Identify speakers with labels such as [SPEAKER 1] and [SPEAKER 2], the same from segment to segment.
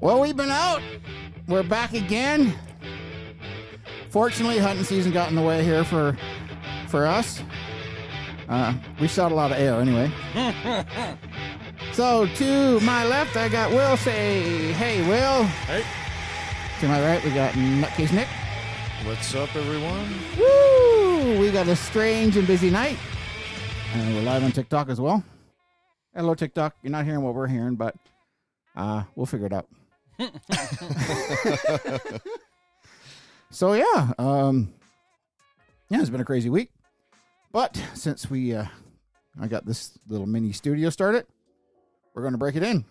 [SPEAKER 1] Well, we've been out. We're back again. Fortunately, hunting season got in the way here for for us. Uh, we shot a lot of air anyway. so to my left, I got Will. Say, hey, Will.
[SPEAKER 2] Hey,
[SPEAKER 1] To my right, we got Nutcase Nick.
[SPEAKER 2] what's up, everyone?
[SPEAKER 1] Woo! We got a strange and busy night. And we're live on TikTok as well. Hello, TikTok. You're not hearing what we're hearing, but uh, we'll figure it out. so, yeah. Um, yeah, it's been a crazy week. But since we, uh, I got this little mini studio started, we're going to break it in.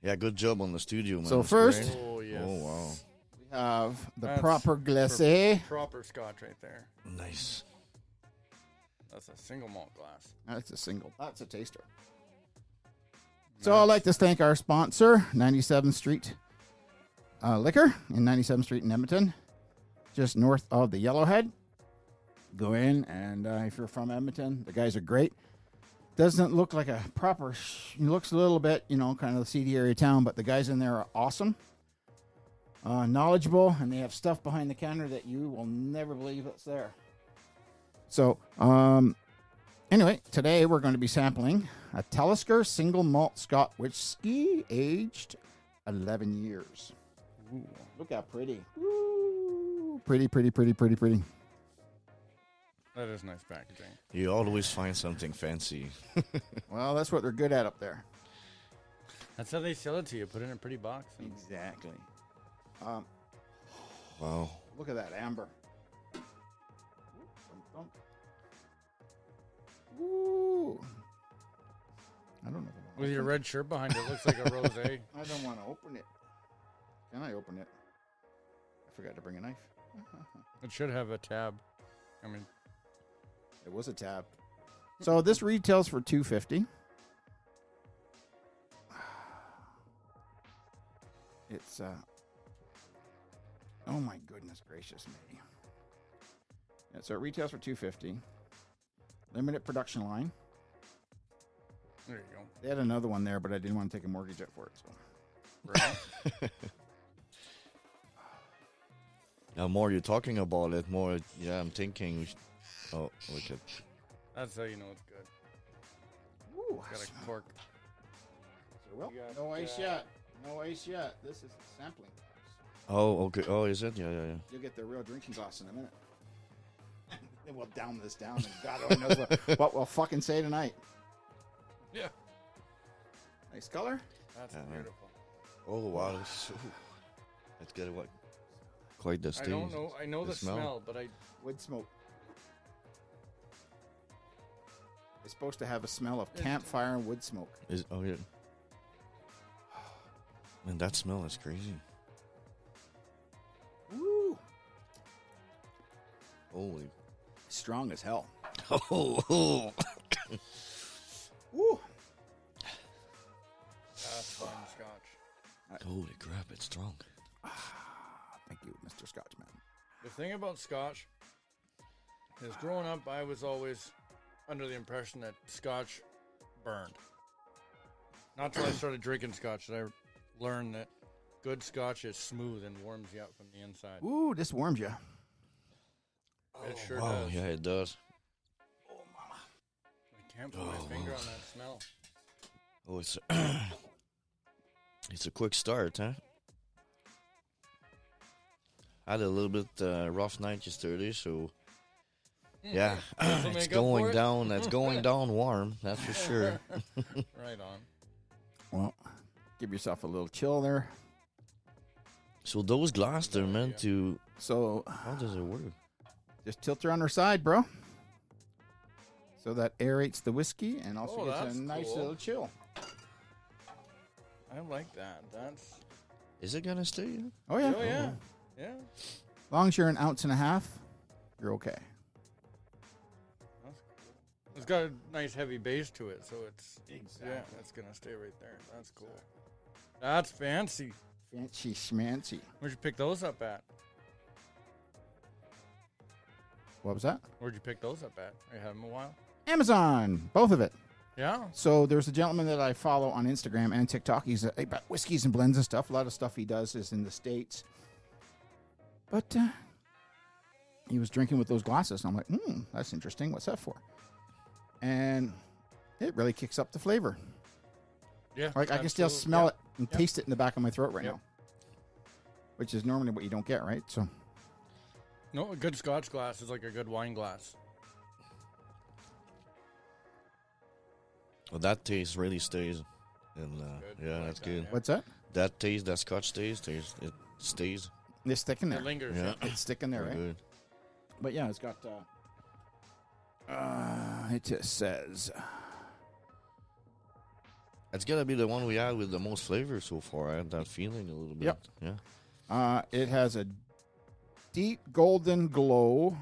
[SPEAKER 2] Yeah, good job on the studio, man.
[SPEAKER 1] So
[SPEAKER 2] It's
[SPEAKER 1] first-
[SPEAKER 2] great.
[SPEAKER 3] Oh yes.
[SPEAKER 2] oh wow,
[SPEAKER 1] We have the
[SPEAKER 3] That's
[SPEAKER 1] proper eh? glacé.
[SPEAKER 3] Proper scotch right there.
[SPEAKER 2] nice.
[SPEAKER 3] That's a single malt glass.
[SPEAKER 1] That's a single. That's a taster. So I'd like to thank our sponsor, 97th Street uh, Liquor in 97th Street in Edmonton, just north of the Yellowhead. Go in, and uh, if you're from Edmonton, the guys are great. Doesn't look like a proper. Sh- it looks a little bit, you know, kind of a seedy area town, but the guys in there are awesome, uh, knowledgeable, and they have stuff behind the counter that you will never believe that's there. So, um, Anyway, today we're going to be sampling a Talisker single malt Scotch whiskey aged 11 years.
[SPEAKER 3] Ooh.
[SPEAKER 1] Look how pretty. Ooh, pretty, pretty, pretty, pretty, pretty.
[SPEAKER 3] That is nice packaging.
[SPEAKER 2] You always find something fancy.
[SPEAKER 1] Well, that's what they're good at up there.
[SPEAKER 3] That's how they sell it to you. Put it in a pretty box. And
[SPEAKER 1] Exactly. Um,
[SPEAKER 2] Wow.
[SPEAKER 1] look at that amber. Ooh. I don't know. if I
[SPEAKER 3] with
[SPEAKER 1] wanna
[SPEAKER 3] your
[SPEAKER 1] open-
[SPEAKER 3] red shirt behind it, looks like a rosé.
[SPEAKER 1] I don't want to open it. Can I open it? I forgot to bring a knife.
[SPEAKER 3] It should have a tab. I mean,
[SPEAKER 1] It was a tab. So this retails for two fifty. It's uh oh my goodness gracious me. Yeah, so it retails for two fifty. Limited production line.
[SPEAKER 3] there you
[SPEAKER 1] They had another one there, but I didn't want to take a mortgage up for it. So
[SPEAKER 3] go. Right?
[SPEAKER 2] The more you're talking about it, more yeah, I'm thinking. We should... Oh, look at
[SPEAKER 3] That's how you know it's good.
[SPEAKER 1] Ooh,
[SPEAKER 3] Got a cork.
[SPEAKER 1] well,
[SPEAKER 3] You got,
[SPEAKER 1] no ice
[SPEAKER 3] uh,
[SPEAKER 1] yet. No ice yet. This is the sampling. glass.
[SPEAKER 2] Oh, okay. Oh, is it? Yeah, yeah, yeah.
[SPEAKER 1] You'll get the real drinking glass in a minute. then we'll down this down, and God only knows what, what we'll fucking say tonight.
[SPEAKER 3] Yeah.
[SPEAKER 1] Nice color.
[SPEAKER 3] That's
[SPEAKER 2] Uh-huh.
[SPEAKER 3] beautiful.
[SPEAKER 2] Oh wow, that's so... Let's get what? Quite the
[SPEAKER 3] I
[SPEAKER 2] stage.
[SPEAKER 3] don't know. I know the,
[SPEAKER 2] the
[SPEAKER 3] smell.
[SPEAKER 2] smell.
[SPEAKER 3] but I
[SPEAKER 1] Wood smoke. It's supposed to have a smell of
[SPEAKER 3] It's-
[SPEAKER 1] campfire and wood smoke.
[SPEAKER 2] Is oh yeah. Man, that smell is crazy.
[SPEAKER 1] Woo!
[SPEAKER 2] Holy.
[SPEAKER 1] Strong as hell.
[SPEAKER 2] Oh, oh.
[SPEAKER 1] Woo!
[SPEAKER 3] that's fine scotch.
[SPEAKER 2] holy crap! It's strong.
[SPEAKER 1] Thank you, Mr. Scotchman.
[SPEAKER 3] The thing about scotch is, growing up, I was always under the impression that scotch burned. Not till I started drinking scotch did I learn that good scotch is smooth and warms you up from the inside.
[SPEAKER 1] Ooh, this warms you.
[SPEAKER 3] it sure
[SPEAKER 2] wow,
[SPEAKER 3] does.
[SPEAKER 2] Oh, yeah, it does.
[SPEAKER 3] I can't put my
[SPEAKER 2] Oh,
[SPEAKER 3] finger on that smell.
[SPEAKER 2] Oh, it's a it's a quick start, huh? I had a little bit uh, rough night yesterday, so yeah,
[SPEAKER 3] This'll make
[SPEAKER 2] it's
[SPEAKER 3] up
[SPEAKER 2] going
[SPEAKER 3] Hmm. for it.
[SPEAKER 2] down. It's going down warm, that's for sure.
[SPEAKER 3] Right on.
[SPEAKER 1] Well, give yourself a little chill there.
[SPEAKER 2] So those glass, they're meant to.
[SPEAKER 1] So
[SPEAKER 2] How does it work?
[SPEAKER 1] just tilt her on her side, bro. So that aerates the whiskey and also
[SPEAKER 3] Oh,
[SPEAKER 1] gets
[SPEAKER 3] that's
[SPEAKER 1] a nice
[SPEAKER 3] cool.
[SPEAKER 1] little chill.
[SPEAKER 3] I like that. That's
[SPEAKER 2] Is it gonna stay?
[SPEAKER 1] Oh yeah.
[SPEAKER 3] oh yeah, yeah.
[SPEAKER 1] As long as you're an ounce and a half, you're okay.
[SPEAKER 3] That's cool. It's got a nice heavy base to it, so it's yeah,
[SPEAKER 1] Exactly.
[SPEAKER 3] that's gonna stay right there. That's cool. That's fancy.
[SPEAKER 1] Fancy schmancy.
[SPEAKER 3] Where'd you pick those up at?
[SPEAKER 1] What was that?
[SPEAKER 3] Where'd you pick those up at? You had them a while.
[SPEAKER 1] Amazon. Both of it.
[SPEAKER 3] Yeah.
[SPEAKER 1] So there's a gentleman that I follow on Instagram and TikTok. He's uh, about whiskeys and blends and stuff. A lot of stuff he does is in the states. But uh, he was drinking with those glasses. I'm like, hmm, that's interesting. What's that for? And it really kicks up the flavor.
[SPEAKER 3] Yeah.
[SPEAKER 1] Like I can still
[SPEAKER 3] absolutely.
[SPEAKER 1] smell
[SPEAKER 3] Yeah.
[SPEAKER 1] it and
[SPEAKER 3] Yep.
[SPEAKER 1] taste it in the back of my throat right
[SPEAKER 3] Yep.
[SPEAKER 1] now, which is normally what you don't get, right? So
[SPEAKER 3] No, a good scotch glass is like a good wine glass.
[SPEAKER 2] Well, Oh, that taste really stays, and uh,
[SPEAKER 3] Good.
[SPEAKER 2] yeah,
[SPEAKER 3] I like
[SPEAKER 2] that's
[SPEAKER 3] that,
[SPEAKER 2] good.
[SPEAKER 3] yeah.
[SPEAKER 1] what's that?
[SPEAKER 2] That taste, that Scotch taste, taste it stays.
[SPEAKER 1] It's sticking
[SPEAKER 3] It
[SPEAKER 1] there.
[SPEAKER 3] lingers.
[SPEAKER 2] Yeah,
[SPEAKER 1] It's sticking there,
[SPEAKER 2] very
[SPEAKER 1] right?
[SPEAKER 2] good.
[SPEAKER 1] But yeah, it's got. Uh, uh, it just says
[SPEAKER 2] It's gotta be the one we had with the most flavor so far. I had that feeling a little bit.
[SPEAKER 1] Yep.
[SPEAKER 2] Yeah.
[SPEAKER 1] uh, it has a deep golden glow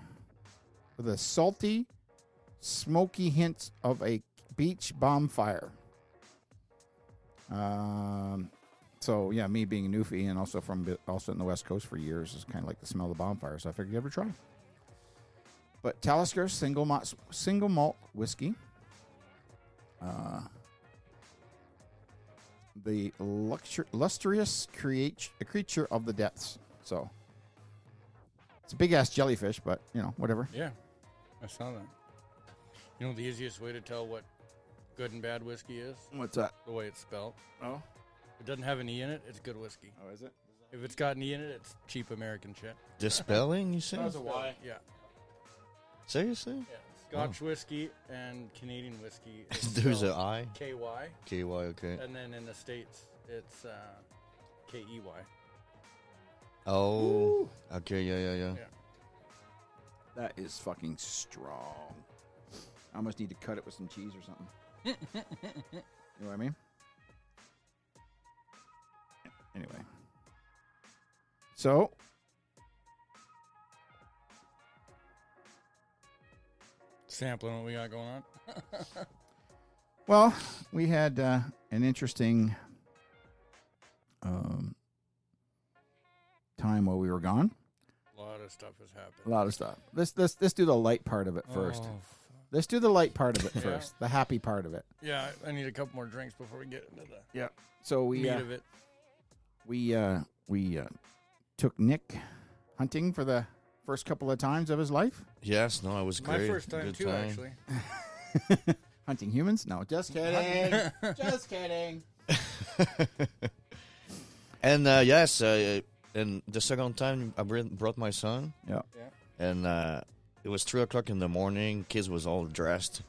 [SPEAKER 1] with a salty, smoky hint of a beach bonfire. Um, so yeah, me being a newfie and also from also in the West Coast for years is kind of like the smell of the bonfire. So I figured I'd give it a try. But Talisker single malt single malt whiskey. Uh, the luxur- lustrous create- creature of the depths. So it's a big ass jellyfish, but you know whatever.
[SPEAKER 3] Yeah. I saw that. You know the easiest way to tell what good and bad whiskey is?
[SPEAKER 1] What's that?
[SPEAKER 3] The way it's spelled.
[SPEAKER 1] Oh,
[SPEAKER 3] If it doesn't have an E in it, it's good whiskey.
[SPEAKER 1] oh, is it?
[SPEAKER 3] If it's got an E in it, it's cheap American shit.
[SPEAKER 2] The spelling, you said?
[SPEAKER 3] Y. Yeah.
[SPEAKER 2] Seriously?
[SPEAKER 3] yeah. Scotch
[SPEAKER 1] Oh.
[SPEAKER 3] whiskey and Canadian whiskey. is
[SPEAKER 2] There's a
[SPEAKER 3] spelled
[SPEAKER 2] I.
[SPEAKER 3] KY.
[SPEAKER 2] K Y. Okay.
[SPEAKER 3] And then in the States, it's uh, E KEY.
[SPEAKER 2] Oh. Okay. Yeah. Yeah. Yeah.
[SPEAKER 1] Hmm.
[SPEAKER 3] Yeah.
[SPEAKER 1] That is fucking strong. I almost need to cut it with some cheese or something. you know what I mean? Anyway. So,
[SPEAKER 3] Sampling what we got going on.
[SPEAKER 1] well, we had uh, an interesting um, time while we were gone.
[SPEAKER 3] A lot of stuff has
[SPEAKER 1] A
[SPEAKER 3] happened.
[SPEAKER 1] lot of stuff. Let's let's let's do the light part of it first.
[SPEAKER 3] Oh,
[SPEAKER 1] Let's do the light part of it
[SPEAKER 3] Yeah.
[SPEAKER 1] first. The happy part of it.
[SPEAKER 3] yeah, I I need a couple more drinks before we get into the
[SPEAKER 1] Oh, So we
[SPEAKER 3] meat
[SPEAKER 1] uh,
[SPEAKER 3] of it.
[SPEAKER 1] we uh, we uh, took Nick hunting for the first couple of times of his life.
[SPEAKER 2] Yes. No. It was
[SPEAKER 3] My
[SPEAKER 2] great.
[SPEAKER 3] first time
[SPEAKER 2] Good
[SPEAKER 3] too,
[SPEAKER 2] time.
[SPEAKER 3] actually.
[SPEAKER 1] hunting humans? No, just kidding. just kidding.
[SPEAKER 2] and uh, yes, uh, and the second time I bring- brought my son,
[SPEAKER 1] Yeah.
[SPEAKER 2] and uh, it was three o'clock in the morning. Kids was all dressed,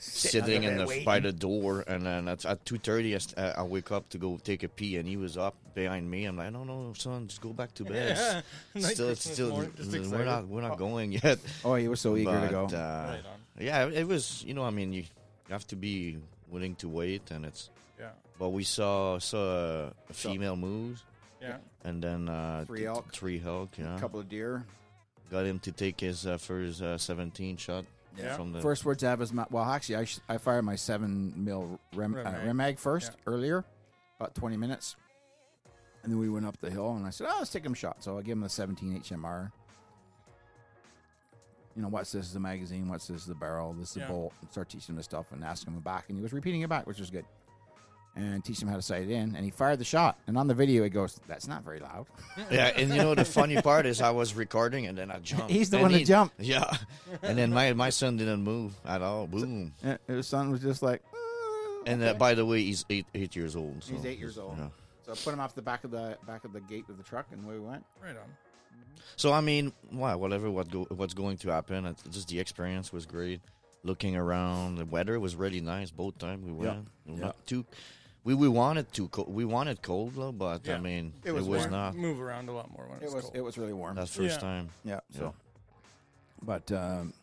[SPEAKER 2] sitting in the by the door, and then at, at two thirty, I, st- uh, I wake up to go take a pee, and he was up behind me. I'm like, no, no, son, just go back to bed.
[SPEAKER 3] Yeah. Like
[SPEAKER 2] Still, it's
[SPEAKER 3] Christmas
[SPEAKER 2] still,
[SPEAKER 3] morning, just
[SPEAKER 2] we're
[SPEAKER 3] excited.
[SPEAKER 2] not, we're not going yet.
[SPEAKER 1] Oh, he was so eager
[SPEAKER 2] but,
[SPEAKER 1] to go.
[SPEAKER 2] Uh,
[SPEAKER 3] Right on.
[SPEAKER 2] yeah, it was. You know, I mean, you you have to be willing to wait, and it's.
[SPEAKER 3] Yeah.
[SPEAKER 2] But we saw saw a female moose,
[SPEAKER 3] Yeah.
[SPEAKER 2] and then uh,
[SPEAKER 1] Three
[SPEAKER 2] th-
[SPEAKER 1] elk.
[SPEAKER 2] Three elk. Yeah,
[SPEAKER 1] A couple of deer.
[SPEAKER 2] got him to take his uh, first uh, seventeen shot.
[SPEAKER 3] Yeah.
[SPEAKER 2] From the
[SPEAKER 1] First words out of his mouth. Well, actually, I, sh- I fired my seven mil rem- uh,
[SPEAKER 3] Remag.
[SPEAKER 1] remag first
[SPEAKER 3] Yeah.
[SPEAKER 1] earlier, about twenty minutes, and then we went up the hill, and I said, "Oh, let's take him a shot." So I gave him the seventeen HMR. You know, what's this? Is the magazine? What's this? Is the barrel? This is the
[SPEAKER 3] Yeah.
[SPEAKER 1] bolt. And start teaching him the stuff and asking him back, and he was repeating it back, which was good. And teach him how to sight it in, and he fired the shot. And on the video, he goes, "That's not very loud."
[SPEAKER 2] yeah, and you know the funny part is I was recording and then I jumped.
[SPEAKER 1] He's the
[SPEAKER 2] And
[SPEAKER 1] one that
[SPEAKER 2] he-
[SPEAKER 1] jumped.
[SPEAKER 2] Yeah, and then my my son didn't move at all. Boom.
[SPEAKER 1] And his son was just like,
[SPEAKER 2] And uh, by the way, he's eight eight years old. so
[SPEAKER 1] He's eight years old.
[SPEAKER 2] Oh, yeah.
[SPEAKER 1] So I put him off the back of the back of the gate of the truck, and we went.
[SPEAKER 3] Right on.
[SPEAKER 2] So I mean, why? Whatever. What go, what's going to happen? It's just the experience was great. Looking around, the weather was really nice. Both time we
[SPEAKER 1] Yeah.
[SPEAKER 2] went.
[SPEAKER 1] Yeah.
[SPEAKER 2] Not too. We we wanted to co- we wanted cold though, but I
[SPEAKER 3] Yeah.
[SPEAKER 2] mean
[SPEAKER 1] It
[SPEAKER 2] it
[SPEAKER 1] was
[SPEAKER 2] was,
[SPEAKER 1] warm.
[SPEAKER 2] not
[SPEAKER 3] Move around a lot more when
[SPEAKER 1] It
[SPEAKER 3] it's
[SPEAKER 1] was
[SPEAKER 3] cold.
[SPEAKER 1] it was really warm.
[SPEAKER 2] that first
[SPEAKER 3] Yeah.
[SPEAKER 2] time.
[SPEAKER 1] yeah. So,
[SPEAKER 2] Yeah.
[SPEAKER 1] but um,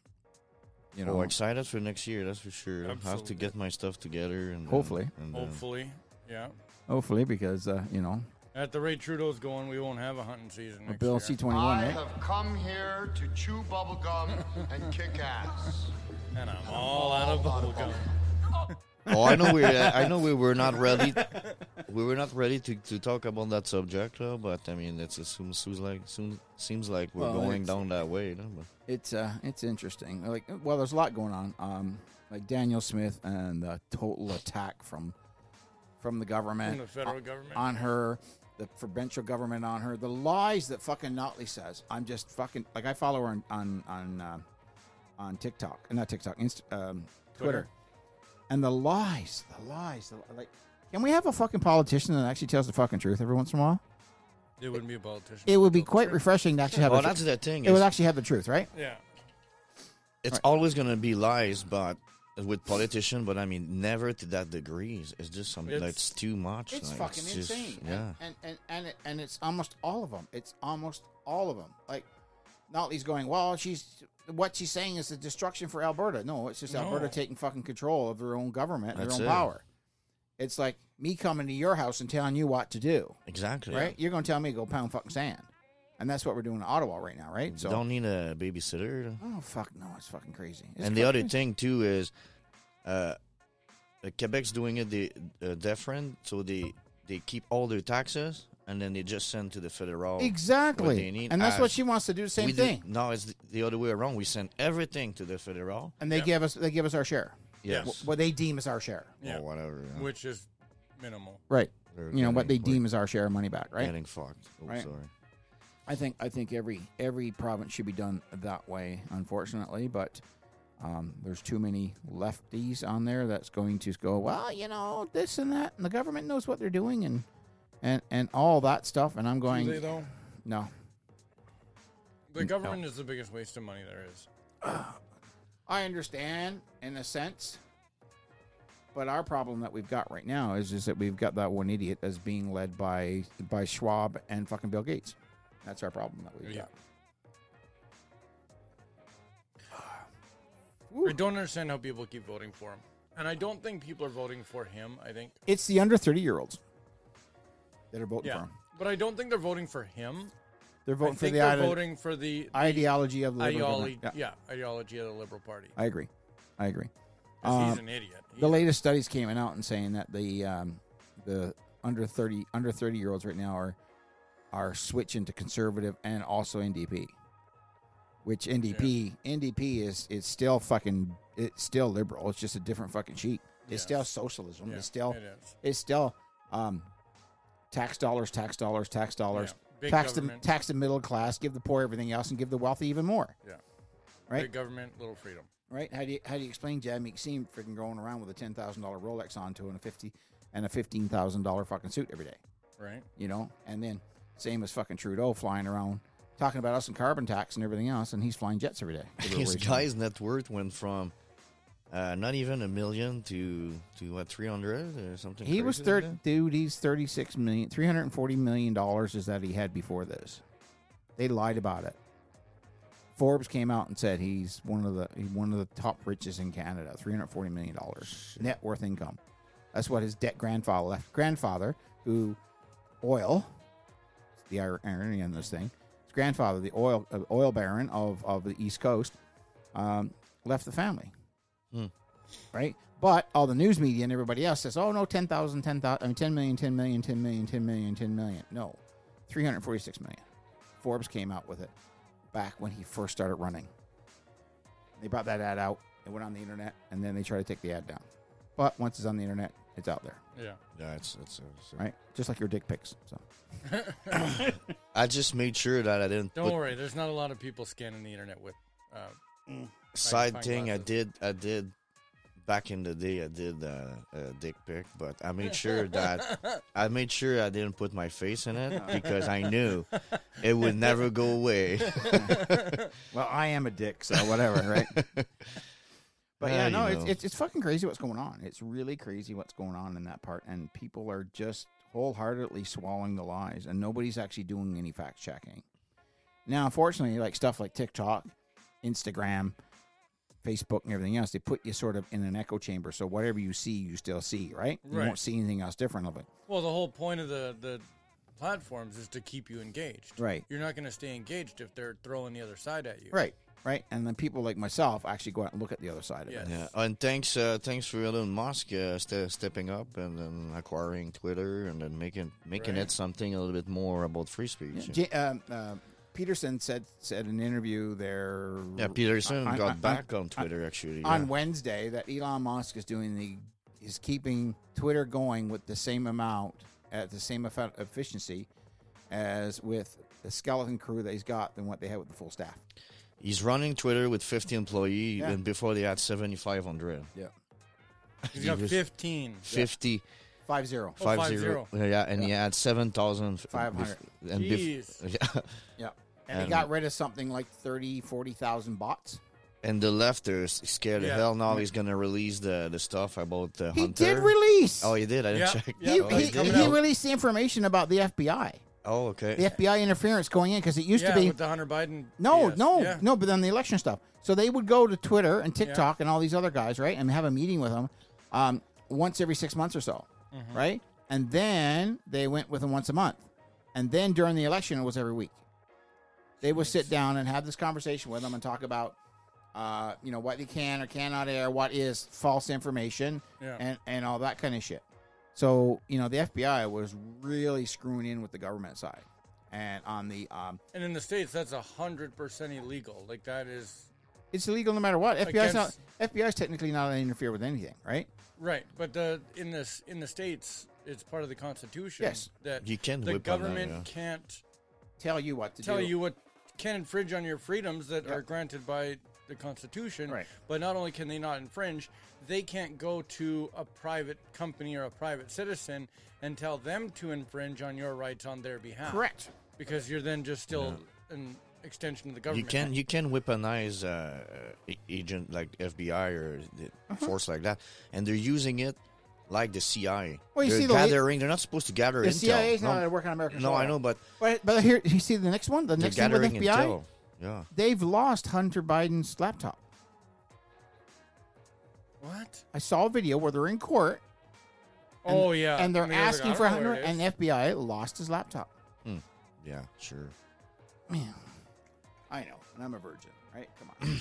[SPEAKER 1] you know,
[SPEAKER 2] We're Oh, excited for next year, that's for sure. I have to
[SPEAKER 3] Absolutely.
[SPEAKER 2] get my stuff together and then-
[SPEAKER 1] Hopefully.
[SPEAKER 2] and then-
[SPEAKER 3] Hopefully. Yeah.
[SPEAKER 1] hopefully because uh, you know,
[SPEAKER 3] At the rate Trudeau's going, we won't have a hunting season next
[SPEAKER 1] Bill
[SPEAKER 3] year.
[SPEAKER 1] C eh? twenty
[SPEAKER 4] I
[SPEAKER 1] one, right?
[SPEAKER 4] have come here to chew bubblegum and kick ass.
[SPEAKER 3] and I'm all out of bubblegum.
[SPEAKER 2] Oh, I know we. I know we were not ready. We were not ready to, to talk about that subject, though. But I mean, it's it seems, seems like seems, seems like we're
[SPEAKER 1] Well,
[SPEAKER 2] going
[SPEAKER 1] it's-
[SPEAKER 2] down that way. You know, but
[SPEAKER 1] It's uh, it's interesting. Like, well, there's a lot going on. Um, like Daniel Smith and the total attack from from the government,
[SPEAKER 3] From the federal government.
[SPEAKER 1] on her, the provincial government on her, the lies that fucking Notley says. I'm just fucking like I follow her on on on, uh, on TikTok, not TikTok, Inst- um, Twitter.
[SPEAKER 3] Twitter.
[SPEAKER 1] and the lies, the lies, the, like. Can we have a fucking politician that actually tells the fucking truth every once in a while?
[SPEAKER 3] It wouldn't be a politician.
[SPEAKER 1] It would be
[SPEAKER 3] Oh,
[SPEAKER 1] quite Oh,
[SPEAKER 3] sure.
[SPEAKER 1] refreshing to actually have.
[SPEAKER 2] oh,
[SPEAKER 1] a tr-
[SPEAKER 2] that's the thing.
[SPEAKER 1] it would
[SPEAKER 2] is-
[SPEAKER 1] actually have the truth, right?
[SPEAKER 3] Yeah.
[SPEAKER 2] it's always going to be lies, but with politician, but I mean, never to that degree. It's- It's just something
[SPEAKER 3] It's-
[SPEAKER 2] that's too much.
[SPEAKER 1] It's
[SPEAKER 2] like,
[SPEAKER 1] fucking
[SPEAKER 2] just-
[SPEAKER 1] insane. And-
[SPEAKER 2] yeah.
[SPEAKER 1] And and and, it, and it's almost all of them. It's almost all of them. Like Notley's going, well, she's what she's saying is the destruction for Alberta. No, it's just Alberta
[SPEAKER 3] No.
[SPEAKER 1] taking fucking control of their own government, and their
[SPEAKER 2] That's
[SPEAKER 1] own
[SPEAKER 2] it.
[SPEAKER 1] power. It's like me coming to your house and telling you what to do,
[SPEAKER 2] Exactly.
[SPEAKER 1] right? You're going to tell me to go pound fucking sand, and that's what we're doing in Ottawa right now, right? So,
[SPEAKER 2] Don't need a babysitter.
[SPEAKER 1] oh fuck no, it's fucking crazy. It's
[SPEAKER 2] and the other
[SPEAKER 1] fucking-
[SPEAKER 2] thing too is, uh, uh, Quebec's doing it the uh, different, so they they keep all their taxes and then they just send to the federal. what they
[SPEAKER 1] exactly,
[SPEAKER 2] need
[SPEAKER 1] and that's
[SPEAKER 2] as-
[SPEAKER 1] what she wants to do. The same
[SPEAKER 2] we do-
[SPEAKER 1] thing,
[SPEAKER 2] no, it's the, the other way around. We send everything to the federal.
[SPEAKER 1] and they
[SPEAKER 3] Yeah.
[SPEAKER 1] give us they give us our share,
[SPEAKER 2] Yes.
[SPEAKER 3] Yes.
[SPEAKER 1] what they deem as our share,
[SPEAKER 3] Yeah.
[SPEAKER 2] Or whatever. yeah.
[SPEAKER 3] Which is minimal.
[SPEAKER 1] right?
[SPEAKER 2] They're
[SPEAKER 1] you know what they
[SPEAKER 2] getting-
[SPEAKER 1] deem as our share of money back, right?
[SPEAKER 2] Getting fucked. Oh,
[SPEAKER 1] Right.
[SPEAKER 2] sorry.
[SPEAKER 1] I think I think every every province should be done that way, unfortunately, but um, there's too many lefties on there that's going to go, well, you know, this and that, and the government knows what they're doing, and and and all that stuff, and I'm
[SPEAKER 3] Do
[SPEAKER 1] going,
[SPEAKER 3] they though?
[SPEAKER 1] no,
[SPEAKER 3] The government is the biggest waste of money there is.
[SPEAKER 1] I understand in a sense, but our problem that we've got right now is just that we've got that one idiot that's being led by by Schwab and fucking Bill Gates. That's our problem that we've
[SPEAKER 3] Yeah.
[SPEAKER 1] got. Woo.
[SPEAKER 3] I don't understand how people keep voting for him. And I don't think people are voting for him, I think.
[SPEAKER 1] It's the under thirty year olds that are voting for
[SPEAKER 3] Yeah.
[SPEAKER 1] him.
[SPEAKER 3] But I don't think they're voting for him.
[SPEAKER 1] They're voting
[SPEAKER 3] I
[SPEAKER 1] for
[SPEAKER 3] think
[SPEAKER 1] the
[SPEAKER 3] they're
[SPEAKER 1] ide-
[SPEAKER 3] voting for the
[SPEAKER 1] ideology of the liberal
[SPEAKER 3] ideology,
[SPEAKER 1] government.
[SPEAKER 3] yeah.
[SPEAKER 1] Yeah,
[SPEAKER 3] ideology of the Liberal Party.
[SPEAKER 1] I agree. I agree.
[SPEAKER 3] 'Cause he's
[SPEAKER 1] Um,
[SPEAKER 3] an idiot. He-
[SPEAKER 1] The latest studies came out and saying that the um, the under thirty under thirty year olds right now are are switching to conservative and also NDP, which NDP NDP is it's still fucking it's still liberal. It's just a different fucking sheet. It's
[SPEAKER 3] Yes.
[SPEAKER 1] still socialism.
[SPEAKER 3] Yeah,
[SPEAKER 1] it's still
[SPEAKER 3] it is.
[SPEAKER 1] it's still um, tax dollars, tax dollars, tax dollars.
[SPEAKER 3] Yeah, big
[SPEAKER 1] tax the
[SPEAKER 3] government.
[SPEAKER 1] tax the middle class, give the poor everything else, and give the wealthy even more.
[SPEAKER 3] Yeah.
[SPEAKER 1] Right?
[SPEAKER 3] Big government, little freedom.
[SPEAKER 1] Right? How do you how do you explain Jad McSeam freaking going around with a ten thousand dollar Rolex on to and a fifty and a fifteen thousand dollar fucking suit every day?
[SPEAKER 3] Right?
[SPEAKER 1] You know, and then same as fucking Trudeau flying around talking about us and carbon tax and everything else, and he's flying jets every day.
[SPEAKER 2] His guy's net worth went from uh, not even a million to to what three hundred or something.
[SPEAKER 1] He was
[SPEAKER 2] crazy like
[SPEAKER 1] thirty, dude. He's thirty six million, three hundred and forty million dollars is that he had before this. They lied about it. Forbes came out and said he's one of the he's one of the top richest in Canada, three hundred forty million dollars net worth income. That's what his debt grandfather left. Grandfather, who oil, it's the ir- irony in this thing, his grandfather, the oil uh, oil baron of of the East Coast, um, left the family right? But all the news media and everybody else says, oh, no, 10,000, 10,000, I mean, 10 million, 10 million, 10 million, 10 million, 10 million. No, 346 million. Forbes came out with it back when he first started running. They brought that ad out. It went on the internet, and then they tried to take the ad down. But once it's on the internet, it's out there,
[SPEAKER 3] Yeah.
[SPEAKER 2] that. Yeah, it's, it's, it's-
[SPEAKER 1] right? Just like your dick pics. So
[SPEAKER 2] I just made sure that I didn't.
[SPEAKER 3] Don't
[SPEAKER 2] put
[SPEAKER 3] worry, there's not a lot of people scanning the internet with. Uh,
[SPEAKER 2] Side
[SPEAKER 3] find
[SPEAKER 2] thing I
[SPEAKER 3] glasses.
[SPEAKER 2] did, I did back in the day. I did uh, a dick pic, but I made sure that I made sure I didn't put my face in it because I knew it would never go away.
[SPEAKER 1] Well, I am a dick, so whatever, right? but yeah,
[SPEAKER 2] Yeah,
[SPEAKER 1] no,
[SPEAKER 2] you
[SPEAKER 1] it's,
[SPEAKER 2] know.
[SPEAKER 1] it's it's fucking crazy what's going on. It's really crazy what's going on in that part, and people are just wholeheartedly swallowing the lies, and nobody's actually doing any fact checking. Now, unfortunately, like stuff like TikTok, Instagram, Facebook, and everything else, they put you sort of in an echo chamber. So whatever you see, you still see, right? You
[SPEAKER 3] Right.
[SPEAKER 1] won't see anything else different of it.
[SPEAKER 3] well, the whole point of the, the platforms is to keep you engaged.
[SPEAKER 1] Right.
[SPEAKER 3] You're not going to stay engaged if they're throwing the other side at you.
[SPEAKER 1] Right. right? And then people like myself actually go out and look at the other side of
[SPEAKER 3] Yes.
[SPEAKER 1] it.
[SPEAKER 2] Yeah, and thanks, uh, thanks for Elon Musk uh, ste stepping up and then acquiring Twitter and then making making
[SPEAKER 3] Right.
[SPEAKER 2] it something a little bit more about free speech. Yeah,
[SPEAKER 1] Ja- um, uh, Peterson said said in an interview there.
[SPEAKER 2] Peterson
[SPEAKER 1] on-
[SPEAKER 2] got
[SPEAKER 1] on-
[SPEAKER 2] back on Twitter actually. yeah.
[SPEAKER 1] on Wednesday that Elon Musk is doing the is keeping Twitter going with the same amount at the same effe- efficiency as with the skeleton crew that he's got than what they had with the full staff.
[SPEAKER 2] He's running Twitter with 50 employees,
[SPEAKER 1] Yeah.
[SPEAKER 2] and before they had 7,500.
[SPEAKER 1] Yeah,
[SPEAKER 3] He's got
[SPEAKER 2] He was-
[SPEAKER 3] 15.
[SPEAKER 2] 50,
[SPEAKER 1] five zero.
[SPEAKER 3] Oh, five
[SPEAKER 2] five zero.
[SPEAKER 3] zero.
[SPEAKER 2] Yeah, and he had 7,000. bef-
[SPEAKER 1] 500.
[SPEAKER 2] and bef- yeah.
[SPEAKER 1] Yeah, and he
[SPEAKER 2] And-
[SPEAKER 1] got rid of something like 30, 40,000 bots.
[SPEAKER 2] And the left are s- scared
[SPEAKER 3] Yeah.
[SPEAKER 2] of hell. Now he's going to release the, the stuff about uh,
[SPEAKER 1] He
[SPEAKER 2] Hunter.
[SPEAKER 1] did release.
[SPEAKER 2] Oh, he did? I didn't
[SPEAKER 3] Yeah.
[SPEAKER 2] check.
[SPEAKER 3] Yeah.
[SPEAKER 1] He,
[SPEAKER 2] Oh,
[SPEAKER 1] he,
[SPEAKER 3] it's coming
[SPEAKER 1] he
[SPEAKER 3] out.
[SPEAKER 1] released the information about the FBI,
[SPEAKER 2] Oh, okay.
[SPEAKER 1] the FBI interference going in because it used
[SPEAKER 3] yeah,
[SPEAKER 1] to be
[SPEAKER 3] with the Hunter Biden.
[SPEAKER 1] No,
[SPEAKER 3] BS.
[SPEAKER 1] no,
[SPEAKER 3] Yeah.
[SPEAKER 1] no. But then the election stuff. So they would go to Twitter and TikTok and all these other guys, right, and have a meeting with them um, once every six months or so,
[SPEAKER 3] Mm-hmm.
[SPEAKER 1] right? And then they went with them once a month, and then during the election it was every week. They would sit down and have this conversation with them and talk about, uh, you know, what they can or cannot air, what is false information,
[SPEAKER 3] Yeah.
[SPEAKER 1] and and all that kind of shit. So you know, the FBI was really screwing in with the government side, and on the um,
[SPEAKER 3] And in the states, that's hundred percent illegal. Like that is
[SPEAKER 1] It's illegal no matter what. FBI's not
[SPEAKER 3] Against-
[SPEAKER 1] FBI's technically not allowed to interfere with anything, right?
[SPEAKER 3] right. But the in this in the states, it's part of the Constitution.
[SPEAKER 1] Yes.
[SPEAKER 3] that
[SPEAKER 2] You can
[SPEAKER 3] the
[SPEAKER 2] whip on that,
[SPEAKER 3] government
[SPEAKER 2] yeah.
[SPEAKER 3] can't
[SPEAKER 1] Tell you what to
[SPEAKER 3] tell
[SPEAKER 1] do.
[SPEAKER 3] you what can infringe on your freedoms that
[SPEAKER 1] Yeah.
[SPEAKER 3] are granted by the Constitution.
[SPEAKER 1] Right.
[SPEAKER 3] But not only can they not infringe, they can't go to a private company or a private citizen and tell them to infringe on your rights on their behalf.
[SPEAKER 1] Correct.
[SPEAKER 3] Because you're then just still an extension of the
[SPEAKER 2] You
[SPEAKER 3] government.
[SPEAKER 2] can you can weaponize uh, uh, a- agent like FBI or the
[SPEAKER 1] Uh-huh.
[SPEAKER 2] force like that, and they're using it like the CIA.
[SPEAKER 1] Well, you
[SPEAKER 2] they're
[SPEAKER 1] see the la-
[SPEAKER 2] gathering. they're not supposed to gather
[SPEAKER 1] The
[SPEAKER 2] intel.
[SPEAKER 1] CIA is not allowed
[SPEAKER 2] no,
[SPEAKER 1] to work on American
[SPEAKER 2] no
[SPEAKER 1] soil.
[SPEAKER 2] I know, but
[SPEAKER 1] But, but here, you see the next one. The
[SPEAKER 2] they're
[SPEAKER 1] next one with
[SPEAKER 2] gathering
[SPEAKER 1] FBI,
[SPEAKER 2] intel. Yeah,
[SPEAKER 1] they've lost Hunter Biden's laptop.
[SPEAKER 3] What?
[SPEAKER 1] I saw a video where they're in court. And,
[SPEAKER 3] oh yeah.
[SPEAKER 1] and they're
[SPEAKER 3] the other guy-
[SPEAKER 1] asking
[SPEAKER 3] I
[SPEAKER 1] for
[SPEAKER 3] don't
[SPEAKER 1] Hunter,
[SPEAKER 3] know where it is.
[SPEAKER 1] and FBI lost his laptop.
[SPEAKER 2] yeah, sure.
[SPEAKER 1] Man, I know, and I'm a virgin, right? Come on,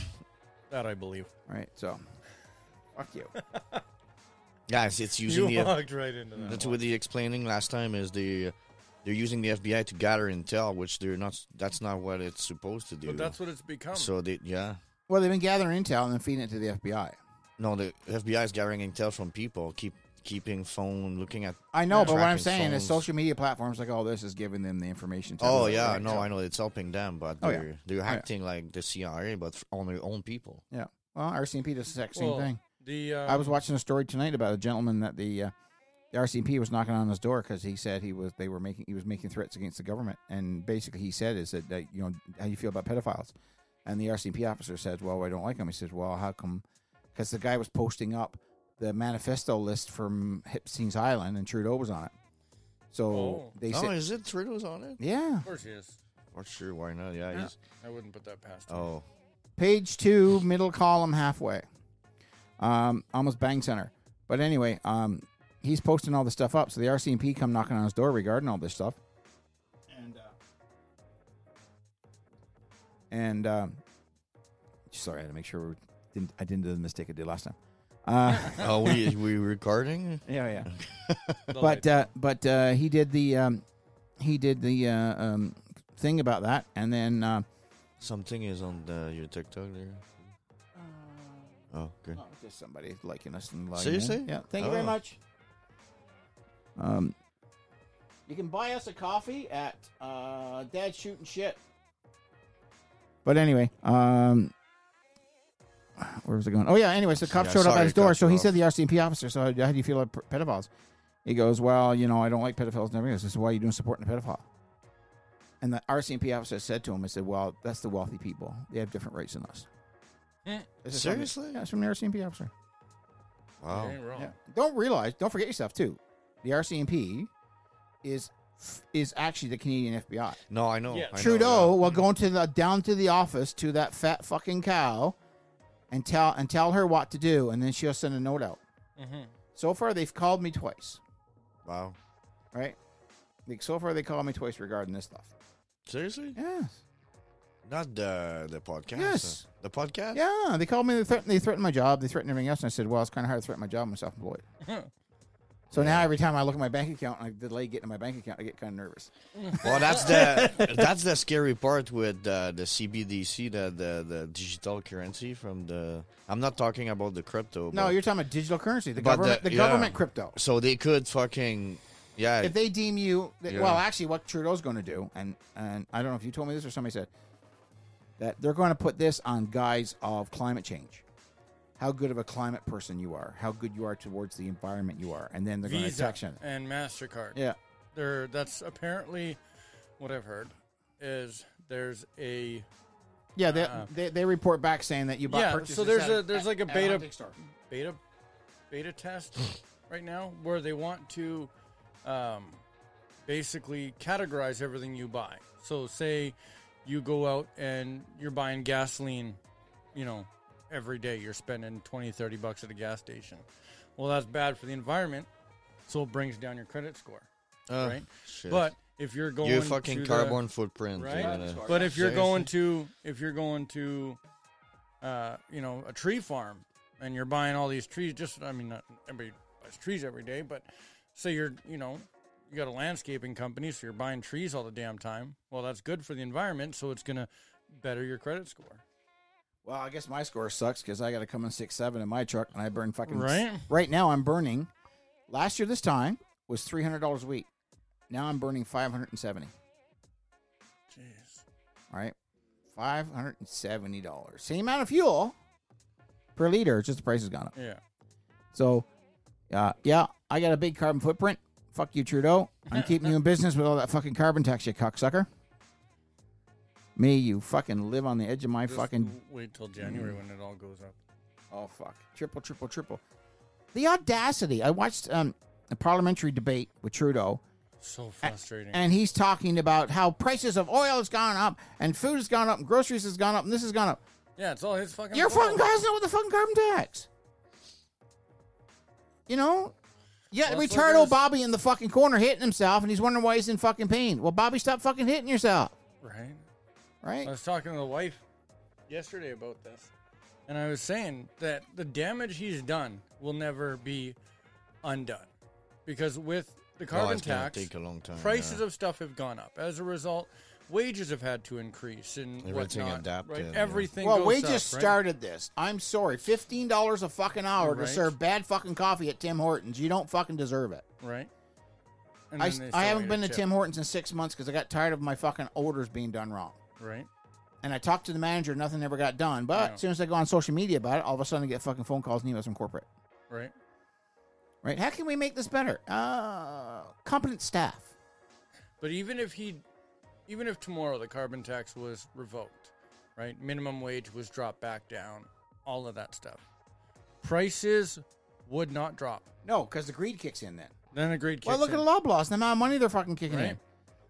[SPEAKER 3] that I believe.
[SPEAKER 1] right? So, fuck you.
[SPEAKER 2] Guys, it's
[SPEAKER 3] You
[SPEAKER 2] using the.
[SPEAKER 3] walked right into that.
[SPEAKER 2] That's what the explaining last time is the. They're using the FBI to gather intel, which they're not. That's not what it's supposed to do.
[SPEAKER 3] But that's what it's become.
[SPEAKER 2] so they yeah.
[SPEAKER 1] Well, they've been gathering intel and then feeding it to the FBI.
[SPEAKER 2] No, the FBI is gathering intel from people, keep keeping phone, looking at.
[SPEAKER 1] I know, but what I'm
[SPEAKER 2] tracking
[SPEAKER 1] saying is
[SPEAKER 2] phones.
[SPEAKER 1] social media platforms like all this is giving them the information. telling
[SPEAKER 2] Oh
[SPEAKER 1] them,
[SPEAKER 2] yeah,
[SPEAKER 1] right?
[SPEAKER 2] no,
[SPEAKER 1] So-
[SPEAKER 2] I know it's helping them, but
[SPEAKER 1] Oh,
[SPEAKER 2] they're
[SPEAKER 1] yeah.
[SPEAKER 2] they're
[SPEAKER 1] yeah.
[SPEAKER 2] acting like the CIA, but f- on their own people.
[SPEAKER 1] Yeah. Well, RCMP does the exact same
[SPEAKER 3] Well,
[SPEAKER 1] thing.
[SPEAKER 3] The uh,
[SPEAKER 1] I was watching a story tonight about a gentleman that the uh, the RCMP was knocking on his door because he said he was they were making he was making threats against the government, and basically he said is that, that you know how you feel about pedophiles, and the RCMP officer said, well, I don't like him. He says, well, how come? Because the guy was posting up the manifesto list from Hipstein's Island, and Trudeau was on it. So
[SPEAKER 3] Oh.
[SPEAKER 1] they
[SPEAKER 2] Oh,
[SPEAKER 1] said,
[SPEAKER 2] is it Trudeau's on it?
[SPEAKER 1] yeah.
[SPEAKER 3] Of course he is.
[SPEAKER 2] Not sure why not. Yeah, he's.
[SPEAKER 3] I wouldn't put that past him.
[SPEAKER 2] Oh,
[SPEAKER 1] Page two, middle column, halfway. Um, almost bang center. But anyway, um, he's posting all this stuff up. So the RCMP come knocking on his door regarding all this stuff. And uh, and um, sorry, I had to make sure we didn't I didn't do the mistake I did last time. Uh,
[SPEAKER 2] oh, we we recording?
[SPEAKER 1] yeah, yeah.
[SPEAKER 3] The
[SPEAKER 1] But
[SPEAKER 3] light.
[SPEAKER 1] uh, but uh, he did the um, he did the uh, um, thing about that, and then uh,
[SPEAKER 2] Something is on the, your TikTok there. Oh, good.
[SPEAKER 1] Oh, just somebody liking us and logging in.
[SPEAKER 2] Seriously?
[SPEAKER 1] Yeah. Thank you very
[SPEAKER 2] Oh.
[SPEAKER 1] much. Um, you can buy us a coffee at uh, Dad Shooting Shit. But anyway, um, where was I going? Oh yeah. Anyway, so the cop
[SPEAKER 2] Yeah,
[SPEAKER 1] showed up
[SPEAKER 2] sorry
[SPEAKER 1] at his
[SPEAKER 2] to cut
[SPEAKER 1] door.
[SPEAKER 2] you
[SPEAKER 1] So he
[SPEAKER 2] off.
[SPEAKER 1] said the RCMP officer. So how do you feel about pedophiles? He goes, well, you know, I don't like pedophiles and everything. I said, why are you doing supporting a pedophile? And the RCMP officer said to him, I said, well, that's the wealthy people. They have different rights than us.
[SPEAKER 3] Hmm.
[SPEAKER 1] This is from the-
[SPEAKER 2] Seriously?
[SPEAKER 1] Yeah, it's from the RCMP officer.
[SPEAKER 2] Wow.
[SPEAKER 3] You ain't wrong.
[SPEAKER 1] oh. Yeah. Don't realize, don't forget yourself too. The RCMP is is actually the Canadian FBI.
[SPEAKER 2] No, I know.
[SPEAKER 3] Yeah.
[SPEAKER 2] I know,
[SPEAKER 1] Trudeau will go into the down to the office to that fat fucking cow and tell and tell her what to do and then she'll send a note out. So far they've called me twice,
[SPEAKER 2] yeah. Wow.
[SPEAKER 1] right? Like so far they called me twice regarding this stuff.
[SPEAKER 2] Seriously?
[SPEAKER 1] Yes.
[SPEAKER 2] Not the the podcast.
[SPEAKER 1] Yes.
[SPEAKER 2] The podcast?
[SPEAKER 1] Yeah, they called me. They threatened, they threatened my job. They threatened everything else. And I said, well, it's kind of hard to threaten my job. I'm self-employed. so now every time I look at my bank account and I delay getting my bank account, I get kind of nervous.
[SPEAKER 2] Well, that's the that's the scary part with uh, the CBDC, the, the the digital currency from the. I'm not talking about the crypto.
[SPEAKER 1] No,
[SPEAKER 2] but-
[SPEAKER 1] you're talking about digital currency, the
[SPEAKER 2] But the-
[SPEAKER 1] government, the,
[SPEAKER 2] yeah.
[SPEAKER 1] government crypto.
[SPEAKER 2] So they could fucking, yeah.
[SPEAKER 1] If they deem you, that-
[SPEAKER 2] Yeah.
[SPEAKER 1] well, actually, what Trudeau's going to do, and and I don't know if you told me this or somebody said that they're going to put this on guise of climate change, how good of a climate person you are, how good you are towards the environment you are, and then they're going to
[SPEAKER 3] Visa Eh.
[SPEAKER 1] section.
[SPEAKER 3] and Mastercard.
[SPEAKER 1] Yeah,
[SPEAKER 3] there that's apparently what I've heard is there's a
[SPEAKER 1] yeah. They, they, they report back saying that you bought
[SPEAKER 3] Uh. Yeah,
[SPEAKER 1] purchases.
[SPEAKER 3] so there's
[SPEAKER 1] at
[SPEAKER 3] a- there's like a
[SPEAKER 1] at
[SPEAKER 3] beta-
[SPEAKER 1] hunting store.
[SPEAKER 3] beta beta test right now where they want to um, basically categorize everything you buy. So say you go out and you're buying gasoline, you know, every day you're spending 20 30 bucks at a gas station. Well, that's bad for the environment, so it brings down your credit score,
[SPEAKER 2] Oh,
[SPEAKER 3] right?
[SPEAKER 2] shit.
[SPEAKER 3] But if you're going
[SPEAKER 2] your
[SPEAKER 3] to
[SPEAKER 2] fucking
[SPEAKER 3] the-
[SPEAKER 2] carbon footprint.
[SPEAKER 3] right?
[SPEAKER 2] you're gonna-
[SPEAKER 3] But if you're
[SPEAKER 2] Seriously?
[SPEAKER 3] going to if you're going to uh, you know a tree farm and you're buying all these trees, just I mean not everybody buys trees every day, but say you're you know you got a landscaping company, so you're buying trees all the damn time. Well, that's good for the environment, so it's gonna better your credit score.
[SPEAKER 1] Well, I guess my score sucks because I got to come in six seven in my truck, and I burn fucking
[SPEAKER 3] Right.
[SPEAKER 1] Right now, I'm burning. Last year, this time was three hundred dollars a week. Now I'm burning five hundred and seventy.
[SPEAKER 3] Jeez.
[SPEAKER 1] All right, five hundred and seventy dollars. Same amount of fuel per liter. It's just the price has gone up.
[SPEAKER 3] Yeah.
[SPEAKER 1] So, uh, yeah, I got a big carbon footprint. Fuck you, Trudeau. I'm keeping you in business with all that fucking carbon tax, you cocksucker. May you fucking live on the edge of my
[SPEAKER 3] Just
[SPEAKER 1] fucking
[SPEAKER 3] w- wait till January when it all goes up.
[SPEAKER 1] Oh fuck! Triple, triple, triple. The audacity! I watched um, a parliamentary debate with Trudeau,
[SPEAKER 3] So frustrating.
[SPEAKER 1] and he's talking about how prices of oil has gone up, and food has gone up, and groceries has gone up, and this has gone up.
[SPEAKER 3] yeah, it's all his fucking.
[SPEAKER 1] You're
[SPEAKER 3] fault.
[SPEAKER 1] fucking guys know with the fucking carbon tax. You know. Yeah,
[SPEAKER 3] Well, it's like
[SPEAKER 1] retardo
[SPEAKER 3] this-
[SPEAKER 1] Bobby in the fucking corner hitting himself, and he's wondering why he's in fucking pain. Well, Bobby, stop fucking hitting yourself,
[SPEAKER 3] Right.
[SPEAKER 1] right?
[SPEAKER 3] I was talking to the wife yesterday about this, and I was saying that the damage he's done will never be undone because with the
[SPEAKER 2] No,
[SPEAKER 3] carbon
[SPEAKER 2] it's gonna
[SPEAKER 3] tax,
[SPEAKER 2] take a long time.
[SPEAKER 3] prices
[SPEAKER 2] yeah.
[SPEAKER 3] of stuff have gone up. As a result, wages have had to increase and
[SPEAKER 2] Everything
[SPEAKER 3] whatnot.
[SPEAKER 2] adapted,
[SPEAKER 3] right?
[SPEAKER 2] yeah.
[SPEAKER 3] Everything.
[SPEAKER 1] Well,
[SPEAKER 3] goes
[SPEAKER 1] we
[SPEAKER 3] up,
[SPEAKER 1] just
[SPEAKER 3] right?
[SPEAKER 1] started this. I'm sorry. Fifteen dollars a fucking hour to
[SPEAKER 3] Right.
[SPEAKER 1] serve bad fucking coffee at Tim Hortons. You don't fucking deserve it.
[SPEAKER 3] right. And
[SPEAKER 1] I,
[SPEAKER 3] then they
[SPEAKER 1] I
[SPEAKER 3] sell
[SPEAKER 1] haven't
[SPEAKER 3] you
[SPEAKER 1] been
[SPEAKER 3] a
[SPEAKER 1] to
[SPEAKER 3] chip,
[SPEAKER 1] Tim Hortons in six months because I got tired of my fucking orders being done wrong.
[SPEAKER 3] Right.
[SPEAKER 1] And I talked to the manager, nothing ever got done. But
[SPEAKER 3] Yeah.
[SPEAKER 1] as soon as I go on social media about it, all of a sudden I get fucking phone calls and emails from corporate.
[SPEAKER 3] Right.
[SPEAKER 1] Right? How can we make this better? Uh, competent staff.
[SPEAKER 3] But even if he, even if tomorrow the carbon tax was revoked, right? Minimum wage was dropped back down, all of that stuff. Prices would not drop.
[SPEAKER 1] No, because the greed kicks in then.
[SPEAKER 3] Then a great.
[SPEAKER 1] well, look at Loblaws and the amount of money they're fucking kicking
[SPEAKER 3] Right.
[SPEAKER 1] in.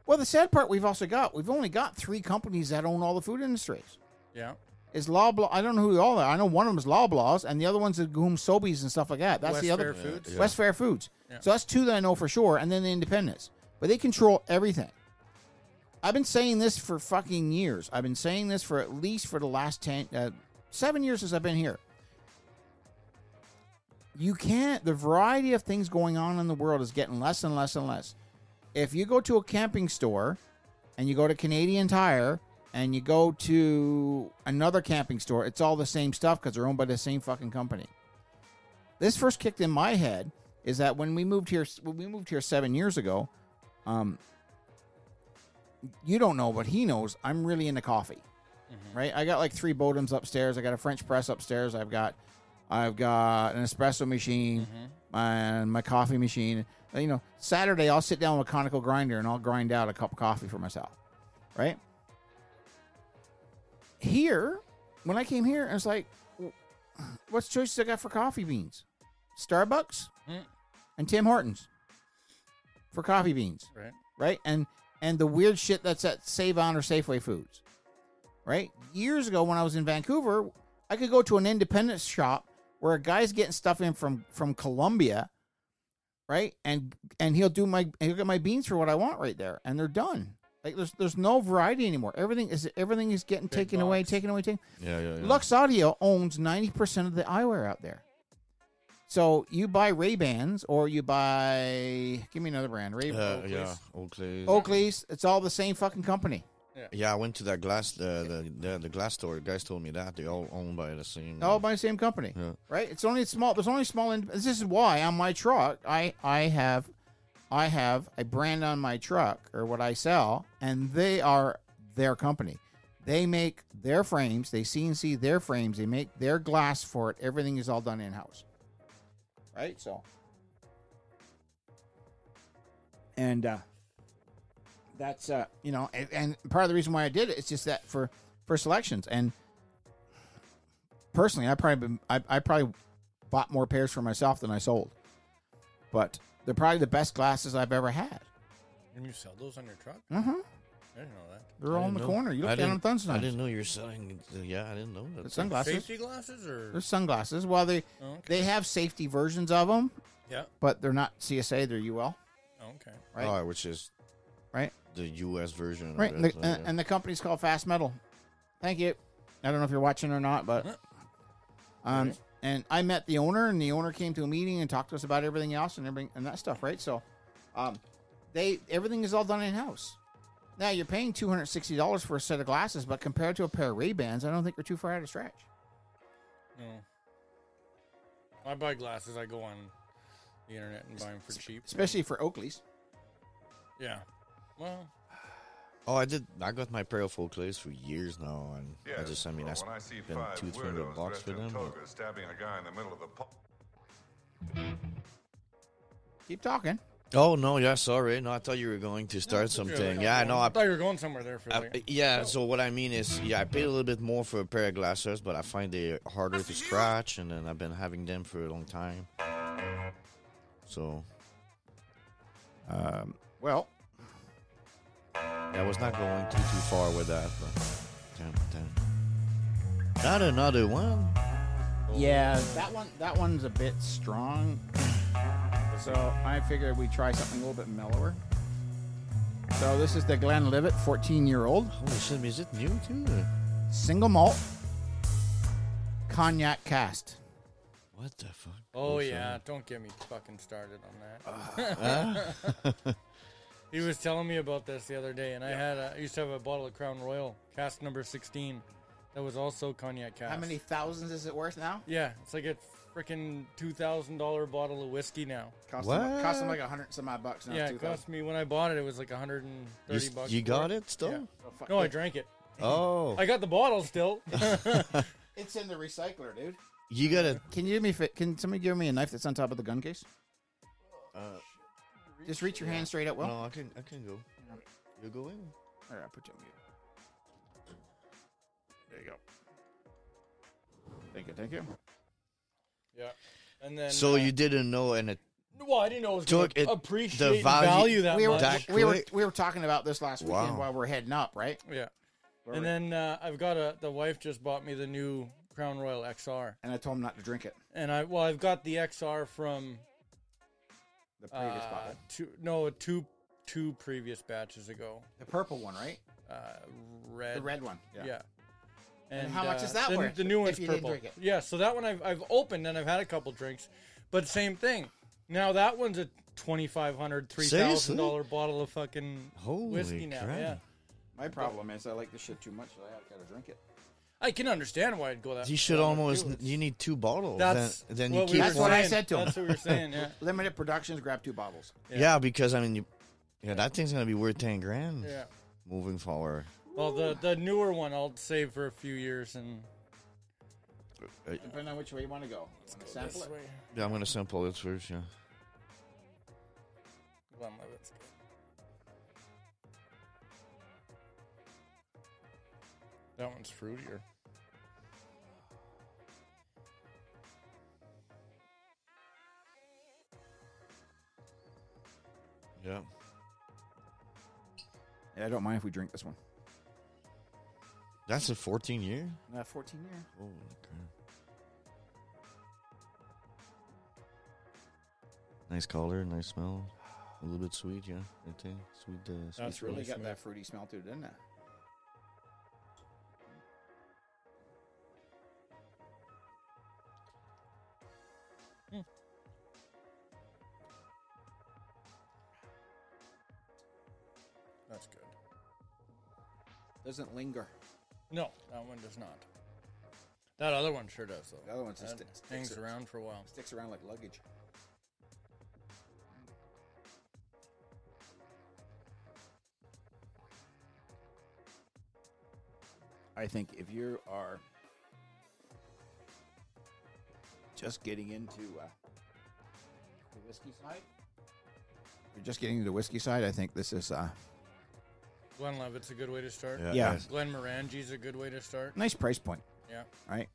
[SPEAKER 1] Well, the sad part we've also got, we've only got three companies that own all the food industries.
[SPEAKER 3] Yeah.
[SPEAKER 1] Is Loblaw? I don't know who they all are. I know one of them is Loblaws, and the other one's the Goom Sobeys and stuff like that. That's the other
[SPEAKER 3] Westfair Foods.
[SPEAKER 1] West Fair Foods. So that's two that I know for sure, and then the independents. But they control everything. I've been saying this for fucking years. I've been saying this for at least for the last ten, uh, seven years since I've been here. You can't. The variety of things going on in the world is getting less and less and less. If you go to a camping store, and you go to Canadian Tire, and you go to another camping store, it's all the same stuff because they're owned by the same fucking company this first kicked in my head is that when we moved here when we moved here seven years ago um you don't know but he knows i'm really into coffee right i got like three bodems upstairs i got a french press upstairs i've got i've got an espresso machine and my coffee machine And, you know saturday i'll sit down with a conical grinder and i'll grind out a cup of coffee for myself right here when i came here i was like what's choices I got for coffee beans? Starbucks
[SPEAKER 3] Mm.
[SPEAKER 1] and Tim Hortons for coffee beans,
[SPEAKER 3] Right.
[SPEAKER 1] right? And and the weird shit that's at Save On or Safeway Foods, right? Years ago when I was in Vancouver, I could go to an independent shop where a guy's getting stuff in from from Colombia, right? And and he'll do my he'll get my beans for what I want right there, and they're done. Like there's there's no variety anymore. Everything is everything is getting
[SPEAKER 3] Big
[SPEAKER 1] taken away,
[SPEAKER 3] box.
[SPEAKER 1] taken away, taken.
[SPEAKER 2] Yeah, yeah, yeah.
[SPEAKER 1] Lux Audio owns 90% of the eyewear out there. So you buy Ray-Bans or you buy give me another brand, Ray
[SPEAKER 2] Uh,
[SPEAKER 3] Oakleys.
[SPEAKER 2] yeah, Oakley's.
[SPEAKER 1] Oakley's, it's all the same fucking company.
[SPEAKER 2] Yeah, I went to that glass, the the, the the glass store. Guys told me that they all owned by the same.
[SPEAKER 1] All by the same company.
[SPEAKER 2] Yeah.
[SPEAKER 1] Right? It's only small there's only small ind- this is why on my truck I I have I have a brand on my truck or what I sell and they are their company. They make their frames, they CNC their frames, they make their glass for it. Everything is all done in-house. Right? So and uh, that's uh, you know, and, and part of the reason why I did it is just that for for selections. And personally, I probably been, I, I probably bought more pairs for myself than I sold, but they're probably the best glasses I've ever had.
[SPEAKER 3] And you sell those on your truck?
[SPEAKER 1] Mhm.
[SPEAKER 3] I didn't know that.
[SPEAKER 1] They're all in the corner. You
[SPEAKER 2] I
[SPEAKER 1] look at them
[SPEAKER 2] didn't-
[SPEAKER 1] thumbs
[SPEAKER 2] I
[SPEAKER 1] now.
[SPEAKER 2] didn't know you were selling. Yeah, I didn't know that.
[SPEAKER 1] The sunglasses.
[SPEAKER 3] Safety glasses or
[SPEAKER 1] They're sunglasses. Well, they
[SPEAKER 3] Oh, okay.
[SPEAKER 1] they have safety versions of them,
[SPEAKER 3] yeah?
[SPEAKER 1] but they're not CSA. They're UL,
[SPEAKER 3] Oh, okay.
[SPEAKER 1] right?
[SPEAKER 2] Oh, which is
[SPEAKER 1] right.
[SPEAKER 2] the U.S. version.
[SPEAKER 1] Right.
[SPEAKER 2] Of
[SPEAKER 1] And the, uh,
[SPEAKER 2] it, so,
[SPEAKER 1] and,
[SPEAKER 2] yeah.
[SPEAKER 1] and the company's called Fast Metal. Thank you. I don't know if you're watching or not, but um, and I met the owner, and the owner came to a meeting and talked to us about everything else and everything and that stuff, right? So, um, they everything is all done in house. Now you're paying two hundred sixty dollars for a set of glasses, but compared to a pair of Ray Bans, I don't think you're too far out of stretch.
[SPEAKER 3] No. I buy glasses. I go on the internet and buy them for cheap.
[SPEAKER 1] especially for Oakleys.
[SPEAKER 3] Yeah. Well,
[SPEAKER 2] oh, I did. I got my pair of Oakley's for years now, and I
[SPEAKER 5] Yes,
[SPEAKER 2] just, I mean,
[SPEAKER 5] but
[SPEAKER 2] I
[SPEAKER 5] when I see
[SPEAKER 2] spent
[SPEAKER 5] five
[SPEAKER 2] two, three
[SPEAKER 5] weirdos
[SPEAKER 2] hundred bucks
[SPEAKER 5] dressed
[SPEAKER 2] for
[SPEAKER 5] in
[SPEAKER 2] them. but-
[SPEAKER 5] togas stabbing a guy in the middle of the pub.
[SPEAKER 1] Keep talking.
[SPEAKER 2] Oh no, yeah, sorry. No, I thought you were going to start something. Yeah, I know. I
[SPEAKER 3] thought you were going somewhere there for a
[SPEAKER 2] I,
[SPEAKER 3] second.
[SPEAKER 2] yeah, so what I mean is, yeah, I paid a little bit more for a pair of glasses, but I find they harder to scratch, and then I've been having them for a long time. So
[SPEAKER 1] Well,
[SPEAKER 2] I was not going too too far with that. But damn, damn. not another one.
[SPEAKER 1] yeah, that one that one's a bit strong. So I figured we try something a little bit mellower. So this is the Glenlivet 14 year old
[SPEAKER 2] Holy shit, is it new too? or-
[SPEAKER 1] single malt cognac cast.
[SPEAKER 2] What the fuck?
[SPEAKER 3] Oh
[SPEAKER 2] shit.
[SPEAKER 3] yeah, don't get me fucking started on that.
[SPEAKER 1] Ah.
[SPEAKER 3] he was telling me about this the other day, and I had a, I used to have a bottle of Crown Royal cast number sixteen, that was also cognac cast.
[SPEAKER 1] How many thousands is it worth now?
[SPEAKER 3] Yeah, it's like a freaking two thousand dollar bottle of whiskey now.
[SPEAKER 1] Cost
[SPEAKER 2] What?
[SPEAKER 1] Them, cost them like a hundred and some odd bucks. Now
[SPEAKER 3] yeah,
[SPEAKER 1] it's
[SPEAKER 3] it
[SPEAKER 1] 2000.
[SPEAKER 3] cost me when I bought it, it was like hundred and
[SPEAKER 2] You,
[SPEAKER 3] thirty
[SPEAKER 2] s-
[SPEAKER 3] bucks.
[SPEAKER 2] you
[SPEAKER 3] for
[SPEAKER 2] got it still?
[SPEAKER 1] Oh, fuck
[SPEAKER 3] No, I
[SPEAKER 1] it.
[SPEAKER 3] drank it.
[SPEAKER 2] Oh,
[SPEAKER 3] I got the bottle still.
[SPEAKER 1] It's in the recycler, dude.
[SPEAKER 2] you got it.
[SPEAKER 1] Can you give me? fi- Can somebody give me a knife that's on top of the gun case?
[SPEAKER 3] Oh,
[SPEAKER 1] Just reach your hand straight out. Well,
[SPEAKER 2] no, I can I can go. You go in.
[SPEAKER 1] All right, I'll put you on mute. There you go. Thank you, thank you.
[SPEAKER 3] yeah, and then
[SPEAKER 2] So
[SPEAKER 3] uh,
[SPEAKER 2] you didn't know, and it
[SPEAKER 3] Well, I didn't know it was
[SPEAKER 2] Took
[SPEAKER 3] gonna
[SPEAKER 2] it-
[SPEAKER 3] appreciate
[SPEAKER 2] the
[SPEAKER 3] the
[SPEAKER 2] value-
[SPEAKER 3] value, that
[SPEAKER 1] We were,
[SPEAKER 3] much.
[SPEAKER 2] That
[SPEAKER 1] we were
[SPEAKER 2] quick?
[SPEAKER 1] we were talking about this last weekend
[SPEAKER 2] Wow.
[SPEAKER 1] while we are heading up, right?
[SPEAKER 3] yeah. And then uh, I've got a the wife just bought me the new Crown Royal XR,
[SPEAKER 1] And I told him not to drink it.
[SPEAKER 3] and I well I've got the XR from
[SPEAKER 1] The previous
[SPEAKER 3] uh,
[SPEAKER 1] bottle,
[SPEAKER 3] two no two two previous batches ago.
[SPEAKER 1] the purple one, right?
[SPEAKER 3] Uh, red,
[SPEAKER 1] The red one.
[SPEAKER 3] yeah. uh,
[SPEAKER 1] And how much is that
[SPEAKER 3] the,
[SPEAKER 1] worth
[SPEAKER 3] The new
[SPEAKER 1] if
[SPEAKER 3] one's
[SPEAKER 1] you didn't
[SPEAKER 3] purple.
[SPEAKER 1] drink it?
[SPEAKER 3] Yeah, so that one I've I've opened and I've had a couple drinks, but same thing. Now that one's a twenty five hundred three thousand dollar bottle of fucking
[SPEAKER 2] Holy
[SPEAKER 3] whiskey now.
[SPEAKER 2] crap.
[SPEAKER 3] Yeah.
[SPEAKER 1] My problem is I like the shit too much, so I gotta drink it.
[SPEAKER 3] I can understand why I'd go that.
[SPEAKER 2] you should
[SPEAKER 3] that
[SPEAKER 2] almost
[SPEAKER 3] too. It's-
[SPEAKER 2] you need two bottles.
[SPEAKER 3] That's
[SPEAKER 2] then, then you
[SPEAKER 3] what
[SPEAKER 2] keep
[SPEAKER 3] we were
[SPEAKER 1] That's what I
[SPEAKER 3] saying.
[SPEAKER 1] said to him.
[SPEAKER 3] That's what we were saying. Yeah,
[SPEAKER 1] Limited productions, grab two bottles.
[SPEAKER 2] Yeah. because I mean, you, yeah, that thing's gonna be worth ten grand
[SPEAKER 3] yeah.
[SPEAKER 2] moving forward.
[SPEAKER 3] Well, the the newer one I'll save for a few years and
[SPEAKER 1] Depending on which way you want to go. You wanna sample it?
[SPEAKER 2] Uh, Yeah, I'm gonna sample it first. Yeah,
[SPEAKER 3] Glenlivet's good. That one's fruitier.
[SPEAKER 2] yeah.
[SPEAKER 1] Yeah, I don't mind if we drink this one.
[SPEAKER 2] That's a 14 year. Oh,
[SPEAKER 1] Uh, 14 year.
[SPEAKER 2] Holy crap. Nice color, nice smell. A little bit sweet, yeah. I think sweet. Uh, sweet
[SPEAKER 3] That's
[SPEAKER 2] smell.
[SPEAKER 3] really
[SPEAKER 1] got
[SPEAKER 3] smooth.
[SPEAKER 1] that fruity smell to it, didn't it?
[SPEAKER 3] That's good.
[SPEAKER 1] Doesn't linger.
[SPEAKER 3] No, that one does not. That other one sure does, though.
[SPEAKER 1] The other one's just
[SPEAKER 3] That
[SPEAKER 1] sti-
[SPEAKER 3] hangs
[SPEAKER 1] sticks-
[SPEAKER 3] around for a while.
[SPEAKER 1] Sticks around like luggage. I think if you are just getting into uh, the whiskey side, you're just getting into the whiskey side. I think this is uh,
[SPEAKER 3] Glenn Levitt's a good way to start.
[SPEAKER 1] Yeah.
[SPEAKER 2] yes.
[SPEAKER 3] Glenn Morangi's a good way to start.
[SPEAKER 1] nice price point,
[SPEAKER 3] Yeah.
[SPEAKER 1] right?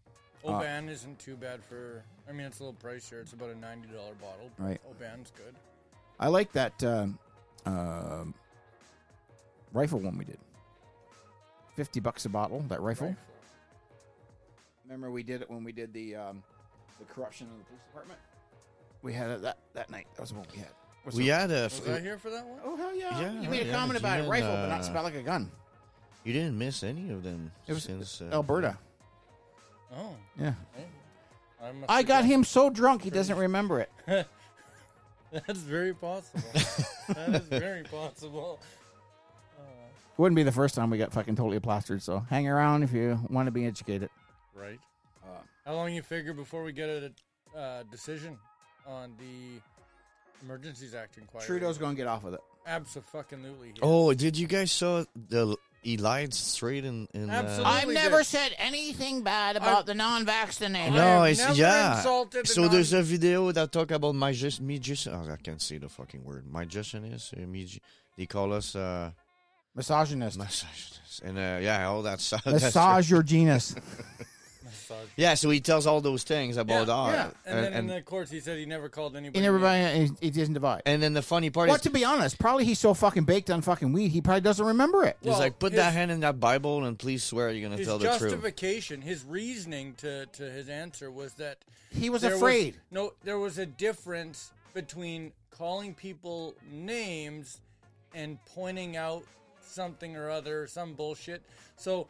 [SPEAKER 3] Oban isn't too bad for. I mean, it's a little pricier. It's about a ninety dollar bottle. but
[SPEAKER 1] Right.
[SPEAKER 3] Oban's good.
[SPEAKER 1] I like that um, um, rifle one we did. Fifty bucks a bottle. That rifle.
[SPEAKER 3] Rifle.
[SPEAKER 1] Remember we did it when we did the um, the corruption of the police department. We had it that that night. That was what we had. What's
[SPEAKER 2] We
[SPEAKER 1] the-
[SPEAKER 2] had a. uh,
[SPEAKER 3] Was I here for that one?
[SPEAKER 1] Oh hell yeah!
[SPEAKER 2] Yeah,
[SPEAKER 1] you made a
[SPEAKER 2] yeah,
[SPEAKER 1] comment about a
[SPEAKER 2] yeah,
[SPEAKER 1] rifle, but
[SPEAKER 2] uh,
[SPEAKER 1] not spell like a gun.
[SPEAKER 2] you didn't miss any of them.
[SPEAKER 1] It was
[SPEAKER 2] since, uh,
[SPEAKER 1] Alberta.
[SPEAKER 3] Oh,
[SPEAKER 1] Yeah.
[SPEAKER 3] okay. I, must
[SPEAKER 1] I
[SPEAKER 3] have
[SPEAKER 1] got
[SPEAKER 3] been-
[SPEAKER 1] him so drunk he doesn't remember it.
[SPEAKER 3] That's very possible. that is very possible.
[SPEAKER 1] Wouldn't be the first time we got fucking totally plastered. So hang around if you want to be educated.
[SPEAKER 3] Right.
[SPEAKER 1] Uh.
[SPEAKER 3] How long you figure before we get a uh, decision on the Emergencies Act inquiry?
[SPEAKER 1] Trudeau's gonna get off with it.
[SPEAKER 3] absolutely.
[SPEAKER 2] Oh, did you guys saw the he lied straight in? in
[SPEAKER 3] Absolutely.
[SPEAKER 2] Uh,
[SPEAKER 3] I never
[SPEAKER 1] said anything bad
[SPEAKER 3] about
[SPEAKER 1] the non-vaccinated.
[SPEAKER 2] no,
[SPEAKER 3] have
[SPEAKER 2] it's
[SPEAKER 3] never
[SPEAKER 2] yeah.
[SPEAKER 3] insulted the
[SPEAKER 2] so
[SPEAKER 3] non-
[SPEAKER 2] there's a video that talk about my just me just. Oh, I can't say the fucking word. My justiness. uh, Me, ju- they call us uh,
[SPEAKER 1] Misogynist.
[SPEAKER 2] misogynists, and uh, yeah, all that stuff. that's right.
[SPEAKER 1] Massage your genus.
[SPEAKER 3] Massage.
[SPEAKER 2] Yeah, so he tells all those things about
[SPEAKER 3] Yeah,
[SPEAKER 2] our.
[SPEAKER 3] yeah. And, then
[SPEAKER 2] and,
[SPEAKER 3] in the courts, he said he never called anybody.
[SPEAKER 1] And everybody, he, he doesn't divide.
[SPEAKER 2] and then the funny part
[SPEAKER 1] Well,
[SPEAKER 2] is
[SPEAKER 1] to be honest, probably he's so fucking baked on fucking weed, he probably doesn't remember it.
[SPEAKER 2] He's
[SPEAKER 3] Well,
[SPEAKER 2] like, put
[SPEAKER 3] his-
[SPEAKER 2] that hand in that Bible and please swear you're gonna
[SPEAKER 3] His
[SPEAKER 2] tell the truth.
[SPEAKER 3] justification, his reasoning to, to his answer was that
[SPEAKER 1] He was
[SPEAKER 3] there
[SPEAKER 1] afraid.
[SPEAKER 3] no, there was a difference between calling people names and pointing out something or other, some bullshit. So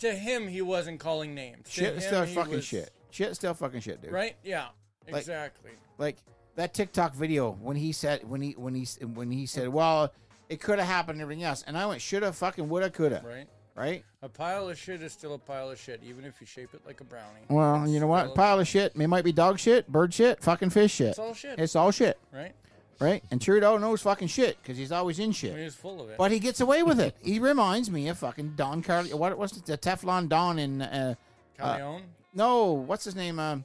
[SPEAKER 3] to him, he wasn't calling names. To
[SPEAKER 1] shit,
[SPEAKER 3] him,
[SPEAKER 1] still
[SPEAKER 3] he
[SPEAKER 1] fucking
[SPEAKER 3] was-
[SPEAKER 1] shit. Shit, still fucking shit, dude.
[SPEAKER 3] Right? Yeah.
[SPEAKER 1] Like-
[SPEAKER 3] Exactly.
[SPEAKER 1] Like that TikTok video when he said when he when he when he said, well, it could have happened and everything else, and I went shoulda fucking woulda coulda, right?
[SPEAKER 3] right. A pile of shit is still a pile of shit, even if you shape it like a brownie.
[SPEAKER 1] Well,
[SPEAKER 3] It's
[SPEAKER 1] you know what?
[SPEAKER 3] still-
[SPEAKER 1] Pile of shit. It might be dog shit, bird shit, fucking fish shit.
[SPEAKER 3] It's all shit.
[SPEAKER 1] It's all shit,
[SPEAKER 3] right?
[SPEAKER 1] right? And Trudeau knows fucking shit because he's always in shit.
[SPEAKER 3] I mean, he's full of it.
[SPEAKER 1] But he gets away with it. He reminds me of fucking Don Carly. What was it? The Teflon Don in uh,
[SPEAKER 3] Calleon?
[SPEAKER 1] no, what's his name? Um,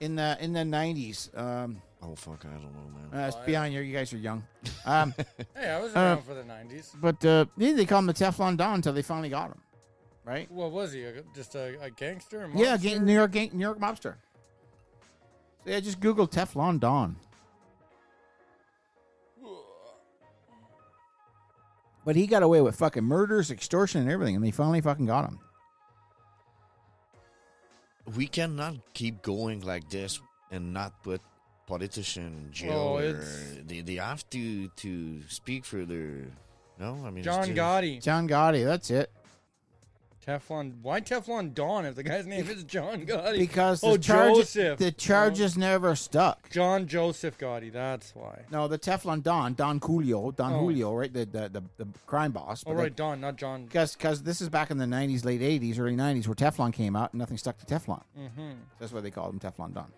[SPEAKER 1] in the in the nineties. Um,
[SPEAKER 2] oh fuck, I don't know, man.
[SPEAKER 1] uh, it's beyond you. You guys are young. Um,
[SPEAKER 3] hey, I was around for the 90s.
[SPEAKER 1] but uh, yeah, they call him the Teflon Don until they finally got him, right?
[SPEAKER 3] What was he? a- Just a, a gangster? A
[SPEAKER 1] Yeah,
[SPEAKER 3] mobster?
[SPEAKER 1] gang, New York gang, New York mobster. So yeah, just Google Teflon Don. But he got away with fucking murders, extortion, and everything, and they finally fucking got him.
[SPEAKER 2] we cannot keep going like this and not put politician in jail.
[SPEAKER 3] Oh,
[SPEAKER 2] or-
[SPEAKER 3] it's-
[SPEAKER 2] they, they have to to speak for their. No, I mean it's
[SPEAKER 3] John
[SPEAKER 2] just-
[SPEAKER 3] Gotti.
[SPEAKER 1] John Gotti, that's it.
[SPEAKER 3] Teflon. Why Teflon Don if the guy's name is John Gotti?
[SPEAKER 1] Because the
[SPEAKER 3] oh,
[SPEAKER 1] charges,
[SPEAKER 3] Joseph. Uh-huh.
[SPEAKER 1] the charges never stuck.
[SPEAKER 3] John Joseph Gotti. That's why.
[SPEAKER 1] No, the Teflon Don, Don Julio, Don
[SPEAKER 3] Oh.
[SPEAKER 1] Julio, right? The the, the, the crime boss.
[SPEAKER 3] Oh, right, Don, not John.
[SPEAKER 1] Because because this is back in the '90s, late '80s, early '90s, where Teflon came out and nothing stuck to Teflon. Mm-hmm. That's why they called him Teflon Don.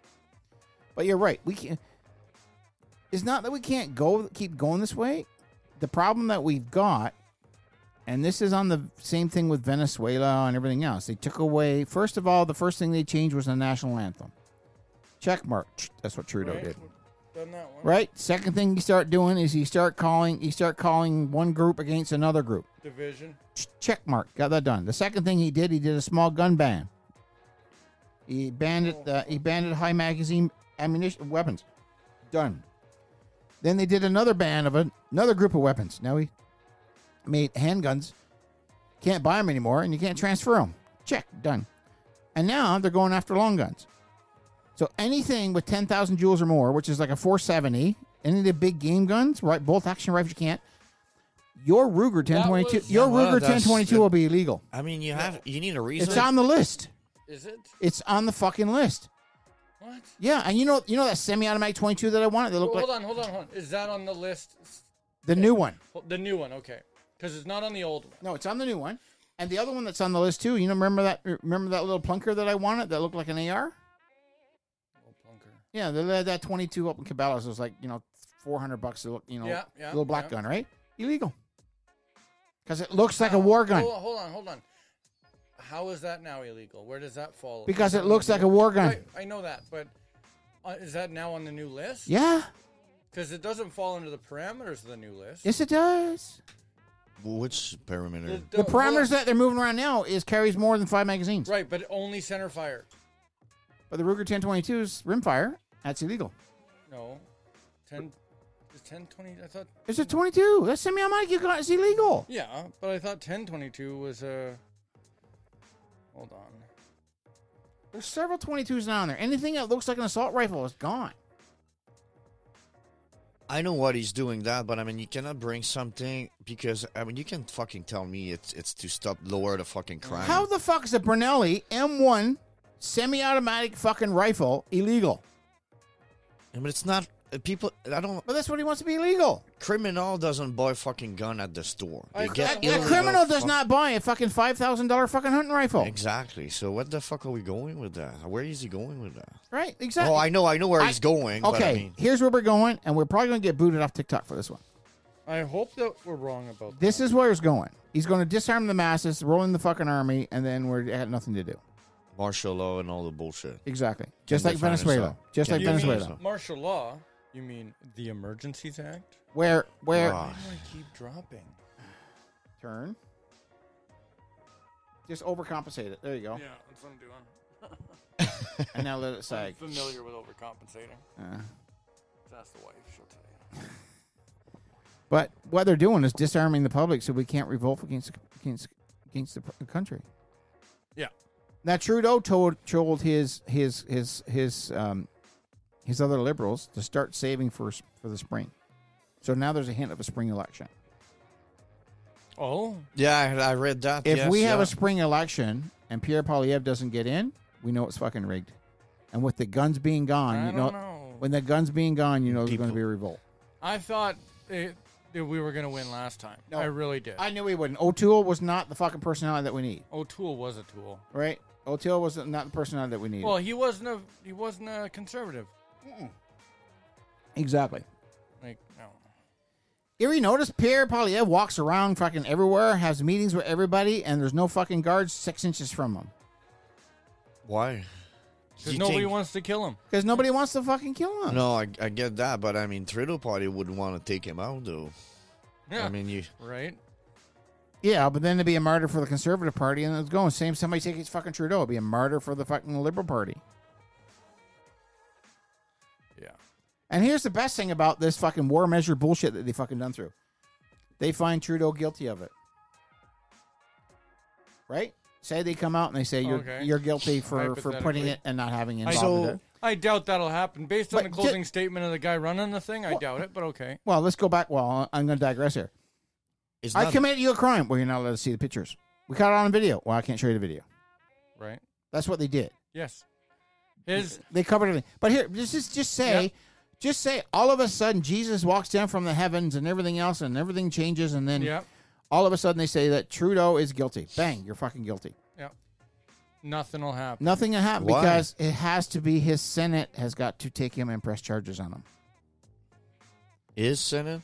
[SPEAKER 1] But you're right. We can. not It's not that we can't go keep going this way. The problem that we've got, and this is on the same thing with Venezuela and everything else. They took away first of all, the first thing they changed was the national anthem. Check mark. That's what Trudeau
[SPEAKER 3] Right.
[SPEAKER 1] did
[SPEAKER 3] Done that one.
[SPEAKER 1] right? Second thing you start doing is you start calling you start calling one group against another group.
[SPEAKER 3] Division.
[SPEAKER 1] Ch- Check mark, got that done. The second thing he did, he did a small gun ban. He banned it. Uh, he banned it high magazine ammunition weapons. Done. Then they did another ban of an, another group of weapons. Now he made handguns. Can't buy them anymore, and you can't transfer them. Check done. And now they're going after long guns. So anything with ten thousand joules or more, which is like a four seventy any of the big game guns, right? Both action rifles you can't. Your Ruger 1022,
[SPEAKER 3] was-
[SPEAKER 1] your
[SPEAKER 2] Yeah, well,
[SPEAKER 1] Ruger
[SPEAKER 2] that's
[SPEAKER 1] 1022
[SPEAKER 2] the-
[SPEAKER 1] will be illegal.
[SPEAKER 2] I mean, you have you need a reason.
[SPEAKER 1] It's on the list.
[SPEAKER 3] Is it?
[SPEAKER 1] It's on the fucking list.
[SPEAKER 3] What?
[SPEAKER 1] Yeah, and you know, you know that semi-automatic 22 that I wanted. They look
[SPEAKER 3] Well,
[SPEAKER 1] like
[SPEAKER 3] hold on, hold on, hold on. Is that on the list?
[SPEAKER 1] the new one.
[SPEAKER 3] Well, The new one, okay. Because it's not on the old one.
[SPEAKER 1] No, it's on the new one, and the other one that's on the list too. You know, remember that? Remember that little plunker that I wanted that looked like an AR?
[SPEAKER 3] Old plunker.
[SPEAKER 1] Yeah, they had that 22 up in Cabela's. It was like you know, 400 bucks. to look, You know,
[SPEAKER 3] Yeah, yeah,
[SPEAKER 1] little black
[SPEAKER 3] yeah.
[SPEAKER 1] gun, right? Illegal. Because it looks like a war gun.
[SPEAKER 3] Hold on, hold on, hold on. How is that now illegal? Where does that fall?
[SPEAKER 1] Because it looks like a war gun.
[SPEAKER 3] Right, I know that, but uh, is that now on the new list?
[SPEAKER 1] Yeah.
[SPEAKER 3] Because it doesn't fall under the parameters of the new list.
[SPEAKER 1] Yes, it does.
[SPEAKER 2] Which perimeter?
[SPEAKER 1] The
[SPEAKER 3] hold on.
[SPEAKER 1] parameters that they're moving around now is carries more than five magazines.
[SPEAKER 3] Right, but only center fire.
[SPEAKER 1] But the Ruger 1022's rimfire, that's illegal.
[SPEAKER 3] No. 10. Is 1020? I thought.
[SPEAKER 1] It's a 22. That's semi-automatic. You got it's illegal.
[SPEAKER 3] Yeah, but I thought 1022 was a. Hold on.
[SPEAKER 1] There's several 22s now on there. Anything that looks like an assault rifle is gone.
[SPEAKER 2] I know what he's doing that, but I mean, you cannot bring something because I mean, you can fucking tell me it's it's to stop lower the fucking crime.
[SPEAKER 1] How the fuck is a Brunelli M1 semi-automatic fucking rifle illegal?
[SPEAKER 2] I mean, it's not uh, people. I don't.
[SPEAKER 1] But that's what he wants to be illegal.
[SPEAKER 2] Criminal doesn't buy fucking gun at the store. They
[SPEAKER 3] I- I-
[SPEAKER 1] A,
[SPEAKER 2] get
[SPEAKER 1] a
[SPEAKER 2] illegal
[SPEAKER 1] criminal does
[SPEAKER 2] fuck-
[SPEAKER 1] not buy a fucking five thousand dollar fucking hunting rifle.
[SPEAKER 2] Exactly. So what the fuck are we going with that? Where is he going with that?
[SPEAKER 1] Right? Exactly.
[SPEAKER 2] Oh, I know, I know where
[SPEAKER 1] I-
[SPEAKER 2] he's going.
[SPEAKER 1] Okay,
[SPEAKER 2] But I mean,
[SPEAKER 1] here's where we're going, and we're probably going to get booted off TikTok for this one.
[SPEAKER 3] I hope that we're wrong about
[SPEAKER 1] This
[SPEAKER 3] that.
[SPEAKER 1] is where it's going. He's going to disarm the masses, roll in the fucking army, and then we're it had nothing to do.
[SPEAKER 2] martial law and all the bullshit.
[SPEAKER 1] Exactly. Just like
[SPEAKER 2] define
[SPEAKER 1] Venezuela.
[SPEAKER 2] itself.
[SPEAKER 1] Just
[SPEAKER 2] Can
[SPEAKER 1] like
[SPEAKER 2] define
[SPEAKER 1] Venezuela.
[SPEAKER 2] itself.
[SPEAKER 3] Martial law? You mean the Emergencies Act?
[SPEAKER 1] Where where
[SPEAKER 2] Ah.
[SPEAKER 3] Why do I keep dropping?
[SPEAKER 1] turn? Just overcompensate it. There you go.
[SPEAKER 3] that's what I'm doing.
[SPEAKER 1] And now let it sag.
[SPEAKER 3] familiar with overcompensating.
[SPEAKER 1] Uh,
[SPEAKER 3] That's the wife, she'll tell you.
[SPEAKER 1] but what they're doing is disarming the public, so we can't revolt against against against the p- country.
[SPEAKER 3] Yeah.
[SPEAKER 1] Now Trudeau told told his his his his um his other liberals to start saving for s- for the spring. So now there's a hint of a spring election.
[SPEAKER 3] Oh,
[SPEAKER 2] Yeah, I, I read that.
[SPEAKER 1] If
[SPEAKER 2] yes,
[SPEAKER 1] we have
[SPEAKER 2] yeah.
[SPEAKER 1] a spring election and Pierre Polyev doesn't get in, we know it's fucking rigged. And with the guns being gone,
[SPEAKER 3] I
[SPEAKER 1] you
[SPEAKER 3] don't
[SPEAKER 1] know,
[SPEAKER 3] know.
[SPEAKER 1] when the guns being gone, you know there's going to
[SPEAKER 2] People-
[SPEAKER 1] be a revolt.
[SPEAKER 3] I thought it, that we were going to win last time.
[SPEAKER 1] No.
[SPEAKER 3] I really did.
[SPEAKER 1] I knew he wouldn't. O'Toole was not the fucking personality that we need,
[SPEAKER 3] O'Toole was a tool.
[SPEAKER 1] right? O'Toole was not the personality that we need.
[SPEAKER 3] Well, he wasn't a he wasn't a conservative.
[SPEAKER 1] exactly.
[SPEAKER 3] Like no.
[SPEAKER 1] Erie noticed Pierre Polyev walks around fucking everywhere, has meetings with everybody, and there's no fucking guards six inches from him.
[SPEAKER 2] why?
[SPEAKER 3] Because
[SPEAKER 2] You
[SPEAKER 3] nobody
[SPEAKER 2] think-
[SPEAKER 3] wants to kill him.
[SPEAKER 1] Because nobody wants to fucking kill him.
[SPEAKER 2] No, I, I get that, but I mean, Trudeau party wouldn't want to take him out though.
[SPEAKER 3] Yeah.
[SPEAKER 2] I mean, you.
[SPEAKER 3] right?
[SPEAKER 1] Yeah, but then to be a martyr for the Conservative Party, and it's going same. Somebody take his fucking Trudeau, it'd be a martyr for the fucking Liberal Party.
[SPEAKER 3] Yeah.
[SPEAKER 1] And here's the best thing about this fucking war measure bullshit that they fucking done through. They find Trudeau guilty of it. Right? Say they come out and they say you're
[SPEAKER 3] Okay.
[SPEAKER 1] you're guilty for, for putting
[SPEAKER 3] Hypothetically.
[SPEAKER 1] it and not having
[SPEAKER 3] I,
[SPEAKER 1] it.
[SPEAKER 3] so, I doubt that'll happen. Based on
[SPEAKER 1] But
[SPEAKER 3] the closing
[SPEAKER 1] ju-
[SPEAKER 3] statement of the guy running the thing, I
[SPEAKER 1] Well-
[SPEAKER 3] doubt it, but okay.
[SPEAKER 1] Well, let's go back. Well, I'm going to digress here.
[SPEAKER 2] It's
[SPEAKER 1] I
[SPEAKER 2] not-
[SPEAKER 1] committed you a crime. Well, you're not allowed to see the pictures. We caught it on video. Well, I can't show you the video.
[SPEAKER 3] Right?
[SPEAKER 1] That's what they did.
[SPEAKER 3] Yes. His
[SPEAKER 1] They covered everything. But here, just just, just say, just say, all of a sudden Jesus walks down from the heavens and everything else, and everything changes, and then
[SPEAKER 3] yeah,
[SPEAKER 1] all of a sudden they say that Trudeau is guilty. Bang, you're fucking guilty.
[SPEAKER 3] yeah. Nothing will happen.
[SPEAKER 1] Nothing will happen
[SPEAKER 2] Why?
[SPEAKER 1] because it has to be his Senate has got to take him and press charges on him.
[SPEAKER 2] Is Senate?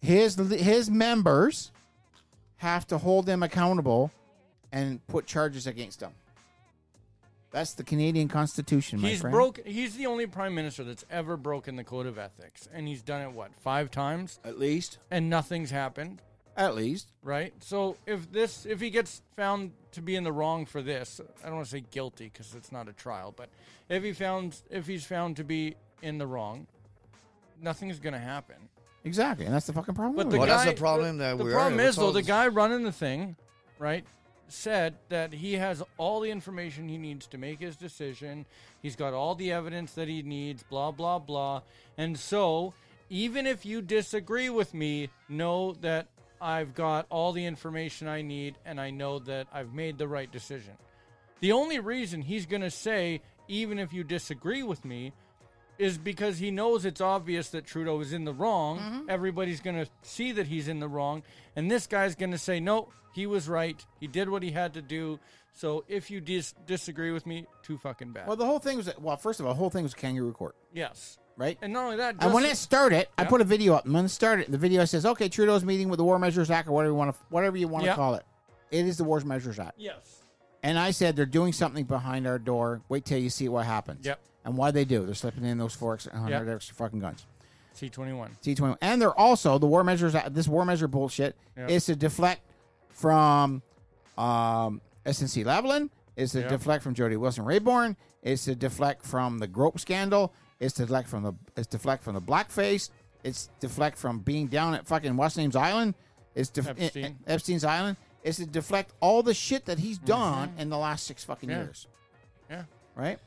[SPEAKER 1] His his members have to hold them accountable and put charges against them. That's the Canadian Constitution, my
[SPEAKER 3] He's
[SPEAKER 1] friend.
[SPEAKER 3] broke. He's the only prime minister that's ever broken the code of ethics, and he's done it what five times,
[SPEAKER 1] at least.
[SPEAKER 3] and nothing's happened,
[SPEAKER 1] At least.
[SPEAKER 3] right? So if this, if he gets found to be in the wrong for this, I don't want to say guilty because it's not a trial, but if he found, if he's found to be in the wrong, nothing is going to happen.
[SPEAKER 1] Exactly, and that's the fucking problem.
[SPEAKER 3] But
[SPEAKER 1] with
[SPEAKER 3] the
[SPEAKER 1] it.
[SPEAKER 2] Well,
[SPEAKER 3] guy,
[SPEAKER 2] that's the problem that
[SPEAKER 3] the
[SPEAKER 2] we're-
[SPEAKER 3] problem
[SPEAKER 2] it's
[SPEAKER 3] is though
[SPEAKER 2] all-
[SPEAKER 3] the guy running the thing, right, said that he has all the information he needs to make his decision. He's got all the evidence that he needs. Blah blah blah. And so even if you disagree with me, know that I've got all the information I need and I know that I've made the right decision. The only reason he's going to say, even if you disagree with me, is because he knows it's obvious that Trudeau is in the wrong. Everybody's going to see that he's in the wrong. And this guy's going to say, no, he was right. He did what he had to do. So if you dis- disagree with me, too fucking bad.
[SPEAKER 1] Well, the whole thing was well. First of all, the whole thing was kangaroo court,
[SPEAKER 3] yes.
[SPEAKER 1] right?
[SPEAKER 3] And not only that,
[SPEAKER 1] And when
[SPEAKER 3] Justin-
[SPEAKER 1] it started, I
[SPEAKER 3] Yeah.
[SPEAKER 1] put a video up. And when it started, the video says, "Okay, Trudeau's meeting with the War Measures Act, or whatever you want to, whatever you want
[SPEAKER 3] Yeah.
[SPEAKER 1] to call it. It is the War Measures Act."
[SPEAKER 3] Yes.
[SPEAKER 1] And I said, "They're doing something behind our door. Wait till you see what happens."
[SPEAKER 3] Yep.
[SPEAKER 1] And why they do? They're slipping in those forks and
[SPEAKER 3] Yep.
[SPEAKER 1] hundred extra fucking guns.
[SPEAKER 3] C21.
[SPEAKER 1] T twenty, and they're also the War Measures Act. This War Measure bullshit
[SPEAKER 3] Yep.
[SPEAKER 1] is to deflect from um, SNC Lavalin. Is to
[SPEAKER 3] Yep.
[SPEAKER 1] deflect from Jody Wilson Rayborn. Is to deflect from the grope scandal. It's to deflect from the. It's deflect from the blackface. It's deflect from being down at fucking what's name's island. It's def-
[SPEAKER 3] Epstein.
[SPEAKER 1] eh, eh, Epstein's island. It's to deflect all the shit that he's done in the last six fucking
[SPEAKER 3] Mm-hmm. Yeah.
[SPEAKER 1] years,
[SPEAKER 3] Yeah.
[SPEAKER 1] right?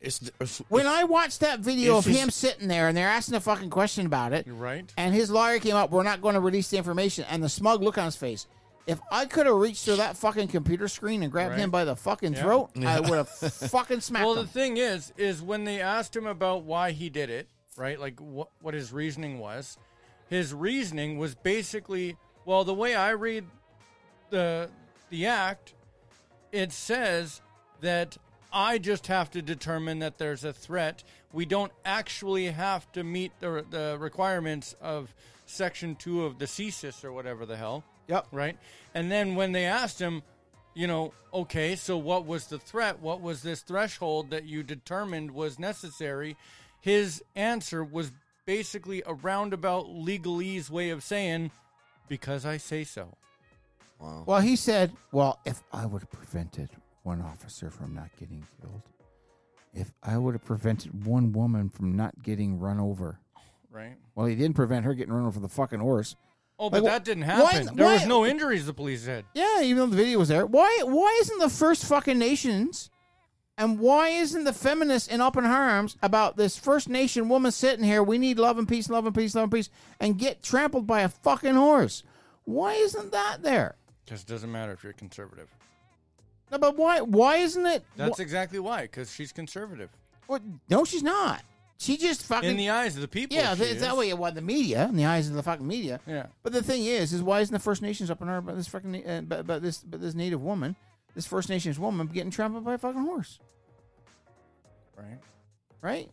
[SPEAKER 2] It's the, if,
[SPEAKER 1] When I watched that video
[SPEAKER 2] If
[SPEAKER 1] of
[SPEAKER 2] he's-
[SPEAKER 1] him sitting there and they're asking a fucking question about it,
[SPEAKER 3] You're right.
[SPEAKER 1] and his lawyer came up, we're not going to release the information, and the smug look on his face. If I could have reached through that fucking computer screen and grabbed
[SPEAKER 3] Right.
[SPEAKER 1] him by the fucking
[SPEAKER 3] Yeah.
[SPEAKER 1] throat, I would have fucking smacked
[SPEAKER 3] Well, the
[SPEAKER 1] him.
[SPEAKER 3] thing is, is when they asked him about why he did it, right? Like what what his reasoning was. His reasoning was basically, well, the way I read the the act, it says that I just have to determine that there's a threat. We don't actually have to meet the the requirements of section 2 of the CSIS or whatever the hell
[SPEAKER 1] Yep.
[SPEAKER 3] right? And then when they asked him, you know, okay, so what was the threat? What was this threshold that you determined was necessary? His answer was basically a roundabout legalese way of saying, because I say so.
[SPEAKER 1] Well, he said, well, if I would have prevented one officer from not getting killed, if I would have prevented one woman from not getting run over.
[SPEAKER 3] Right.
[SPEAKER 1] Well, he didn't prevent her getting run over the fucking horse.
[SPEAKER 3] Oh, but
[SPEAKER 1] Like, wh-
[SPEAKER 3] that didn't
[SPEAKER 1] why-
[SPEAKER 3] happen. there
[SPEAKER 1] why-
[SPEAKER 3] was no injuries, the police said.
[SPEAKER 1] Yeah, even though the video was there. Why why isn't the first fucking nations and why isn't the feminists in up in arms about this first nation woman sitting here, we need love and peace, love and peace, love and peace, and get trampled by a fucking horse? Why isn't that there?
[SPEAKER 3] Because it doesn't matter if you're conservative.
[SPEAKER 1] No, but why why isn't it
[SPEAKER 3] That's exactly why, because she's conservative.
[SPEAKER 1] wh- wh- no she's not. She just fucking
[SPEAKER 3] In the eyes of the people.
[SPEAKER 1] Yeah,
[SPEAKER 3] she
[SPEAKER 1] th- it's that
[SPEAKER 3] is.
[SPEAKER 1] way well, the media, in the eyes of the fucking media.
[SPEAKER 3] Yeah.
[SPEAKER 1] But the thing is, is why isn't the First Nations up in arms about this fucking uh, about, about this about this native woman, this First Nations woman getting trampled by a fucking horse?
[SPEAKER 3] Right.
[SPEAKER 1] right?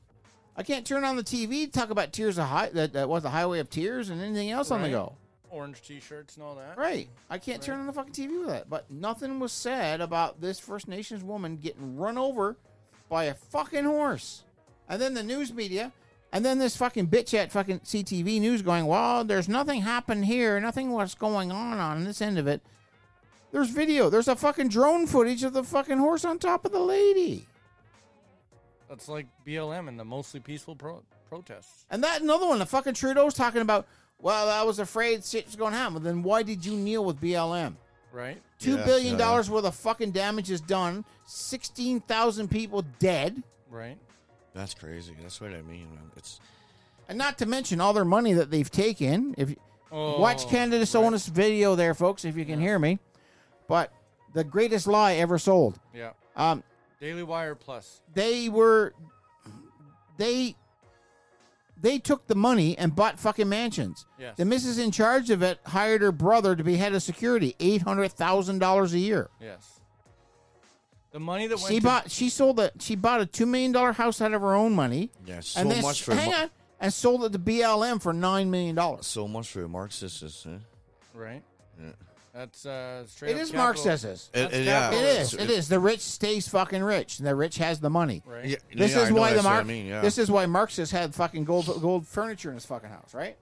[SPEAKER 1] I can't turn on the TV to talk about tears of high that, that was the highway of tears and anything else on the
[SPEAKER 3] Right.
[SPEAKER 1] go.
[SPEAKER 3] Orange t shirts and all that.
[SPEAKER 1] Right. I can't turn on the fucking TV with that. But nothing was said about this First Nations woman getting run over by a fucking horse. And then the news media and then this fucking bitch at fucking CTV news going, Well, there's nothing happened here, nothing what's going on on this end of it. There's video. There's a fucking drone footage of the fucking horse on top of the lady.
[SPEAKER 3] That's like BLM and the mostly peaceful pro- protests.
[SPEAKER 1] And that another one, the fucking Trudeau's talking about. Well, I was afraid shit was going to happen. Well, then why did you kneel with BLM?
[SPEAKER 3] Right?
[SPEAKER 1] Two billion
[SPEAKER 2] Yeah,
[SPEAKER 1] dollars worth of fucking damage is done. Sixteen thousand people dead,
[SPEAKER 3] Right?
[SPEAKER 2] that's crazy. That's what I mean. man. It's
[SPEAKER 1] and not to mention all their money that they've taken. If
[SPEAKER 3] Oh,
[SPEAKER 1] watch Canada Sonis video there, folks, if you can hear me. But the greatest lie ever sold.
[SPEAKER 3] Yeah.
[SPEAKER 1] Um,
[SPEAKER 3] Daily Wire Plus.
[SPEAKER 1] they were they they took the money and bought fucking mansions.
[SPEAKER 3] Yes.
[SPEAKER 1] The missus in charge of it hired her brother to be head of security, eight hundred thousand dollars a year.
[SPEAKER 3] Yes. The money that went
[SPEAKER 1] She
[SPEAKER 3] to-
[SPEAKER 1] bought she sold a she bought a two million dollar house out of her own money.
[SPEAKER 2] yeah, so
[SPEAKER 1] And then
[SPEAKER 2] much for
[SPEAKER 1] hang
[SPEAKER 2] Mar-
[SPEAKER 1] on and sold it to BLM for nine million dollars.
[SPEAKER 2] so much for Marxists. Huh?
[SPEAKER 3] Right?
[SPEAKER 2] Yeah.
[SPEAKER 3] That's uh, straight
[SPEAKER 1] It
[SPEAKER 3] up
[SPEAKER 1] is
[SPEAKER 3] capital-
[SPEAKER 1] Marxist.
[SPEAKER 2] It,
[SPEAKER 3] That's
[SPEAKER 2] yeah,
[SPEAKER 1] It
[SPEAKER 3] capital.
[SPEAKER 1] is.
[SPEAKER 2] it's-
[SPEAKER 1] It is. The rich stays fucking rich, and the rich has the money.
[SPEAKER 3] Right?
[SPEAKER 2] Yeah,
[SPEAKER 1] This
[SPEAKER 2] yeah, I
[SPEAKER 1] is
[SPEAKER 2] know,
[SPEAKER 1] why the
[SPEAKER 2] that's what I
[SPEAKER 1] Mar-
[SPEAKER 2] mean, yeah.
[SPEAKER 1] This is why Marxist had fucking gold gold furniture in his fucking house, right?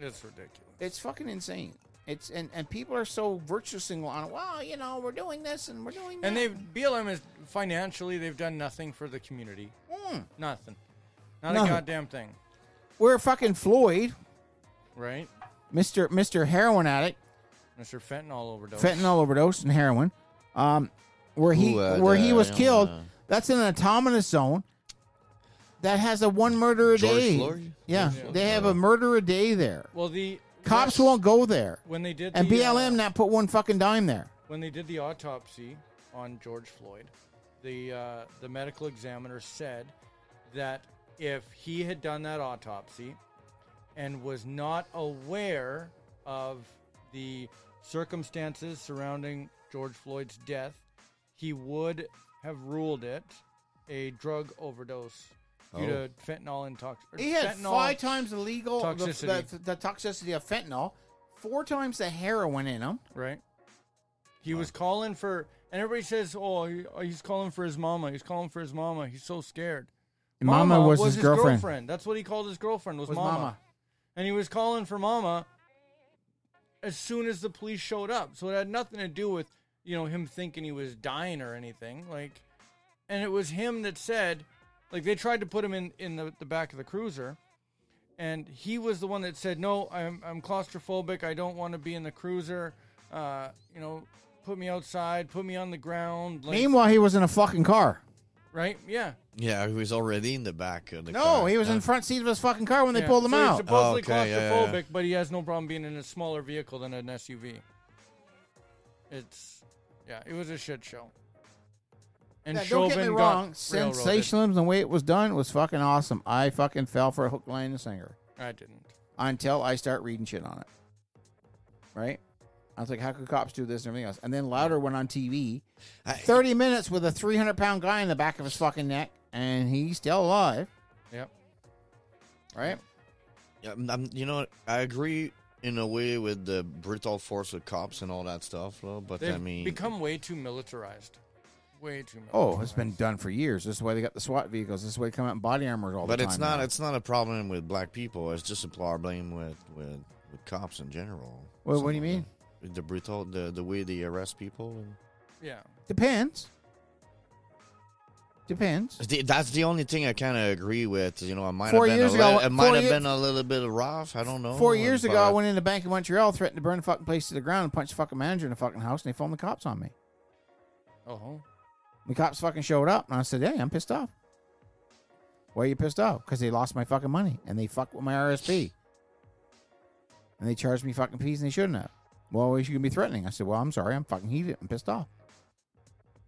[SPEAKER 3] It's ridiculous.
[SPEAKER 1] It's fucking insane. It's and, and people are so virtue single on. Well, you know, we're doing this and we're doing that.
[SPEAKER 3] And they've BLM is financially they've done nothing for the community.
[SPEAKER 1] Mm.
[SPEAKER 3] Nothing. Not
[SPEAKER 1] Nothing.
[SPEAKER 3] a goddamn thing.
[SPEAKER 1] we're fucking Floyd,
[SPEAKER 3] Right?
[SPEAKER 1] Mister Mister Heroin addict,
[SPEAKER 3] Mr. Fentanyl overdose.
[SPEAKER 1] fentanyl overdose and heroin, um, where he
[SPEAKER 2] Ooh, uh,
[SPEAKER 1] where he
[SPEAKER 2] the-
[SPEAKER 1] was
[SPEAKER 2] I don't
[SPEAKER 1] killed.
[SPEAKER 2] wanna-
[SPEAKER 1] That's in an autonomous zone. that has a one murder a
[SPEAKER 2] George
[SPEAKER 1] day.
[SPEAKER 2] Floyd?
[SPEAKER 1] Yeah,
[SPEAKER 3] George Floyd.
[SPEAKER 1] they have a murder a day there.
[SPEAKER 3] Well, the
[SPEAKER 1] Cops
[SPEAKER 3] yes,
[SPEAKER 1] won't go there,
[SPEAKER 3] when they did
[SPEAKER 1] and
[SPEAKER 3] the, uh,
[SPEAKER 1] BLM not put one fucking dime there.
[SPEAKER 3] when they did the autopsy on George Floyd, the uh, the medical examiner said that if he had done that autopsy and was not aware of the circumstances surrounding George Floyd's death, he would have ruled it a drug overdose due
[SPEAKER 2] Oh.
[SPEAKER 3] to fentanyl intoxication.
[SPEAKER 1] He had
[SPEAKER 3] fentanyl,
[SPEAKER 1] five times the legal
[SPEAKER 3] toxicity.
[SPEAKER 1] The, the, the toxicity of fentanyl, four times the heroin in him.
[SPEAKER 3] right? He was calling for, and everybody says, "Oh, he, oh, he's calling for his mama. He's calling for his mama. He's so scared."
[SPEAKER 1] Mama, was, his, girlfriend.
[SPEAKER 3] That's what he called his girlfriend was,
[SPEAKER 1] Was
[SPEAKER 3] mama.
[SPEAKER 1] mama.
[SPEAKER 3] and he was calling for mama as soon as the police showed up. So it had nothing to do with you know him thinking he was dying or anything. Like, and it was him that said, like they tried to put him in in the, the back of the cruiser, and he was the one that said, no, I'm I'm claustrophobic. I don't want to be in the cruiser. Uh, you know, put me outside. Put me on the ground. Like,
[SPEAKER 1] Meanwhile, he was in a fucking car.
[SPEAKER 3] right? Yeah.
[SPEAKER 2] Yeah, he was already in the back of the
[SPEAKER 1] No,
[SPEAKER 2] car.
[SPEAKER 1] he was in
[SPEAKER 2] Uh,
[SPEAKER 1] front seat of his fucking car when they
[SPEAKER 3] Yeah,
[SPEAKER 1] pulled him
[SPEAKER 3] so He's
[SPEAKER 1] out.
[SPEAKER 3] supposedly
[SPEAKER 2] Oh, okay, yeah, yeah,
[SPEAKER 3] claustrophobic,
[SPEAKER 2] yeah.
[SPEAKER 3] but he has no problem being in a smaller vehicle than an SUV. It's yeah, it was a shit show. And
[SPEAKER 1] Yeah, don't
[SPEAKER 3] Chauvin
[SPEAKER 1] get me
[SPEAKER 3] got
[SPEAKER 1] wrong.
[SPEAKER 3] railroaded.
[SPEAKER 1] Sensationalism, the way it was done, was fucking awesome. I fucking fell for a hook, line, and singer
[SPEAKER 3] I didn't.
[SPEAKER 1] until I start reading shit on it. Right? I was like, how could cops do this and everything else? And then Louder went on TV.
[SPEAKER 2] I-
[SPEAKER 1] 30 minutes with a 300 pound guy in the back of his fucking neck, and he's still alive.
[SPEAKER 3] Yep.
[SPEAKER 1] Right?
[SPEAKER 2] Yeah, I'm, I'm- you know, I agree in a way with the brutal force of cops and all that stuff, though, but
[SPEAKER 3] They've
[SPEAKER 2] I mean,
[SPEAKER 3] become way too militarized. Way too militarized.
[SPEAKER 1] Oh, it's been done for years. This is why they got the SWAT vehicles. This is why they come out in body armor all the
[SPEAKER 2] but
[SPEAKER 1] time.
[SPEAKER 2] it's not
[SPEAKER 1] now.
[SPEAKER 2] it's not a problem with black people. It's just a problem with with, with cops in general.
[SPEAKER 1] Well, what do
[SPEAKER 2] Something
[SPEAKER 1] you
[SPEAKER 2] like that. The brutal, the the way they arrest people. and-
[SPEAKER 3] Yeah.
[SPEAKER 1] Depends. Depends.
[SPEAKER 2] The- That's the only thing I kind of agree with. You know, I might
[SPEAKER 1] Four
[SPEAKER 2] have been
[SPEAKER 1] years
[SPEAKER 2] a
[SPEAKER 1] ago-
[SPEAKER 2] li- it might
[SPEAKER 1] four
[SPEAKER 2] have
[SPEAKER 1] ye-
[SPEAKER 2] been a little bit rough. I don't know.
[SPEAKER 1] Four years ago, I
[SPEAKER 2] but-
[SPEAKER 1] went into the bank in Montreal, threatened to burn the fucking place to the ground, and punched the fucking manager in the fucking house, and they phoned the cops on me.
[SPEAKER 3] Oh. huh.
[SPEAKER 1] The cops fucking showed up, and I said, "Hey, I'm pissed off." Why are you pissed off? Because they lost my fucking money and they fucked with my RSP, and they charged me fucking fees and they shouldn't have. Well, you should be threatening. I said, "Well, I'm sorry, I'm fucking heated, I'm pissed off."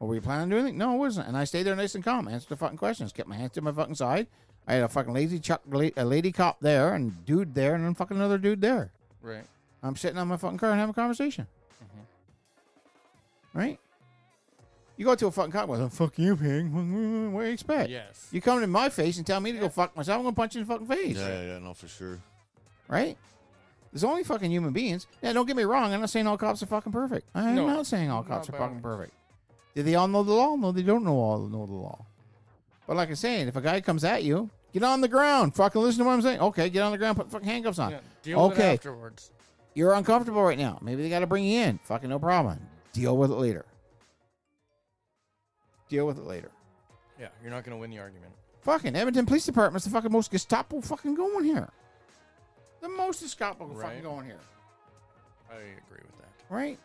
[SPEAKER 1] Well, were you planning on doing anything? No, I wasn't. And I stayed there nice and calm, answered the fucking questions, kept my hands to my fucking side. I had a fucking lazy chuck, la- a lady cop there, and dude there, and then fucking another dude there.
[SPEAKER 3] Right.
[SPEAKER 1] I'm sitting on my fucking car and having a conversation.
[SPEAKER 3] Mm-hmm.
[SPEAKER 1] Right? You go to a fucking cop and go, fuck you, pig. What do you expect?
[SPEAKER 3] Yes.
[SPEAKER 1] You come to my face and tell me to go fuck myself, I'm going to punch you in the fucking face.
[SPEAKER 2] Yeah, yeah, yeah, no, for sure.
[SPEAKER 1] Right? There's only fucking human beings. Now, don't get me wrong. I'm not saying all cops are fucking perfect. I'm
[SPEAKER 3] No.
[SPEAKER 1] not saying all cops
[SPEAKER 3] Not
[SPEAKER 1] are
[SPEAKER 3] by all
[SPEAKER 1] fucking
[SPEAKER 3] means.
[SPEAKER 1] perfect. Do they all know the law? No, they don't know all know the law. But like I'm saying, if a guy comes at you, get on the ground. Fucking listen to what I'm saying. Okay, get on the ground. Put fucking handcuffs on.
[SPEAKER 3] Yeah. Deal with it
[SPEAKER 1] okay,
[SPEAKER 3] afterwards.
[SPEAKER 1] you're uncomfortable right now. Maybe they got to bring you in. Fucking no problem. Deal with it later. Deal with it later.
[SPEAKER 3] Yeah, you're not gonna win the argument.
[SPEAKER 1] Fucking Edmonton Police Department's the fucking most Gestapo fucking going here. The most Gestapo fucking
[SPEAKER 3] Right.
[SPEAKER 1] going here,
[SPEAKER 3] I agree with that.
[SPEAKER 1] right?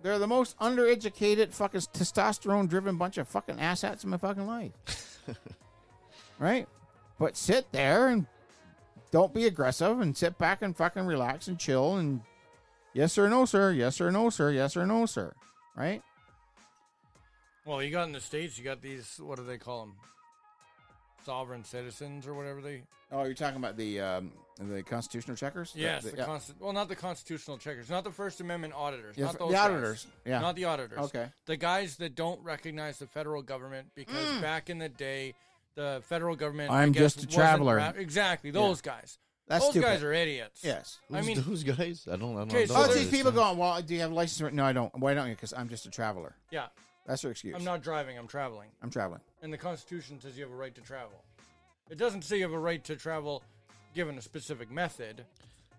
[SPEAKER 1] They're the most undereducated, fucking testosterone-driven bunch of fucking asshats in my fucking life, right? But sit there and don't be aggressive and sit back and fucking relax and chill and yes or no sir, yes or no sir, yes or no sir, right?
[SPEAKER 3] Well, you got in the states, you got these. What do they call them? Sovereign citizens or whatever they
[SPEAKER 1] Oh, you're talking about the um, the constitutional checkers?
[SPEAKER 3] Yes,
[SPEAKER 1] The-
[SPEAKER 3] the,
[SPEAKER 1] the- yeah.
[SPEAKER 3] consti- well, not the constitutional checkers, not the First Amendment auditors,
[SPEAKER 1] Yes,
[SPEAKER 3] not
[SPEAKER 1] the
[SPEAKER 3] those
[SPEAKER 1] auditors,
[SPEAKER 3] guys.
[SPEAKER 1] yeah.
[SPEAKER 3] not the auditors.
[SPEAKER 1] Okay.
[SPEAKER 3] the guys that don't recognize the federal government because back in the day, the federal government. I
[SPEAKER 1] Mm. I'm
[SPEAKER 3] guess,
[SPEAKER 1] just a
[SPEAKER 3] wasn't
[SPEAKER 1] traveler.
[SPEAKER 3] ra- exactly, those guys.
[SPEAKER 1] That's
[SPEAKER 3] those guys
[SPEAKER 1] stupid.
[SPEAKER 3] are idiots.
[SPEAKER 1] Yes.
[SPEAKER 2] Who's,
[SPEAKER 3] I mean,
[SPEAKER 2] who's guys? I don't. I don't
[SPEAKER 3] Okay,
[SPEAKER 2] know.
[SPEAKER 3] so
[SPEAKER 1] Oh, it's
[SPEAKER 3] there's-
[SPEAKER 1] these people going, well, do you have a license? or-" No, I don't. Why don't you? Because I'm just a traveler.
[SPEAKER 3] yeah,
[SPEAKER 1] That's their excuse.
[SPEAKER 3] I'm not driving, I'm traveling,
[SPEAKER 1] I'm traveling.
[SPEAKER 3] and the Constitution says you have a right to travel. It doesn't say you have a right to travel given a specific method.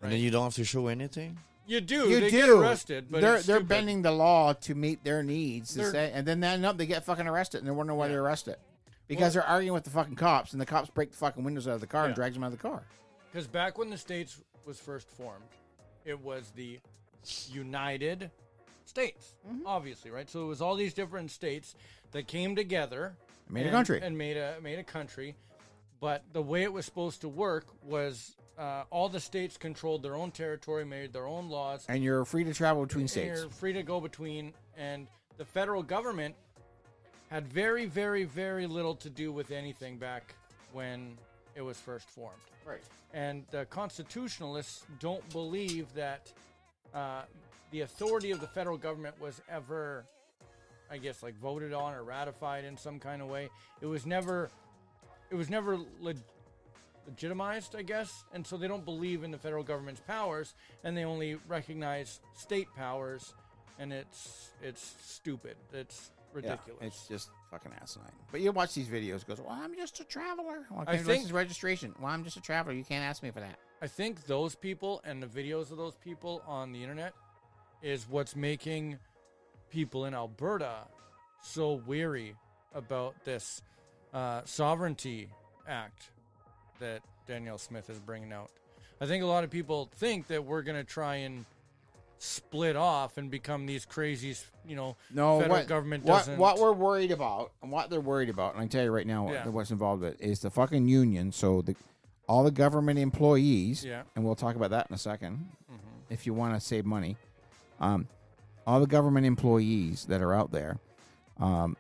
[SPEAKER 2] And then you don't have to show anything.
[SPEAKER 3] You do.
[SPEAKER 1] you
[SPEAKER 3] they
[SPEAKER 1] do.
[SPEAKER 3] get arrested, but
[SPEAKER 1] they're
[SPEAKER 3] it's
[SPEAKER 1] they're
[SPEAKER 3] stupid.
[SPEAKER 1] bending the law to meet their needs, to
[SPEAKER 3] They're-
[SPEAKER 1] say, and then they end up they get fucking arrested, and they're wondering why
[SPEAKER 3] Yeah.
[SPEAKER 1] they're arrested because they're arguing with the fucking cops, and the cops break the fucking windows out of the car and
[SPEAKER 3] Yeah.
[SPEAKER 1] drags them out of the car.
[SPEAKER 3] Because back when the states was first formed, it was the United States,
[SPEAKER 1] Mm-hmm.
[SPEAKER 3] obviously, right? So it was all these different states that came together,
[SPEAKER 1] And made a country.
[SPEAKER 3] and made a made a country. But the way it was supposed to work was uh, all the states controlled their own territory, made their own laws,
[SPEAKER 1] and you're free to travel between states.
[SPEAKER 3] you're free to go between, and the federal government had very, very, very little to do with anything back when it was first formed.
[SPEAKER 1] Right.
[SPEAKER 3] And the constitutionalists don't believe that uh, the authority of the federal government was ever, I guess, like voted on or ratified in some kind of way. It was never, it was never leg- legitimized, I guess. And so they don't believe in the federal government's powers, and they only recognize state powers. And it's it's stupid. It's
[SPEAKER 1] Yeah,
[SPEAKER 3] ridiculous.
[SPEAKER 1] it's just fucking asinine. But you watch these videos, goes, well, I'm just a traveler. Well,
[SPEAKER 3] I
[SPEAKER 1] I
[SPEAKER 3] think-
[SPEAKER 1] think registration. Well, I'm just a traveler. You can't ask me for that.
[SPEAKER 3] I think those people and the videos of those people on the internet is what's making people in Alberta so weary about this uh, sovereignty act that Danielle Smith is bringing out. I think a lot of people think that we're going to try and split off and become these crazy, you know,
[SPEAKER 1] No,
[SPEAKER 3] federal
[SPEAKER 1] what,
[SPEAKER 3] government
[SPEAKER 1] what,
[SPEAKER 3] doesn't.
[SPEAKER 1] what we're worried about and what they're worried about, and I can tell you right now
[SPEAKER 3] Yeah.
[SPEAKER 1] what's involved with it, is the fucking union. So the all the government employees,
[SPEAKER 3] Yeah. Mm-hmm.
[SPEAKER 1] and we'll talk about that in a 2nd if you want to save money. Um, all the government employees that are out there, um,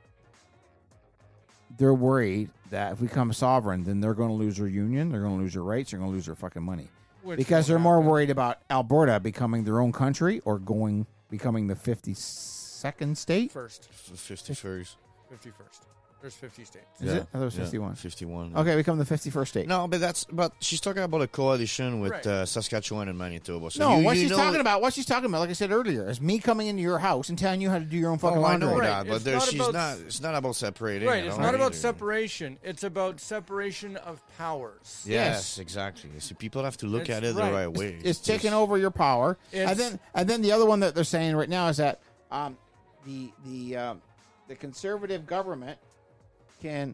[SPEAKER 1] they're worried that if we become sovereign, then they're going to lose their union, they're going to lose their rights, they're going to lose their fucking money.
[SPEAKER 3] Which
[SPEAKER 1] because
[SPEAKER 3] won't
[SPEAKER 1] they're more
[SPEAKER 3] happen.
[SPEAKER 1] worried about Alberta becoming their own country or going becoming the 52nd state.
[SPEAKER 3] first,
[SPEAKER 2] 51st.
[SPEAKER 3] 51st. There's 50 states.
[SPEAKER 1] Is it? I thought it was 51.
[SPEAKER 2] 51.
[SPEAKER 1] Okay, become the 51st state.
[SPEAKER 2] No, but that's but she's talking about a coalition with
[SPEAKER 3] Right.
[SPEAKER 2] uh, Saskatchewan and Manitoba. So
[SPEAKER 1] no,
[SPEAKER 2] you,
[SPEAKER 1] what
[SPEAKER 2] you
[SPEAKER 1] she's
[SPEAKER 2] know,
[SPEAKER 1] talking about, what she's talking about, like I said earlier, is me coming into your house and telling you how to do your own fucking
[SPEAKER 2] Oh, I know
[SPEAKER 1] laundry.
[SPEAKER 2] that,
[SPEAKER 3] Right,
[SPEAKER 2] but
[SPEAKER 3] it's
[SPEAKER 2] there,
[SPEAKER 3] not
[SPEAKER 2] she's
[SPEAKER 3] about-
[SPEAKER 2] not. It's not about separating.
[SPEAKER 3] Right,
[SPEAKER 2] at
[SPEAKER 3] it's
[SPEAKER 2] all
[SPEAKER 3] not about
[SPEAKER 2] either.
[SPEAKER 3] separation. It's about separation of powers.
[SPEAKER 2] Yes, exactly. So people have to look
[SPEAKER 3] That's
[SPEAKER 2] at it
[SPEAKER 3] right.
[SPEAKER 2] the right way.
[SPEAKER 1] It's taking
[SPEAKER 2] Just-
[SPEAKER 1] over your power.
[SPEAKER 3] It's-
[SPEAKER 1] And then, and then the other one that they're saying right now is that um, the the um, the conservative government can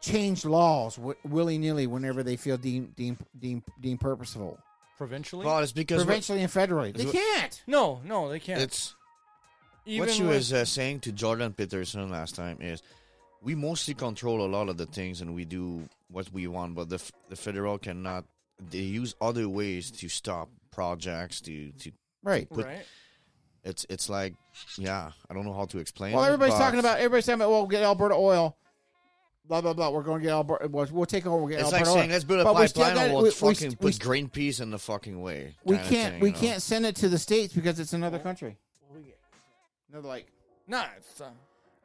[SPEAKER 1] change laws w- willy nilly whenever they feel deemed deemed deemed, deemed purposeful,
[SPEAKER 3] Provincially?
[SPEAKER 2] Well, it's because what-
[SPEAKER 1] provincially and federally. They
[SPEAKER 2] what-
[SPEAKER 1] can't.
[SPEAKER 3] no, no, they can't.
[SPEAKER 2] it's
[SPEAKER 3] Even
[SPEAKER 2] what she
[SPEAKER 3] with-
[SPEAKER 2] was uh, saying to Jordan Peterson last time is we mostly control a lot of the things and we do what we want, but the, f- the federal cannot. They use other ways to stop projects. To to
[SPEAKER 1] Right.
[SPEAKER 2] put-
[SPEAKER 3] right.
[SPEAKER 2] it's it's like yeah, I don't know how to explain.
[SPEAKER 1] Well,
[SPEAKER 2] it,
[SPEAKER 1] everybody's
[SPEAKER 2] but
[SPEAKER 1] talking about everybody's talking about well, get Alberta oil. Blah blah blah. We're going to get Alberta. We'll, we'll take over. We'll get
[SPEAKER 2] It's like
[SPEAKER 1] Alberta
[SPEAKER 2] saying
[SPEAKER 1] oil.
[SPEAKER 2] let's build a
[SPEAKER 1] But we still
[SPEAKER 2] pipeline
[SPEAKER 1] gotta-
[SPEAKER 2] and we'll
[SPEAKER 1] we- we
[SPEAKER 2] fucking
[SPEAKER 1] st- we
[SPEAKER 2] put
[SPEAKER 1] st-
[SPEAKER 2] Greenpeace in the fucking way.
[SPEAKER 1] We
[SPEAKER 2] kinda
[SPEAKER 1] can't.
[SPEAKER 2] thing,
[SPEAKER 1] we
[SPEAKER 2] you know?
[SPEAKER 1] can't send it to the states because it's another country. Another like.
[SPEAKER 3] Nah, it's, uh,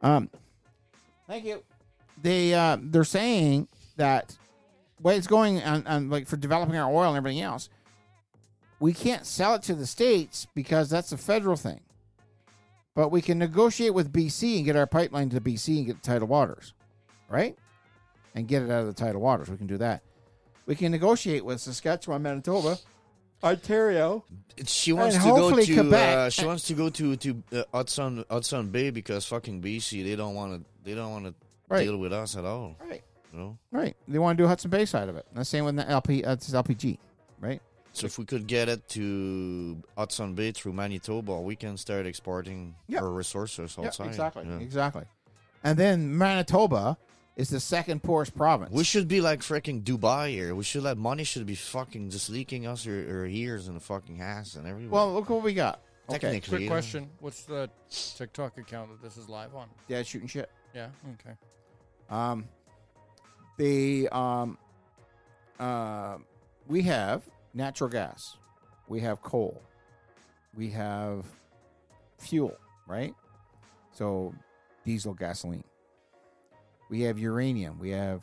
[SPEAKER 1] Um, Thank you. They uh, they're saying that what it's going on, on like for developing our oil and everything else, we can't sell it to the states because that's a federal thing. But we can negotiate with BC and get our pipeline to BC and get tidal waters, right? And get it out of the tidal waters. We can do that. We can negotiate with Saskatchewan, Manitoba, Ontario.
[SPEAKER 2] She wants
[SPEAKER 1] And
[SPEAKER 2] to go
[SPEAKER 1] hopefully
[SPEAKER 2] to.
[SPEAKER 1] Quebec-
[SPEAKER 2] Uh, she wants to go to to uh, Hudson Hudson Bay because fucking BC they don't want to. They don't want to
[SPEAKER 1] Right.
[SPEAKER 2] deal with us at all.
[SPEAKER 1] Right.
[SPEAKER 2] You know.
[SPEAKER 1] Right. They want to do Hudson Bay side of it. The same with the LP, uh, it's LPG, right?
[SPEAKER 2] So if we could get it to Hudson Bay through Manitoba, we can start exporting
[SPEAKER 1] Yeah.
[SPEAKER 2] our resources outside.
[SPEAKER 1] Yeah, exactly,
[SPEAKER 2] yeah.
[SPEAKER 1] exactly. And then Manitoba is the second poorest province.
[SPEAKER 2] We should be like freaking Dubai here. We should let money should be fucking just leaking us our, our ears and fucking ass and everywhere.
[SPEAKER 1] well, look what we got. Okay,
[SPEAKER 2] technically,
[SPEAKER 3] quick
[SPEAKER 2] yeah.
[SPEAKER 3] question. What's the TikTok account that this is live on?
[SPEAKER 1] yeah, shooting shit.
[SPEAKER 3] Yeah, okay.
[SPEAKER 1] Um, the um, uh, we have natural gas, we have coal, we have fuel, right? So diesel, gasoline. We have uranium, we have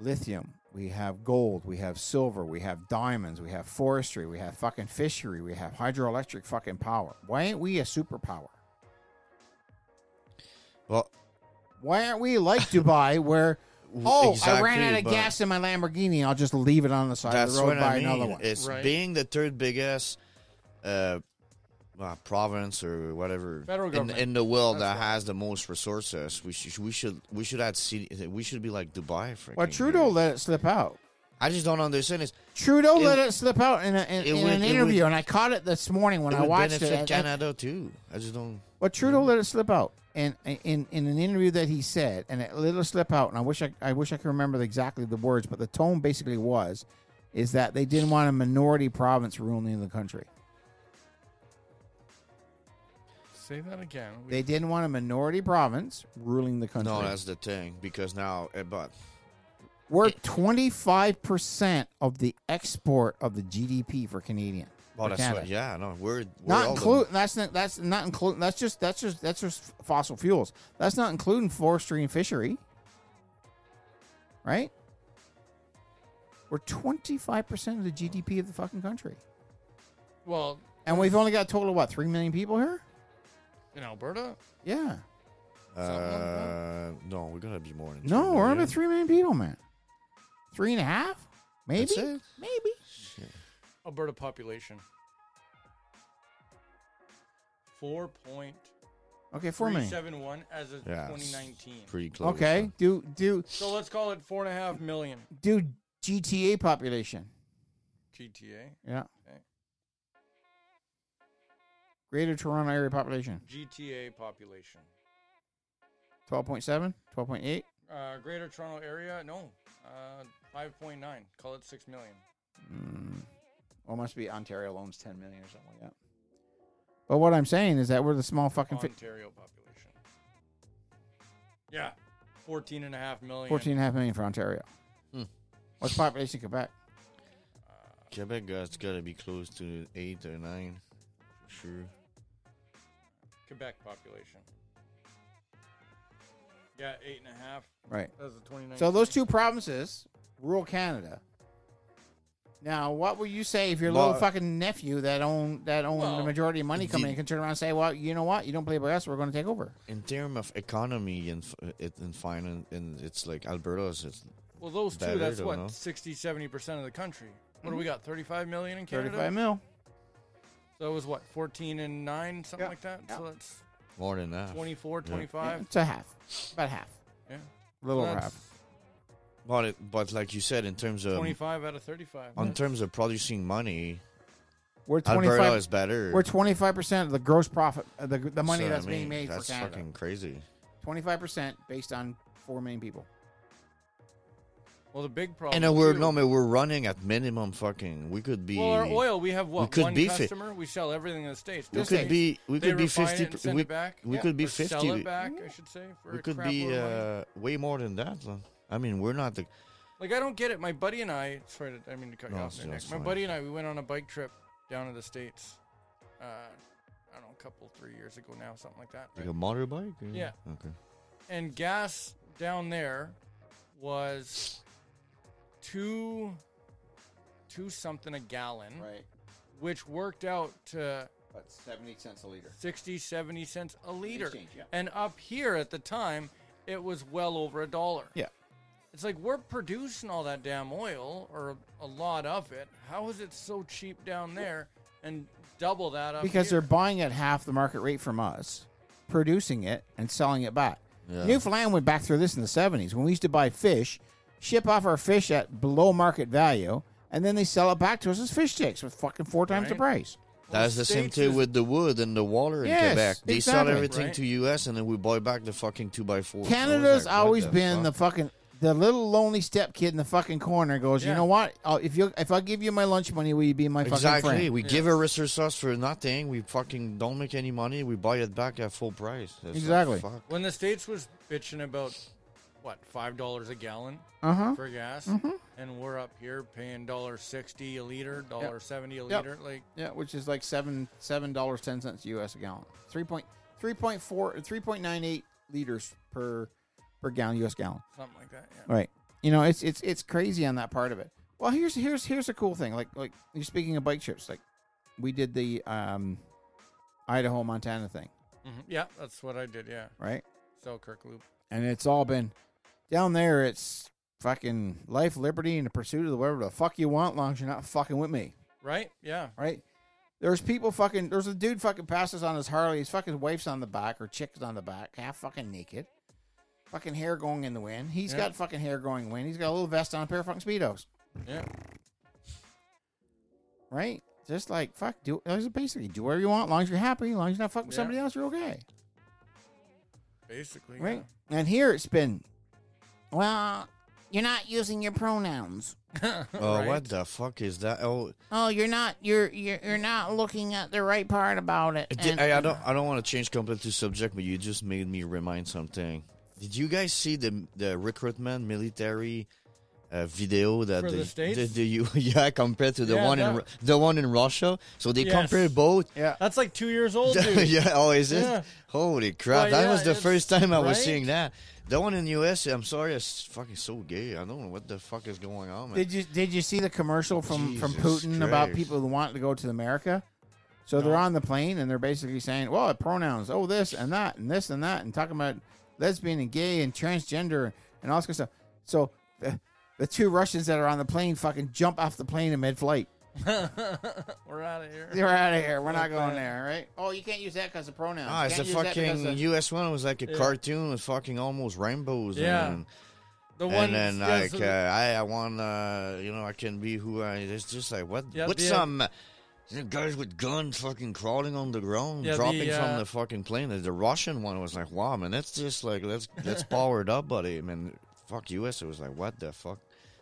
[SPEAKER 1] lithium, we have gold, we have silver, we have diamonds, we have forestry, we have fucking fishery, we have hydroelectric fucking power. Why ain't we a superpower?
[SPEAKER 2] Well,
[SPEAKER 1] Why aren't we like Dubai where oh I ran
[SPEAKER 2] exactly,
[SPEAKER 1] out of
[SPEAKER 2] but-
[SPEAKER 1] gas in my Lamborghini, I'll just leave it on the side of
[SPEAKER 2] that's
[SPEAKER 1] the road
[SPEAKER 2] what
[SPEAKER 1] and buy
[SPEAKER 2] I mean.
[SPEAKER 1] another one.
[SPEAKER 2] It's
[SPEAKER 3] Right.
[SPEAKER 2] being the third biggest uh, uh, province or whatever
[SPEAKER 3] Federal
[SPEAKER 2] in,
[SPEAKER 3] government.
[SPEAKER 2] in the world
[SPEAKER 3] That's
[SPEAKER 2] that
[SPEAKER 3] right.
[SPEAKER 2] has the most resources. We should we should we should add city, we should be like Dubai.
[SPEAKER 1] well
[SPEAKER 2] freaking
[SPEAKER 1] Trudeau
[SPEAKER 2] here.
[SPEAKER 1] let it slip out.
[SPEAKER 2] I just don't understand this.
[SPEAKER 1] Trudeau
[SPEAKER 2] It-
[SPEAKER 1] let it slip out in, a, in,
[SPEAKER 2] it
[SPEAKER 1] in
[SPEAKER 2] would-
[SPEAKER 1] an
[SPEAKER 2] it
[SPEAKER 1] interview, and
[SPEAKER 2] would-
[SPEAKER 1] I caught it this morning when
[SPEAKER 2] It
[SPEAKER 1] I
[SPEAKER 2] would
[SPEAKER 1] watched it.
[SPEAKER 2] benefit
[SPEAKER 1] I- I-
[SPEAKER 2] Canada too. I just don't.
[SPEAKER 1] Well, Trudeau let it slip out, and in in an interview that he said, and it let it slip out, and I wish I I wish I could remember the- exactly the words, but the tone basically was, is that they didn't want a minority province ruling the country.
[SPEAKER 3] Say that again. We-
[SPEAKER 1] They didn't want a minority province ruling the country.
[SPEAKER 2] No, that's the thing because now, eh, but
[SPEAKER 1] We're twenty five percent of the export of the GDP for Canadian.
[SPEAKER 2] well,
[SPEAKER 1] for
[SPEAKER 2] that's
[SPEAKER 1] Canada.
[SPEAKER 2] what, yeah, no, we're, we're
[SPEAKER 1] Not
[SPEAKER 2] all the-
[SPEAKER 1] include that's not that's not include that's just that's just that's just fossil fuels. That's not including forestry and fishery. Right? We're twenty five percent of the GDP of the fucking country.
[SPEAKER 3] well,
[SPEAKER 1] And we've only got a total of what, three million people here?
[SPEAKER 3] in Alberta,
[SPEAKER 1] Yeah.
[SPEAKER 2] Uh, no, we're gonna be more than
[SPEAKER 1] No,
[SPEAKER 2] two
[SPEAKER 1] we're under
[SPEAKER 2] million.
[SPEAKER 1] three million people, man. Three and a half? Maybe?
[SPEAKER 2] That's it?
[SPEAKER 1] Maybe.
[SPEAKER 3] Alberta population. 4.371
[SPEAKER 1] Okay, four million.
[SPEAKER 3] as of
[SPEAKER 2] Yeah, it's
[SPEAKER 3] 2019.
[SPEAKER 2] Pretty close.
[SPEAKER 1] Okay. Do do
[SPEAKER 3] So let's call it 4.5 million
[SPEAKER 1] do GTA population.
[SPEAKER 3] GTA.
[SPEAKER 1] Yeah.
[SPEAKER 3] Okay.
[SPEAKER 1] Greater Toronto area population.
[SPEAKER 3] GTA population.
[SPEAKER 1] 12.7, 12.8.
[SPEAKER 3] Uh, Greater Toronto Area, no. Uh, 5.9. Call it 6 million.
[SPEAKER 1] Well, it must be Ontario owns 10 million or something like that. But what I'm saying is that we're the small fucking fi-
[SPEAKER 3] Ontario population. Yeah. 14 and a half million.
[SPEAKER 1] 14 and a half million for Ontario.
[SPEAKER 2] Hmm.
[SPEAKER 1] What's the population of Quebec?
[SPEAKER 2] Quebec has gotta be close to eight or nine, for sure.
[SPEAKER 3] Quebec population. Yeah, eight and a half.
[SPEAKER 1] Right.
[SPEAKER 3] That's the 29.
[SPEAKER 1] So those two provinces, rural Canada. Now, what would you say if your little
[SPEAKER 2] Well-
[SPEAKER 1] fucking nephew that owned that owned the
[SPEAKER 3] Well,
[SPEAKER 1] majority of money coming
[SPEAKER 2] the-
[SPEAKER 1] in can turn around and say, "Well, you know what? You don't play by us. We're going to take over."
[SPEAKER 2] In terms of economy and f- it and finance, and it's like Alberta's. It's,
[SPEAKER 3] Well, those two,
[SPEAKER 2] Better,
[SPEAKER 3] that's
[SPEAKER 2] don't know.
[SPEAKER 3] what, sixty, seventy 60, 70% of the country. What do we got? 35 million in Canada?
[SPEAKER 1] Mm-hmm. Thirty-five mil.
[SPEAKER 3] So it was what, 14 and 9, something
[SPEAKER 1] Yeah,
[SPEAKER 3] like that?
[SPEAKER 1] yeah.
[SPEAKER 3] So that's
[SPEAKER 2] more than that.
[SPEAKER 3] 24,
[SPEAKER 2] Yeah.
[SPEAKER 3] 25.
[SPEAKER 1] It's a half, about half,
[SPEAKER 3] Yeah.
[SPEAKER 1] Mm-hmm. a little over
[SPEAKER 3] That's
[SPEAKER 1] half.
[SPEAKER 2] But it, but like you said, in terms of
[SPEAKER 3] 25 out of 35.
[SPEAKER 2] on terms of producing money,
[SPEAKER 1] We're
[SPEAKER 2] Alberta
[SPEAKER 1] twenty-five.
[SPEAKER 2] is better.
[SPEAKER 1] We're twenty-five percent of the gross profit, uh, the the money
[SPEAKER 2] So, I
[SPEAKER 1] that's
[SPEAKER 2] mean,
[SPEAKER 1] being made
[SPEAKER 2] That's
[SPEAKER 1] for Canada.
[SPEAKER 2] fucking crazy.
[SPEAKER 1] Twenty-five percent based on four million people.
[SPEAKER 3] well, the big problem.
[SPEAKER 2] And uh, we're
[SPEAKER 3] too-
[SPEAKER 2] no, man, we're running at minimum fucking. We could be.
[SPEAKER 3] Well, our oil, we have what?
[SPEAKER 2] could
[SPEAKER 3] one
[SPEAKER 2] be fi-
[SPEAKER 3] customer? we sell everything in the States.
[SPEAKER 2] We
[SPEAKER 3] don't
[SPEAKER 2] could be. We
[SPEAKER 3] They
[SPEAKER 2] could be
[SPEAKER 3] refine
[SPEAKER 2] fifty.
[SPEAKER 3] It and send
[SPEAKER 2] we
[SPEAKER 3] it back.
[SPEAKER 2] we
[SPEAKER 1] Yeah.
[SPEAKER 2] could be
[SPEAKER 3] Or
[SPEAKER 2] fifty.
[SPEAKER 3] Sell it back, I should say. For
[SPEAKER 2] We
[SPEAKER 3] a
[SPEAKER 2] could
[SPEAKER 3] crap
[SPEAKER 2] be
[SPEAKER 3] load of money.
[SPEAKER 2] uh, way more than that. though. I mean, we're not the.
[SPEAKER 3] Like I don't get it. My buddy and I. Sorry, to, I mean to cut you
[SPEAKER 2] No,
[SPEAKER 3] off there,
[SPEAKER 2] no,
[SPEAKER 3] Nick.
[SPEAKER 2] it's
[SPEAKER 3] My
[SPEAKER 2] fine.
[SPEAKER 3] buddy and I. We went on a bike trip down to the states. Uh, I don't know, a couple, three years ago now, something like that.
[SPEAKER 2] Like a motorbike? Or?
[SPEAKER 3] Yeah.
[SPEAKER 2] Okay.
[SPEAKER 3] And gas down there was two, two something a gallon,
[SPEAKER 1] Right,
[SPEAKER 3] which worked out to
[SPEAKER 1] but seventy cents a liter.
[SPEAKER 3] 60, 70 cents a liter.
[SPEAKER 1] Exchange, yeah.
[SPEAKER 3] And up here at the time, it was well over a dollar.
[SPEAKER 1] Yeah.
[SPEAKER 3] It's like we're producing all that damn oil or a lot of it. How is it so cheap down there and double that up?
[SPEAKER 1] because
[SPEAKER 3] here?
[SPEAKER 1] they're buying at half the market rate from us, producing it and selling it back.
[SPEAKER 2] Yeah.
[SPEAKER 1] Newfoundland went back through this in the seventies when we used to buy fish, ship off our fish at below market value, and then they sell it back to us as fish sticks with fucking four times the
[SPEAKER 3] Right.
[SPEAKER 1] price.
[SPEAKER 3] Well,
[SPEAKER 2] That's the same
[SPEAKER 3] States
[SPEAKER 2] thing
[SPEAKER 3] is-
[SPEAKER 2] with the wood and the water in
[SPEAKER 1] Yes,
[SPEAKER 2] Quebec. They sell
[SPEAKER 1] exactly.
[SPEAKER 2] everything
[SPEAKER 3] Right.
[SPEAKER 2] to US and then we buy back the fucking 2x4.
[SPEAKER 1] Canada's always been the
[SPEAKER 2] the
[SPEAKER 1] fucking the little lonely step kid in the fucking corner goes, you
[SPEAKER 3] Yeah.
[SPEAKER 1] know what? I'll, if you if I give you my lunch money, will you be my fucking
[SPEAKER 2] Exactly.
[SPEAKER 1] friend?
[SPEAKER 2] We give a resource sauce for nothing. We fucking don't make any money. We buy it back at full price. That's like,
[SPEAKER 1] Exactly.
[SPEAKER 2] fuck.
[SPEAKER 3] when the states was bitching about what five dollars a gallon
[SPEAKER 1] Uh huh.
[SPEAKER 3] for gas, and we're up here paying dollar sixty a liter, dollar seventy a
[SPEAKER 1] Yep.
[SPEAKER 3] liter. Like
[SPEAKER 1] Yeah, which is like seven seven dollars ten cents US a gallon. Three point three point four three point nine eight liters per per gallon US gallon.
[SPEAKER 3] something like that. Yeah.
[SPEAKER 1] All right. You know, it's it's it's crazy on that part of it. Well, here's here's here's a cool thing. Like like you're speaking of bike trips. Like we did the um Idaho Montana thing,
[SPEAKER 3] Mhm. Yeah, that's what I did. Yeah,
[SPEAKER 1] right?
[SPEAKER 3] Selkirk Loop.
[SPEAKER 1] And it's all been down there. It's fucking life, liberty, and the pursuit of the whatever the fuck you want, long as you're not fucking with me.
[SPEAKER 3] Right? Yeah.
[SPEAKER 1] right? There's people fucking. There's a dude fucking passes on his Harley. His fucking wife's on the back or chick's on the back, half fucking naked, fucking hair going in the wind. He's
[SPEAKER 3] Yeah.
[SPEAKER 1] got fucking hair going in the wind. He's got a little vest on, a pair of fucking speedos.
[SPEAKER 3] Yeah.
[SPEAKER 1] right? Just like fuck, do just basically do whatever you want, as long as you're happy, as long as you're not fucking with
[SPEAKER 3] Yeah.
[SPEAKER 1] somebody else, you're okay,
[SPEAKER 3] Basically.
[SPEAKER 1] right? And here it's been, well, you're not using your pronouns.
[SPEAKER 3] Yeah.
[SPEAKER 2] Oh,
[SPEAKER 3] Right?
[SPEAKER 2] what the fuck is that? Oh,
[SPEAKER 1] Oh, you're not you're you're, you're not looking at the right part about it.
[SPEAKER 2] Di- I, I don't. I don't want to change completely subject, but you just made me remind something. Did you guys see the the recruitment military uh, video that
[SPEAKER 3] For the
[SPEAKER 2] they-
[SPEAKER 3] States?
[SPEAKER 2] the- the U- yeah compared to the
[SPEAKER 3] Yeah,
[SPEAKER 2] one in
[SPEAKER 3] that-
[SPEAKER 2] Ru- the one in Russia? So they
[SPEAKER 3] Yes.
[SPEAKER 2] compare both.
[SPEAKER 1] yeah.
[SPEAKER 3] That's like two years old, dude.
[SPEAKER 2] yeah. Oh, is it?
[SPEAKER 3] Yeah.
[SPEAKER 2] Holy crap!
[SPEAKER 3] Well,
[SPEAKER 2] that
[SPEAKER 3] yeah,
[SPEAKER 2] was the
[SPEAKER 3] it's-
[SPEAKER 2] first time I was
[SPEAKER 3] right?
[SPEAKER 2] seeing that. The one in the U.S. I'm sorry, it's fucking so gay. I don't know what the fuck is going on. Man.
[SPEAKER 1] Did you did you see the commercial from from
[SPEAKER 2] Jesus
[SPEAKER 1] Putin about
[SPEAKER 2] Christ.
[SPEAKER 1] people who want to go to America? So they're on the plane and they're basically saying, "Well, pronouns, oh this and that and this and that," and talking about lesbian and gay and transgender and all this kind of stuff. So the, the two Russians that are on the plane fucking jump off the plane in mid-flight.
[SPEAKER 3] We're out of here.
[SPEAKER 1] They're out of here. We're not going there, right? Oh, you can't use that because of pronouns.
[SPEAKER 2] Ah,
[SPEAKER 1] You
[SPEAKER 2] it's a
[SPEAKER 1] can't use that because
[SPEAKER 2] fucking
[SPEAKER 1] of-
[SPEAKER 2] U.S. one. It was like a
[SPEAKER 3] Yeah.
[SPEAKER 2] cartoon with fucking almost rainbows.
[SPEAKER 3] Yeah.
[SPEAKER 2] And,
[SPEAKER 3] The one
[SPEAKER 2] and then
[SPEAKER 3] yeah,
[SPEAKER 2] like
[SPEAKER 3] so
[SPEAKER 2] uh, I, I want, uh, you know, I can be who I. It's just like what?
[SPEAKER 3] Yeah,
[SPEAKER 2] what's
[SPEAKER 3] the- uh,
[SPEAKER 2] some some guys with guns fucking crawling on the ground,
[SPEAKER 3] Yeah,
[SPEAKER 2] dropping
[SPEAKER 3] the,
[SPEAKER 2] from
[SPEAKER 3] uh,
[SPEAKER 2] the fucking plane? And The Russian one was like, wow, man, that's just like let's let's power it up, buddy. I mean, fuck U.S. It was like what the fuck.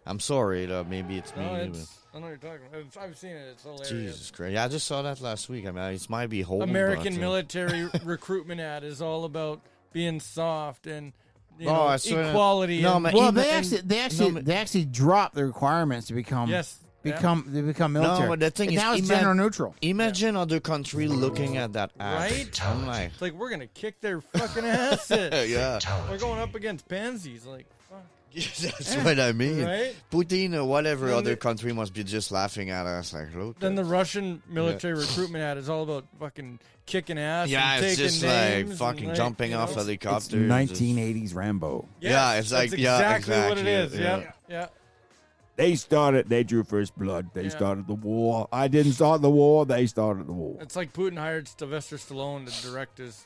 [SPEAKER 2] I'm sorry, though. Maybe it's
[SPEAKER 3] no,
[SPEAKER 2] me.
[SPEAKER 3] Oh, it's, I know what you're talking about. It's- I've seen it. It's
[SPEAKER 2] but
[SPEAKER 3] hilarious.
[SPEAKER 2] Jesus Christ! Yeah, I just saw that last week. I mean, it might be whole
[SPEAKER 3] American
[SPEAKER 2] but, uh,
[SPEAKER 3] military recruitment ad is all about being soft and you
[SPEAKER 2] Oh,
[SPEAKER 3] know,
[SPEAKER 2] I swear-
[SPEAKER 3] equality.
[SPEAKER 2] No,
[SPEAKER 3] and,
[SPEAKER 2] man,
[SPEAKER 1] Well,
[SPEAKER 2] in-
[SPEAKER 1] they
[SPEAKER 2] in-
[SPEAKER 1] actually they actually
[SPEAKER 2] but-
[SPEAKER 1] they actually dropped the requirements to become
[SPEAKER 3] Yes, yeah.
[SPEAKER 1] become they become military.
[SPEAKER 2] but the thing
[SPEAKER 1] And
[SPEAKER 2] is,
[SPEAKER 1] now it's
[SPEAKER 2] ima-
[SPEAKER 1] gender neutral.
[SPEAKER 2] Imagine other country looking at that ad.
[SPEAKER 3] Right?
[SPEAKER 2] I'm like,
[SPEAKER 3] it's like we're gonna kick their fucking asses.
[SPEAKER 2] yeah,
[SPEAKER 3] We're going up against pansies. Like, fuck.
[SPEAKER 2] that's what I mean.
[SPEAKER 3] Eh, Right?
[SPEAKER 2] Putin or whatever
[SPEAKER 3] Then
[SPEAKER 2] other
[SPEAKER 3] the-
[SPEAKER 2] country must be just laughing at us. Like, look.
[SPEAKER 3] then
[SPEAKER 2] at-
[SPEAKER 3] the Russian military recruitment ad is all about fucking kicking ass.
[SPEAKER 2] yeah,
[SPEAKER 3] and
[SPEAKER 2] it's
[SPEAKER 3] taking
[SPEAKER 2] just
[SPEAKER 3] names
[SPEAKER 2] like
[SPEAKER 3] and,
[SPEAKER 2] fucking jumping
[SPEAKER 3] you
[SPEAKER 2] off
[SPEAKER 3] know?
[SPEAKER 2] helicopters. and-
[SPEAKER 6] 1980s Rambo.
[SPEAKER 3] Yes,
[SPEAKER 2] Yeah, it's like-
[SPEAKER 3] that's
[SPEAKER 2] yeah,
[SPEAKER 3] exactly, what it is.
[SPEAKER 2] exactly, yeah,
[SPEAKER 3] Yep, yeah.
[SPEAKER 6] They started. They drew first blood. They
[SPEAKER 3] Yeah.
[SPEAKER 6] started the war. I didn't start the war. They started the war.
[SPEAKER 3] It's like Putin hired Sylvester Stallone to direct his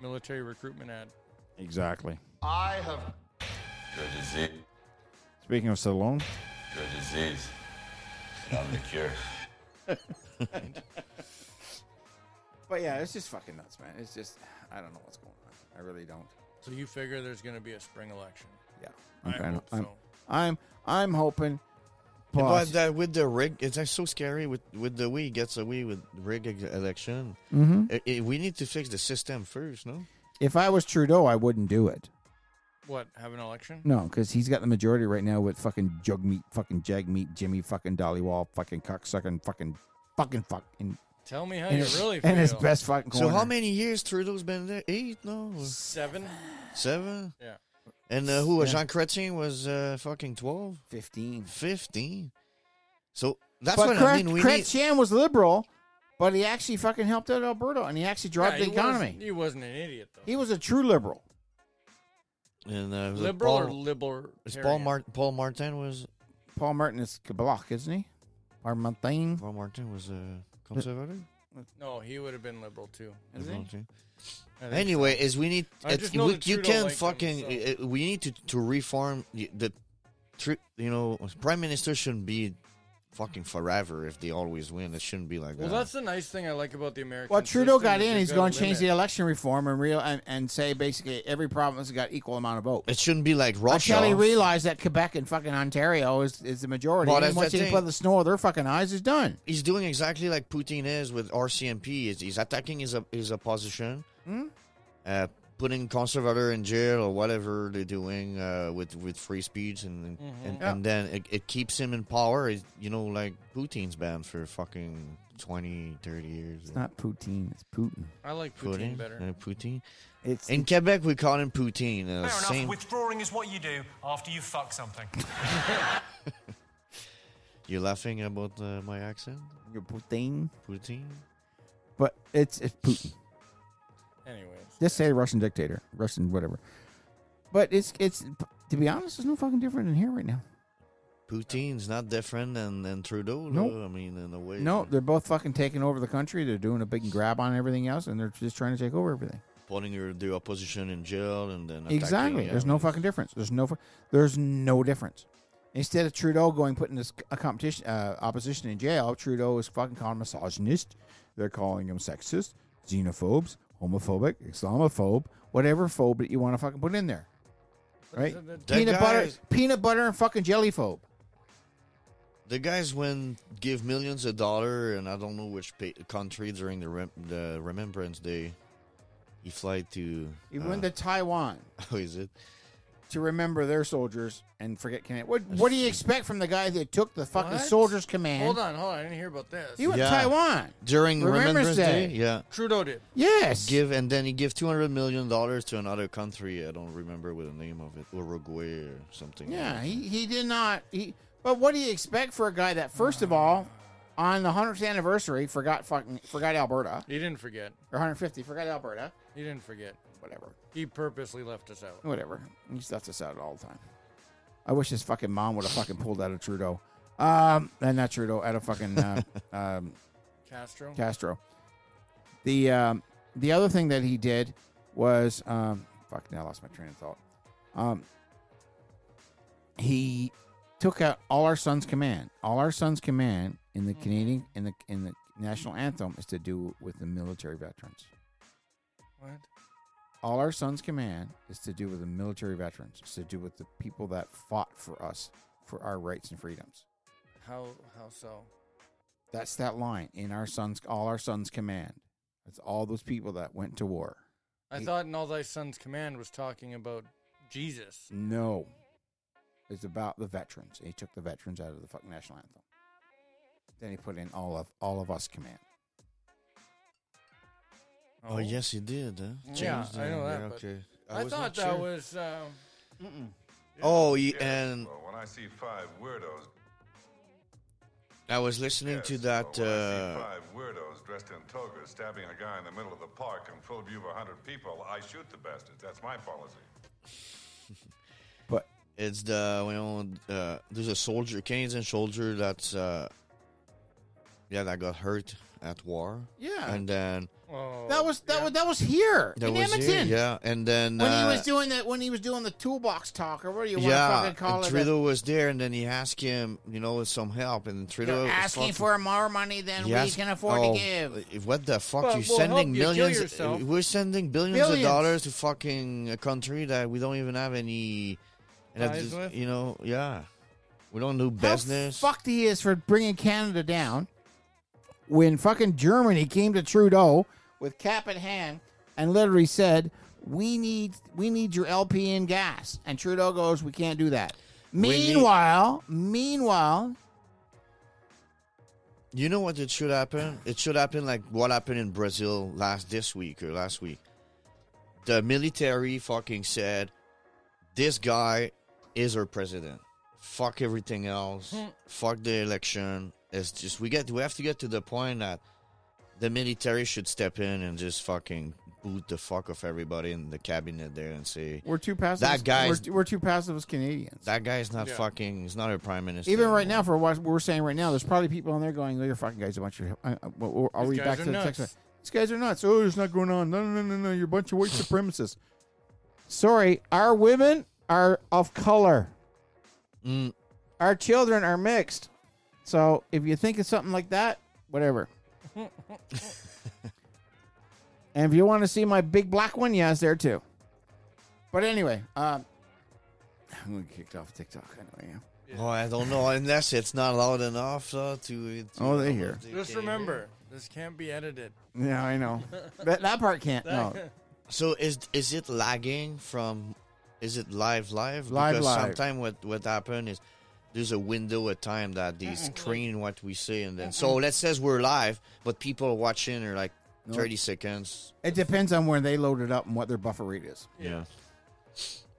[SPEAKER 3] military recruitment ad.
[SPEAKER 6] Exactly.
[SPEAKER 4] I have
[SPEAKER 5] Your disease.
[SPEAKER 6] Speaking of Stallone,
[SPEAKER 5] Your disease. I'm the cure.
[SPEAKER 1] But yeah, it's just fucking nuts, man. It's just I don't know what's going on. I really don't.
[SPEAKER 3] So you figure there's going to be a spring election.
[SPEAKER 1] Yeah.
[SPEAKER 3] I hope
[SPEAKER 1] I'm,
[SPEAKER 3] so.
[SPEAKER 1] I'm I'm hoping.
[SPEAKER 2] But
[SPEAKER 1] Plus,
[SPEAKER 2] that with the rig, it's like so scary. With with the way he gets away with rig ex- election,
[SPEAKER 1] Mm-hmm.
[SPEAKER 2] I- I- we need to fix the system first. No,
[SPEAKER 1] if I was Trudeau, I wouldn't do it.
[SPEAKER 3] What? Have an election?
[SPEAKER 1] No, because he's got the majority right now with fucking jug meat, fucking jag meat, Jimmy, fucking Dollywall, fucking cocksucking, fucking fucking fuck, and,
[SPEAKER 3] Tell me how
[SPEAKER 1] and
[SPEAKER 3] you
[SPEAKER 1] his,
[SPEAKER 3] really feel.
[SPEAKER 1] and his best fucking.
[SPEAKER 2] so how
[SPEAKER 1] corner.
[SPEAKER 2] many years Trudeau's been there? Eight? No,
[SPEAKER 3] seven.
[SPEAKER 2] seven?
[SPEAKER 3] Yeah.
[SPEAKER 2] And uh, who was
[SPEAKER 1] Yeah.
[SPEAKER 2] Jean Chrétien was uh, fucking twelve.
[SPEAKER 1] Fifteen.
[SPEAKER 2] 15. So that's
[SPEAKER 1] but
[SPEAKER 2] what
[SPEAKER 1] Cra-
[SPEAKER 2] I mean. We
[SPEAKER 1] Cra-
[SPEAKER 2] need,
[SPEAKER 1] Chan was liberal, but he actually fucking helped out Alberta, and he actually dropped
[SPEAKER 3] Yeah,
[SPEAKER 1] the
[SPEAKER 3] he
[SPEAKER 1] economy.
[SPEAKER 3] Wasn't, he wasn't an idiot though.
[SPEAKER 1] he was a true liberal.
[SPEAKER 2] and, uh, was it
[SPEAKER 3] liberal or
[SPEAKER 2] Paul,
[SPEAKER 3] liberal?
[SPEAKER 2] is Paul, Mar- Paul Martin was
[SPEAKER 1] Paul Martin is Kablock, isn't he? Or Martin.
[SPEAKER 2] Paul Martin was a conservative.
[SPEAKER 3] No, he would have been liberal too.
[SPEAKER 2] Martin.
[SPEAKER 3] I think
[SPEAKER 2] Anyway, is we need
[SPEAKER 3] I
[SPEAKER 2] it's-
[SPEAKER 3] just know
[SPEAKER 2] we,
[SPEAKER 3] that
[SPEAKER 2] you
[SPEAKER 3] Trudeau
[SPEAKER 2] can
[SPEAKER 3] liked him,
[SPEAKER 2] fucking
[SPEAKER 3] so-
[SPEAKER 2] uh, we need to to reform the, the tr- you know prime minister shouldn't be fucking forever if they always win. It shouldn't be like
[SPEAKER 3] Well,
[SPEAKER 2] that.
[SPEAKER 3] that's the nice thing I like about the American.
[SPEAKER 1] Well, Trudeau
[SPEAKER 3] system
[SPEAKER 1] got
[SPEAKER 3] is
[SPEAKER 1] in.
[SPEAKER 3] they've
[SPEAKER 1] He's
[SPEAKER 3] got a
[SPEAKER 1] going to change the
[SPEAKER 3] limit.
[SPEAKER 1] election reform and real and, and say basically every province has got equal amount of votes.
[SPEAKER 2] it shouldn't be like
[SPEAKER 1] Until he
[SPEAKER 2] Russia.
[SPEAKER 1] realized that Quebec and fucking Ontario is, is the majority.
[SPEAKER 2] Well,
[SPEAKER 1] and
[SPEAKER 2] that's
[SPEAKER 1] once
[SPEAKER 2] the
[SPEAKER 1] they
[SPEAKER 2] thing.
[SPEAKER 1] put the snow of their fucking eyes, is done.
[SPEAKER 2] he's doing exactly like Putin is with RCMP. He's, he's attacking his op- his opposition,
[SPEAKER 1] Hmm?
[SPEAKER 2] uh, putting conservator in jail or whatever they're doing uh, with with free speech, and and, and then it, it keeps him in power. It- you know, like Putin's banned for fucking 20, 30 years.
[SPEAKER 1] It's not Putin. It's Putin.
[SPEAKER 3] I like
[SPEAKER 2] Putin,
[SPEAKER 3] Putin, better.
[SPEAKER 2] uh, Putin.
[SPEAKER 1] It's
[SPEAKER 2] In Quebec, we call him Putin. Uh,
[SPEAKER 7] Fair enough.
[SPEAKER 2] same,
[SPEAKER 7] Withdrawing is what you do after you fuck something.
[SPEAKER 2] you're laughing about uh, my accent,
[SPEAKER 1] your Putin,
[SPEAKER 2] Putin.
[SPEAKER 1] but it's it's Putin.
[SPEAKER 3] Anyways,
[SPEAKER 1] Just say Russian dictator, Russian whatever. But it's it's to be honest, it's no fucking different than here right now.
[SPEAKER 2] Putin's not different than, than Trudeau.
[SPEAKER 1] Nope.
[SPEAKER 2] though. I mean, in a way.
[SPEAKER 1] No, they're both fucking taking over the country. They're doing a big grab on everything else, and they're just trying to take over everything.
[SPEAKER 2] putting your, the opposition in jail and then attacking
[SPEAKER 1] Exactly.
[SPEAKER 2] him.
[SPEAKER 1] There's no fucking difference. There's no fu- there's no difference. Instead of Trudeau going putting this a competition uh, opposition in jail, Trudeau is fucking calling him misogynist. They're calling him sexist, xenophobes, homophobic, Islamophobe, whatever phobe that you want to fucking put in there. Right?
[SPEAKER 3] That
[SPEAKER 1] Peanut
[SPEAKER 2] guy
[SPEAKER 1] butter,
[SPEAKER 2] is-
[SPEAKER 1] peanut butter, and fucking jelly phobe.
[SPEAKER 2] The guys when give millions of dollar, and I don't know which pa- country during the rem- the Remembrance Day, he fly to.
[SPEAKER 1] He
[SPEAKER 2] uh,
[SPEAKER 1] went to Taiwan
[SPEAKER 2] oh, is it?
[SPEAKER 1] to remember their soldiers and forget command. What, what do you expect from the guy that took the fucking
[SPEAKER 3] What?
[SPEAKER 1] soldiers' command?
[SPEAKER 3] Hold on, hold on. I didn't hear about this.
[SPEAKER 1] He went
[SPEAKER 2] Yeah.
[SPEAKER 1] to Taiwan.
[SPEAKER 2] During
[SPEAKER 1] Remembrance
[SPEAKER 2] Remembrance Day?
[SPEAKER 1] Day.
[SPEAKER 2] yeah.
[SPEAKER 3] Trudeau did.
[SPEAKER 1] Yes.
[SPEAKER 2] Give and then he give two hundred million dollars to another country. I don't remember what the name of it, Uruguay or something.
[SPEAKER 1] Yeah, he, he did not. He but what do you expect for a guy that first of all, on the hundredth anniversary, forgot fucking forgot Alberta
[SPEAKER 3] He didn't forget.
[SPEAKER 1] or 150 forgot Alberta,
[SPEAKER 3] He didn't forget.
[SPEAKER 1] whatever,
[SPEAKER 3] He purposely left us out.
[SPEAKER 1] whatever. He stuffs us out all the time. I wish his fucking mom would have fucking pulled out of Trudeau, um, and not Trudeau, out of fucking uh, um,
[SPEAKER 3] Castro.
[SPEAKER 1] Castro. The um, the other thing that he did was um, fuck. Now I lost my train of thought. Um, he took out all our sons' command. All our sons' command in the Canadian in the in the national anthem is to do with the military veterans.
[SPEAKER 3] What?
[SPEAKER 1] All our sons' command is to do with the military veterans. It's to do with the people that fought for us for our rights and freedoms.
[SPEAKER 3] How? How so?
[SPEAKER 1] That's that line in our sons, all our sons' command. That's all those people that went to war.
[SPEAKER 3] I
[SPEAKER 1] He-
[SPEAKER 3] thought in all thy son's command was talking about Jesus.
[SPEAKER 1] No, it's about the veterans. He took the veterans out of the fucking national anthem. Then he put in all of all of us command.
[SPEAKER 2] Oh yes, he did. Huh?
[SPEAKER 3] Yeah,
[SPEAKER 2] Changed
[SPEAKER 3] I
[SPEAKER 2] the-
[SPEAKER 3] know that,
[SPEAKER 2] yeah,
[SPEAKER 3] but
[SPEAKER 2] okay.
[SPEAKER 3] I,
[SPEAKER 2] was
[SPEAKER 3] thought
[SPEAKER 2] not
[SPEAKER 3] that
[SPEAKER 2] sure.
[SPEAKER 3] was. Um,
[SPEAKER 2] Oh, he, and
[SPEAKER 5] Well, when I see five weirdos,
[SPEAKER 2] I was listening to
[SPEAKER 5] yes,
[SPEAKER 2] that.
[SPEAKER 5] well, when I see
[SPEAKER 2] Uh,
[SPEAKER 5] five weirdos dressed in togas stabbing a guy in the middle of the park in full view of a hundred people, I shoot the bastards. That's my policy.
[SPEAKER 1] But
[SPEAKER 2] It's the you know uh, there's a soldier, Canadian soldier that's uh, yeah that got hurt at war.
[SPEAKER 1] Yeah.
[SPEAKER 2] and then
[SPEAKER 3] oh,
[SPEAKER 1] that was that was that was here
[SPEAKER 2] that
[SPEAKER 1] in
[SPEAKER 2] was it,
[SPEAKER 1] Edmonton
[SPEAKER 2] Yeah, and then
[SPEAKER 1] when
[SPEAKER 2] uh,
[SPEAKER 1] he was doing that when he was doing the toolbox talk or what do you want
[SPEAKER 2] yeah,
[SPEAKER 1] to fucking call
[SPEAKER 2] and
[SPEAKER 1] it? uh,
[SPEAKER 2] Trudeau was there, and then he asked him, you know, some help, and Trudeau
[SPEAKER 1] They're
[SPEAKER 2] was
[SPEAKER 1] asking
[SPEAKER 2] uh, fucking-
[SPEAKER 1] for more money than
[SPEAKER 2] he
[SPEAKER 1] we
[SPEAKER 2] asked-
[SPEAKER 1] can afford
[SPEAKER 2] oh,
[SPEAKER 1] to give.
[SPEAKER 2] if- What the fuck?
[SPEAKER 3] Well,
[SPEAKER 2] You're
[SPEAKER 3] we'll help
[SPEAKER 2] sending
[SPEAKER 3] you kill
[SPEAKER 2] millions.
[SPEAKER 3] yourself.
[SPEAKER 2] We're sending billions,
[SPEAKER 1] Billions.
[SPEAKER 2] of dollars to fucking a country that we don't even have any. and have
[SPEAKER 3] Ties
[SPEAKER 2] this-
[SPEAKER 3] with?
[SPEAKER 2] You know, yeah, we don't do
[SPEAKER 1] How
[SPEAKER 2] business.
[SPEAKER 1] fucked he is for bringing Canada down when fucking Germany came to Trudeau with cap in hand and literally said, "We need we need your LPN gas," and Trudeau goes, "We can't do that."
[SPEAKER 2] need-
[SPEAKER 1] Meanwhile, meanwhile,
[SPEAKER 2] You know what it should happen? It should happen like what happened in Brazil last this week or last week. The military fucking said, "This guy is our president. Fuck everything else.
[SPEAKER 1] Hmm.
[SPEAKER 2] Fuck the election. It's just we get we have to get to the point that the military should step in and just fucking boot the fuck off everybody in the cabinet there and say
[SPEAKER 1] we're too passive.
[SPEAKER 2] That guy's-
[SPEAKER 1] we're, we're too passive as Canadians.
[SPEAKER 2] that guy's not
[SPEAKER 3] Yeah.
[SPEAKER 2] fucking. He's not a prime minister.
[SPEAKER 1] Even right
[SPEAKER 2] anymore."
[SPEAKER 1] now, for what we're saying right now, there's probably people on there going, "Oh, your fucking guys are a bunch of." I, I, well, I'll
[SPEAKER 3] These
[SPEAKER 1] read
[SPEAKER 3] guys
[SPEAKER 1] back
[SPEAKER 3] are
[SPEAKER 1] to the
[SPEAKER 3] nuts.
[SPEAKER 1] text. message. These guys are nuts. Oh, it's not going on. No, no, no, no, no. You're a bunch of white supremacists. Sorry, our women are of color.
[SPEAKER 2] Mm.
[SPEAKER 1] Our children are mixed. So if you think of something like that, whatever. and if you want to see my big black one, yeah, it's there too. But anyway, um, I'm gonna get kicked off TikTok. I know I am.
[SPEAKER 2] Oh, I don't know. Unless it's not loud enough uh, to, to.
[SPEAKER 1] Oh, they hear.
[SPEAKER 3] Just remember, this can't be edited.
[SPEAKER 1] Yeah, I know. that, that part can't. No,
[SPEAKER 2] So is is it lagging from? Is it live live?
[SPEAKER 1] Live,
[SPEAKER 2] because
[SPEAKER 1] live.
[SPEAKER 2] Sometimes what what happen is there's a window of time that they
[SPEAKER 3] Mm-hmm.
[SPEAKER 2] screen what we say and then so let's says we're live, but people watching are like thirty seconds.
[SPEAKER 1] it depends on where they load it up and what their buffer rate is.
[SPEAKER 2] Yeah.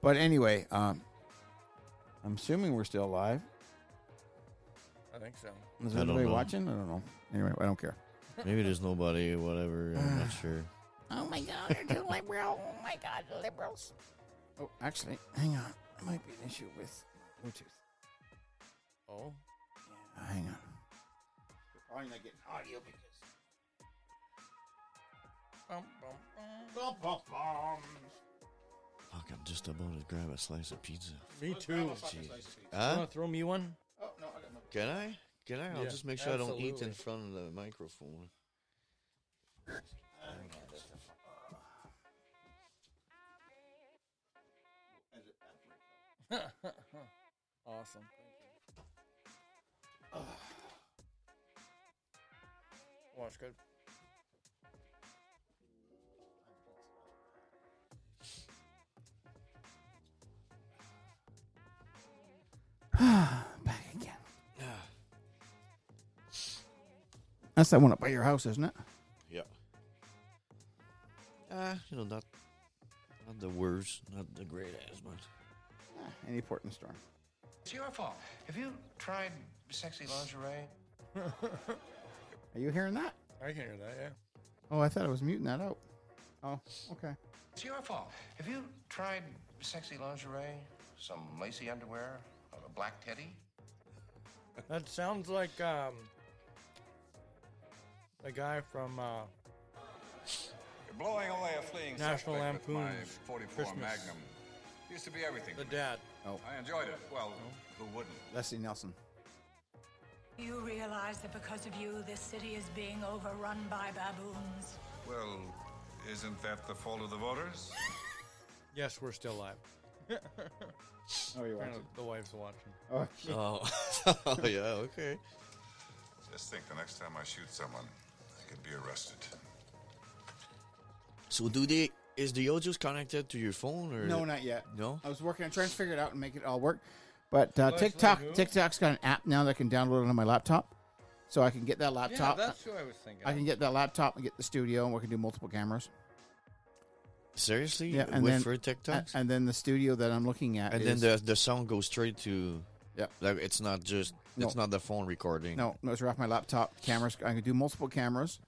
[SPEAKER 1] But anyway, um, I'm assuming we're still live.
[SPEAKER 3] I think so.
[SPEAKER 1] Is
[SPEAKER 2] I
[SPEAKER 1] there
[SPEAKER 2] don't
[SPEAKER 1] anybody
[SPEAKER 2] know.
[SPEAKER 1] watching? I don't know. Anyway, I don't care.
[SPEAKER 2] Maybe there's nobody. Whatever. I'm not sure.
[SPEAKER 1] Oh my god, they're too liberal. Oh my god, liberals. Oh, actually, hang on. There might be an issue with Bluetooth. Ah,
[SPEAKER 3] Oh,
[SPEAKER 1] Hang on. We're probably not getting audio because.
[SPEAKER 3] Bum, bum, bum.
[SPEAKER 1] Bum, bum, bum.
[SPEAKER 2] Fuck! I'm just just about to grab a slice of pizza.
[SPEAKER 3] Me too.
[SPEAKER 2] Huh?
[SPEAKER 3] Want to throw me one?
[SPEAKER 2] Can I? Can I? I'll
[SPEAKER 3] Yeah,
[SPEAKER 2] just make sure I don't eat
[SPEAKER 3] absolutely.
[SPEAKER 2] in front of the microphone.
[SPEAKER 3] Awesome. Thank you. Wash good.
[SPEAKER 1] Back again. That's that one up by your house, isn't it?
[SPEAKER 2] Yeah. Ah, you know, not not the worst, not the greatest, but
[SPEAKER 1] Any port in the storm.
[SPEAKER 8] It's your fault. Have you tried sexy lingerie?
[SPEAKER 1] Are you hearing that?
[SPEAKER 3] I can hear that. Yeah.
[SPEAKER 1] Oh, I thought I was muting that out. Oh, okay.
[SPEAKER 8] It's your fault. Have you tried sexy lingerie? Some lacy underwear? Or a black teddy?
[SPEAKER 3] That sounds like um, the guy from uh,
[SPEAKER 5] You're blowing away a fleeing
[SPEAKER 3] National
[SPEAKER 5] suspect with my
[SPEAKER 3] Lampoon's
[SPEAKER 5] 44
[SPEAKER 3] Christmas.
[SPEAKER 5] Magnum. Used to be everything.
[SPEAKER 3] the dad.
[SPEAKER 5] I enjoyed it. Well, who wouldn't?
[SPEAKER 1] Leslie Nelson.
[SPEAKER 9] You realize that because of you, this city is being overrun by baboons.
[SPEAKER 5] Well, isn't that the fault of the voters?
[SPEAKER 3] Yes, we're still alive.
[SPEAKER 1] Oh, you
[SPEAKER 3] And the wife's watching.
[SPEAKER 1] Oh,
[SPEAKER 2] oh, yeah, okay.
[SPEAKER 5] Just think the next time I shoot someone, I could be arrested.
[SPEAKER 2] So do they? Is the Ojo's connected to your phone or
[SPEAKER 1] no, not yet.
[SPEAKER 2] No?
[SPEAKER 1] I was working on trying to figure it out and make it all work. But uh,
[SPEAKER 3] Leslie
[SPEAKER 1] TikTok,
[SPEAKER 3] who?
[SPEAKER 1] TikTok's got an app now that I can download it on my laptop, so I can get that
[SPEAKER 3] Yeah,
[SPEAKER 1] laptop. uh,
[SPEAKER 3] that's who I was thinking.
[SPEAKER 1] I can get that laptop and get the studio, and we can do multiple cameras.
[SPEAKER 2] Seriously?
[SPEAKER 1] Yeah, and
[SPEAKER 2] With
[SPEAKER 1] then
[SPEAKER 2] for
[SPEAKER 1] and,
[SPEAKER 2] TikToks? And,
[SPEAKER 1] and then the studio that I'm looking at. is,
[SPEAKER 2] then the the sound goes straight to.
[SPEAKER 1] Yep.
[SPEAKER 2] Like it's not just. It's
[SPEAKER 1] No.
[SPEAKER 2] not the phone recording.
[SPEAKER 1] No, no, it's right off my laptop. Cameras. I can do multiple cameras,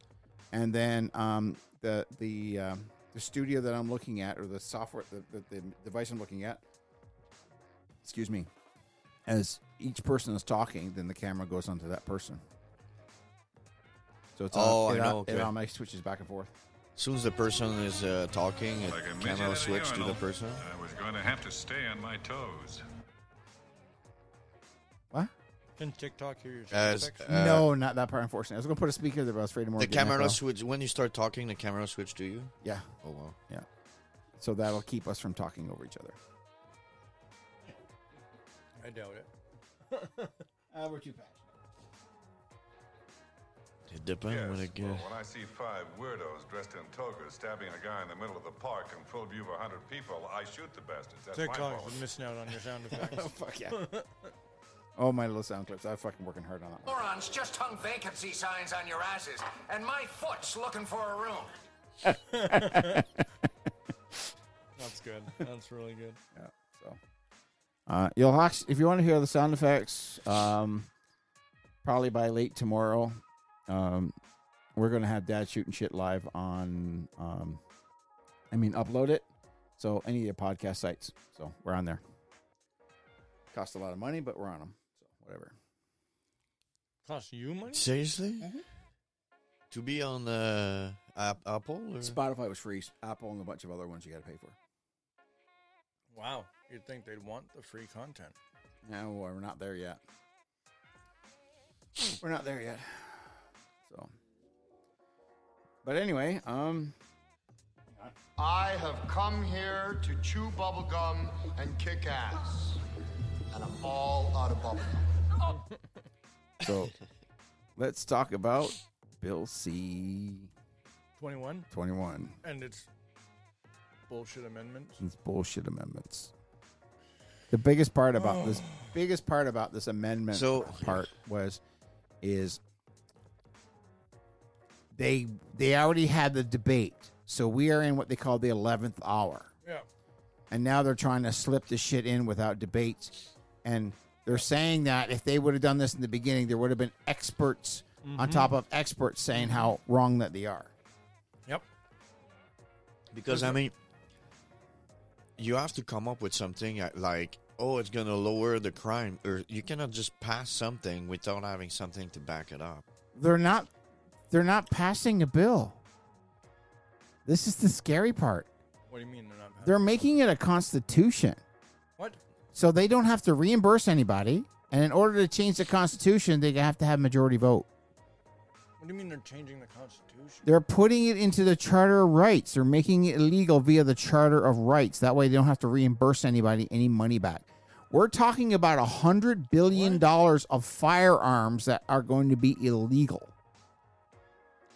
[SPEAKER 1] and then um, the the um, the studio that I'm looking at, or the software, the, the, the device I'm looking at. Excuse me. As each person is talking, then the camera goes onto that person. So it's
[SPEAKER 2] Oh,
[SPEAKER 1] on,
[SPEAKER 2] I
[SPEAKER 1] it,
[SPEAKER 2] know,
[SPEAKER 1] on- it
[SPEAKER 2] okay.
[SPEAKER 1] automatically switches back and forth.
[SPEAKER 2] As soon as the person is uh, talking, it
[SPEAKER 5] Like a midget at
[SPEAKER 2] camera
[SPEAKER 5] a
[SPEAKER 2] switch to the
[SPEAKER 5] urinal,
[SPEAKER 2] person.
[SPEAKER 5] I was going to have to stay on my toes.
[SPEAKER 1] What?
[SPEAKER 3] Can TikTok hear your
[SPEAKER 2] As
[SPEAKER 3] sound effects?
[SPEAKER 2] uh,
[SPEAKER 1] no, not that part. Unfortunately, I was going to put a speaker there, but I was afraid of more.
[SPEAKER 2] the
[SPEAKER 1] getting
[SPEAKER 2] camera
[SPEAKER 1] echo.
[SPEAKER 2] switch when you start talking, the camera switch to you.
[SPEAKER 1] Yeah,
[SPEAKER 2] Oh wow.
[SPEAKER 1] yeah. So that'll keep us from talking over each other.
[SPEAKER 3] I doubt it.
[SPEAKER 1] Uh, we're too passionate.
[SPEAKER 2] It depends
[SPEAKER 5] Yes,
[SPEAKER 2] when it
[SPEAKER 5] well,
[SPEAKER 2] gets.
[SPEAKER 5] when I see five weirdos dressed in togas stabbing a guy in the middle of the park in full view of a hundred people, I shoot the bastards. That's my
[SPEAKER 3] TikTok's
[SPEAKER 5] fault.
[SPEAKER 3] been missing out on your sound effects.
[SPEAKER 1] Fuck yeah. oh, my little sound clips. I'm fucking working hard on that one.
[SPEAKER 8] Morons just hung vacancy signs on your asses, and my foot's looking for a room.
[SPEAKER 3] That's good. That's really good.
[SPEAKER 1] Yeah. So, uh, you'll hawks if you want to hear the sound effects, um, probably by late tomorrow, um, we're gonna have Dad shooting shit live on, um, I mean, upload it. So any of the podcast sites. So we're on there. Cost a lot of money, but we're on them. So whatever.
[SPEAKER 3] Cost you money?
[SPEAKER 2] Seriously? To be on uh, App- Apple? Or?
[SPEAKER 1] Spotify was free. Apple and a bunch of other ones you got to pay for.
[SPEAKER 3] Wow. You'd think they'd want the free content.
[SPEAKER 1] No, we're not there yet. We're not there yet. So, but anyway, um,
[SPEAKER 4] I have come here to chew bubblegum and kick ass. And I'm all out of bubblegum.
[SPEAKER 1] so let's talk about Bill C
[SPEAKER 3] 21?
[SPEAKER 1] twenty one.
[SPEAKER 3] And it's bullshit amendments.
[SPEAKER 1] It's bullshit amendments. The biggest part about this biggest part about this amendment
[SPEAKER 2] So-
[SPEAKER 1] part was is they they already had the debate. So we are in what they call the eleventh hour.
[SPEAKER 3] Yeah.
[SPEAKER 1] and now they're trying to slip this shit in without debates. And they're saying that if they would have done this in the beginning, there would have been experts on top of experts saying how wrong that they are.
[SPEAKER 3] Yep.
[SPEAKER 2] Because, I mean, you have to come up with something uh, like, oh, it's going to lower the crime. Or you cannot just pass something without having something to back it up.
[SPEAKER 1] They're not they're not passing a bill. This is the scary part.
[SPEAKER 3] What do you mean they're not?
[SPEAKER 1] They're making it a constitution.
[SPEAKER 3] What?
[SPEAKER 1] So they don't have to reimburse anybody. And in order to change the constitution, they have to have majority vote.
[SPEAKER 3] What do you mean they're changing the Constitution?
[SPEAKER 1] They're putting it into the Charter of Rights. They're making it illegal via the Charter of Rights. That way, they don't have to reimburse anybody any money back. We're talking about a hundred billion dollars of firearms that are going to be illegal.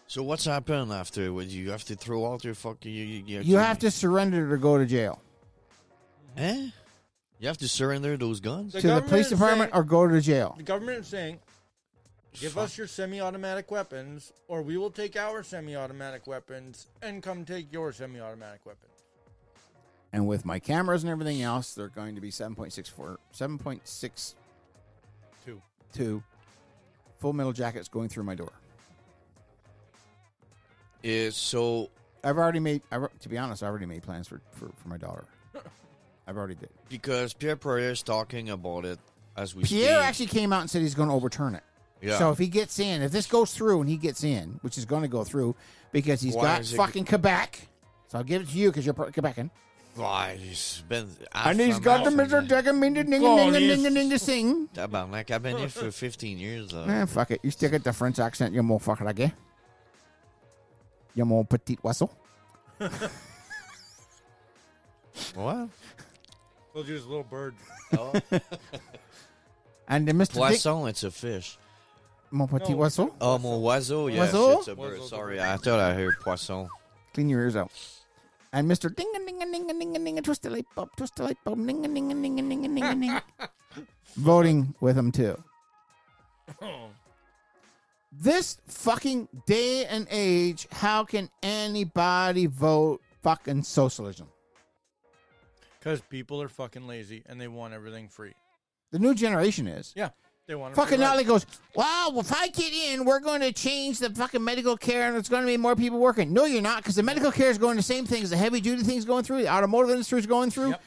[SPEAKER 2] So what's happened afterwards? You have to throw out your fucking. You, you, you,
[SPEAKER 1] You have to surrender to go to jail
[SPEAKER 2] Eh? You have to surrender those guns.
[SPEAKER 1] to the police
[SPEAKER 3] government is
[SPEAKER 1] department
[SPEAKER 3] saying-
[SPEAKER 1] or go to jail.
[SPEAKER 3] the government is saying, give us your semi-automatic weapons, or we will take our semi-automatic weapons and come take your semi-automatic weapons.
[SPEAKER 1] And with my cameras and everything else, they're going to be 7.64, 7.62
[SPEAKER 3] Two.
[SPEAKER 1] full metal jackets going through my door.
[SPEAKER 2] Is so
[SPEAKER 1] I've already made. I, have to be honest, I already made plans for for, for my daughter. I've already did.
[SPEAKER 2] because Pierre Perrier is talking about it as we
[SPEAKER 1] Pierre
[SPEAKER 2] speak.
[SPEAKER 1] actually came out and said he's going to overturn it.
[SPEAKER 2] Yeah.
[SPEAKER 1] So if he gets in, if this goes through and he gets in, which is going to go through because he's
[SPEAKER 2] Why
[SPEAKER 1] got
[SPEAKER 2] is it-
[SPEAKER 1] fucking Quebec. So I'll give it to you because you're pro- Quebecan.
[SPEAKER 2] Why, he's been
[SPEAKER 1] And he's got the Mr. Dragon Ding Ding Ding Ding Ding to sing.
[SPEAKER 2] Tabarnak, I've been here for 15 years. Though.
[SPEAKER 1] Eh, fuck it. You still get the French accent, you motherfucker, again. You mon petit oiseau.
[SPEAKER 2] what?
[SPEAKER 3] They'll use little bird.
[SPEAKER 1] And the Mr. Dick,
[SPEAKER 2] Poisson, it's a fish.
[SPEAKER 1] mon petit
[SPEAKER 3] No.
[SPEAKER 1] oiseau.
[SPEAKER 2] Oh, mon oiseau, yes,
[SPEAKER 1] Oiseau?
[SPEAKER 2] it's a bird.
[SPEAKER 3] Oiseau's a
[SPEAKER 2] Sorry,
[SPEAKER 3] bird.
[SPEAKER 2] I thought I heard poisson.
[SPEAKER 1] Clean your ears out. And Mr. Ding a ding a ding a ding a ding a twist the light bulb, twist the light bulb, ding a ding a ding a ding a ding a ding. Voting with him too. This fucking day and age, how can anybody vote fucking socialism?
[SPEAKER 3] Because people are fucking lazy and they want everything free.
[SPEAKER 1] The new generation is.
[SPEAKER 3] Yeah, they want. it
[SPEAKER 1] Fucking
[SPEAKER 3] free, right?
[SPEAKER 1] Nolly goes, Wow, if I get in, we're going to change the fucking medical care and it's going to be more people working. No, you're not, because the medical care is going the same things. The heavy duty thing's going through, the automotive industry's going through,
[SPEAKER 3] Yep.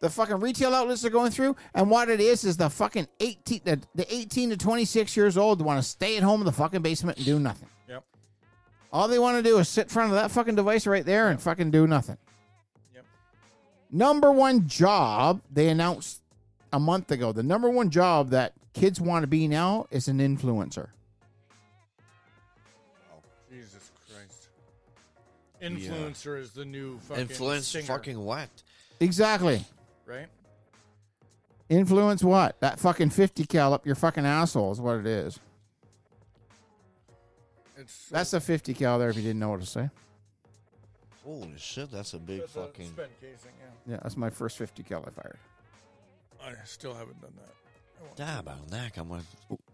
[SPEAKER 1] the fucking retail outlets are going through. And what it is is the fucking 18, the, the 18 to 26 years old want to stay at home in the fucking basement and do nothing.
[SPEAKER 3] Yep.
[SPEAKER 1] All they want to do is sit in front of that fucking device right there and fucking do nothing.
[SPEAKER 3] Yep.
[SPEAKER 1] Number one job they announced a month ago. The number one job that kids want to be now is an influencer.
[SPEAKER 3] Jesus Christ. Influencer is the new fucking
[SPEAKER 2] Influence
[SPEAKER 3] singer,
[SPEAKER 2] fucking what?
[SPEAKER 1] Exactly.
[SPEAKER 3] right.
[SPEAKER 1] Influence what? That fucking 50 cal up your fucking asshole is what it is.
[SPEAKER 3] It's so-
[SPEAKER 1] That's a 50 cal there if you didn't know what to say.
[SPEAKER 2] Holy shit, that's a big
[SPEAKER 3] that's a
[SPEAKER 2] fucking.
[SPEAKER 3] spent casing. Yeah,
[SPEAKER 1] Yeah, that's my first 50 cal I fired.
[SPEAKER 3] I still haven't done that.
[SPEAKER 2] Tabarnak, I'm gonna-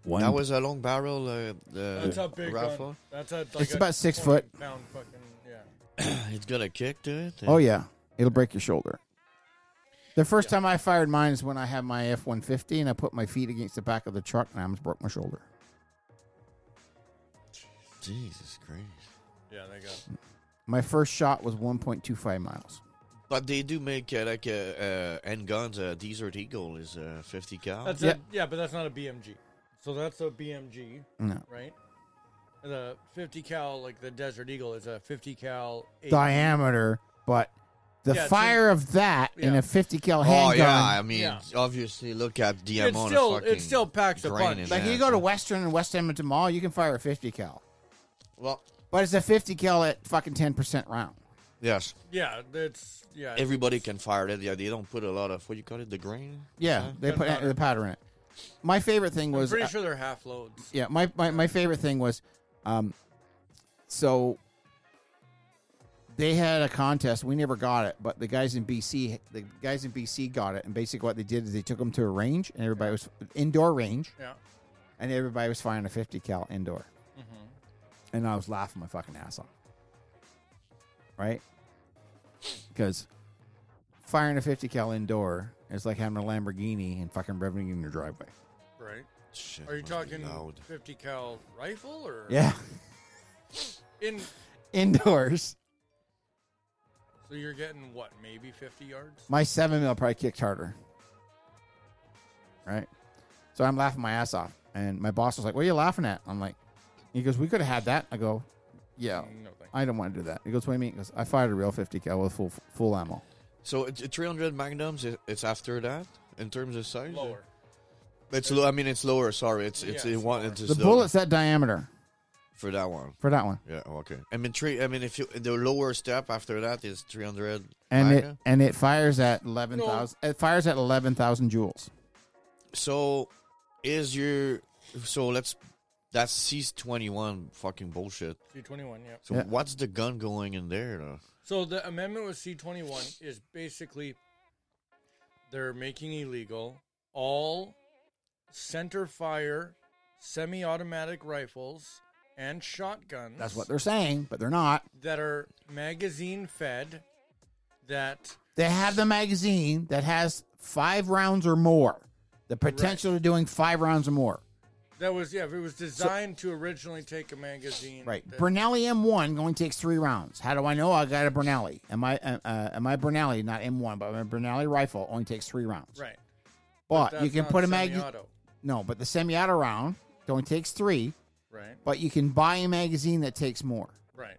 [SPEAKER 6] One,
[SPEAKER 2] That was a long barrel uh, the
[SPEAKER 3] That's a big
[SPEAKER 2] rifle.
[SPEAKER 3] gun. That's a, like
[SPEAKER 1] It's
[SPEAKER 3] a
[SPEAKER 1] about six
[SPEAKER 3] 20
[SPEAKER 1] foot.
[SPEAKER 3] Pound fucking yeah.
[SPEAKER 2] It's got a kick to it.
[SPEAKER 1] Oh, yeah. It'll break your shoulder. The first time I fired mine is when I had my F 150 and I put my feet against the back of the truck and I almost broke my shoulder.
[SPEAKER 2] Jesus Christ.
[SPEAKER 3] Yeah, they got.
[SPEAKER 1] My first shot was 1.25 miles.
[SPEAKER 2] But they do make uh, like uh, uh, handguns. Uh, Desert Eagle is uh, 50 cal.
[SPEAKER 3] That's
[SPEAKER 1] Yeah.
[SPEAKER 3] a, yeah, but that's not a BMG. So that's a BMG,
[SPEAKER 1] No.
[SPEAKER 3] right? The 50 cal, like the Desert Eagle, is a 50 cal. eight-
[SPEAKER 1] Diameter, but the
[SPEAKER 3] Yeah, it's
[SPEAKER 1] fire of that in
[SPEAKER 3] yeah.
[SPEAKER 1] a 50 cal handgun.
[SPEAKER 2] oh yeah, I mean,
[SPEAKER 3] Yeah.
[SPEAKER 2] obviously, look at the
[SPEAKER 3] It
[SPEAKER 2] amount
[SPEAKER 3] still-
[SPEAKER 2] of
[SPEAKER 3] it
[SPEAKER 2] fucking.
[SPEAKER 3] still packs a
[SPEAKER 2] grain
[SPEAKER 3] punch.
[SPEAKER 2] in
[SPEAKER 1] Like
[SPEAKER 2] that.
[SPEAKER 1] you go to Western and West Edmonton Mall, you can fire a 50 cal.
[SPEAKER 2] Well,
[SPEAKER 1] But it's a 50 cal at fucking 10% round.
[SPEAKER 2] yes,
[SPEAKER 3] Yeah, that's yeah.
[SPEAKER 2] everybody can fire it. Yeah, they don't put a lot of what you call it, the grain.
[SPEAKER 1] Yeah, they put
[SPEAKER 3] gunpowder.
[SPEAKER 1] the powder in it. My favorite thing
[SPEAKER 3] I'm
[SPEAKER 1] was uh,
[SPEAKER 3] pretty sure they're half loads.
[SPEAKER 1] yeah, my, my, my favorite thing was um so they had a contest. We never got it, but the guys in BC the guys in BC got it and basically what they did is they took them to a range and everybody was indoor range
[SPEAKER 3] Yeah,
[SPEAKER 1] and everybody was firing a 50 cal indoor. And I was laughing my fucking ass off. Right? Because firing a 50 cal indoor is like having a Lamborghini and fucking revving in your driveway.
[SPEAKER 3] right.
[SPEAKER 2] Shit,
[SPEAKER 3] Are you
[SPEAKER 2] must be
[SPEAKER 3] talking
[SPEAKER 2] loud.
[SPEAKER 3] 50 cal rifle or
[SPEAKER 1] Yeah.
[SPEAKER 3] in?
[SPEAKER 1] Indoors.
[SPEAKER 3] So you're getting what, maybe 50 yards?
[SPEAKER 1] My seven mil probably kicked harder. Right? So I'm laughing my ass off. And my boss was like, What are you laughing at? I'm like, He goes, We could have had that. I go, Yeah.
[SPEAKER 3] No, thank
[SPEAKER 1] I don't want to do that. He goes, what do you mean? He goes, I fired a real 50 cal with full full ammo.
[SPEAKER 2] So it's it's 300 magnums. it- It's after that in terms of size.
[SPEAKER 3] Lower.
[SPEAKER 2] It's low. I mean, it's lower. Sorry, it's it's
[SPEAKER 3] Yeah,
[SPEAKER 2] it
[SPEAKER 3] it's
[SPEAKER 2] one.
[SPEAKER 3] lower.
[SPEAKER 2] It's
[SPEAKER 1] The
[SPEAKER 2] low
[SPEAKER 1] bullet's that diameter
[SPEAKER 2] for that one.
[SPEAKER 1] for that one.
[SPEAKER 2] Yeah. Okay. I mean, three. I mean, if you the lower step after that is 300
[SPEAKER 1] And it
[SPEAKER 2] magnum.
[SPEAKER 1] and it fires at 11,000 it fires at 11,000 joules.
[SPEAKER 2] So is your so let's that's C's 21 fucking bullshit.
[SPEAKER 3] C twenty one. Yeah.
[SPEAKER 2] So
[SPEAKER 1] Yeah.
[SPEAKER 2] what's the gun going in there though?
[SPEAKER 3] So the amendment with C twenty one is basically they're making illegal all center fire, semi automatic rifles and shotguns.
[SPEAKER 1] That's what they're saying, but they're not.
[SPEAKER 3] that are magazine fed. That
[SPEAKER 1] They have the magazine that has 5 rounds or more. The potential of doing 5 rounds or more.
[SPEAKER 3] that was yeah. If it was designed to originally take a magazine.
[SPEAKER 1] Right.
[SPEAKER 3] that-
[SPEAKER 1] Brunelli M1 only takes three rounds. How do I know I got a Brunelli? Am I uh, uh, am I Brunelli? Not M1, but my Brunelli rifle only takes three rounds.
[SPEAKER 3] Right.
[SPEAKER 1] But you
[SPEAKER 3] That's
[SPEAKER 1] can
[SPEAKER 3] not
[SPEAKER 1] put a magazine.
[SPEAKER 3] semi-auto,
[SPEAKER 1] No, but the semi-auto round only takes three.
[SPEAKER 3] Right.
[SPEAKER 1] But you can buy a magazine that takes more.
[SPEAKER 3] Right.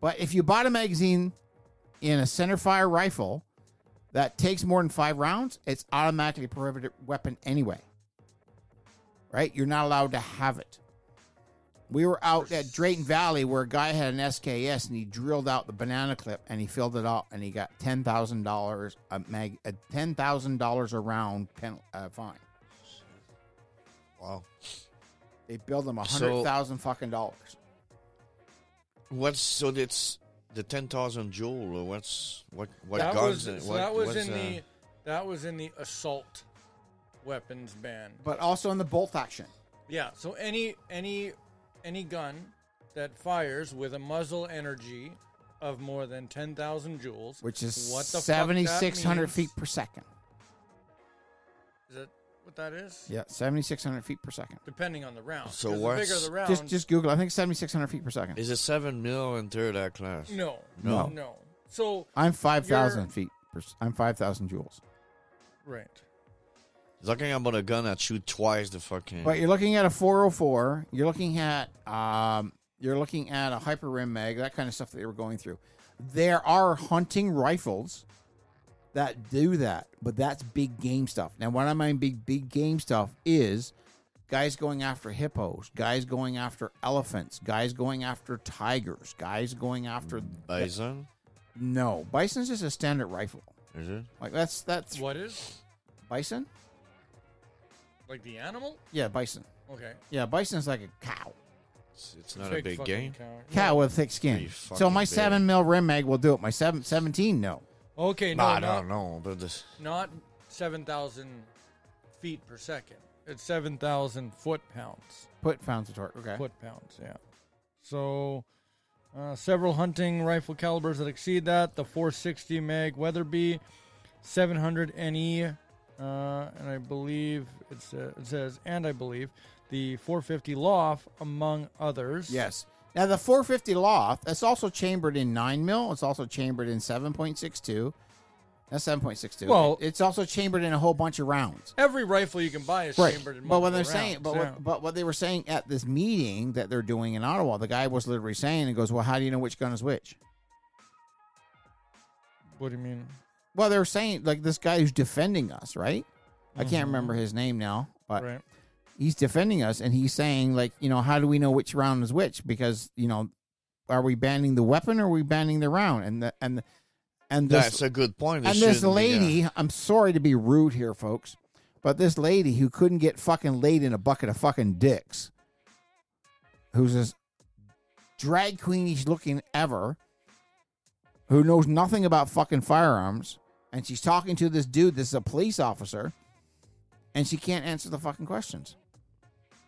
[SPEAKER 1] But if you bought a magazine in a center fire rifle that takes more than five rounds, it's automatically a prohibited weapon anyway. Right? You're not allowed to have it. We were out at Drayton Valley where a guy had an SKS and he drilled out the banana clip and he filled it out and he got ten thousand dollars a mag a ten thousand dollars a round pen, uh, fine.
[SPEAKER 2] Wow.
[SPEAKER 1] They billed him a
[SPEAKER 2] So-
[SPEAKER 1] hundred thousand fucking dollars.
[SPEAKER 2] What's so it's the 10,000 joule or what's what what
[SPEAKER 3] that
[SPEAKER 2] guns
[SPEAKER 3] was,
[SPEAKER 2] and
[SPEAKER 3] so
[SPEAKER 2] what
[SPEAKER 3] that was
[SPEAKER 2] what's,
[SPEAKER 3] in
[SPEAKER 2] uh,
[SPEAKER 3] the that was in the assault weapons ban.
[SPEAKER 1] But also in the bolt action.
[SPEAKER 3] Yeah, so any any any gun that fires with a muzzle energy of more than 10,000 joules,
[SPEAKER 1] which is
[SPEAKER 3] what the fuck that
[SPEAKER 1] 7,600
[SPEAKER 3] means-
[SPEAKER 1] feet per second.
[SPEAKER 3] Is that what that is?
[SPEAKER 1] Yeah, 7,600 feet per second.
[SPEAKER 3] Depending on the round.
[SPEAKER 2] So
[SPEAKER 3] 'cause the bigger
[SPEAKER 2] what's-
[SPEAKER 3] the round?
[SPEAKER 1] Just just Google. I think 7,600 feet per second.
[SPEAKER 2] Is it 7 mil in third act class?
[SPEAKER 3] no.
[SPEAKER 1] No.
[SPEAKER 3] No. So
[SPEAKER 1] I'm 5,000
[SPEAKER 3] you're-
[SPEAKER 1] feet. Per, s- I'm 5,000 joules.
[SPEAKER 3] right.
[SPEAKER 2] Talking about a gun that shoot twice the fucking
[SPEAKER 1] But you're looking at a 404. You're looking at um, you're looking at a hyper rim mag. That kind of stuff that they were going through. There are hunting rifles that do that, but that's big game stuff. Now, what I mean big big game stuff is guys going after hippos, guys going after elephants, guys going after tigers, guys going after
[SPEAKER 2] bison,
[SPEAKER 1] no bison's just a standard rifle.
[SPEAKER 2] is it?
[SPEAKER 1] Like that's that's
[SPEAKER 3] What is?
[SPEAKER 1] bison.
[SPEAKER 3] Like the animal?
[SPEAKER 1] Yeah, bison.
[SPEAKER 3] Okay.
[SPEAKER 1] Yeah, bison's like a cow.
[SPEAKER 2] It's, it's not a big
[SPEAKER 3] fucking
[SPEAKER 2] game.
[SPEAKER 3] coward.
[SPEAKER 1] Cat with thick skin.
[SPEAKER 2] Pretty
[SPEAKER 1] So
[SPEAKER 2] fucking
[SPEAKER 1] my
[SPEAKER 2] big.
[SPEAKER 1] seven mil rim mag will do it. My seven, 17, no.
[SPEAKER 3] Okay, no,
[SPEAKER 2] Nah, I
[SPEAKER 3] not,
[SPEAKER 2] don't know, but this,
[SPEAKER 3] not 7,000 feet per second. It's 7,000 foot pounds.
[SPEAKER 1] Put pounds of torque. Okay.
[SPEAKER 3] foot pounds. Yeah. So, uh, several hunting rifle calibers that exceed that. The 460 mag Weatherby, 700 NE, uh, and I believe it says, it says, and I believe the 450 Loft, among others.
[SPEAKER 1] Yes. Now the 450 loft. That's also chambered in nine mil. It's also chambered in 7.62. That's 7.62.
[SPEAKER 3] Well-
[SPEAKER 1] it's also chambered in a whole bunch of rounds.
[SPEAKER 3] Every rifle you can buy is
[SPEAKER 1] Right.
[SPEAKER 3] chambered in
[SPEAKER 1] But what
[SPEAKER 3] multiple
[SPEAKER 1] they're saying,
[SPEAKER 3] rounds,
[SPEAKER 1] but
[SPEAKER 3] yeah.
[SPEAKER 1] what, but what they were saying at this meeting that they're doing in Ottawa, the guy was literally saying, "He goes, well, how do you know which gun is which?"
[SPEAKER 3] what do you mean?
[SPEAKER 1] Well, they're saying like this guy who's defending us, right? I can't remember his name now, but
[SPEAKER 3] Right.
[SPEAKER 1] he's defending us and he's saying like you know how do we know which round is which because you know are we banning the weapon or are we banning the round and the and the, and this
[SPEAKER 2] that's a good point. It
[SPEAKER 1] and this
[SPEAKER 2] shouldn't be, uh,
[SPEAKER 1] lady i'm sorry to be rude here folks but this lady who couldn't get fucking laid in a bucket of fucking dicks who's this drag queenish looking ever who knows nothing about fucking firearms and she's talking to this dude this is a police officer and she can't answer the fucking questions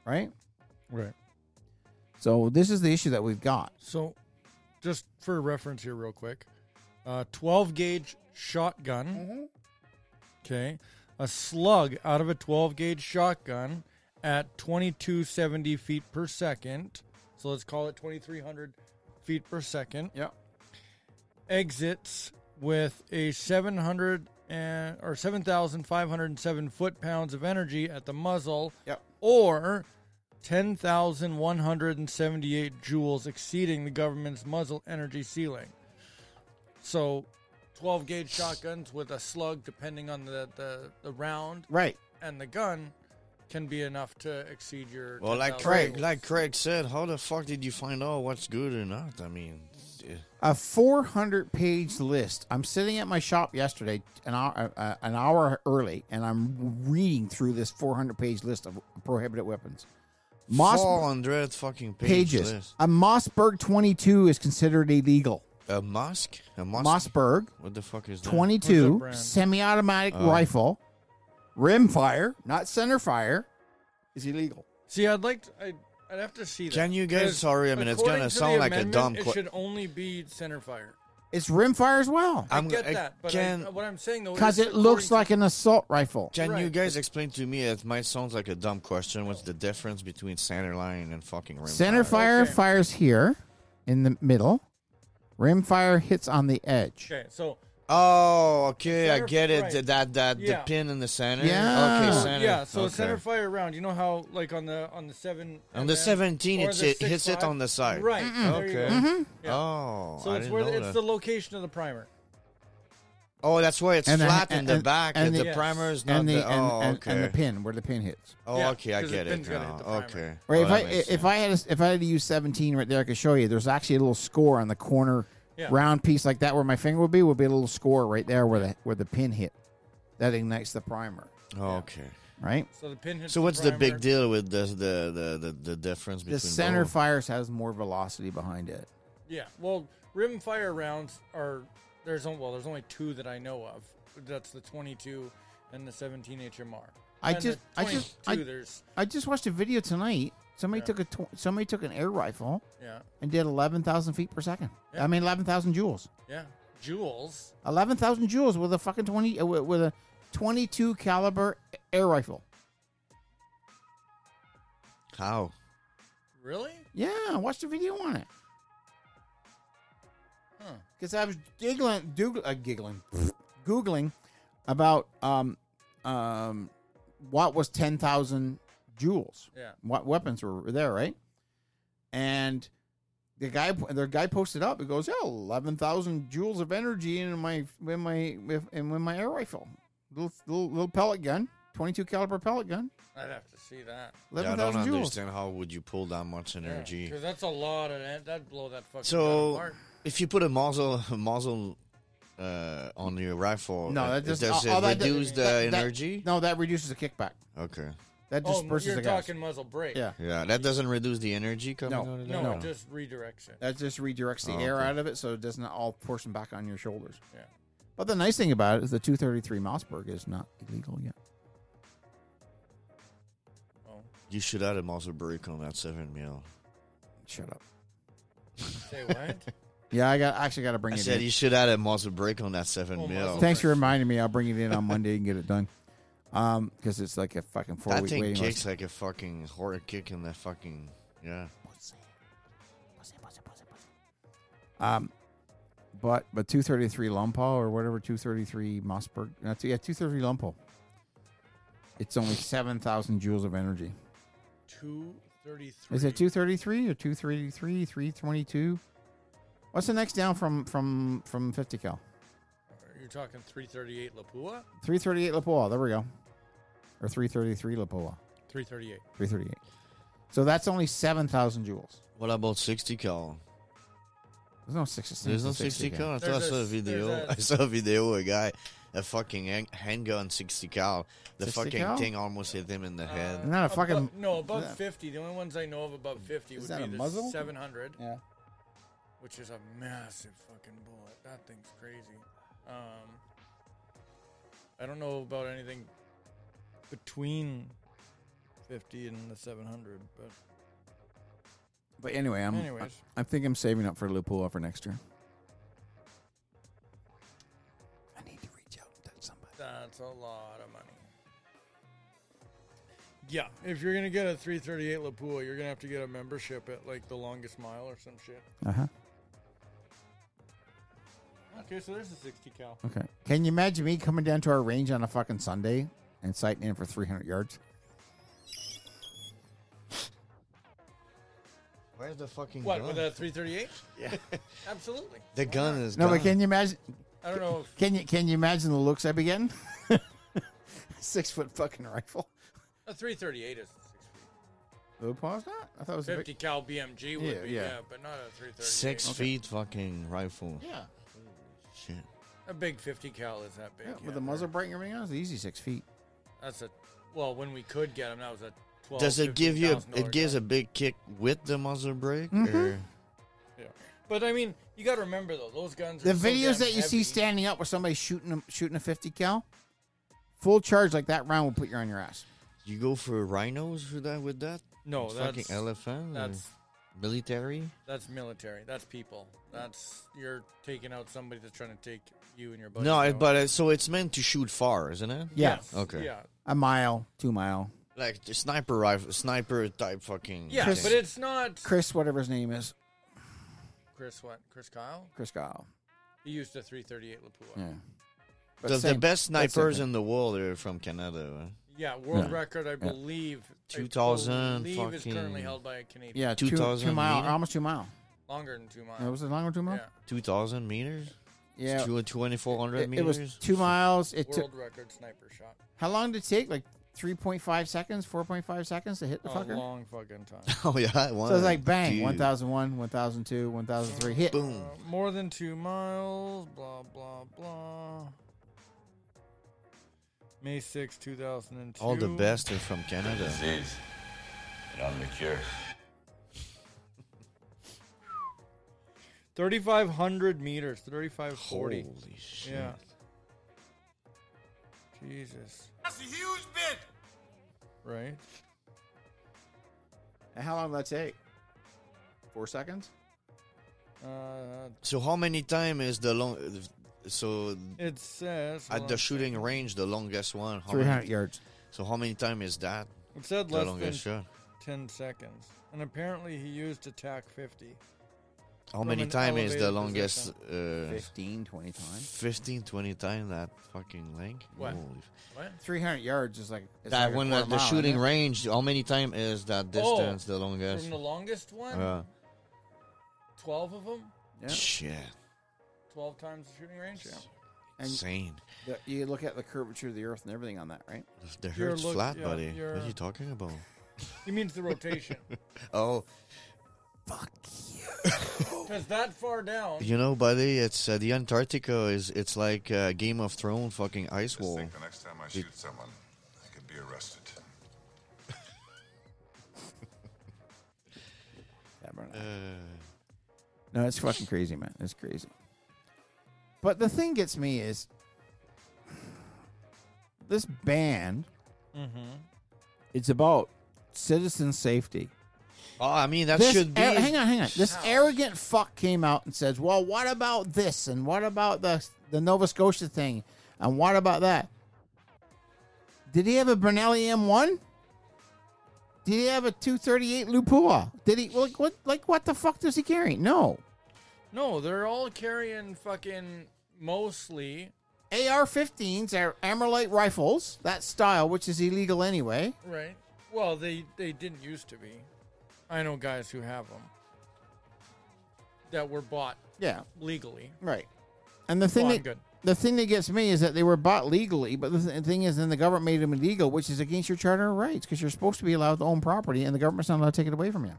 [SPEAKER 1] right
[SPEAKER 3] Right.
[SPEAKER 1] so this is the issue that we've got
[SPEAKER 3] So, just for reference here, real quick, uh, twelve gauge shotgun. Okay, a slug out of a twelve gauge shotgun at twenty two seventy feet per second. So let's call it twenty three hundred feet per second.
[SPEAKER 1] yeah
[SPEAKER 3] Exits with a seven hundred and or seven thousand five hundred and seven foot pounds of energy at the muzzle.
[SPEAKER 1] Yep.
[SPEAKER 3] Or 10,178 joules, exceeding the government's muzzle energy ceiling. So, 12 gauge shotguns with a slug, depending on the, the, the round
[SPEAKER 1] Right.
[SPEAKER 3] and the gun, can be enough to exceed your.
[SPEAKER 2] Well, like
[SPEAKER 3] 10,000
[SPEAKER 2] Craig,
[SPEAKER 3] joules.
[SPEAKER 2] like Craig said, how the fuck did you find out what's good or not? I mean, eh,
[SPEAKER 1] a 400 page list. I'm sitting at my shop yesterday, an hour, uh, an hour early, and I'm reading through this 400 page list of prohibited weapons. Moss
[SPEAKER 2] four hundred fucking page
[SPEAKER 1] pages.
[SPEAKER 2] list.
[SPEAKER 1] A Mossberg 22 is considered illegal.
[SPEAKER 2] A mosque, a mosque.
[SPEAKER 1] Mossberg
[SPEAKER 2] What the fuck is that? Uh.
[SPEAKER 1] 22
[SPEAKER 3] brand?
[SPEAKER 1] semi-automatic rifle, rimfire, not center fire, is illegal.
[SPEAKER 3] See, I'd like to, I'd, I'd have to see that.
[SPEAKER 2] Can you guys-
[SPEAKER 3] 'Cause
[SPEAKER 2] sorry, I mean, it's
[SPEAKER 3] according
[SPEAKER 2] gonna
[SPEAKER 3] to the
[SPEAKER 2] sound like a
[SPEAKER 3] amendment,
[SPEAKER 2] dumb
[SPEAKER 3] It
[SPEAKER 2] que-
[SPEAKER 3] should only be center fire.
[SPEAKER 1] It's rimfire as well
[SPEAKER 3] I
[SPEAKER 2] I'm-
[SPEAKER 3] get
[SPEAKER 2] I
[SPEAKER 3] that, but
[SPEAKER 2] can-
[SPEAKER 3] I, uh, what I'm saying though,
[SPEAKER 1] because
[SPEAKER 3] is
[SPEAKER 1] it looks
[SPEAKER 3] according
[SPEAKER 1] like an assault rifle.
[SPEAKER 2] Can you
[SPEAKER 3] Right.
[SPEAKER 2] guys explain to me? It might sound like a dumb question. What's the difference between center line and fucking rim?
[SPEAKER 1] Center fire
[SPEAKER 3] Okay.
[SPEAKER 1] fires here in the middle. Rim fire hits on the edge.
[SPEAKER 3] to- okay, so
[SPEAKER 2] Oh, okay, I
[SPEAKER 3] Center-
[SPEAKER 2] get it.
[SPEAKER 3] right.
[SPEAKER 2] That that, that the
[SPEAKER 3] Yeah.
[SPEAKER 2] pin in the center.
[SPEAKER 1] Yeah.
[SPEAKER 2] Okay,
[SPEAKER 1] So,
[SPEAKER 2] center.
[SPEAKER 3] yeah, so
[SPEAKER 2] okay.
[SPEAKER 3] a center fire round. You know how like on the on the seven
[SPEAKER 2] On
[SPEAKER 3] and
[SPEAKER 2] the
[SPEAKER 3] then-
[SPEAKER 2] 17,
[SPEAKER 3] or
[SPEAKER 2] it's-
[SPEAKER 3] the
[SPEAKER 2] it hits it
[SPEAKER 3] 6.5?
[SPEAKER 2] on the side.
[SPEAKER 3] Right. There you
[SPEAKER 2] Okay.
[SPEAKER 3] go.
[SPEAKER 1] Mm-hmm.
[SPEAKER 3] Yeah.
[SPEAKER 2] Oh,
[SPEAKER 3] So
[SPEAKER 2] I
[SPEAKER 3] it's
[SPEAKER 2] didn't
[SPEAKER 3] where the,
[SPEAKER 2] know
[SPEAKER 3] it's
[SPEAKER 2] that.
[SPEAKER 3] the location of the primer.
[SPEAKER 2] Oh, that's why it's
[SPEAKER 1] And the-
[SPEAKER 2] flat in the
[SPEAKER 1] and-
[SPEAKER 2] back.
[SPEAKER 1] and
[SPEAKER 2] And the,
[SPEAKER 1] the-
[SPEAKER 2] primer is not
[SPEAKER 1] And the,
[SPEAKER 2] the. Oh,
[SPEAKER 1] and, and,
[SPEAKER 2] okay.
[SPEAKER 1] and the pin where the pin hits.
[SPEAKER 2] Oh,
[SPEAKER 3] Yeah,
[SPEAKER 2] okay, I
[SPEAKER 3] 'cause the
[SPEAKER 2] get it.
[SPEAKER 3] pin's gotta hit
[SPEAKER 2] now.
[SPEAKER 3] the primer.
[SPEAKER 2] okay.
[SPEAKER 1] Right.
[SPEAKER 2] Oh,
[SPEAKER 1] if
[SPEAKER 2] that
[SPEAKER 1] I
[SPEAKER 2] makes
[SPEAKER 1] if
[SPEAKER 2] sense.
[SPEAKER 1] I had a, if I had to use seventeen right there, I could show you. There's actually a little score on the corner
[SPEAKER 3] Yeah.
[SPEAKER 1] round piece like that where my finger would be. Would be a little score right there where the where the pin hit. That ignites the primer.
[SPEAKER 2] Oh, okay.
[SPEAKER 1] Right.
[SPEAKER 3] So the pin hits.
[SPEAKER 2] So what's the
[SPEAKER 3] primer.
[SPEAKER 2] big deal with the the the the, the difference between
[SPEAKER 1] The center
[SPEAKER 2] both?
[SPEAKER 1] fires has more velocity behind it.
[SPEAKER 3] Yeah. Well, rim fire rounds are there's only well there's only two that I know of. That's the 22 and the 17 HMR.
[SPEAKER 1] I
[SPEAKER 3] And the
[SPEAKER 1] just- I just- I-
[SPEAKER 3] 22, there's
[SPEAKER 1] I just watched a video tonight. Somebody took a tw- somebody took an air rifle
[SPEAKER 3] yeah
[SPEAKER 1] and did eleven thousand feet per second.
[SPEAKER 3] Yeah.
[SPEAKER 1] I mean eleven thousand joules.
[SPEAKER 3] yeah joules.
[SPEAKER 1] Eleven thousand joules with a fucking twenty uh, with with a twenty-two caliber air rifle.
[SPEAKER 2] How?
[SPEAKER 3] Really?
[SPEAKER 1] Yeah, watch the video on it.
[SPEAKER 3] Huh.
[SPEAKER 1] Because I was giggling, doog- uh, giggling, googling about um, um, what was ten thousand joules.
[SPEAKER 3] Yeah.
[SPEAKER 1] What weapons were there, right? And the guy, the guy posted up. It goes, yeah, eleven thousand joules of energy in my in my in my air rifle, little little, little pellet gun, twenty-two caliber pellet gun,
[SPEAKER 3] I'd have to see that.
[SPEAKER 2] Yeah, I
[SPEAKER 1] eleven
[SPEAKER 2] don't
[SPEAKER 1] thousand joules.
[SPEAKER 2] understand how would you pull that much energy.
[SPEAKER 3] Because that's a lot of that. That'd blow that fucking gun
[SPEAKER 2] So
[SPEAKER 3] apart.
[SPEAKER 2] if you put a muzzle a muzzle uh, on your rifle,
[SPEAKER 1] No,
[SPEAKER 2] uh,
[SPEAKER 1] that just
[SPEAKER 2] does
[SPEAKER 1] all- all
[SPEAKER 2] it
[SPEAKER 1] that-
[SPEAKER 2] reduce the
[SPEAKER 1] that- that-
[SPEAKER 2] energy?
[SPEAKER 1] No, that reduces the kickback.
[SPEAKER 2] Okay.
[SPEAKER 1] That
[SPEAKER 3] Oh,
[SPEAKER 1] disperses
[SPEAKER 3] you're
[SPEAKER 1] the gas.
[SPEAKER 3] talking muzzle brake.
[SPEAKER 1] Yeah.
[SPEAKER 2] Yeah, that doesn't reduce the energy coming
[SPEAKER 1] No.
[SPEAKER 2] out of
[SPEAKER 3] No,
[SPEAKER 2] that?
[SPEAKER 3] it just redirects it.
[SPEAKER 1] That just redirects the
[SPEAKER 2] Oh,
[SPEAKER 1] air
[SPEAKER 2] okay.
[SPEAKER 1] out of it, so it doesn't all portion back on your shoulders.
[SPEAKER 3] Yeah.
[SPEAKER 1] But the nice thing about it is the 233 Mossberg is not illegal yet.
[SPEAKER 2] You should add a muzzle brake on that seven mil.
[SPEAKER 1] Shut up.
[SPEAKER 3] Say what?
[SPEAKER 1] Yeah, I got actually got to bring
[SPEAKER 2] I
[SPEAKER 1] it
[SPEAKER 2] said
[SPEAKER 1] in.
[SPEAKER 2] you should add a muzzle brake on that seven
[SPEAKER 3] Oh,
[SPEAKER 2] mil.
[SPEAKER 3] muzzle
[SPEAKER 1] Thanks for reminding me. I'll bring it in on Monday and get it done. Um, because it's like a fucking four
[SPEAKER 2] That
[SPEAKER 1] week
[SPEAKER 2] thing
[SPEAKER 1] waiting
[SPEAKER 2] kicks
[SPEAKER 1] list.
[SPEAKER 2] like a fucking horror kick in the fucking yeah.
[SPEAKER 1] Um, but but 233 Lumpo or whatever 233 Mossberg. No, two- yeah, 233 Lumpo. It's only 7,000 joules of energy.
[SPEAKER 3] Two thirty-three.
[SPEAKER 1] Is it 233 or 233, 322? What's the next down from from from 50 cal?
[SPEAKER 3] You're talking three thirty-eight Lapua.
[SPEAKER 1] 338 Lapoa. There we go. Or 333 Lapoa.
[SPEAKER 3] Three thirty-eight.
[SPEAKER 1] 338. So that's only 7,000 joules.
[SPEAKER 2] What about sixty cal?
[SPEAKER 1] Mm, There's no 60.
[SPEAKER 2] There's no 60 cal. I, thought I
[SPEAKER 3] There's
[SPEAKER 2] saw a
[SPEAKER 3] a-
[SPEAKER 2] video.
[SPEAKER 3] there's
[SPEAKER 2] I
[SPEAKER 3] a-
[SPEAKER 2] saw a video of a guy, a fucking hang- handgun 60 cal. The
[SPEAKER 1] 60
[SPEAKER 2] fucking
[SPEAKER 1] cal? Ah.
[SPEAKER 2] thing almost hit him in the head.
[SPEAKER 1] Not a fucking.
[SPEAKER 3] no, above
[SPEAKER 1] that-
[SPEAKER 3] fifty. The only ones I know of above fifty
[SPEAKER 1] Is
[SPEAKER 3] would
[SPEAKER 1] that
[SPEAKER 3] be
[SPEAKER 1] a
[SPEAKER 3] the
[SPEAKER 1] muzzle?
[SPEAKER 3] seven hundred,
[SPEAKER 1] Yeah.
[SPEAKER 3] which is a massive fucking bullet. That thing's crazy. Um, I don't know about anything between fifty and the seven hundred, but
[SPEAKER 1] But anyway, I'm.
[SPEAKER 3] Anyways.
[SPEAKER 1] I, I think I'm saving up for Lapoa for next year. I need to reach out and touch somebody.
[SPEAKER 3] that's a lot of money. Yeah, if you're gonna get a 338 Lapua, you're gonna have to get a membership at like the longest mile or some shit.
[SPEAKER 1] Uh huh.
[SPEAKER 3] Okay, so there's a 60 cal.
[SPEAKER 1] Okay. Can you imagine me coming down to our range on a fucking Sunday and sighting in for 300 yards?
[SPEAKER 2] Where's the fucking
[SPEAKER 3] What,
[SPEAKER 2] gun?
[SPEAKER 3] with a 338?
[SPEAKER 2] Yeah.
[SPEAKER 3] Absolutely.
[SPEAKER 2] the gun is
[SPEAKER 1] No,
[SPEAKER 2] gone.
[SPEAKER 1] but can you imagine?
[SPEAKER 3] I don't know if
[SPEAKER 1] Can you can you imagine the looks I begin? Six foot fucking rifle.
[SPEAKER 3] a 338 is six feet.
[SPEAKER 1] Low pause that? I thought it was a big-
[SPEAKER 3] 50 cal BMG would
[SPEAKER 1] Yeah,
[SPEAKER 3] be,
[SPEAKER 1] yeah.
[SPEAKER 3] yeah. but not a 338.
[SPEAKER 2] Six feet fucking rifle.
[SPEAKER 1] Yeah.
[SPEAKER 2] Shit.
[SPEAKER 3] A big 50 cal is that big.
[SPEAKER 1] yeah,
[SPEAKER 3] yeah.
[SPEAKER 1] with the muzzle break and everything else, easy six feet.
[SPEAKER 3] That's a well. When we could get them, that was a twelve.
[SPEAKER 2] Does it give you?
[SPEAKER 3] $15,000
[SPEAKER 2] A, it gives a
[SPEAKER 3] gun.
[SPEAKER 2] big kick with the muzzle brake.
[SPEAKER 1] Mm-hmm.
[SPEAKER 2] Or?
[SPEAKER 3] Yeah. But I mean, you got to remember though, those guns.
[SPEAKER 1] The
[SPEAKER 3] are so
[SPEAKER 1] videos
[SPEAKER 3] damn
[SPEAKER 1] that you see
[SPEAKER 3] heavy.
[SPEAKER 1] standing up with somebody shooting a, shooting a fifty cal, full charge like that round will put you on your ass.
[SPEAKER 2] You go for rhinos for that with that?
[SPEAKER 3] No,
[SPEAKER 2] fucking
[SPEAKER 3] that's
[SPEAKER 2] elephant. or
[SPEAKER 3] that's
[SPEAKER 2] military.
[SPEAKER 3] that's military. That's people. That's you're taking out somebody that's trying to take you and your buddy.
[SPEAKER 2] No, it,
[SPEAKER 3] out.
[SPEAKER 2] but it, so it's meant to shoot far, isn't it?
[SPEAKER 1] Yeah.
[SPEAKER 3] Yes,
[SPEAKER 2] Okay.
[SPEAKER 3] Yeah.
[SPEAKER 1] A mile, two mile.
[SPEAKER 2] Like the sniper rifle, sniper type fucking.
[SPEAKER 3] Yeah,
[SPEAKER 2] thing.
[SPEAKER 3] but it's not
[SPEAKER 1] Chris, whatever his name is,
[SPEAKER 3] Chris. What? Chris Kyle?
[SPEAKER 1] Chris Kyle.
[SPEAKER 3] He used a 338 Lapua.
[SPEAKER 1] Yeah. But
[SPEAKER 2] the, the
[SPEAKER 1] same-
[SPEAKER 2] best
[SPEAKER 1] but same
[SPEAKER 2] snipers
[SPEAKER 1] thing.
[SPEAKER 2] in the world are from Canada. huh?
[SPEAKER 3] Yeah, world
[SPEAKER 1] Yeah.
[SPEAKER 3] record, I believe. I
[SPEAKER 2] 2000
[SPEAKER 3] believe is currently
[SPEAKER 2] fucking-
[SPEAKER 3] held by a Canadian.
[SPEAKER 1] Yeah, two, two
[SPEAKER 2] 2000
[SPEAKER 1] mile,
[SPEAKER 2] meter?
[SPEAKER 1] almost two mile.
[SPEAKER 3] Longer than two miles.
[SPEAKER 1] Yeah, was it longer than two mile?
[SPEAKER 3] yeah.
[SPEAKER 2] Two thousand meters.
[SPEAKER 1] Yeah,
[SPEAKER 2] Two twenty four hundred
[SPEAKER 1] it, it
[SPEAKER 2] meters.
[SPEAKER 1] was two miles. It took
[SPEAKER 3] World record sniper shot.
[SPEAKER 1] how long did it take? Like three point five seconds, four point five seconds to hit the
[SPEAKER 3] A
[SPEAKER 1] fucker.
[SPEAKER 3] long fucking time.
[SPEAKER 2] Oh yeah,
[SPEAKER 1] So it's like bang, 1001, 1002, 1003, hit.
[SPEAKER 2] Boom.
[SPEAKER 3] Uh, more than two miles, blah, blah, blah. May 6, 2002.
[SPEAKER 2] All the best are from Canada.
[SPEAKER 8] Disease. And I'm the cure.
[SPEAKER 3] 3,500 meters, 3,540.
[SPEAKER 2] Holy shit!
[SPEAKER 3] Yeah. Jesus.
[SPEAKER 8] That's a huge bit.
[SPEAKER 3] Right?
[SPEAKER 1] And how long did that take? Four seconds?
[SPEAKER 3] Uh,
[SPEAKER 2] So how many time is the long? So
[SPEAKER 3] it says. hold
[SPEAKER 2] at
[SPEAKER 3] on
[SPEAKER 2] the
[SPEAKER 3] a
[SPEAKER 2] shooting
[SPEAKER 3] second.
[SPEAKER 2] range, the longest one. How
[SPEAKER 1] 300
[SPEAKER 2] many,
[SPEAKER 1] yards.
[SPEAKER 2] so how many time is that?
[SPEAKER 3] It said
[SPEAKER 2] The
[SPEAKER 3] less than
[SPEAKER 2] longest shot.
[SPEAKER 3] 10 seconds. And apparently he used attack 50.
[SPEAKER 2] How
[SPEAKER 3] from
[SPEAKER 2] many
[SPEAKER 3] an
[SPEAKER 2] time is the
[SPEAKER 3] elevated
[SPEAKER 2] longest? Uh,
[SPEAKER 1] 15, 20 times.
[SPEAKER 2] 15, 20 time that fucking link.
[SPEAKER 3] What?
[SPEAKER 2] Holy f-
[SPEAKER 1] 300 yards is like. Is
[SPEAKER 2] That
[SPEAKER 1] like a
[SPEAKER 2] one
[SPEAKER 1] quarter
[SPEAKER 2] at the
[SPEAKER 1] mile,
[SPEAKER 2] shooting
[SPEAKER 1] isn't it?
[SPEAKER 2] range. How many time is that distance the longest?
[SPEAKER 3] Oh, From the longest one,
[SPEAKER 2] Uh,
[SPEAKER 3] 12 of them,
[SPEAKER 1] Yeah.
[SPEAKER 2] Shit,
[SPEAKER 3] 12 times the shooting range. Yeah.
[SPEAKER 1] And-
[SPEAKER 2] insane.
[SPEAKER 1] The- you look at the curvature of the earth and everything on that, right?
[SPEAKER 2] The
[SPEAKER 3] You're
[SPEAKER 2] hurt's
[SPEAKER 3] look-
[SPEAKER 2] flat,
[SPEAKER 3] yeah,
[SPEAKER 2] buddy. What
[SPEAKER 3] you're-
[SPEAKER 2] are you talking about?
[SPEAKER 3] He means the rotation.
[SPEAKER 2] Oh,
[SPEAKER 3] Because that far down,
[SPEAKER 2] You know, buddy, it's uh, the Antarctica is it's like uh, Game of Thrones fucking ice
[SPEAKER 5] Just
[SPEAKER 2] wall.
[SPEAKER 5] think the next time I shoot someone, I could be arrested.
[SPEAKER 2] Uh.
[SPEAKER 1] No, it's fucking crazy, man. It's crazy. But the thing gets me is this ban. Mm-hmm. It's about citizen safety.
[SPEAKER 2] Oh, I mean that
[SPEAKER 1] This
[SPEAKER 2] should be.
[SPEAKER 1] ar- hang on, hang on. This arrogant fuck came out and says, "Well, what about this? And what about the the Nova Scotia thing? And what about that? Did he have a Brunelli M1? Did he have a 238 Lupua? Did he like what? Like what the fuck does he carry? No,
[SPEAKER 3] no, they're all carrying fucking mostly
[SPEAKER 1] AR-15s are Amerlite rifles, that style, which is illegal anyway.
[SPEAKER 3] right. Well, they they didn't used to be. I know guys who have them that were bought
[SPEAKER 1] Yeah,
[SPEAKER 3] legally.
[SPEAKER 1] right. And the thing
[SPEAKER 3] Well, I'm
[SPEAKER 1] that
[SPEAKER 3] good.
[SPEAKER 1] the thing that gets me is that they were bought legally, but the th- thing is, then the government made them illegal, which is against your charter of rights because you're supposed to be allowed to own property, and the government's not allowed to take it away from you.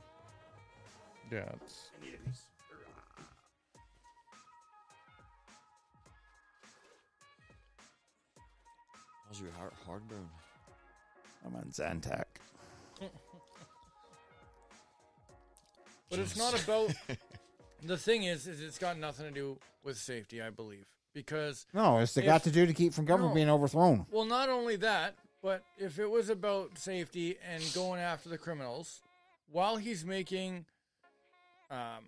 [SPEAKER 3] Yeah. it's-
[SPEAKER 2] How's your heart heartburn?
[SPEAKER 1] I'm on Zantac.
[SPEAKER 3] But it's not about. the thing is, is it's got nothing to do with safety. I believe because
[SPEAKER 1] No, it's they
[SPEAKER 3] If-
[SPEAKER 1] got to do to keep from government
[SPEAKER 3] No.
[SPEAKER 1] being overthrown.
[SPEAKER 3] Well, not only that, but if it was about safety and going after the criminals, while he's making um,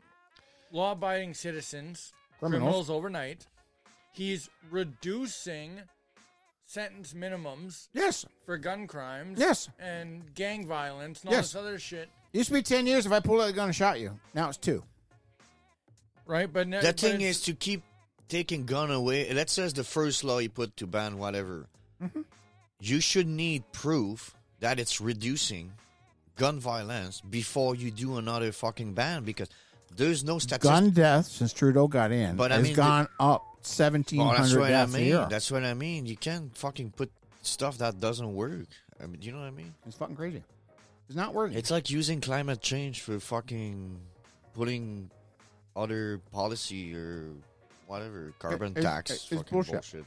[SPEAKER 3] law-abiding citizens
[SPEAKER 1] Criminals.
[SPEAKER 3] criminals. overnight, he's reducing sentence minimums
[SPEAKER 1] Yes,
[SPEAKER 3] for gun crimes,
[SPEAKER 1] Yes.
[SPEAKER 3] and gang violence, and all
[SPEAKER 1] Yes.
[SPEAKER 3] this other shit,
[SPEAKER 1] used to be ten years if I pulled out a gun and shot you. Now it's two.
[SPEAKER 3] right? But no-
[SPEAKER 2] The
[SPEAKER 3] but
[SPEAKER 2] thing
[SPEAKER 3] it's-
[SPEAKER 2] is to keep taking gun away. That says the first law you put to ban
[SPEAKER 1] Mm-hmm.
[SPEAKER 2] whatever. You should need proof that it's reducing gun violence before you do another fucking ban because there's no statistic.
[SPEAKER 1] Gun deaths since Trudeau got in
[SPEAKER 2] But I
[SPEAKER 1] has
[SPEAKER 2] mean,
[SPEAKER 1] gone up
[SPEAKER 2] Well,
[SPEAKER 1] 1,700
[SPEAKER 2] Oh, that's what I
[SPEAKER 1] deaths a
[SPEAKER 2] mean.
[SPEAKER 1] year.
[SPEAKER 2] That's what I mean. You can't fucking put stuff that doesn't work. I mean, you know what I mean?
[SPEAKER 1] it's fucking crazy. It's not working.
[SPEAKER 2] It's like using climate change for fucking putting other policy or whatever carbon
[SPEAKER 1] it's-
[SPEAKER 2] tax.
[SPEAKER 1] it's
[SPEAKER 2] fucking
[SPEAKER 1] bullshit.
[SPEAKER 2] bullshit.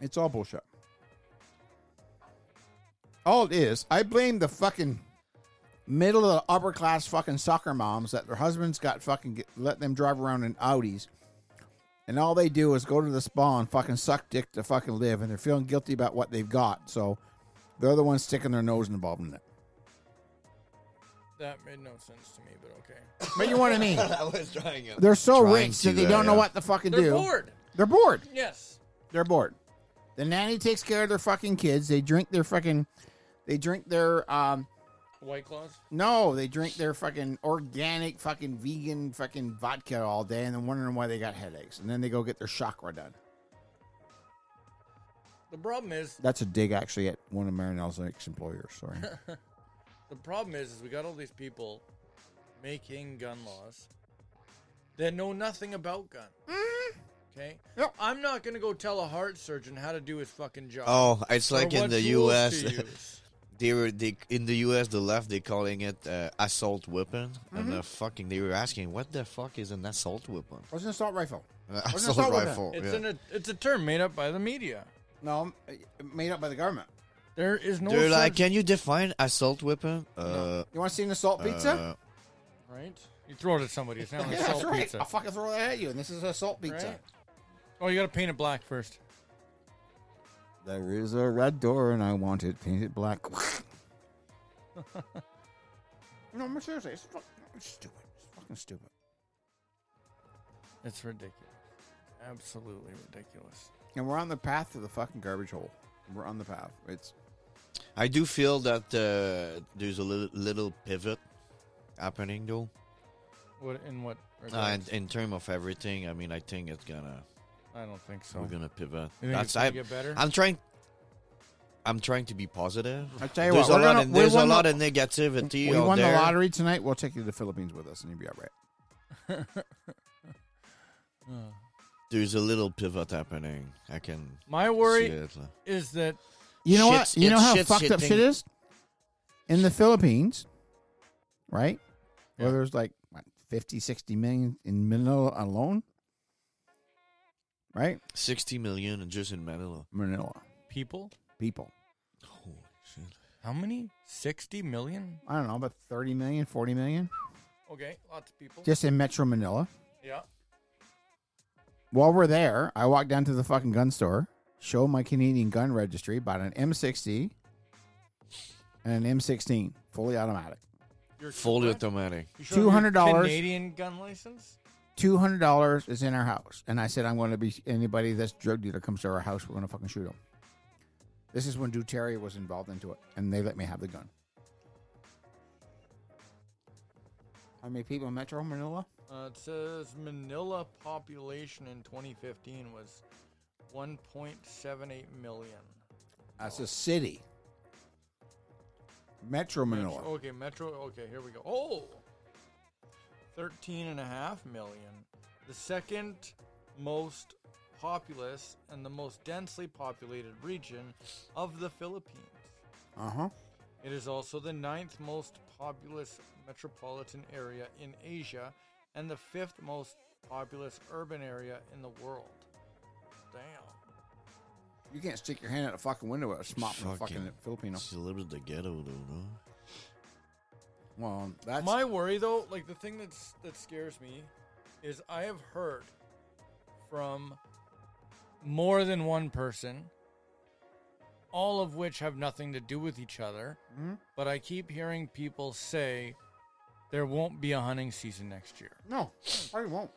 [SPEAKER 1] It's all bullshit. All it is, I blame the fucking middle of the upper class fucking soccer moms that their husbands got fucking get, let them drive around in Audis, and all they do is go to the spa and fucking suck dick to fucking live, and they're feeling guilty about what they've got, so they're the ones sticking their nose involved in it.
[SPEAKER 3] That made no sense to me, but okay.
[SPEAKER 1] But you know what I mean?
[SPEAKER 2] I was trying it.
[SPEAKER 1] They're so
[SPEAKER 2] Trying
[SPEAKER 1] rich
[SPEAKER 2] to,
[SPEAKER 1] that they
[SPEAKER 2] uh,
[SPEAKER 1] don't know
[SPEAKER 2] yeah.
[SPEAKER 1] what the fucking
[SPEAKER 3] They're
[SPEAKER 1] do.
[SPEAKER 3] bored.
[SPEAKER 1] They're bored.
[SPEAKER 3] Yes.
[SPEAKER 1] They're bored. The nanny takes care of their fucking kids. They drink their fucking, they drink their um,
[SPEAKER 3] White claws.
[SPEAKER 1] No, they drink their fucking organic, fucking vegan, fucking vodka all day, and then wondering why they got headaches, and then they go get their chakra done.
[SPEAKER 3] The problem is,
[SPEAKER 1] That's a dig, actually, at one of Marinelle's ex-employers. Sorry,
[SPEAKER 3] the problem is, is we got all these people making gun laws that know nothing about guns. Okay.
[SPEAKER 1] Mm-hmm. Yep.
[SPEAKER 3] I'm not gonna go tell a heart surgeon how to do his fucking job.
[SPEAKER 2] Oh, it's
[SPEAKER 3] or
[SPEAKER 2] like in
[SPEAKER 3] what
[SPEAKER 2] the
[SPEAKER 3] tools to
[SPEAKER 2] U.S.
[SPEAKER 3] use.
[SPEAKER 2] they were they in the U.S. the left they calling it uh, assault weapon,
[SPEAKER 1] Mm-hmm.
[SPEAKER 2] and the fucking they were asking what the fuck is an assault weapon?
[SPEAKER 1] what's an assault rifle?
[SPEAKER 2] Uh,
[SPEAKER 1] What's an
[SPEAKER 2] assault,
[SPEAKER 1] assault weapon?
[SPEAKER 2] rifle.
[SPEAKER 3] It's
[SPEAKER 2] yeah.
[SPEAKER 3] an it's a term made up by the media.
[SPEAKER 1] No, um, made up by the government.
[SPEAKER 3] There is no.
[SPEAKER 2] They're like,
[SPEAKER 3] surgeon-
[SPEAKER 2] can you define assault weapon? Uh,
[SPEAKER 1] You want to see an assault pizza?
[SPEAKER 2] uh,
[SPEAKER 3] right? You throw it at somebody. It's not an
[SPEAKER 1] yeah,
[SPEAKER 3] assault
[SPEAKER 1] that's right.
[SPEAKER 3] pizza.
[SPEAKER 1] I'll fucking throw that at you, and this is an assault pizza.
[SPEAKER 3] Right? Oh, you gotta paint it black first.
[SPEAKER 1] There is a red door, and I want it painted black. no, but seriously, it's fucking it's stupid. It's fucking stupid.
[SPEAKER 3] It's ridiculous. Absolutely ridiculous.
[SPEAKER 1] And we're on the path to the fucking garbage hole. We're on the path. It's
[SPEAKER 2] I do feel that uh, there's a little, little pivot happening though.
[SPEAKER 3] What in what?
[SPEAKER 2] Uh,
[SPEAKER 3] regards?
[SPEAKER 2] in, in term of everything, I mean, I think it's gonna
[SPEAKER 3] I don't think so.
[SPEAKER 1] Oh.
[SPEAKER 2] we're gonna pivot.
[SPEAKER 3] You think it's gonna get better?
[SPEAKER 2] I'm trying. I'm trying to be positive.
[SPEAKER 1] I tell you
[SPEAKER 2] there's
[SPEAKER 1] what,
[SPEAKER 2] a
[SPEAKER 1] we're
[SPEAKER 2] lot
[SPEAKER 1] gonna-
[SPEAKER 2] of
[SPEAKER 1] we
[SPEAKER 2] there's a
[SPEAKER 1] won the-
[SPEAKER 2] lot of negativity
[SPEAKER 1] we
[SPEAKER 2] out
[SPEAKER 1] won
[SPEAKER 2] there.
[SPEAKER 1] the lottery tonight. We'll take you to the Philippines with us, and you'll be all right.
[SPEAKER 2] There's a little pivot happening. I can
[SPEAKER 3] My worry
[SPEAKER 2] see it. like-
[SPEAKER 3] is that
[SPEAKER 1] You know
[SPEAKER 2] Shit's-
[SPEAKER 1] what? You know
[SPEAKER 2] it's
[SPEAKER 1] how
[SPEAKER 2] shit's
[SPEAKER 1] fucked up
[SPEAKER 2] hitting-
[SPEAKER 1] shit is in the Philippines, right?
[SPEAKER 3] Yeah.
[SPEAKER 1] Where there's like what, 50, 60 million in Manila alone, right?
[SPEAKER 2] 60 million and just in Manila.
[SPEAKER 1] Manila
[SPEAKER 3] people,
[SPEAKER 1] people.
[SPEAKER 2] Holy shit.
[SPEAKER 3] how many? Sixty million?
[SPEAKER 1] I don't know, about 30 million, 40 million
[SPEAKER 3] Okay, lots of people.
[SPEAKER 1] just in Metro Manila.
[SPEAKER 3] yeah.
[SPEAKER 1] While we're there, I walked down to the fucking gun store, show my Canadian gun registry, bought an M60 and an M16, fully automatic.
[SPEAKER 3] Your
[SPEAKER 2] Fully
[SPEAKER 3] what?
[SPEAKER 2] automatic.
[SPEAKER 3] You sure your
[SPEAKER 1] $200.
[SPEAKER 3] Canadian gun license.
[SPEAKER 1] Two hundred dollars is in our house, and I said I'm going to be anybody that's drug dealer comes to our house, we're going to fucking shoot him. This is when Duterte was involved into it, and they let me have the gun. How many people in Metro Manila?
[SPEAKER 3] Uh, it says Manila population in 2015 was 1.78 million.
[SPEAKER 1] That's a city. Metro Manila.
[SPEAKER 3] Metro, okay, Metro. Okay, here we go. Oh, 13 and a half million. The second most populous and the most densely populated region of the Philippines.
[SPEAKER 1] Uh huh.
[SPEAKER 3] It is also the ninth most populous metropolitan area in Asia and the fifth most populous urban area in the world. Damn.
[SPEAKER 1] You can't stick your hand out a fucking window at a smop from a
[SPEAKER 2] Fucking-
[SPEAKER 1] fucking Filipino.
[SPEAKER 2] It's a little bit the ghetto, though, no?
[SPEAKER 1] Well, that's
[SPEAKER 3] My worry though, like the thing that's that scares me is I have heard from more than one person all of which have nothing to do with each other, but I keep hearing people say there won't be a hunting season next year.
[SPEAKER 1] no. I won't.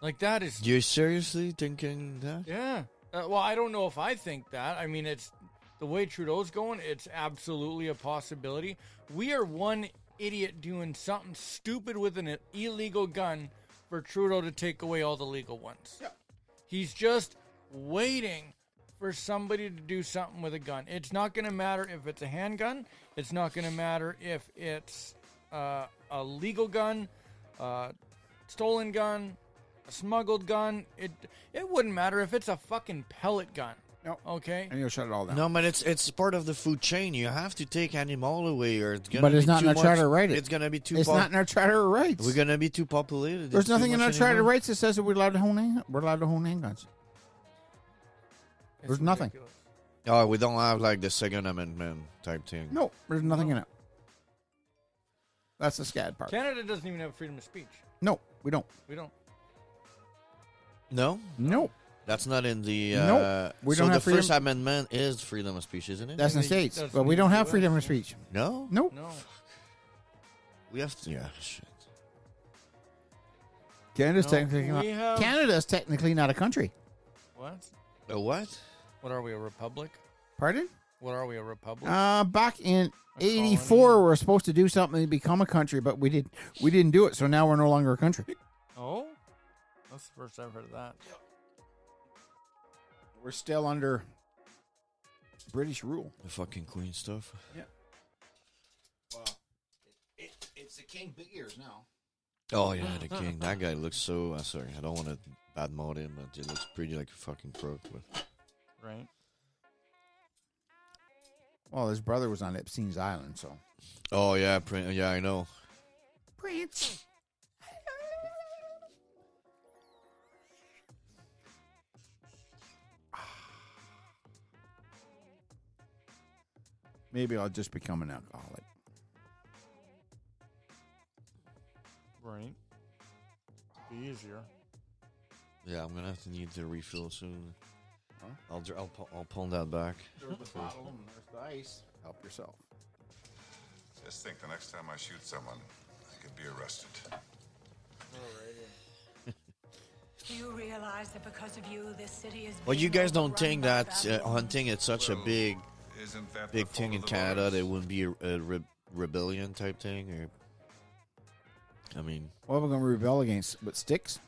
[SPEAKER 3] Like that is
[SPEAKER 2] You're seriously thinking that?
[SPEAKER 3] Yeah. Uh, well, I don't know if I think that. I mean, it's the way Trudeau's going, it's absolutely a possibility. We are one idiot doing something stupid with an illegal gun for Trudeau to take away all the legal ones. He's just waiting for somebody to do something with a gun. It's not going to matter if it's a handgun. It's not going to matter if it's uh, a legal gun, uh, stolen gun, a smuggled gun. It it wouldn't matter if it's a fucking pellet gun.
[SPEAKER 6] Nope.
[SPEAKER 3] Okay.
[SPEAKER 6] and you'll shut it all down.
[SPEAKER 2] No, but it's it's part of the food chain. You have to take animal away, or it's gonna
[SPEAKER 1] But it's
[SPEAKER 2] be
[SPEAKER 1] not
[SPEAKER 2] too
[SPEAKER 1] in our
[SPEAKER 2] much-
[SPEAKER 1] charter right.
[SPEAKER 2] It's gonna be too.
[SPEAKER 1] It's
[SPEAKER 2] pop-
[SPEAKER 1] not in our charter of rights.
[SPEAKER 2] We're gonna be too populated.
[SPEAKER 1] There's
[SPEAKER 2] It's too
[SPEAKER 1] nothing in
[SPEAKER 2] much
[SPEAKER 1] our charter of
[SPEAKER 2] animal.
[SPEAKER 1] rights that says that we're allowed to own hand, we're allowed to own handguns.
[SPEAKER 3] It's
[SPEAKER 1] There's nothing.
[SPEAKER 3] ridiculous.
[SPEAKER 2] Oh, we don't have like the Second Amendment type thing.
[SPEAKER 1] No, there's nothing in it. That's the scad part.
[SPEAKER 3] Canada doesn't even have freedom of speech.
[SPEAKER 1] No, we don't.
[SPEAKER 3] We don't.
[SPEAKER 2] no,
[SPEAKER 1] No,
[SPEAKER 2] that's not in the. Uh,
[SPEAKER 1] Nope. We
[SPEAKER 2] so
[SPEAKER 1] don't
[SPEAKER 2] the
[SPEAKER 1] have
[SPEAKER 2] First
[SPEAKER 1] freedom-
[SPEAKER 2] Amendment is freedom of speech, isn't it?
[SPEAKER 1] that's in the
[SPEAKER 3] They-
[SPEAKER 1] states,
[SPEAKER 3] that's
[SPEAKER 1] but we
[SPEAKER 3] in the
[SPEAKER 1] don't have
[SPEAKER 3] US,
[SPEAKER 1] freedom
[SPEAKER 3] yeah.
[SPEAKER 1] of speech.
[SPEAKER 2] no,
[SPEAKER 1] No,
[SPEAKER 3] No.
[SPEAKER 2] We have to. Yeah, shit.
[SPEAKER 6] Canada's
[SPEAKER 3] No,
[SPEAKER 6] technically not.
[SPEAKER 3] we have-
[SPEAKER 1] Canada is technically not a country.
[SPEAKER 3] What?
[SPEAKER 2] A what?
[SPEAKER 3] What are we, a republic?
[SPEAKER 1] Pardon?
[SPEAKER 3] What are we, a republic?
[SPEAKER 1] Uh, back in
[SPEAKER 3] A colony.
[SPEAKER 1] '84, we were supposed to do something to become a country, but we did we didn't do it. So now we're no longer a country.
[SPEAKER 3] oh? That's the first I've heard of that.
[SPEAKER 1] We're still under British rule.
[SPEAKER 2] The fucking Queen stuff.
[SPEAKER 1] It, it's the king big ears now.
[SPEAKER 2] Oh yeah, the king. That guy looks so. Uh, sorry, I don't want to badmouth him, but he looks pretty like a fucking crook. But
[SPEAKER 3] Right.
[SPEAKER 1] Well, his brother was on Epstein's island, so
[SPEAKER 2] oh yeah, prin- yeah, I know.
[SPEAKER 1] Prince.
[SPEAKER 6] Maybe I'll just become an alcoholic.
[SPEAKER 3] Right. Be easier.
[SPEAKER 2] Yeah, I'm gonna have to need to refill soon. I'll dr- I'll pu- I'll pull that back.
[SPEAKER 1] Help yourself.
[SPEAKER 5] Just think the next time I shoot someone, I could be arrested.
[SPEAKER 9] Do you realize that because of you, this city is.
[SPEAKER 2] Well, you
[SPEAKER 9] being
[SPEAKER 2] guys don't
[SPEAKER 9] overrun
[SPEAKER 2] think
[SPEAKER 9] by
[SPEAKER 2] that uh,
[SPEAKER 9] Babylon?
[SPEAKER 2] hunting is such a big
[SPEAKER 5] Isn't that
[SPEAKER 2] big
[SPEAKER 5] the
[SPEAKER 2] thing
[SPEAKER 5] fault
[SPEAKER 2] in
[SPEAKER 5] of the
[SPEAKER 2] Canada?
[SPEAKER 5] lawyers?
[SPEAKER 2] There wouldn't be a, a re- rebellion type thing, or I mean,
[SPEAKER 1] What we're going to rebel against? But sticks.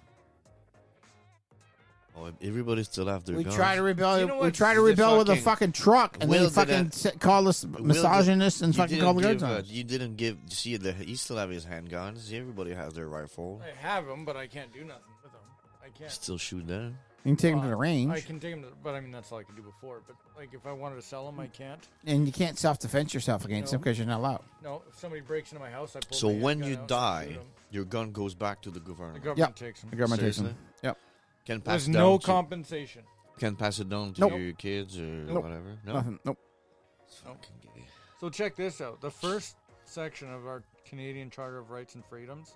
[SPEAKER 2] oh, everybody still have their
[SPEAKER 1] We
[SPEAKER 2] guns.
[SPEAKER 1] try to rebel.
[SPEAKER 3] You know
[SPEAKER 1] we
[SPEAKER 3] what?
[SPEAKER 1] try to
[SPEAKER 2] The
[SPEAKER 1] rebel with a
[SPEAKER 2] fucking-
[SPEAKER 1] fucking truck, and
[SPEAKER 2] Will
[SPEAKER 1] they
[SPEAKER 2] did
[SPEAKER 1] fucking
[SPEAKER 2] that.
[SPEAKER 1] s call us
[SPEAKER 2] Will did-
[SPEAKER 1] misogynists and
[SPEAKER 2] you
[SPEAKER 1] fucking
[SPEAKER 2] didn't
[SPEAKER 1] call the
[SPEAKER 2] give,
[SPEAKER 1] guns
[SPEAKER 2] uh,
[SPEAKER 1] on. us.
[SPEAKER 2] You didn't give. You see, the, he still have his handguns. Everybody has their rifle.
[SPEAKER 3] I have them, but I can't do nothing with them. I can't.
[SPEAKER 2] Still shoot them.
[SPEAKER 1] You can take them to the range,
[SPEAKER 3] I can take them, to, but I mean that's all I can do before. But like, if I wanted to sell them, I can't.
[SPEAKER 1] and you can't self-defense yourself against them
[SPEAKER 3] No.
[SPEAKER 1] because you're not allowed.
[SPEAKER 3] No, if somebody breaks into my house, I pull.
[SPEAKER 2] So
[SPEAKER 3] my
[SPEAKER 2] when
[SPEAKER 3] handgun
[SPEAKER 2] you
[SPEAKER 3] out and shoot
[SPEAKER 2] die,
[SPEAKER 3] 'em.
[SPEAKER 2] your gun goes back to the
[SPEAKER 3] the
[SPEAKER 2] government.
[SPEAKER 3] government
[SPEAKER 1] Yep.
[SPEAKER 3] takes them.
[SPEAKER 1] The government takes
[SPEAKER 2] Seriously?
[SPEAKER 1] them. Yep.
[SPEAKER 2] Can pass
[SPEAKER 3] There's
[SPEAKER 2] it
[SPEAKER 3] no
[SPEAKER 2] down to-
[SPEAKER 3] compensation.
[SPEAKER 2] Can pass it down to
[SPEAKER 1] Nope.
[SPEAKER 2] your kids or
[SPEAKER 1] Nope.
[SPEAKER 2] whatever. No.
[SPEAKER 1] Nothing. Nope.
[SPEAKER 2] It's fucking gay.
[SPEAKER 3] So check this out. The first section of our Canadian Charter of Rights and Freedoms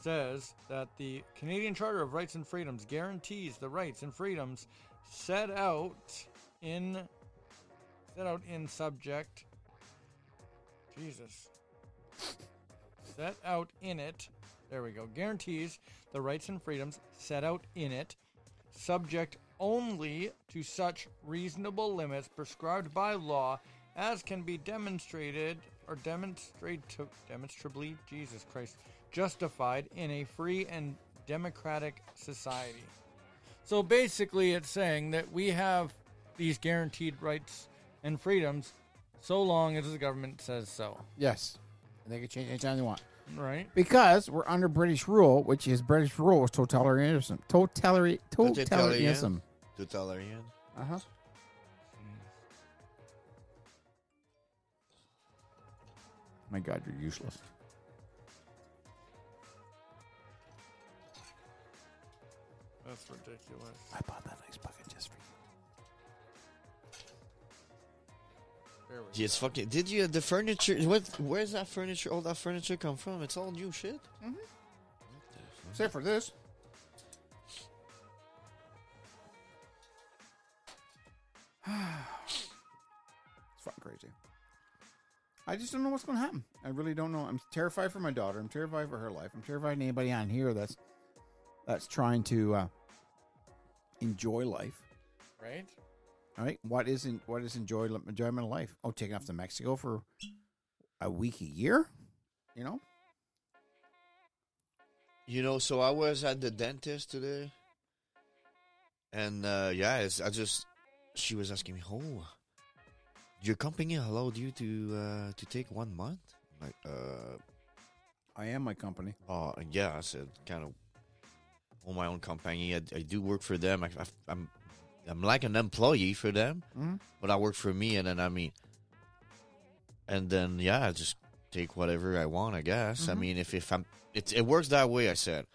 [SPEAKER 3] says that the Canadian Charter of Rights and Freedoms guarantees the rights and freedoms set out in set out in subject Jesus set out in it there we go guarantees the rights and freedoms set out in it subject only to such reasonable limits prescribed by law as can be demonstrated or demonstrate demonstrably Jesus Christ justified in a free and democratic society. So basically it's saying that we have these guaranteed rights and freedoms so long as the government says so,
[SPEAKER 1] Yes. And they can change anytime they want.
[SPEAKER 3] right?
[SPEAKER 1] Because we're under British rule, which is British rule is totalitarianism. Totalitarian, totalitarianism.
[SPEAKER 2] Totalitarian.
[SPEAKER 1] Uh huh. My God, you're useless.
[SPEAKER 3] That's ridiculous.
[SPEAKER 1] I bought that ice bucket just for you.
[SPEAKER 3] There we go.
[SPEAKER 2] Yes, fucking. Did you the furniture? What? Where's that furniture? All that furniture come from? It's all new shit.
[SPEAKER 1] Except for this. it's fucking crazy. I just don't know what's going to happen. I really don't know. I'm terrified for my daughter. I'm terrified for her life. I'm terrified of anybody on here that's that's trying to uh, enjoy life.
[SPEAKER 3] Right?
[SPEAKER 1] All right, what is in, what is enjoy enjoyment of life? Oh, taking off to Mexico for a week a year, you know?
[SPEAKER 2] You know, so I was at the dentist today, and uh yeah, it's, I just she was asking me, "Oh, your company allowed you to uh, to take one month?" I'm like, uh,
[SPEAKER 10] I am my company.
[SPEAKER 2] Uh, yeah, I said kind of own my own company. I, I do work for them. I, I, I'm I'm like an employee for them,
[SPEAKER 1] Mhm.
[SPEAKER 2] but I work for me, and then I mean, and then yeah, I just take whatever I want. I guess. I mean, if if I'm it, it works that way. I said,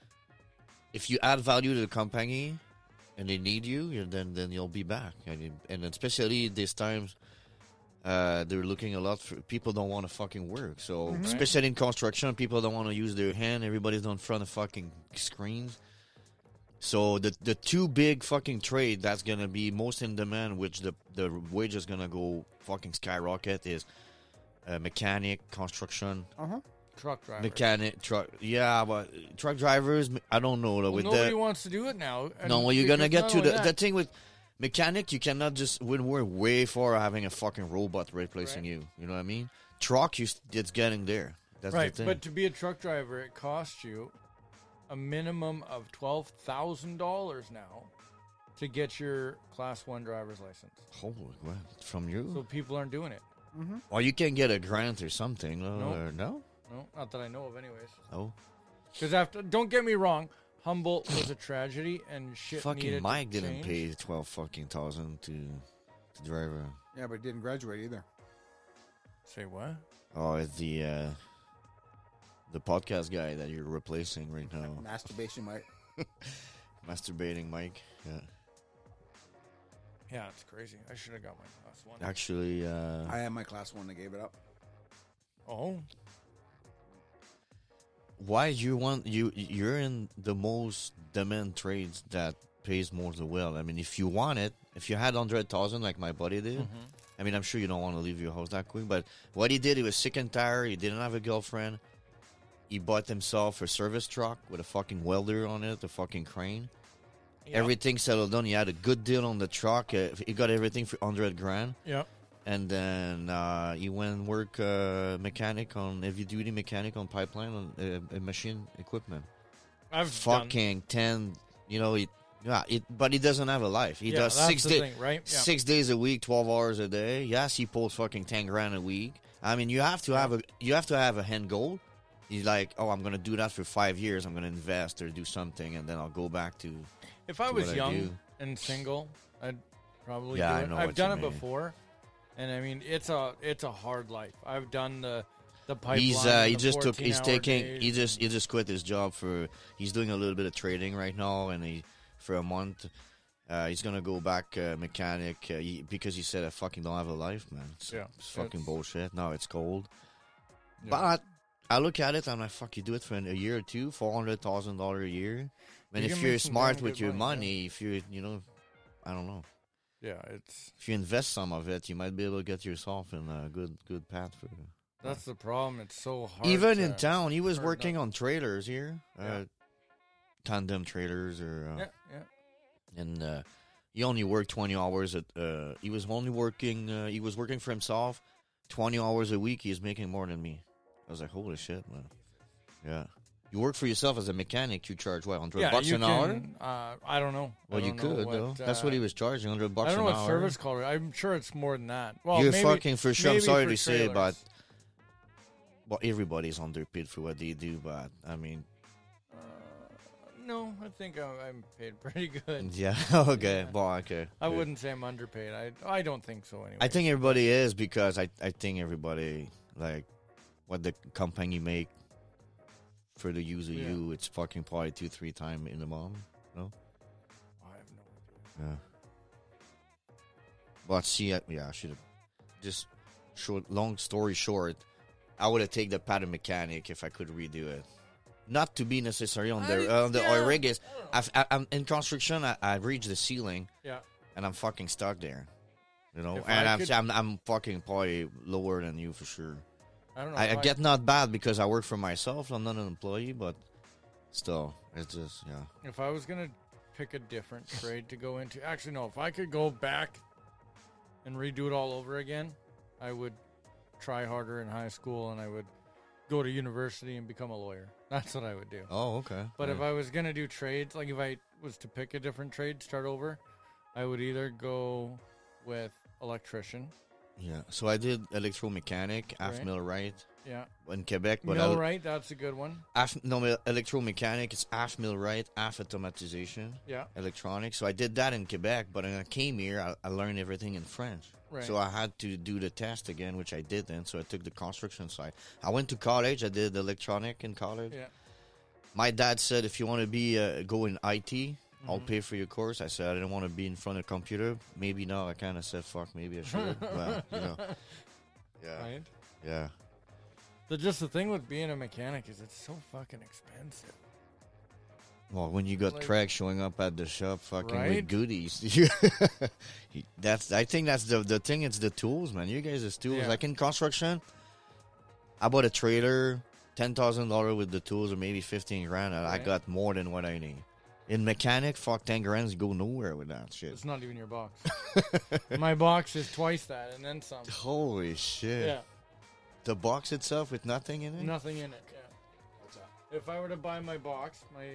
[SPEAKER 2] if you add value to the company, and they need you, you- then then you'll be back. I mean, and especially these times. Uh, they're looking a lot for people don't want to fucking work. So
[SPEAKER 1] Mhm. Right.
[SPEAKER 2] especially in construction, people don't want to use their hand. Everybody's on front of fucking screens. So the the two big fucking trade that's gonna be most in demand, which the the wage is gonna go fucking skyrocket, is uh, mechanic construction,
[SPEAKER 3] Truck driver.
[SPEAKER 2] mechanic truck. Yeah, but truck drivers, I don't know though.
[SPEAKER 3] Well,
[SPEAKER 2] with
[SPEAKER 3] nobody
[SPEAKER 2] the,
[SPEAKER 3] wants to do it now. and
[SPEAKER 2] no, well, you're gonna get
[SPEAKER 3] because not
[SPEAKER 2] to
[SPEAKER 3] only
[SPEAKER 2] the,
[SPEAKER 3] that-
[SPEAKER 2] the thing with mechanic. You cannot just when we're way far having a fucking robot replacing
[SPEAKER 3] Right.
[SPEAKER 2] you. You know what I mean? Truck, you s- it's getting there. That's
[SPEAKER 3] right,
[SPEAKER 2] the thing.
[SPEAKER 3] but to be a truck driver, it costs you a minimum of twelve thousand dollars now to get your class one driver's license.
[SPEAKER 2] Holy crap! From you,
[SPEAKER 3] So people aren't doing it.
[SPEAKER 2] or you can get a grant or something. uh,
[SPEAKER 3] No.
[SPEAKER 2] or no, Oh,
[SPEAKER 3] No, not that I know of, anyways.
[SPEAKER 2] no.
[SPEAKER 3] Because after, don't get me wrong, Humboldt was a tragedy and shit. needed
[SPEAKER 2] fucking
[SPEAKER 3] to
[SPEAKER 2] Mike didn't
[SPEAKER 3] change.
[SPEAKER 2] pay twelve fucking thousand to to drive a
[SPEAKER 10] Yeah, but he didn't graduate either.
[SPEAKER 3] Say what?
[SPEAKER 2] oh it's the uh the podcast guy that you're replacing right now.
[SPEAKER 10] Masturbation might.
[SPEAKER 2] Masturbating Mike. Yeah.
[SPEAKER 3] Yeah, it's crazy. I should have got my class one.
[SPEAKER 2] Actually uh
[SPEAKER 10] I am my class one. I gave it up.
[SPEAKER 3] Oh,
[SPEAKER 2] why you want you you're in the most demand trades that pays more the well. I mean if you want it, if you had hundred thousand like my buddy did, I mean I'm sure you don't want to leave your house that quick, but what he did, he was sick and tired, he didn't have a girlfriend. He bought himself a service truck with a fucking welder on it, a fucking crane. Everything settled down. He had a good deal on the truck. Uh, he got everything for hundred grand
[SPEAKER 3] yeah.
[SPEAKER 2] and then uh, he went and work uh, mechanic on heavy duty mechanic on pipeline on uh, uh, machine equipment.
[SPEAKER 3] I've Done.
[SPEAKER 2] Fucking ten, you know, it, yeah, it, but he doesn't have a life. He
[SPEAKER 3] Yeah,
[SPEAKER 2] does
[SPEAKER 3] that's
[SPEAKER 2] six
[SPEAKER 3] the
[SPEAKER 2] days,
[SPEAKER 3] thing, right? Yeah.
[SPEAKER 2] Six days a week, twelve hours a day. Yes, he pulls fucking ten grand a week. I mean, you have to have a you have to have a hand goal. He's like, oh, I'm gonna do that for five years. I'm gonna invest or do something, and then I'll go back to.
[SPEAKER 3] If I
[SPEAKER 2] to
[SPEAKER 3] was
[SPEAKER 2] what I
[SPEAKER 3] young
[SPEAKER 2] do.
[SPEAKER 3] and single, I'd probably
[SPEAKER 2] Yeah,
[SPEAKER 3] do
[SPEAKER 2] I
[SPEAKER 3] it.
[SPEAKER 2] know
[SPEAKER 3] I've
[SPEAKER 2] what
[SPEAKER 3] done
[SPEAKER 2] you
[SPEAKER 3] it
[SPEAKER 2] mean.
[SPEAKER 3] before, and I mean it's a it's a hard life. I've done the the pipeline.
[SPEAKER 2] he's uh, he
[SPEAKER 3] the
[SPEAKER 2] just took he's
[SPEAKER 3] 14-hour
[SPEAKER 2] taking
[SPEAKER 3] days.
[SPEAKER 2] he just he just quit his job for he's doing a little bit of trading right now and he for a month uh, he's gonna go back uh, mechanic uh, he, because he said I fucking don't have a life man it's,
[SPEAKER 3] Yeah,
[SPEAKER 2] it's fucking
[SPEAKER 3] it's-
[SPEAKER 2] bullshit no it's cold
[SPEAKER 3] Yeah.
[SPEAKER 2] but I look at it I'm like fuck you do it for an- a year or two four hundred thousand dollar a year and
[SPEAKER 3] You
[SPEAKER 2] if
[SPEAKER 3] can
[SPEAKER 2] you're
[SPEAKER 3] make some
[SPEAKER 2] smart
[SPEAKER 3] damn
[SPEAKER 2] with
[SPEAKER 3] good
[SPEAKER 2] your
[SPEAKER 3] money,
[SPEAKER 2] money if you you know I don't know
[SPEAKER 3] yeah, it's
[SPEAKER 2] if you invest some of it you might be able to get yourself in a good good path for
[SPEAKER 3] that's the problem. It's so hard.
[SPEAKER 2] even in
[SPEAKER 3] to-
[SPEAKER 2] town he was
[SPEAKER 3] hard
[SPEAKER 2] working
[SPEAKER 3] not-
[SPEAKER 2] on trailers here uh,
[SPEAKER 3] Yeah.
[SPEAKER 2] tandem trailers or uh,
[SPEAKER 3] Yeah, yeah.
[SPEAKER 2] and uh, he only worked 20 hours at uh, he was only working uh, he was working for himself 20 hours a week he was making more than me i was like holy shit man yeah you work for yourself as a mechanic you charge what 100
[SPEAKER 3] yeah,
[SPEAKER 2] bucks
[SPEAKER 3] you
[SPEAKER 2] an hour
[SPEAKER 3] can, Uh, I don't know. I
[SPEAKER 2] well you
[SPEAKER 3] don't know
[SPEAKER 2] could though that's what
[SPEAKER 3] uh,
[SPEAKER 2] he was charging 100 bucks
[SPEAKER 3] I don't know
[SPEAKER 2] an
[SPEAKER 3] what
[SPEAKER 2] hour
[SPEAKER 3] service called it. I'm sure it's more than that. Well,
[SPEAKER 2] you're
[SPEAKER 3] maybe,
[SPEAKER 2] fucking for sure. I'm
[SPEAKER 3] maybe
[SPEAKER 2] sorry
[SPEAKER 3] for
[SPEAKER 2] to say, but
[SPEAKER 3] trailers.
[SPEAKER 2] well, everybody's underpaid for what they do. But I mean,
[SPEAKER 3] no, I think I'm, I'm paid pretty good.
[SPEAKER 2] yeah, okay, well, okay.
[SPEAKER 3] I
[SPEAKER 2] Mm, good.
[SPEAKER 3] wouldn't say I'm underpaid. I I don't think so anyway.
[SPEAKER 2] I think everybody is because I, I think everybody like what the company make for the user
[SPEAKER 3] Yeah.
[SPEAKER 2] you it's fucking probably two three time in the mom no
[SPEAKER 3] I have no idea.
[SPEAKER 2] yeah but see I, yeah I should have just short long story short I would have taken the pattern mechanic if I could redo it not to be necessary on the
[SPEAKER 3] I-
[SPEAKER 2] on the
[SPEAKER 3] yeah, Oh.
[SPEAKER 2] oil rig is
[SPEAKER 3] I don't know.
[SPEAKER 2] I've, I, I'm in construction I, I reached the ceiling
[SPEAKER 3] Yeah.
[SPEAKER 2] and I'm fucking stuck there. You know,
[SPEAKER 3] If
[SPEAKER 2] and
[SPEAKER 3] I
[SPEAKER 2] I'm,
[SPEAKER 3] could-
[SPEAKER 2] I'm I'm fucking probably lower than you for sure.
[SPEAKER 3] I don't know.
[SPEAKER 2] I, I
[SPEAKER 3] if
[SPEAKER 2] get not bad because I work for myself. I'm not an employee, but still, it's just yeah.
[SPEAKER 3] If I was gonna pick a different trade to go into, actually no. If I could go back and redo it all over again, I would try harder in high school and I would go to university and become a lawyer. That's what I would do.
[SPEAKER 2] Oh, okay.
[SPEAKER 3] But if I was gonna do trades, like if I was to pick a different trade, start over, I would either go with electrician.
[SPEAKER 2] Yeah. So I did electromechanic, half
[SPEAKER 3] Right.
[SPEAKER 2] millwright.
[SPEAKER 3] Yeah.
[SPEAKER 2] In Quebec, but I
[SPEAKER 3] Mill
[SPEAKER 2] would-
[SPEAKER 3] right, that's a good one.
[SPEAKER 2] half no me- electromechanic is half millwright, half automatization.
[SPEAKER 3] Yeah.
[SPEAKER 2] Electronics. So I did that in Quebec, but when I came here, I, I learned everything in French.
[SPEAKER 3] Right.
[SPEAKER 2] So I had to do the test again, which I did then. So I took the construction side. I went to college. I did electronic in college.
[SPEAKER 3] Yeah.
[SPEAKER 2] My dad said, if you want to be uh, go in IT, I'll
[SPEAKER 3] Mm-hmm.
[SPEAKER 2] pay for your course. I said I didn't want to be in front of a computer. Maybe now I kind of said, fuck, maybe I should. well, you know. Yeah.
[SPEAKER 3] Right.
[SPEAKER 2] Yeah.
[SPEAKER 3] The just the thing with being a mechanic is it's so fucking expensive.
[SPEAKER 2] Well, when you got
[SPEAKER 3] Like-
[SPEAKER 2] Craig showing up at the shop, fucking
[SPEAKER 3] Right?
[SPEAKER 2] with goodies, you- that's I think that's the the thing. It's the tools, man. You guys is tools.
[SPEAKER 3] Yeah.
[SPEAKER 2] Like in construction, I bought a trailer, ten thousand dollar with the tools, or maybe fifteen grand. and I
[SPEAKER 3] Right.
[SPEAKER 2] got more than what I need. In mechanic, fuck ten grand's go nowhere with that shit.
[SPEAKER 3] It's not even your box. My box is twice that and then
[SPEAKER 2] Oh,
[SPEAKER 3] some.
[SPEAKER 2] Holy shit!
[SPEAKER 3] Yeah.
[SPEAKER 2] The box itself with nothing in it.
[SPEAKER 3] Nothing in it. Yeah. If I were to buy my box, my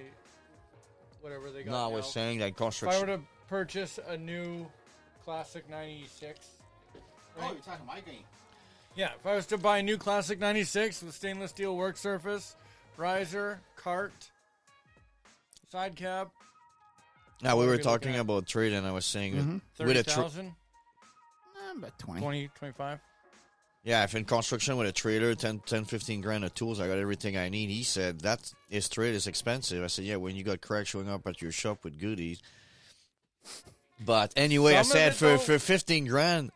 [SPEAKER 3] whatever they got.
[SPEAKER 2] No, I was
[SPEAKER 3] now,
[SPEAKER 2] saying like
[SPEAKER 3] If I
[SPEAKER 2] construction.
[SPEAKER 3] were to purchase a new classic '96,
[SPEAKER 11] Oh, you're talking my game.
[SPEAKER 3] yeah. If I was to buy a new classic '96 with stainless steel work surface, riser, cart, side cab,
[SPEAKER 2] now we
[SPEAKER 3] What are
[SPEAKER 2] were
[SPEAKER 3] we looking
[SPEAKER 2] talking
[SPEAKER 3] at?
[SPEAKER 2] about trade, and I was saying with- with
[SPEAKER 3] thirty
[SPEAKER 2] a tra-
[SPEAKER 3] thousand,
[SPEAKER 11] Uh, about 20.
[SPEAKER 3] twenty, twenty-five.
[SPEAKER 2] Yeah, if in construction with a trailer, 10, 10 15 grand of tools, I got everything I need. He said, that his trade is expensive. I said, yeah, when you got Craig showing up at your shop with goodies. But anyway, I
[SPEAKER 3] Some of
[SPEAKER 2] said
[SPEAKER 3] it,
[SPEAKER 2] for,
[SPEAKER 3] though-
[SPEAKER 2] for 15 grand,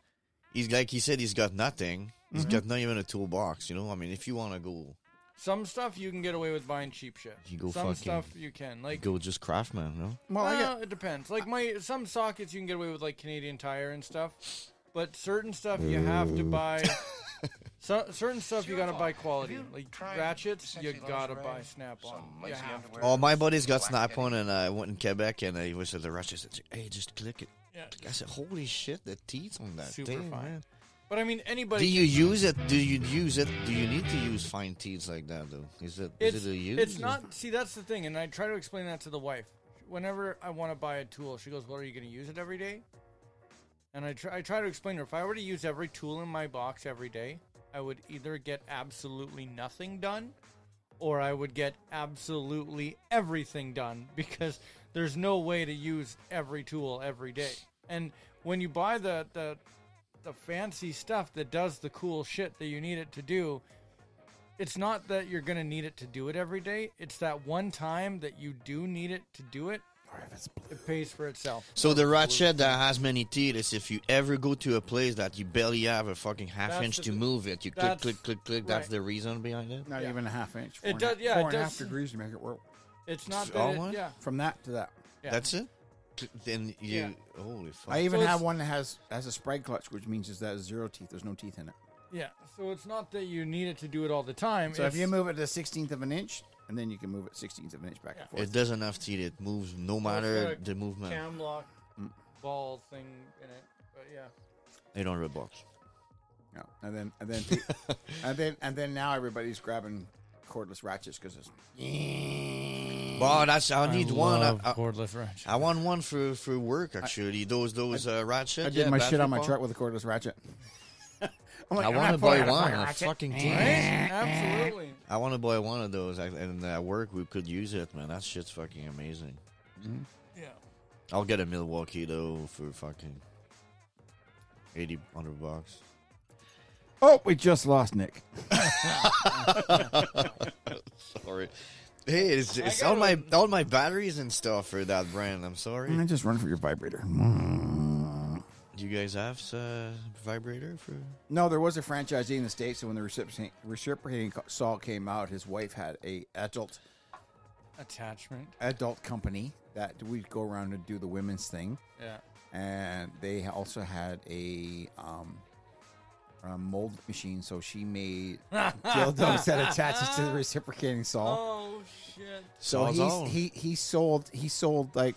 [SPEAKER 2] he's like he said, he's got nothing. He's got not even a toolbox, you know? I mean, if you want to go,
[SPEAKER 3] Some stuff you can get away with buying cheap shit.
[SPEAKER 2] You go fucking-
[SPEAKER 3] some stuff you can like.
[SPEAKER 2] go just Craftsman, no?
[SPEAKER 11] Well, I
[SPEAKER 3] Well,
[SPEAKER 11] got,
[SPEAKER 3] it depends. Like my some sockets you can get away with like Canadian Tire and stuff, but certain stuff you have to buy. so, certain stuff you gotta buy quality.
[SPEAKER 12] Have you
[SPEAKER 3] Like
[SPEAKER 12] tried
[SPEAKER 3] ratchets, you
[SPEAKER 12] sexy
[SPEAKER 3] gotta
[SPEAKER 12] lingerie?
[SPEAKER 3] buy Snap On.
[SPEAKER 12] Some
[SPEAKER 3] You
[SPEAKER 12] lacy
[SPEAKER 3] have to.
[SPEAKER 12] underwear?
[SPEAKER 2] Oh, my buddy's got
[SPEAKER 12] Black
[SPEAKER 2] Snap
[SPEAKER 12] Teddy.
[SPEAKER 2] on, and I went in Quebec, and I was at the rushes. and said, hey, just click it.
[SPEAKER 3] Yeah.
[SPEAKER 2] I said, holy shit, the teeth on that
[SPEAKER 3] Super
[SPEAKER 2] thing,
[SPEAKER 3] fine.
[SPEAKER 2] man.
[SPEAKER 3] But I mean, anybody.
[SPEAKER 2] Do you use it? Do you use it? Do you need to use fine teeth like that though? Is it is
[SPEAKER 3] it's,
[SPEAKER 2] it a use?
[SPEAKER 3] it's
[SPEAKER 2] or-
[SPEAKER 3] not. See, that's the thing, and I try to explain that to the wife. Whenever I want to buy a tool, she goes, "Well, are you gonna use it every day?" And I try, I try to explain to her if I were to use every tool in my box every day, I would either get absolutely nothing done or I would get absolutely everything done because there's no way to use every tool every day. And when you buy the the, the fancy stuff that does the cool shit that you need it to do, it's not that you're gonna need it to do it every day. It's that one time that you do need it to do it. It pays for itself.
[SPEAKER 2] So the ratchet that has many teeth is if you ever go to a place that you barely have a fucking half
[SPEAKER 3] That's
[SPEAKER 2] inch
[SPEAKER 3] the-
[SPEAKER 2] to move it, you click
[SPEAKER 3] that's-
[SPEAKER 2] click click click. That's
[SPEAKER 3] right.
[SPEAKER 2] the reason behind it.
[SPEAKER 1] Not
[SPEAKER 3] Yeah.
[SPEAKER 1] even a half inch.
[SPEAKER 3] It
[SPEAKER 1] Four and
[SPEAKER 3] does-
[SPEAKER 1] a-
[SPEAKER 3] yeah,
[SPEAKER 1] four
[SPEAKER 3] it
[SPEAKER 1] and a half
[SPEAKER 3] does-
[SPEAKER 1] degrees to make it work.
[SPEAKER 3] It's not
[SPEAKER 2] It's all
[SPEAKER 3] that.
[SPEAKER 2] one?
[SPEAKER 3] It, yeah,
[SPEAKER 1] From that to that.
[SPEAKER 3] yeah.
[SPEAKER 2] That's it. Cl- Then you
[SPEAKER 3] Yeah.
[SPEAKER 2] holy fuck.
[SPEAKER 1] I even
[SPEAKER 3] it's-
[SPEAKER 1] have one that has has a spread clutch, which means is that zero teeth. There's no teeth in it.
[SPEAKER 3] yeah. So it's not that you need it to do it all the time.
[SPEAKER 1] So if
[SPEAKER 3] It's-
[SPEAKER 1] you move it to sixteenth of an inch, and then you can move it sixteenth of an inch back and forth.
[SPEAKER 2] it doesn't have teeth. It moves no matter
[SPEAKER 3] got a
[SPEAKER 2] the movement.
[SPEAKER 3] cam lock ball thing in it. But yeah.
[SPEAKER 2] Eight hundred bucks.
[SPEAKER 1] Yeah. And then and then pe- and then and then now everybody's grabbing cordless ratchets because it's
[SPEAKER 2] Wow, that's I need one. I, I,
[SPEAKER 3] cordless wrench.
[SPEAKER 2] I want one for for work actually. Those those uh, ratchet.
[SPEAKER 1] I did
[SPEAKER 2] yeah,
[SPEAKER 1] my shit on
[SPEAKER 2] basketball.
[SPEAKER 1] my truck with a cordless ratchet. I'm like,
[SPEAKER 2] I
[SPEAKER 1] I'm
[SPEAKER 2] want to
[SPEAKER 1] not pulling out
[SPEAKER 2] buy
[SPEAKER 1] a
[SPEAKER 2] one.
[SPEAKER 1] fucking
[SPEAKER 2] I
[SPEAKER 1] ratchet.
[SPEAKER 2] fucking teeth.
[SPEAKER 3] Absolutely.
[SPEAKER 2] I want to buy one of those, I, and at work we could use it, man. That shit's fucking amazing.
[SPEAKER 3] Yeah.
[SPEAKER 2] I'll get a Milwaukee though for fucking 80, 100 bucks.
[SPEAKER 13] Oh, we just lost Nick.
[SPEAKER 2] Sorry. Hey, it's, it's
[SPEAKER 3] got
[SPEAKER 2] all my all my batteries and stuff for that brand. I'm sorry.
[SPEAKER 1] Mm-hmm.
[SPEAKER 13] I just run for your vibrator.
[SPEAKER 2] Do you guys have uh, vibrator for?
[SPEAKER 1] No, there was a franchisee in the states, and when the reciprocating, reciprocating co- saw came out, his wife had a adult
[SPEAKER 3] Attachment.
[SPEAKER 1] adult company that we'd go around and do the women's thing,
[SPEAKER 3] Yeah.
[SPEAKER 1] and they also had a, um, a mold machine. So she made dildos that attaches to the reciprocating saw.
[SPEAKER 3] Oh shit.
[SPEAKER 1] So
[SPEAKER 2] Saw's
[SPEAKER 1] he's,
[SPEAKER 2] own.
[SPEAKER 1] he he sold he sold like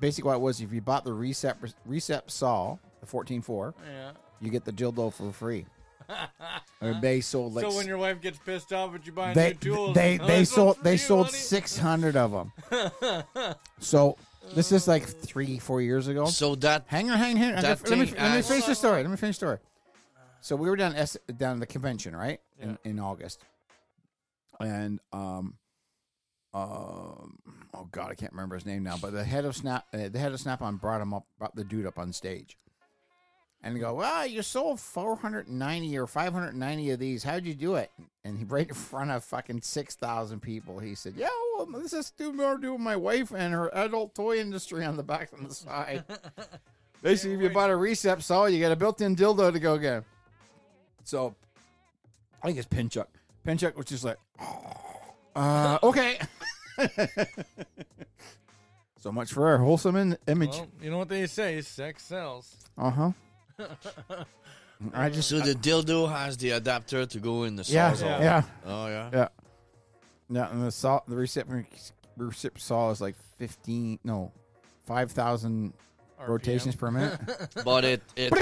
[SPEAKER 1] basically what it was if you bought the recep recep saw the fourteen four
[SPEAKER 3] Yeah.
[SPEAKER 1] you get the dildo for free. and they sold like
[SPEAKER 3] so when your wife gets pissed off at you buying
[SPEAKER 1] they
[SPEAKER 3] new tools,
[SPEAKER 1] they
[SPEAKER 3] oh,
[SPEAKER 1] they
[SPEAKER 3] this one's
[SPEAKER 1] sold
[SPEAKER 3] for
[SPEAKER 1] they
[SPEAKER 3] you,
[SPEAKER 1] sold
[SPEAKER 3] honey.
[SPEAKER 1] six hundred of them. so This is like three, four years ago.
[SPEAKER 2] So that
[SPEAKER 1] hang on, hang on.
[SPEAKER 2] that
[SPEAKER 1] Let me, let me,
[SPEAKER 2] thing
[SPEAKER 1] let me
[SPEAKER 2] adds-
[SPEAKER 1] finish the story. Let me finish the story. So we were down S, down at the convention, right? In, in August, and um, um, oh god, I can't remember his name now. But the head of Snap, uh, the head of Snap on brought him up, brought the dude up on stage, and they go, "Well, you sold 490 or 590 of these. How'd you do it?" And he, right in front of fucking 6,000 people, he said, "Yeah, well, this is doing more to do with my wife and her adult toy industry on the back on the side." Basically, if you bought a recep saw, you got a built-in dildo to go get. So, I think it's Pinchuk. Pinchuk was just like, uh, okay. so much for our wholesome in- image.
[SPEAKER 3] Well, you know what they say, sex sells.
[SPEAKER 1] Uh huh. Uh-huh. I just
[SPEAKER 2] so the dildo has the adapter to go in the
[SPEAKER 1] Yeah,
[SPEAKER 2] sawzall.
[SPEAKER 1] yeah.
[SPEAKER 2] Oh yeah.
[SPEAKER 1] yeah. Yeah, and the saw the recip recip saw is like fifteen no, five thousand rotations per minute.
[SPEAKER 2] But it it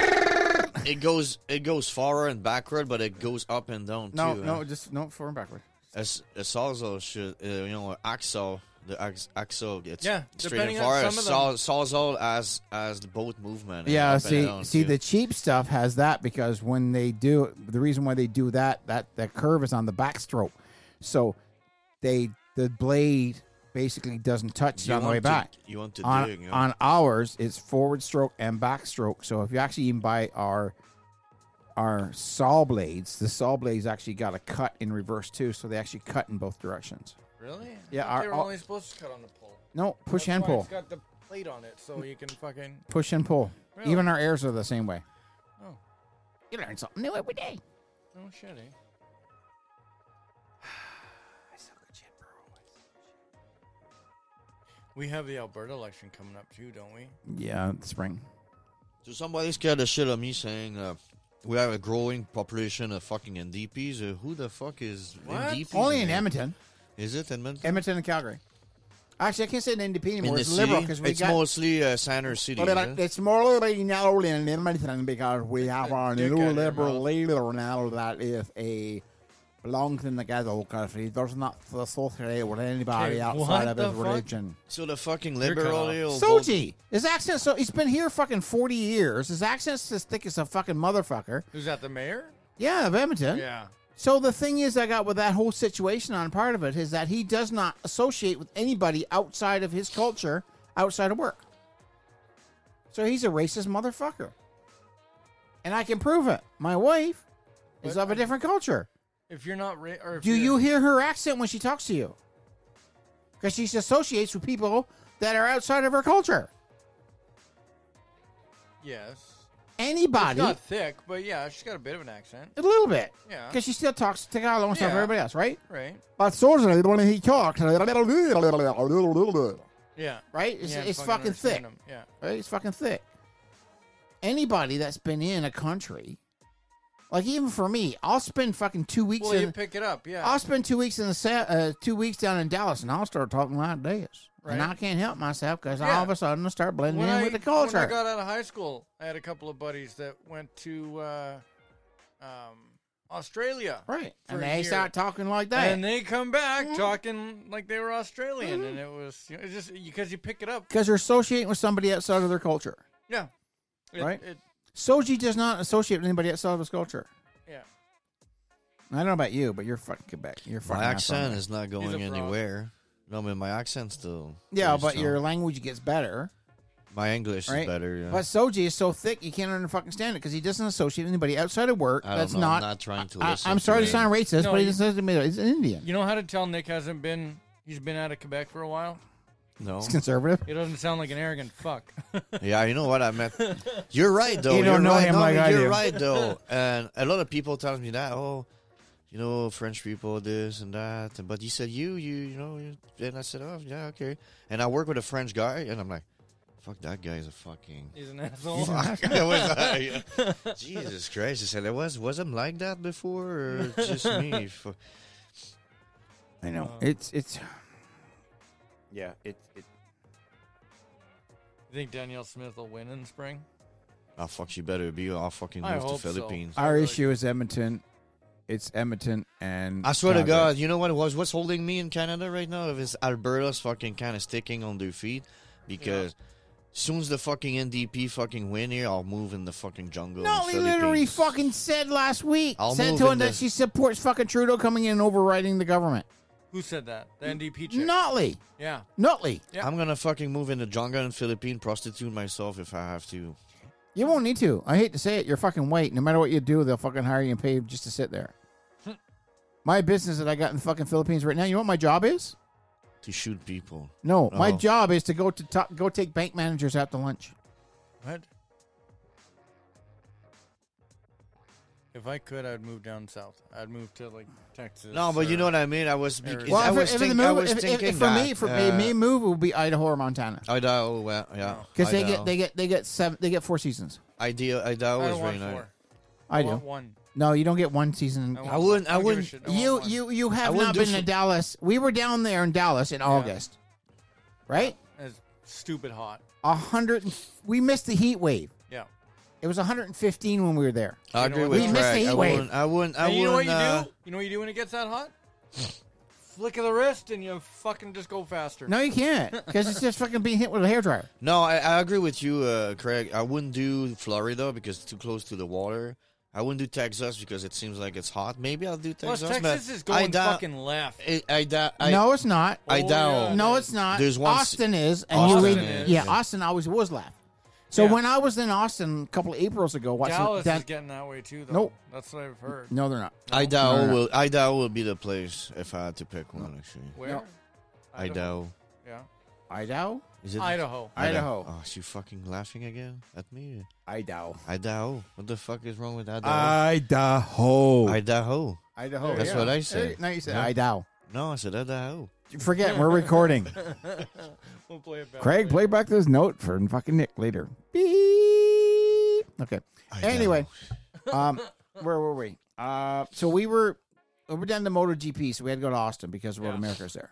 [SPEAKER 2] it goes it goes forward and backward, but it goes up and down
[SPEAKER 1] no,
[SPEAKER 2] too.
[SPEAKER 1] no,
[SPEAKER 2] eh?
[SPEAKER 1] just no forward backward.
[SPEAKER 2] a, s- a sawzall should uh, you know axle the ax, axle gets
[SPEAKER 3] Yeah,
[SPEAKER 2] straight and
[SPEAKER 3] depending on
[SPEAKER 2] forward.
[SPEAKER 3] some of
[SPEAKER 2] Saw, sawzall as as the boat movement. eh,
[SPEAKER 1] Yeah,
[SPEAKER 2] up and
[SPEAKER 1] see,
[SPEAKER 2] down,
[SPEAKER 1] see,
[SPEAKER 2] too.
[SPEAKER 1] the cheap stuff has that because when they do, the reason why they do that, that that curve is on the backstroke, so they the blade basically doesn't touch
[SPEAKER 2] You
[SPEAKER 1] on the
[SPEAKER 2] want
[SPEAKER 1] way
[SPEAKER 2] to-
[SPEAKER 1] back.
[SPEAKER 2] you want to
[SPEAKER 1] on,
[SPEAKER 2] dig, yeah.
[SPEAKER 1] on ours, it's forward stroke and backstroke. So if you actually even buy our our saw blades, the saw blades actually got a cut in reverse too, so they actually cut in both directions.
[SPEAKER 3] Really? I
[SPEAKER 1] Yeah,
[SPEAKER 3] thought
[SPEAKER 1] our-
[SPEAKER 3] they were
[SPEAKER 1] all-
[SPEAKER 3] only supposed to cut on the pole.
[SPEAKER 1] No, push
[SPEAKER 3] That's
[SPEAKER 1] and
[SPEAKER 3] why
[SPEAKER 1] pull,
[SPEAKER 3] It's got the plate on it, so you can fucking.
[SPEAKER 1] push and pull.
[SPEAKER 3] Really?
[SPEAKER 1] Even our airs are the same way.
[SPEAKER 3] Oh,
[SPEAKER 1] You learn something new every day.
[SPEAKER 3] no shit, eh? We have the Alberta election coming up too, don't we?
[SPEAKER 1] Yeah, spring.
[SPEAKER 2] So somebody scared the shit of me saying uh, we have a growing population of fucking NDPs. Uh, who the fuck is
[SPEAKER 3] What?
[SPEAKER 2] NDPs?
[SPEAKER 1] Only in
[SPEAKER 2] there?
[SPEAKER 1] Edmonton.
[SPEAKER 2] eh? Is it Edmonton?
[SPEAKER 1] Edmonton and Calgary. Actually, I can't say NDP
[SPEAKER 2] in
[SPEAKER 1] anymore.
[SPEAKER 2] the
[SPEAKER 1] It's liberal
[SPEAKER 2] city?
[SPEAKER 1] because we
[SPEAKER 2] it's
[SPEAKER 1] got.
[SPEAKER 2] mostly uh, Sander City.
[SPEAKER 1] Well,
[SPEAKER 2] eh?
[SPEAKER 1] like, it's more now in Edmonton because we have a
[SPEAKER 3] dick
[SPEAKER 1] new
[SPEAKER 3] out of your
[SPEAKER 1] liberal
[SPEAKER 3] mouth.
[SPEAKER 1] leader now that is a belongs in the ghetto because he does not associate with anybody
[SPEAKER 3] Okay,
[SPEAKER 1] outside
[SPEAKER 3] what
[SPEAKER 1] of
[SPEAKER 3] the
[SPEAKER 1] his
[SPEAKER 3] fuck?
[SPEAKER 1] religion.
[SPEAKER 2] So the fucking
[SPEAKER 3] cut
[SPEAKER 2] liberal.
[SPEAKER 3] off.
[SPEAKER 2] he'll vote-
[SPEAKER 1] Soji, his accent. So he's been here fucking forty years. His accent's as thick as a fucking motherfucker.
[SPEAKER 3] Who's that? The mayor?
[SPEAKER 1] Yeah, of Edmonton.
[SPEAKER 3] Yeah.
[SPEAKER 1] So the thing is, I got with that whole situation on part of it is that he does not associate with anybody outside of his culture, outside of work. So he's a racist motherfucker, and I can prove it. My wife is
[SPEAKER 3] But-
[SPEAKER 1] of a different culture.
[SPEAKER 3] If you're not, ra- or if
[SPEAKER 1] Do
[SPEAKER 3] you're-
[SPEAKER 1] you hear her accent when she talks to you? Because she associates with people that are outside of her culture.
[SPEAKER 3] Yes. It's
[SPEAKER 1] Anybody,
[SPEAKER 3] not thick, but yeah, she's got a bit of an accent,
[SPEAKER 1] a little bit.
[SPEAKER 3] Yeah.
[SPEAKER 1] Because she still talks Tagalog and stuff
[SPEAKER 3] Yeah.
[SPEAKER 1] with everybody else, right?
[SPEAKER 3] right?
[SPEAKER 1] But Soji, when he talks,
[SPEAKER 3] Yeah.
[SPEAKER 1] right? It's,
[SPEAKER 3] Yeah, I
[SPEAKER 1] it's fucking
[SPEAKER 3] understand
[SPEAKER 1] thick.
[SPEAKER 3] them, Yeah.
[SPEAKER 1] Right? It's fucking thick. Anybody that's been in a country, like even for me, I'll spend fucking two weeks
[SPEAKER 3] Well, you
[SPEAKER 1] in.
[SPEAKER 3] pick it up, yeah.
[SPEAKER 1] I'll spend two weeks in the sa- uh, two weeks down in Dallas, and I'll start talking like this, and
[SPEAKER 3] Right.
[SPEAKER 1] I can't help myself because all
[SPEAKER 3] Yeah.
[SPEAKER 1] of a sudden I start blending
[SPEAKER 3] when
[SPEAKER 1] in
[SPEAKER 3] I,
[SPEAKER 1] with the
[SPEAKER 3] When I
[SPEAKER 1] culture.
[SPEAKER 3] got out of high school, I had a couple of buddies that went to uh, um, Australia.
[SPEAKER 1] right, Mm-hmm.
[SPEAKER 3] for
[SPEAKER 1] and
[SPEAKER 3] a
[SPEAKER 1] they
[SPEAKER 3] year.
[SPEAKER 1] start talking like that.
[SPEAKER 3] And they come back talking like they were Australian, and
[SPEAKER 1] Mm-hmm.
[SPEAKER 3] it was you know, it's just because you pick it up.
[SPEAKER 1] because they're associating with somebody outside of their culture.
[SPEAKER 3] Yeah. It-
[SPEAKER 1] Right.
[SPEAKER 3] It,
[SPEAKER 1] Soji does not associate with anybody outside of his culture.
[SPEAKER 3] yeah.
[SPEAKER 1] I don't know about you, but you're fucking Quebec. You're fucking
[SPEAKER 2] My
[SPEAKER 1] not from
[SPEAKER 2] accent
[SPEAKER 1] there.
[SPEAKER 2] is not going
[SPEAKER 3] fraud.
[SPEAKER 2] anywhere. No, I mean my accent's still.
[SPEAKER 1] yeah,
[SPEAKER 2] pretty
[SPEAKER 1] but your
[SPEAKER 2] strong.
[SPEAKER 1] language gets better.
[SPEAKER 2] my English
[SPEAKER 1] right?
[SPEAKER 2] is better. Yeah.
[SPEAKER 1] But Soji is so thick you can't under- fucking stand it because he doesn't associate with anybody outside of work.
[SPEAKER 2] I don't
[SPEAKER 1] that's
[SPEAKER 2] know, I'm
[SPEAKER 1] not.
[SPEAKER 2] not trying to
[SPEAKER 1] I,
[SPEAKER 2] listen
[SPEAKER 1] am
[SPEAKER 2] to
[SPEAKER 1] sorry to
[SPEAKER 2] it.
[SPEAKER 1] sound racist,
[SPEAKER 3] No,
[SPEAKER 1] but he
[SPEAKER 3] you-
[SPEAKER 1] doesn't associate with He's an Indian.
[SPEAKER 3] You know how to tell Nick hasn't been? He's been out of Quebec for a while.
[SPEAKER 2] no.
[SPEAKER 1] He's conservative.
[SPEAKER 3] He doesn't sound like an arrogant fuck.
[SPEAKER 2] Yeah, you know what I meant. You're right though.
[SPEAKER 1] You don't
[SPEAKER 2] are
[SPEAKER 1] know
[SPEAKER 2] right.
[SPEAKER 1] him
[SPEAKER 2] No,
[SPEAKER 1] like I
[SPEAKER 2] you're
[SPEAKER 1] do.
[SPEAKER 2] right though, and a lot of people tell me that. Oh, you know, French people this and that. And- But he said you, you, you know. You, and I said, oh yeah, okay. And I work with a French guy, and I'm like, fuck, that guy's a fucking.
[SPEAKER 3] He's an asshole.
[SPEAKER 2] Fuck. I was like, Jesus Christ! I said, "It was was him like that before, or just me?" Fu-
[SPEAKER 1] I
[SPEAKER 3] Uh,
[SPEAKER 1] know. It's it's.
[SPEAKER 10] Yeah, it, it
[SPEAKER 3] You think Danielle Smith will win in spring?
[SPEAKER 2] Oh fuck! She better be. I'll fucking
[SPEAKER 3] I
[SPEAKER 2] move to
[SPEAKER 3] hope so.
[SPEAKER 2] Philippines.
[SPEAKER 1] Our
[SPEAKER 3] really-
[SPEAKER 1] issue is Edmonton. It's Edmonton and.
[SPEAKER 2] I swear to
[SPEAKER 1] Calgary.
[SPEAKER 2] God, you know what was what's holding me in Canada right now is Alberta's fucking kind of sticking on their feet because soon as the fucking NDP fucking win here, I'll move in the fucking jungle.
[SPEAKER 1] No,
[SPEAKER 2] in
[SPEAKER 1] he literally
[SPEAKER 2] Philippines.
[SPEAKER 1] fucking said last week.
[SPEAKER 2] I'll
[SPEAKER 1] said
[SPEAKER 2] move
[SPEAKER 1] to him
[SPEAKER 2] in
[SPEAKER 1] that
[SPEAKER 2] the-
[SPEAKER 1] she supports fucking Trudeau coming in and overriding the government.
[SPEAKER 3] Who said that? The NDP chick.
[SPEAKER 1] Notley.
[SPEAKER 3] Yeah.
[SPEAKER 1] Notley.
[SPEAKER 3] Yeah.
[SPEAKER 2] I'm gonna fucking move in the jungle in Philippine, prostitute myself if I have to.
[SPEAKER 1] You won't need to. I hate to say it. You're fucking white. No matter what you do, they'll fucking hire you and pay you just to sit there. my business that I got in the fucking Philippines right now, you know what my job is?
[SPEAKER 2] To shoot people.
[SPEAKER 1] No, my
[SPEAKER 2] Oh.
[SPEAKER 1] job is to go to top, go take bank managers out to lunch.
[SPEAKER 3] What? If I could, I'd move down south. I'd move to like Texas.
[SPEAKER 2] No, but you
[SPEAKER 3] or-
[SPEAKER 2] know what I mean. I was, bec-
[SPEAKER 3] Well,
[SPEAKER 2] I
[SPEAKER 1] if, it-
[SPEAKER 2] was,
[SPEAKER 1] if, it
[SPEAKER 2] think-
[SPEAKER 1] move,
[SPEAKER 2] I was
[SPEAKER 1] if, if- if
[SPEAKER 2] thinking
[SPEAKER 1] for me,
[SPEAKER 2] that,
[SPEAKER 1] for
[SPEAKER 2] uh,
[SPEAKER 1] me, move would be Idaho or Montana
[SPEAKER 2] Idaho, oh, well, yeah,
[SPEAKER 1] because they
[SPEAKER 2] Idaho.
[SPEAKER 1] get
[SPEAKER 2] Oh,
[SPEAKER 1] they get they get seven they get four seasons.
[SPEAKER 2] Idea,
[SPEAKER 3] I
[SPEAKER 2] Idaho
[SPEAKER 3] don't
[SPEAKER 2] is
[SPEAKER 3] want
[SPEAKER 2] really nice.
[SPEAKER 3] four.
[SPEAKER 1] I, do.
[SPEAKER 3] want one.
[SPEAKER 1] No, you don't get one season.
[SPEAKER 3] want
[SPEAKER 2] I wouldn't- I
[SPEAKER 3] don't give a
[SPEAKER 2] wouldn't-
[SPEAKER 3] shit. want
[SPEAKER 1] You
[SPEAKER 3] one.
[SPEAKER 1] you you
[SPEAKER 2] I
[SPEAKER 1] have
[SPEAKER 2] wouldn't
[SPEAKER 1] not
[SPEAKER 2] do
[SPEAKER 1] been to
[SPEAKER 2] for-
[SPEAKER 1] Dallas. We were down there in Dallas in August, right?
[SPEAKER 3] It's stupid hot.
[SPEAKER 1] A hundred. and- We missed the heat wave.
[SPEAKER 3] Yeah.
[SPEAKER 1] It was 115 when we were there.
[SPEAKER 2] I
[SPEAKER 3] know
[SPEAKER 2] agree
[SPEAKER 3] what?
[SPEAKER 2] with
[SPEAKER 1] We missed
[SPEAKER 2] Craig.
[SPEAKER 1] the
[SPEAKER 2] I
[SPEAKER 1] heat wave.
[SPEAKER 2] wouldn't. I wouldn't. I
[SPEAKER 3] And you know what
[SPEAKER 2] wouldn't.
[SPEAKER 3] you
[SPEAKER 2] uh,
[SPEAKER 3] do? You know what you do when it gets that hot? Flick of the wrist and you fucking just go faster.
[SPEAKER 1] No, you can't because it's just fucking being hit with a hairdryer.
[SPEAKER 2] No, I, I agree with you, uh, Craig. I wouldn't do Florida because it's too close to the water. I wouldn't do Texas because it seems like it's hot. Maybe I'll do
[SPEAKER 3] Plus,
[SPEAKER 2] Texas.
[SPEAKER 3] Texas
[SPEAKER 2] but
[SPEAKER 3] is
[SPEAKER 2] I
[SPEAKER 3] going
[SPEAKER 2] doubt-
[SPEAKER 3] fucking left.
[SPEAKER 2] I, I, doubt- I,
[SPEAKER 1] no, it's not.
[SPEAKER 2] I
[SPEAKER 3] Oh,
[SPEAKER 2] doubt.
[SPEAKER 3] yeah.
[SPEAKER 1] no, it's not.
[SPEAKER 2] There's one s-
[SPEAKER 1] Austin is, and
[SPEAKER 2] Austin
[SPEAKER 1] you read,
[SPEAKER 3] is,
[SPEAKER 1] yeah,
[SPEAKER 2] yeah.
[SPEAKER 1] Austin always was left. So
[SPEAKER 3] Yeah.
[SPEAKER 1] when I was in Austin a couple of Aprils ago, watching
[SPEAKER 3] Dallas
[SPEAKER 1] Dan-
[SPEAKER 3] is getting that way too, though.
[SPEAKER 1] Nope.
[SPEAKER 3] That's what I've heard.
[SPEAKER 1] no, they're not.
[SPEAKER 2] Idaho
[SPEAKER 1] No, no.
[SPEAKER 2] will Idaho will be the place if I had to pick one actually.
[SPEAKER 3] Where?
[SPEAKER 2] Idaho.
[SPEAKER 3] Yeah.
[SPEAKER 1] Idaho,
[SPEAKER 2] Is it
[SPEAKER 3] Idaho.
[SPEAKER 1] Idaho.
[SPEAKER 2] Oh, is you fucking laughing again at me?
[SPEAKER 10] Idaho.
[SPEAKER 2] Idaho. What the fuck is wrong with Idaho?
[SPEAKER 6] Idaho.
[SPEAKER 2] Uh, Idaho.
[SPEAKER 1] Idaho.
[SPEAKER 2] That's
[SPEAKER 1] yeah.
[SPEAKER 2] what I
[SPEAKER 1] There you-
[SPEAKER 2] said.
[SPEAKER 1] No, you said
[SPEAKER 2] Yeah.
[SPEAKER 1] Idaho.
[SPEAKER 2] No, I said Idaho.
[SPEAKER 1] Forget we're recording.
[SPEAKER 3] We'll play it back.
[SPEAKER 6] Craig, play back this note for fucking Nick later.
[SPEAKER 1] Beep. Okay.
[SPEAKER 2] Idaho.
[SPEAKER 1] Anyway, um, where were we? Uh, so we were we were down to MotoGP, so we had to go to Austin because Road America's there.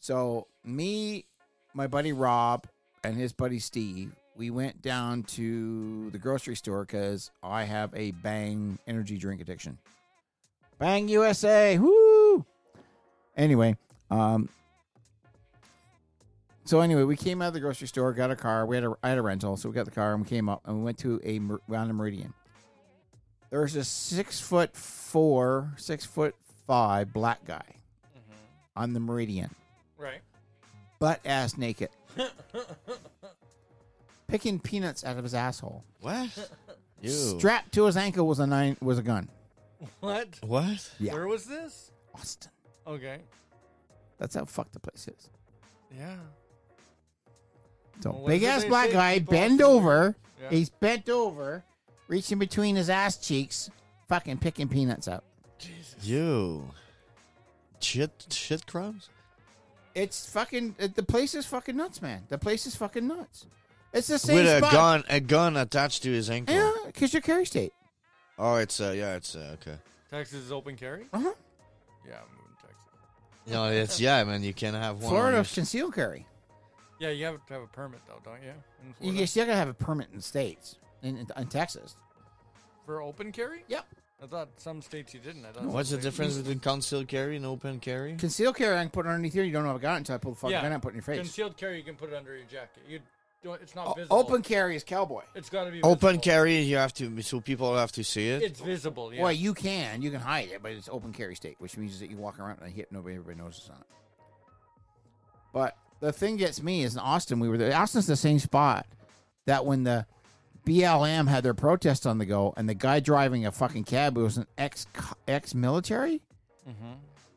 [SPEAKER 1] So me, my buddy Rob, and his buddy Steve, we went down to the grocery store because I have a Bang energy drink addiction. Bang USA, woo! Anyway, um, so anyway, we came out of the grocery store, got a car. We had a I had a rental, so we got the car and we came up and we went to a mer- round of Meridian. There's a six foot four, six foot five black guy on the Meridian,
[SPEAKER 3] Right.
[SPEAKER 1] butt ass naked, picking peanuts out of his asshole.
[SPEAKER 2] What? You.
[SPEAKER 1] Strapped to his ankle was a nine was a gun.
[SPEAKER 3] What?
[SPEAKER 2] what?
[SPEAKER 1] Yeah.
[SPEAKER 3] Where was this?
[SPEAKER 1] Austin,
[SPEAKER 3] Okay.
[SPEAKER 1] that's how fucked the place is.
[SPEAKER 3] Yeah.
[SPEAKER 1] So
[SPEAKER 3] Well, what
[SPEAKER 1] big
[SPEAKER 3] did
[SPEAKER 1] ass
[SPEAKER 3] they
[SPEAKER 1] black
[SPEAKER 3] say?
[SPEAKER 1] guy
[SPEAKER 3] People
[SPEAKER 1] bend
[SPEAKER 3] often do.
[SPEAKER 1] over.
[SPEAKER 3] Yeah.
[SPEAKER 1] He's bent over, reaching between his ass cheeks, fucking picking peanuts out.
[SPEAKER 2] You. Shit. Shit crumbs.
[SPEAKER 1] It's fucking it- the place is fucking nuts, man. The place is fucking nuts. It's the same
[SPEAKER 2] With a
[SPEAKER 1] spot.
[SPEAKER 2] gun, a gun attached to his ankle.
[SPEAKER 1] Yeah, because you're Kerry State.
[SPEAKER 2] Oh, it's uh, yeah, it's uh, okay.
[SPEAKER 3] Texas is open carry?
[SPEAKER 1] Uh-huh.
[SPEAKER 3] Yeah, I'm moving to Texas.
[SPEAKER 2] No, it's yeah, man. You can have one.
[SPEAKER 1] Florida
[SPEAKER 2] on your-
[SPEAKER 1] concealed carry.
[SPEAKER 3] Yeah, you have to have a permit, though, don't you? In
[SPEAKER 1] You
[SPEAKER 3] Florida?
[SPEAKER 1] you still gotta have a permit in the states in, in, in Texas.
[SPEAKER 3] For open carry?
[SPEAKER 1] Yep.
[SPEAKER 3] I thought some states you didn't. I thought
[SPEAKER 2] What's the
[SPEAKER 3] some states-
[SPEAKER 2] difference between concealed carry and open carry?
[SPEAKER 1] Concealed carry, I can put it underneath here. You don't know I've got it until I pull the fucking gun out and put it in your face.
[SPEAKER 3] Concealed carry, you can put it under your jacket. You don't. It's not
[SPEAKER 1] O-
[SPEAKER 3] visible.
[SPEAKER 1] open carry is cowboy.
[SPEAKER 3] It's got to be
[SPEAKER 2] Open
[SPEAKER 3] visible.
[SPEAKER 2] carry, you have to, so people have to see it.
[SPEAKER 3] It's visible. Yeah.
[SPEAKER 1] Well, you can. You can hide it, but it's open carry state, which means that you walk around and hit nobody. Everybody notices on it. But the thing gets me is in Austin. We were there. Austin's the same spot that when the BLM had their protest on the go, and the guy driving a fucking cab who was an ex ex military,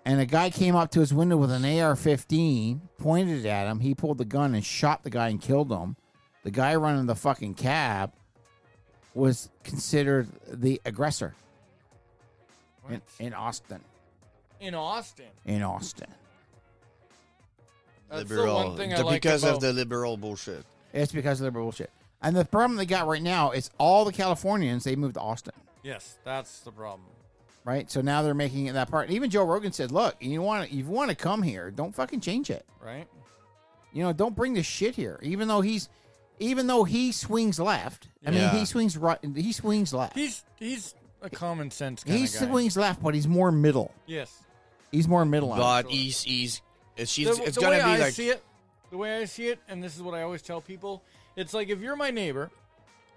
[SPEAKER 1] and a guy came up to his window with an AR-15, pointed it at him. He pulled the gun and shot the guy and killed him. The guy running the fucking cab was considered the aggressor in, in Austin.
[SPEAKER 3] in Austin.
[SPEAKER 1] In Austin,
[SPEAKER 3] That's the
[SPEAKER 2] liberal,
[SPEAKER 3] one thing I
[SPEAKER 2] the-
[SPEAKER 3] like
[SPEAKER 2] because
[SPEAKER 3] about,
[SPEAKER 2] of the liberal bullshit.
[SPEAKER 1] it's because of their bullshit. And the problem they got right now is all the Californians they moved to Austin,
[SPEAKER 3] Yes, that's the problem.
[SPEAKER 1] right? So now they're making it that part. And even Joe Rogan said, "Look, you want to, you want to come here, don't fucking change it.
[SPEAKER 3] Right?
[SPEAKER 1] You know, don't bring this shit here." Even though he's, even though he swings left, I
[SPEAKER 2] Yeah.
[SPEAKER 1] mean, he swings right, he swings left,
[SPEAKER 3] He's he's a common sense kind
[SPEAKER 1] he
[SPEAKER 3] of guy.
[SPEAKER 1] swings left, but he's more middle.
[SPEAKER 3] Yes.
[SPEAKER 1] He's more middle. on it.
[SPEAKER 2] But he's he's it's, she's,
[SPEAKER 3] the,
[SPEAKER 2] it's
[SPEAKER 3] the
[SPEAKER 2] gonna
[SPEAKER 3] way
[SPEAKER 2] be
[SPEAKER 3] I
[SPEAKER 2] like
[SPEAKER 3] see it, The way I see it, and this is what I always tell people, it's like if you're my neighbor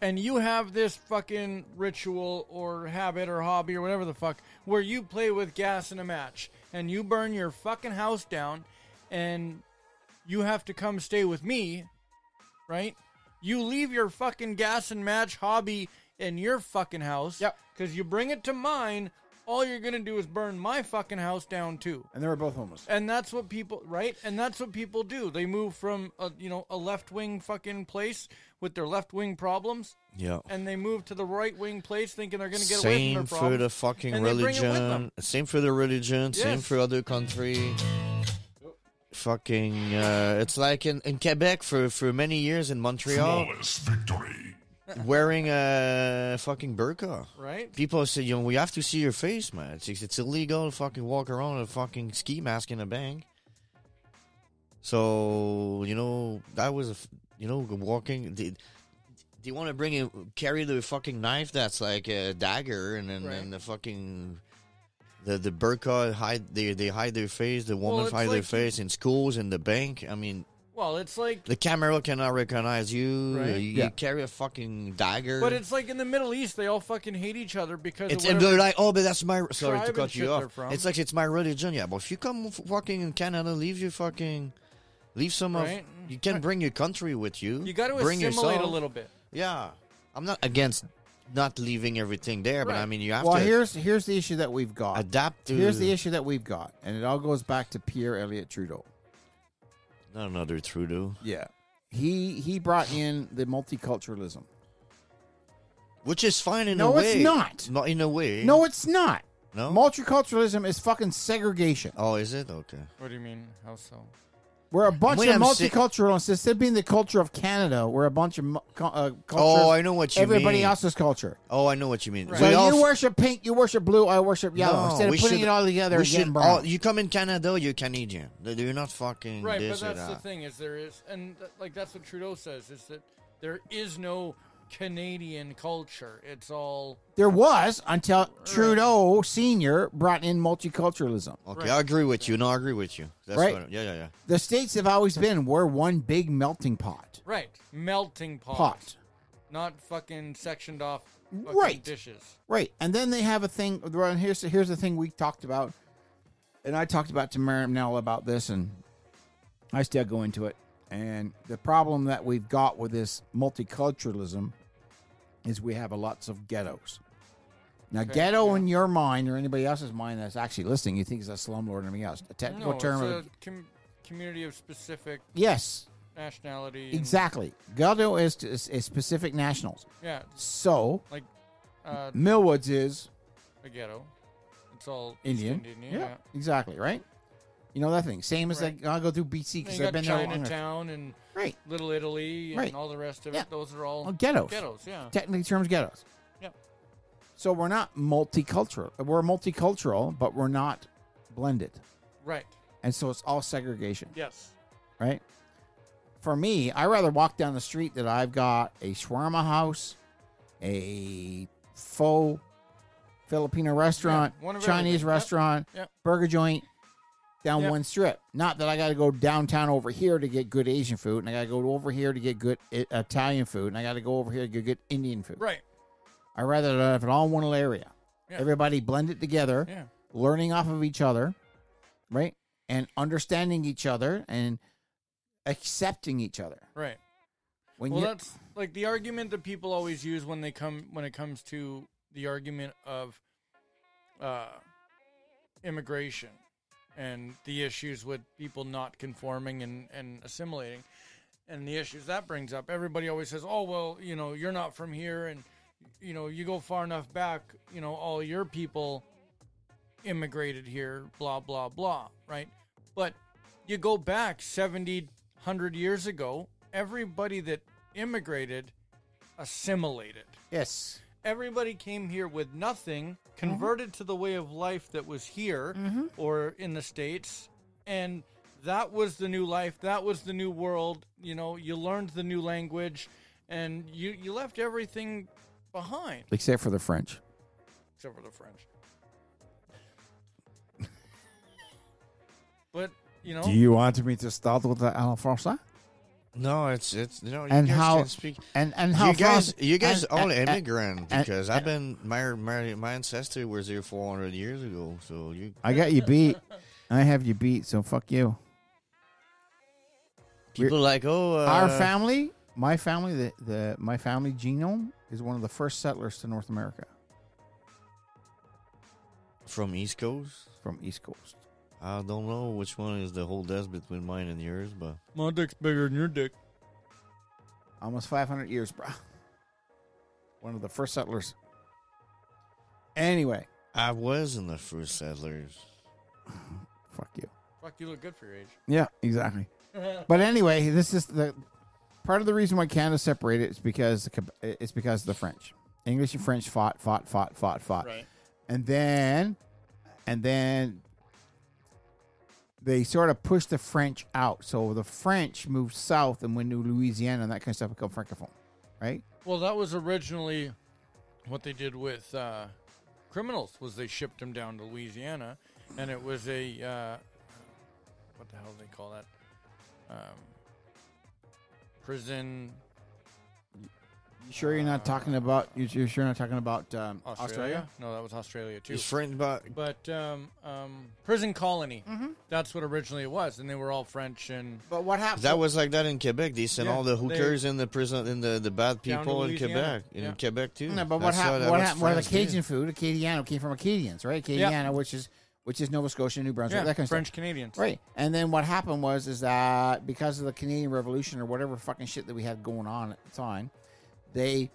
[SPEAKER 3] and you have this fucking ritual or habit or hobby or whatever the fuck where you play with gas in a match and you burn your fucking house down and you have to come stay with me, right? You leave your fucking gas and match hobby in your fucking house. Yep. Because you bring it to mine, all you're gonna do is burn my fucking house down too.
[SPEAKER 6] And they were both homeless.
[SPEAKER 3] And that's what people, right? And that's what people do. They move from a you know a left wing fucking place with their left wing problems,
[SPEAKER 2] Yeah.
[SPEAKER 3] and they move to the right wing place thinking they're gonna get away
[SPEAKER 2] Same
[SPEAKER 3] from their
[SPEAKER 2] for
[SPEAKER 3] problems.
[SPEAKER 2] the fucking
[SPEAKER 3] and they bring it with them.
[SPEAKER 2] religion. Same for the religion. Same
[SPEAKER 3] Yes.
[SPEAKER 2] for other country. Fucking, uh, it's like in, in Quebec for, for many years in Montreal,
[SPEAKER 5] victory.
[SPEAKER 2] wearing a fucking burqa.
[SPEAKER 3] Right.
[SPEAKER 2] People say, you know, we have to see your face, man. It's, it's illegal to fucking walk around with a fucking ski mask in a bank. So, you know, that was, a, f- you know, walking. They, they want to bring in, carry the fucking knife that's like a dagger and then and the fucking. The, the burqa hide they, they hide their face the women
[SPEAKER 3] it's
[SPEAKER 2] hide their
[SPEAKER 3] like-
[SPEAKER 2] face in schools in the bank I mean
[SPEAKER 3] Well, it's like
[SPEAKER 2] the camera cannot recognize you
[SPEAKER 3] Right.
[SPEAKER 2] you,
[SPEAKER 3] Yeah.
[SPEAKER 2] carry a fucking dagger
[SPEAKER 3] But it's like in the Middle East, they all fucking hate each other because
[SPEAKER 2] It's
[SPEAKER 3] of
[SPEAKER 2] and
[SPEAKER 3] whatever-
[SPEAKER 2] they're like, oh, but that's my. Sorry
[SPEAKER 3] tribe
[SPEAKER 2] to
[SPEAKER 3] and
[SPEAKER 2] cut
[SPEAKER 3] shit
[SPEAKER 2] you
[SPEAKER 3] they're
[SPEAKER 2] off.
[SPEAKER 3] from.
[SPEAKER 2] It's like it's my religion. Yeah, but if you come f- walking in Canada, leave your fucking, leave some
[SPEAKER 3] Right.
[SPEAKER 2] of. You can bring your country with you.
[SPEAKER 3] you got to
[SPEAKER 2] bring
[SPEAKER 3] assimilate
[SPEAKER 2] yourself.
[SPEAKER 3] a little bit.
[SPEAKER 2] Yeah, I'm not against not leaving everything there, but I
[SPEAKER 3] Right.
[SPEAKER 2] mean you have
[SPEAKER 1] Well,
[SPEAKER 2] to
[SPEAKER 1] here's here's the issue that we've got.
[SPEAKER 2] adapt to.
[SPEAKER 1] Here's the issue that we've got, and it all goes back to Pierre Elliott Trudeau.
[SPEAKER 2] Not another Trudeau,
[SPEAKER 1] Yeah, he he brought in the multiculturalism.
[SPEAKER 2] which is fine in a
[SPEAKER 1] No,
[SPEAKER 2] way.
[SPEAKER 1] it's not.
[SPEAKER 2] Not in a way.
[SPEAKER 1] No, it's not.
[SPEAKER 2] No?
[SPEAKER 1] multiculturalism is fucking segregation.
[SPEAKER 2] Oh, is it okay?
[SPEAKER 3] What do you mean? How so?
[SPEAKER 1] We're a bunch
[SPEAKER 2] Wait,
[SPEAKER 1] of
[SPEAKER 2] I'm si-
[SPEAKER 1] multiculturalists. Instead of being the culture of Canada, we're a bunch of mu- cu- uh, cultures.
[SPEAKER 2] Oh, I know what you
[SPEAKER 1] everybody
[SPEAKER 2] mean.
[SPEAKER 1] else's culture.
[SPEAKER 2] Oh, I know what you mean.
[SPEAKER 3] Right.
[SPEAKER 1] So
[SPEAKER 2] We
[SPEAKER 1] you
[SPEAKER 2] all f-
[SPEAKER 1] worship pink, you worship blue, I worship yellow.
[SPEAKER 2] No,
[SPEAKER 1] Instead of
[SPEAKER 2] we
[SPEAKER 1] putting
[SPEAKER 2] should-
[SPEAKER 1] it all together,
[SPEAKER 2] we
[SPEAKER 1] and getting
[SPEAKER 2] should
[SPEAKER 1] brown.
[SPEAKER 2] all- you come in Canada, you're Canadian. You're not fucking
[SPEAKER 3] Right,
[SPEAKER 2] this
[SPEAKER 3] but
[SPEAKER 2] or
[SPEAKER 3] that's the
[SPEAKER 2] that.
[SPEAKER 3] thing is there is, and th- like that's what Trudeau says is that there is no Canadian culture. It's all
[SPEAKER 1] There was until Trudeau Senior brought in multiculturalism.
[SPEAKER 2] Okay,
[SPEAKER 3] Right.
[SPEAKER 2] I agree with you. No, I agree with you. That's
[SPEAKER 1] Right?
[SPEAKER 2] what- yeah, yeah, yeah.
[SPEAKER 1] The states have always been we're one big melting pot.
[SPEAKER 3] right melting pot,
[SPEAKER 1] Pot.
[SPEAKER 3] not fucking sectioned off fucking
[SPEAKER 1] Right.
[SPEAKER 3] dishes.
[SPEAKER 1] Right. And then they have a thing. well, Here's here's the thing we talked about, and I talked about to Marinell about this, and I still go into it. And the problem that we've got with this multiculturalism is we have a lots of ghettos. Now, ghetto in your mind or anybody else's mind that's actually listening, you think is a slumlord or anything else. A technical
[SPEAKER 3] No, it's
[SPEAKER 1] term.
[SPEAKER 3] a
[SPEAKER 1] of,
[SPEAKER 3] com- community of specific
[SPEAKER 1] yes,
[SPEAKER 3] nationality. and-
[SPEAKER 1] exactly. Ghetto is, is, is specific nationals.
[SPEAKER 3] yeah,
[SPEAKER 1] So,
[SPEAKER 3] like uh,
[SPEAKER 1] Millwoods is
[SPEAKER 3] a ghetto. It's all East
[SPEAKER 1] Indian.
[SPEAKER 3] Indian
[SPEAKER 1] yeah,
[SPEAKER 3] yeah.
[SPEAKER 1] exactly, right? You know that thing. Same as
[SPEAKER 3] Right.
[SPEAKER 1] like I'll go through BC
[SPEAKER 3] Then
[SPEAKER 1] because
[SPEAKER 3] you
[SPEAKER 1] I've
[SPEAKER 3] got
[SPEAKER 1] been there longer.
[SPEAKER 3] Chinatown and
[SPEAKER 1] Right.
[SPEAKER 3] Little Italy and
[SPEAKER 1] Right.
[SPEAKER 3] all the rest of
[SPEAKER 1] Yeah.
[SPEAKER 3] it. Those are all
[SPEAKER 1] Well, ghettos.
[SPEAKER 3] Ghettos, yeah.
[SPEAKER 1] Technically, terms ghettos.
[SPEAKER 3] Yeah.
[SPEAKER 1] So we're not multicultural. We're multicultural, but we're not blended,
[SPEAKER 3] Right.
[SPEAKER 1] and so it's all segregation,
[SPEAKER 3] Yes.
[SPEAKER 1] right? For me, I rather walk down the street that I've got a shawarma house, a faux Filipino restaurant,
[SPEAKER 3] Yeah, one of
[SPEAKER 1] Chinese
[SPEAKER 3] everything. Yep.
[SPEAKER 1] restaurant,
[SPEAKER 3] Yep.
[SPEAKER 1] burger joint, down
[SPEAKER 3] Yep.
[SPEAKER 1] one strip. Not that I got to go downtown over here to get good Asian food, and I got to go over here to get good I- Italian food, and I got to go over here to get good Indian food.
[SPEAKER 3] Right.
[SPEAKER 1] I rather have it all in one little area.
[SPEAKER 3] Yeah.
[SPEAKER 1] Everybody blend it together,
[SPEAKER 3] Yeah.
[SPEAKER 1] learning off of each other, right, and understanding each other and accepting each other.
[SPEAKER 3] Right.
[SPEAKER 1] When
[SPEAKER 3] Well,
[SPEAKER 1] you
[SPEAKER 3] that's like the argument that people always use when they come when it comes to the argument of uh, immigration and the issues with people not conforming and, and assimilating and the issues that brings up. Everybody always says, "Oh, well, you know, you're not from here, and you know, you go far enough back, you know, all your people immigrated here, blah blah blah, right?" But you go back 70, 100 years ago, everybody that immigrated assimilated.
[SPEAKER 1] yes,
[SPEAKER 3] Everybody came here with nothing, converted to the way of life that was here or in the States. And that was the new life. That was the new world. You know, you learned the new language and you, you left everything behind,
[SPEAKER 1] except for the French.
[SPEAKER 3] except for the French. But you know.
[SPEAKER 2] Oh.
[SPEAKER 6] Do you want me to start with the Al Forza?
[SPEAKER 2] No, it's it's you know you
[SPEAKER 1] And
[SPEAKER 2] guys
[SPEAKER 1] how-
[SPEAKER 2] can't speak.
[SPEAKER 1] and- and how
[SPEAKER 2] you guys
[SPEAKER 1] fast-
[SPEAKER 2] you guys
[SPEAKER 1] and-
[SPEAKER 2] all
[SPEAKER 1] and- and-
[SPEAKER 2] immigrant
[SPEAKER 1] and-
[SPEAKER 2] because I've been my my my ancestor was here 400 years ago. So you
[SPEAKER 1] I got you beat. I have you beat, so fuck you.
[SPEAKER 2] people like oh uh,
[SPEAKER 1] Our family, my family, the, the my family genome is one of the first settlers to North America
[SPEAKER 2] from East Coast.
[SPEAKER 1] from East Coast.
[SPEAKER 2] I don't know which one is the whole death between mine and yours, but
[SPEAKER 3] My dick's bigger than your dick.
[SPEAKER 1] Almost 500 years, bro. One of the first settlers. Anyway,
[SPEAKER 2] I was in the first settlers.
[SPEAKER 1] fuck you.
[SPEAKER 3] Fuck, you look good for your age.
[SPEAKER 1] Yeah, exactly. but anyway, this is the part of the reason why Canada separated is because the Queb- it's because of the French, English and French fought, fought, fought, fought, fought,
[SPEAKER 3] Right.
[SPEAKER 1] and then, and then they sort of pushed the French out. So the French moved south and went to Louisiana and that kind of stuff become francophone, right?
[SPEAKER 3] Well, that was originally what they did with uh, criminals was they shipped them down to Louisiana, and it was a uh, what the hell do they call that? Um, prison
[SPEAKER 1] You sure you're not talking about? You you're sure not talking about um,
[SPEAKER 3] Uh, Australia?
[SPEAKER 1] Australia?
[SPEAKER 3] No, that was Australia too.
[SPEAKER 2] It's friend, but
[SPEAKER 3] But um, um, prison colony. That's what originally it was, and they were all French and
[SPEAKER 1] But what happened?
[SPEAKER 2] that was like that in Quebec. They sent
[SPEAKER 3] Yeah,
[SPEAKER 2] all the
[SPEAKER 3] they-
[SPEAKER 2] hookers and the prison and the, the bad
[SPEAKER 3] Down to
[SPEAKER 2] people in
[SPEAKER 3] Louisiana.
[SPEAKER 2] Quebec. In
[SPEAKER 3] Yeah.
[SPEAKER 2] Quebec too.
[SPEAKER 1] No, but what
[SPEAKER 2] That's uh, how-
[SPEAKER 1] happened?
[SPEAKER 2] that
[SPEAKER 1] What
[SPEAKER 2] was
[SPEAKER 1] happened? Well, the
[SPEAKER 2] France did.
[SPEAKER 1] Cajun food, Acadiano, came from Acadians, right? Acadiano, which is which is Nova Scotia, New Brunswick,
[SPEAKER 3] yeah,
[SPEAKER 1] that kind of
[SPEAKER 3] French
[SPEAKER 1] stuff.
[SPEAKER 3] Canadians.
[SPEAKER 1] Right. And then what happened was is that because of the Canadian Revolution or whatever fucking shit that we had going on at the time, they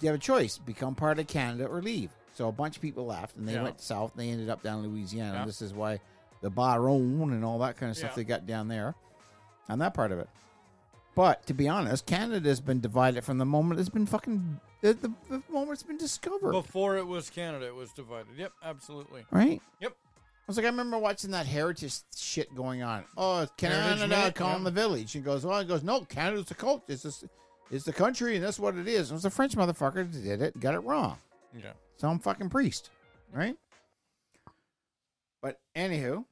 [SPEAKER 1] they have a choice: become part of Canada or leave. So a bunch of people left, and they
[SPEAKER 3] Yeah.
[SPEAKER 1] went south. And they ended up down in Louisiana.
[SPEAKER 3] Yeah.
[SPEAKER 1] This is why the Baron and all that kind of stuff
[SPEAKER 3] Yeah.
[SPEAKER 1] they got down there, on that part of it. But to be honest, Canada's been divided from the moment it's been fucking the, the, the moment it's been discovered,
[SPEAKER 3] Before it was Canada, it was divided. Yep, absolutely.
[SPEAKER 1] right?
[SPEAKER 3] Yep.
[SPEAKER 1] I was like, I remember watching that heritage shit going on. Oh, it's
[SPEAKER 3] Heritage
[SPEAKER 1] Canada
[SPEAKER 3] Minute,
[SPEAKER 1] calling
[SPEAKER 3] yeah.
[SPEAKER 1] the village. And goes, well, it goes, no, Canada's the cult. It's this, it's the country, and that's what it is. It was a French motherfucker that did it, got it wrong.
[SPEAKER 3] Yeah.
[SPEAKER 1] Some fucking priest, right? But anywho,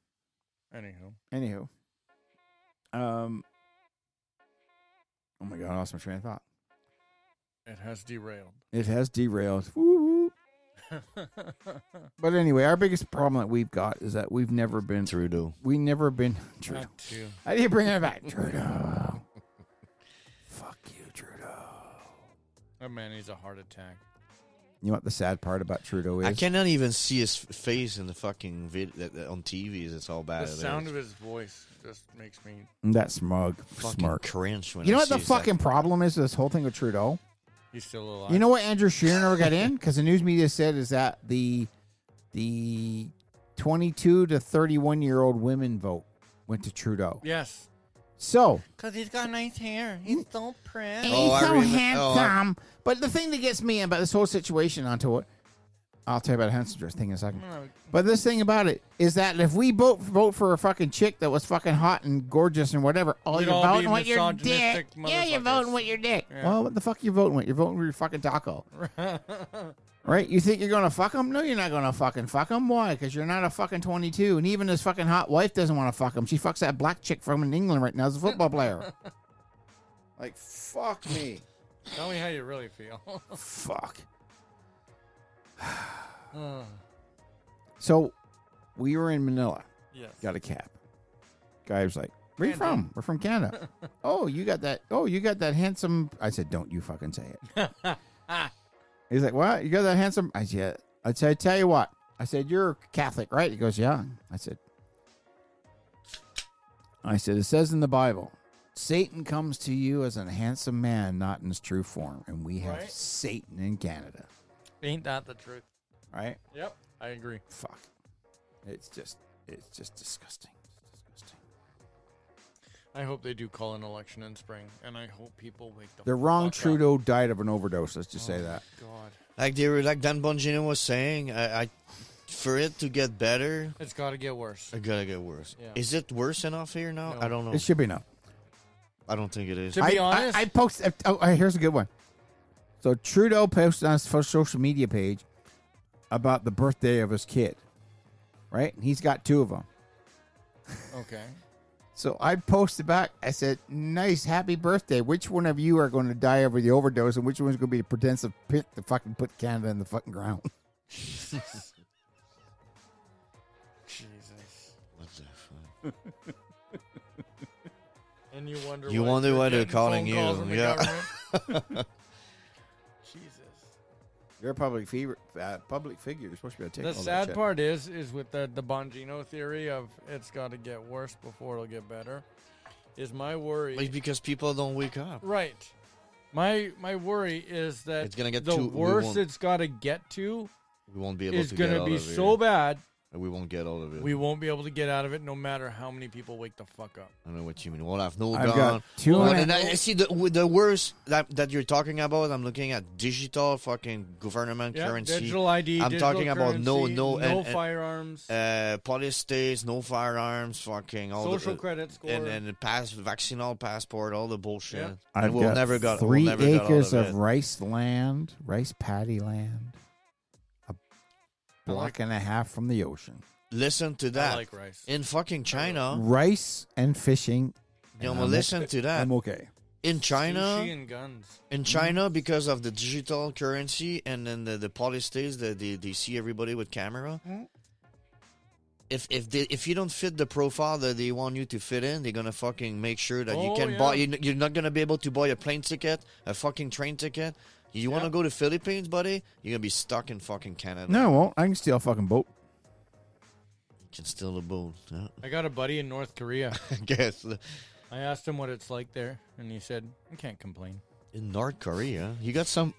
[SPEAKER 3] Anywho,
[SPEAKER 1] anywho, um, oh my god, I lost my train of thought.
[SPEAKER 3] it has derailed.
[SPEAKER 6] It has derailed. Woo-hoo.
[SPEAKER 1] But anyway, our biggest problem that we've got is that we've never been
[SPEAKER 2] Trudeau.
[SPEAKER 1] We never been Trudeau.
[SPEAKER 3] Not too.
[SPEAKER 1] How do you bring it back, Trudeau? Fuck you, Trudeau.
[SPEAKER 3] That Oh, man needs a heart attack.
[SPEAKER 1] You know what the sad part about Trudeau is?
[SPEAKER 2] I cannot even see his f- face in the fucking vid that, that on TV. It's all bad.
[SPEAKER 3] The
[SPEAKER 2] it is.
[SPEAKER 3] sound of his voice just makes me.
[SPEAKER 1] that smug
[SPEAKER 2] fucking
[SPEAKER 1] smirk.
[SPEAKER 2] cringe. When
[SPEAKER 1] You know
[SPEAKER 2] I
[SPEAKER 1] what the
[SPEAKER 2] sees that.
[SPEAKER 1] fucking problem is with this whole thing with Trudeau?
[SPEAKER 3] He's still alive.
[SPEAKER 1] You know what Andrew Shearer never got in because the news media said is that the the twenty two to thirty one year old women vote went to Trudeau.
[SPEAKER 3] Yes.
[SPEAKER 1] So
[SPEAKER 3] Because he's got nice hair. He's so pretty.
[SPEAKER 1] And
[SPEAKER 2] Oh,
[SPEAKER 1] he's
[SPEAKER 2] I
[SPEAKER 1] so
[SPEAKER 2] remem- oh, I-
[SPEAKER 1] handsome. but the thing that gets me about this whole situation onto it, I'll tell you about Hensinger's thing in a second. But this thing about it is that if we vote vote for a fucking chick that was fucking hot and gorgeous and whatever, oh,
[SPEAKER 3] We'd
[SPEAKER 1] you're
[SPEAKER 3] all be
[SPEAKER 1] voting with your dick.
[SPEAKER 3] misogynistic
[SPEAKER 1] Yeah, you're
[SPEAKER 3] motherfuckers.
[SPEAKER 1] voting with your dick.
[SPEAKER 3] Yeah.
[SPEAKER 1] Well, what the fuck you voting with? You're voting with your fucking taco, right? You think you're gonna fuck him? No, you're not gonna fucking fuck him. Why? Because you're not a fucking 22. And even his fucking hot wife doesn't want to fuck him. She fucks that black chick from England right now as a football player. like fuck me.
[SPEAKER 3] Tell me how you really feel.
[SPEAKER 1] Fuck. so we were in Manila,
[SPEAKER 3] yes.
[SPEAKER 1] got a cab. Guy was like, Where you from? We're from Canada. oh, you got that oh, you got that handsome I said, Don't you fucking say it. He's like, What? You got that handsome I said I said, tell you what. I said, You're Catholic, right? He goes, Yeah. I said I said, It says in the Bible, Satan comes to you as a handsome man, not in his true form. And we have
[SPEAKER 3] Right.
[SPEAKER 1] Satan in Canada.
[SPEAKER 3] Ain't that the truth?
[SPEAKER 1] Right?
[SPEAKER 3] Yep. I agree.
[SPEAKER 1] Fuck. It's just it's just disgusting. It's disgusting.
[SPEAKER 3] I hope they do call an election in spring, and I hope people wake the
[SPEAKER 6] The wrong
[SPEAKER 3] fuck up.
[SPEAKER 6] Trudeau died of an overdose. Let's just say that.
[SPEAKER 3] God,
[SPEAKER 2] Like they were, like Dan Bongino was saying, I, I for it to get better,
[SPEAKER 3] it's got to get worse.
[SPEAKER 2] it gotta get worse.
[SPEAKER 3] Yeah.
[SPEAKER 2] Is it worse enough here now?
[SPEAKER 3] No.
[SPEAKER 2] I don't know.
[SPEAKER 6] It should be enough.
[SPEAKER 2] I don't think it is.
[SPEAKER 3] Oh. To be
[SPEAKER 1] I,
[SPEAKER 3] honest,
[SPEAKER 1] I, I post. Oh, uh, here's a good one. So Trudeau posted on his first social media page about the birthday of his kid. Right, he's got two of them.
[SPEAKER 3] Okay.
[SPEAKER 1] So I posted back. I said, "Nice, happy birthday. Which one of you are going to die over the overdose, and which one's going to be the pretentious pit to fucking put Canada in the fucking ground?"
[SPEAKER 3] Jesus.
[SPEAKER 2] What the fuck?
[SPEAKER 3] And you wonder.
[SPEAKER 2] You
[SPEAKER 3] why
[SPEAKER 2] wonder
[SPEAKER 3] you're
[SPEAKER 2] why they're
[SPEAKER 3] getting phone
[SPEAKER 2] calling you,
[SPEAKER 3] calls from the
[SPEAKER 2] yeah.
[SPEAKER 3] government. Jesus.
[SPEAKER 10] You're a public figure. Uh, public figure. You're supposed to be able to take
[SPEAKER 3] The
[SPEAKER 10] all that
[SPEAKER 3] sad
[SPEAKER 10] shit.
[SPEAKER 3] part is, is with the the Bongino theory of it's got to get worse before it'll get better. Is my worry
[SPEAKER 2] Like because people don't wake up.
[SPEAKER 3] right? My my worry is that
[SPEAKER 2] It's gonna get
[SPEAKER 3] the
[SPEAKER 2] too- we
[SPEAKER 3] worse
[SPEAKER 2] won't-
[SPEAKER 3] it's got to get to
[SPEAKER 2] We won't be able
[SPEAKER 3] is
[SPEAKER 2] to
[SPEAKER 3] going
[SPEAKER 2] get
[SPEAKER 3] to
[SPEAKER 2] out
[SPEAKER 3] be
[SPEAKER 2] of it.
[SPEAKER 3] so bad
[SPEAKER 2] We won't get out of it.
[SPEAKER 3] we won't be able to get out of it, no matter how many people wake the fuck up.
[SPEAKER 2] I don't know what you mean. We'll have no
[SPEAKER 1] I've
[SPEAKER 2] gun.
[SPEAKER 1] got two
[SPEAKER 2] Well,
[SPEAKER 1] and a-
[SPEAKER 2] and I, see the with the worst that that you're talking about. I'm looking at digital fucking government
[SPEAKER 3] Yeah,
[SPEAKER 2] currency.
[SPEAKER 3] digital ID.
[SPEAKER 2] I'm
[SPEAKER 3] digital
[SPEAKER 2] talking about no
[SPEAKER 3] currency,
[SPEAKER 2] no
[SPEAKER 3] no
[SPEAKER 2] and, and,
[SPEAKER 3] firearms.
[SPEAKER 2] uh, police states, no firearms, fucking all
[SPEAKER 3] Social
[SPEAKER 2] the, uh,
[SPEAKER 3] credit score.
[SPEAKER 2] and and the pass vaccinal passport, all the bullshit.
[SPEAKER 3] Yeah.
[SPEAKER 2] And
[SPEAKER 1] I've
[SPEAKER 2] we'll
[SPEAKER 1] got
[SPEAKER 2] never got we'll
[SPEAKER 1] three
[SPEAKER 2] never got out
[SPEAKER 1] acres
[SPEAKER 2] of,
[SPEAKER 1] of
[SPEAKER 2] it.
[SPEAKER 1] rice land, rice paddy land, a
[SPEAKER 3] I
[SPEAKER 1] block
[SPEAKER 3] like-
[SPEAKER 1] and a half from the ocean.
[SPEAKER 2] Listen to that.
[SPEAKER 3] like rice.
[SPEAKER 2] in fucking China.
[SPEAKER 1] Rice and fishing.
[SPEAKER 2] You know,
[SPEAKER 1] and I'm
[SPEAKER 2] listen to that.
[SPEAKER 6] I'm okay.
[SPEAKER 2] In China,
[SPEAKER 3] Sushi and guns.
[SPEAKER 2] in China, because of the digital currency and then the, the police states that they, they see everybody with camera.
[SPEAKER 3] Mm-hmm.
[SPEAKER 2] If if they, if you don't fit the profile that they want you to fit in, they're gonna fucking make sure that you
[SPEAKER 3] Oh,
[SPEAKER 2] can
[SPEAKER 3] yeah.
[SPEAKER 2] buy. you- You're not gonna be able to buy a plane ticket, a fucking train ticket. You want to go to Philippines, buddy? You're gonna be stuck in fucking Canada.
[SPEAKER 1] No, I won't. I can steal a fucking boat.
[SPEAKER 2] you can steal a boat. Yeah.
[SPEAKER 3] I got a buddy in North Korea.
[SPEAKER 2] I guess
[SPEAKER 3] I asked him what it's like there, and he said, "I can't complain."
[SPEAKER 2] in North Korea, you got some.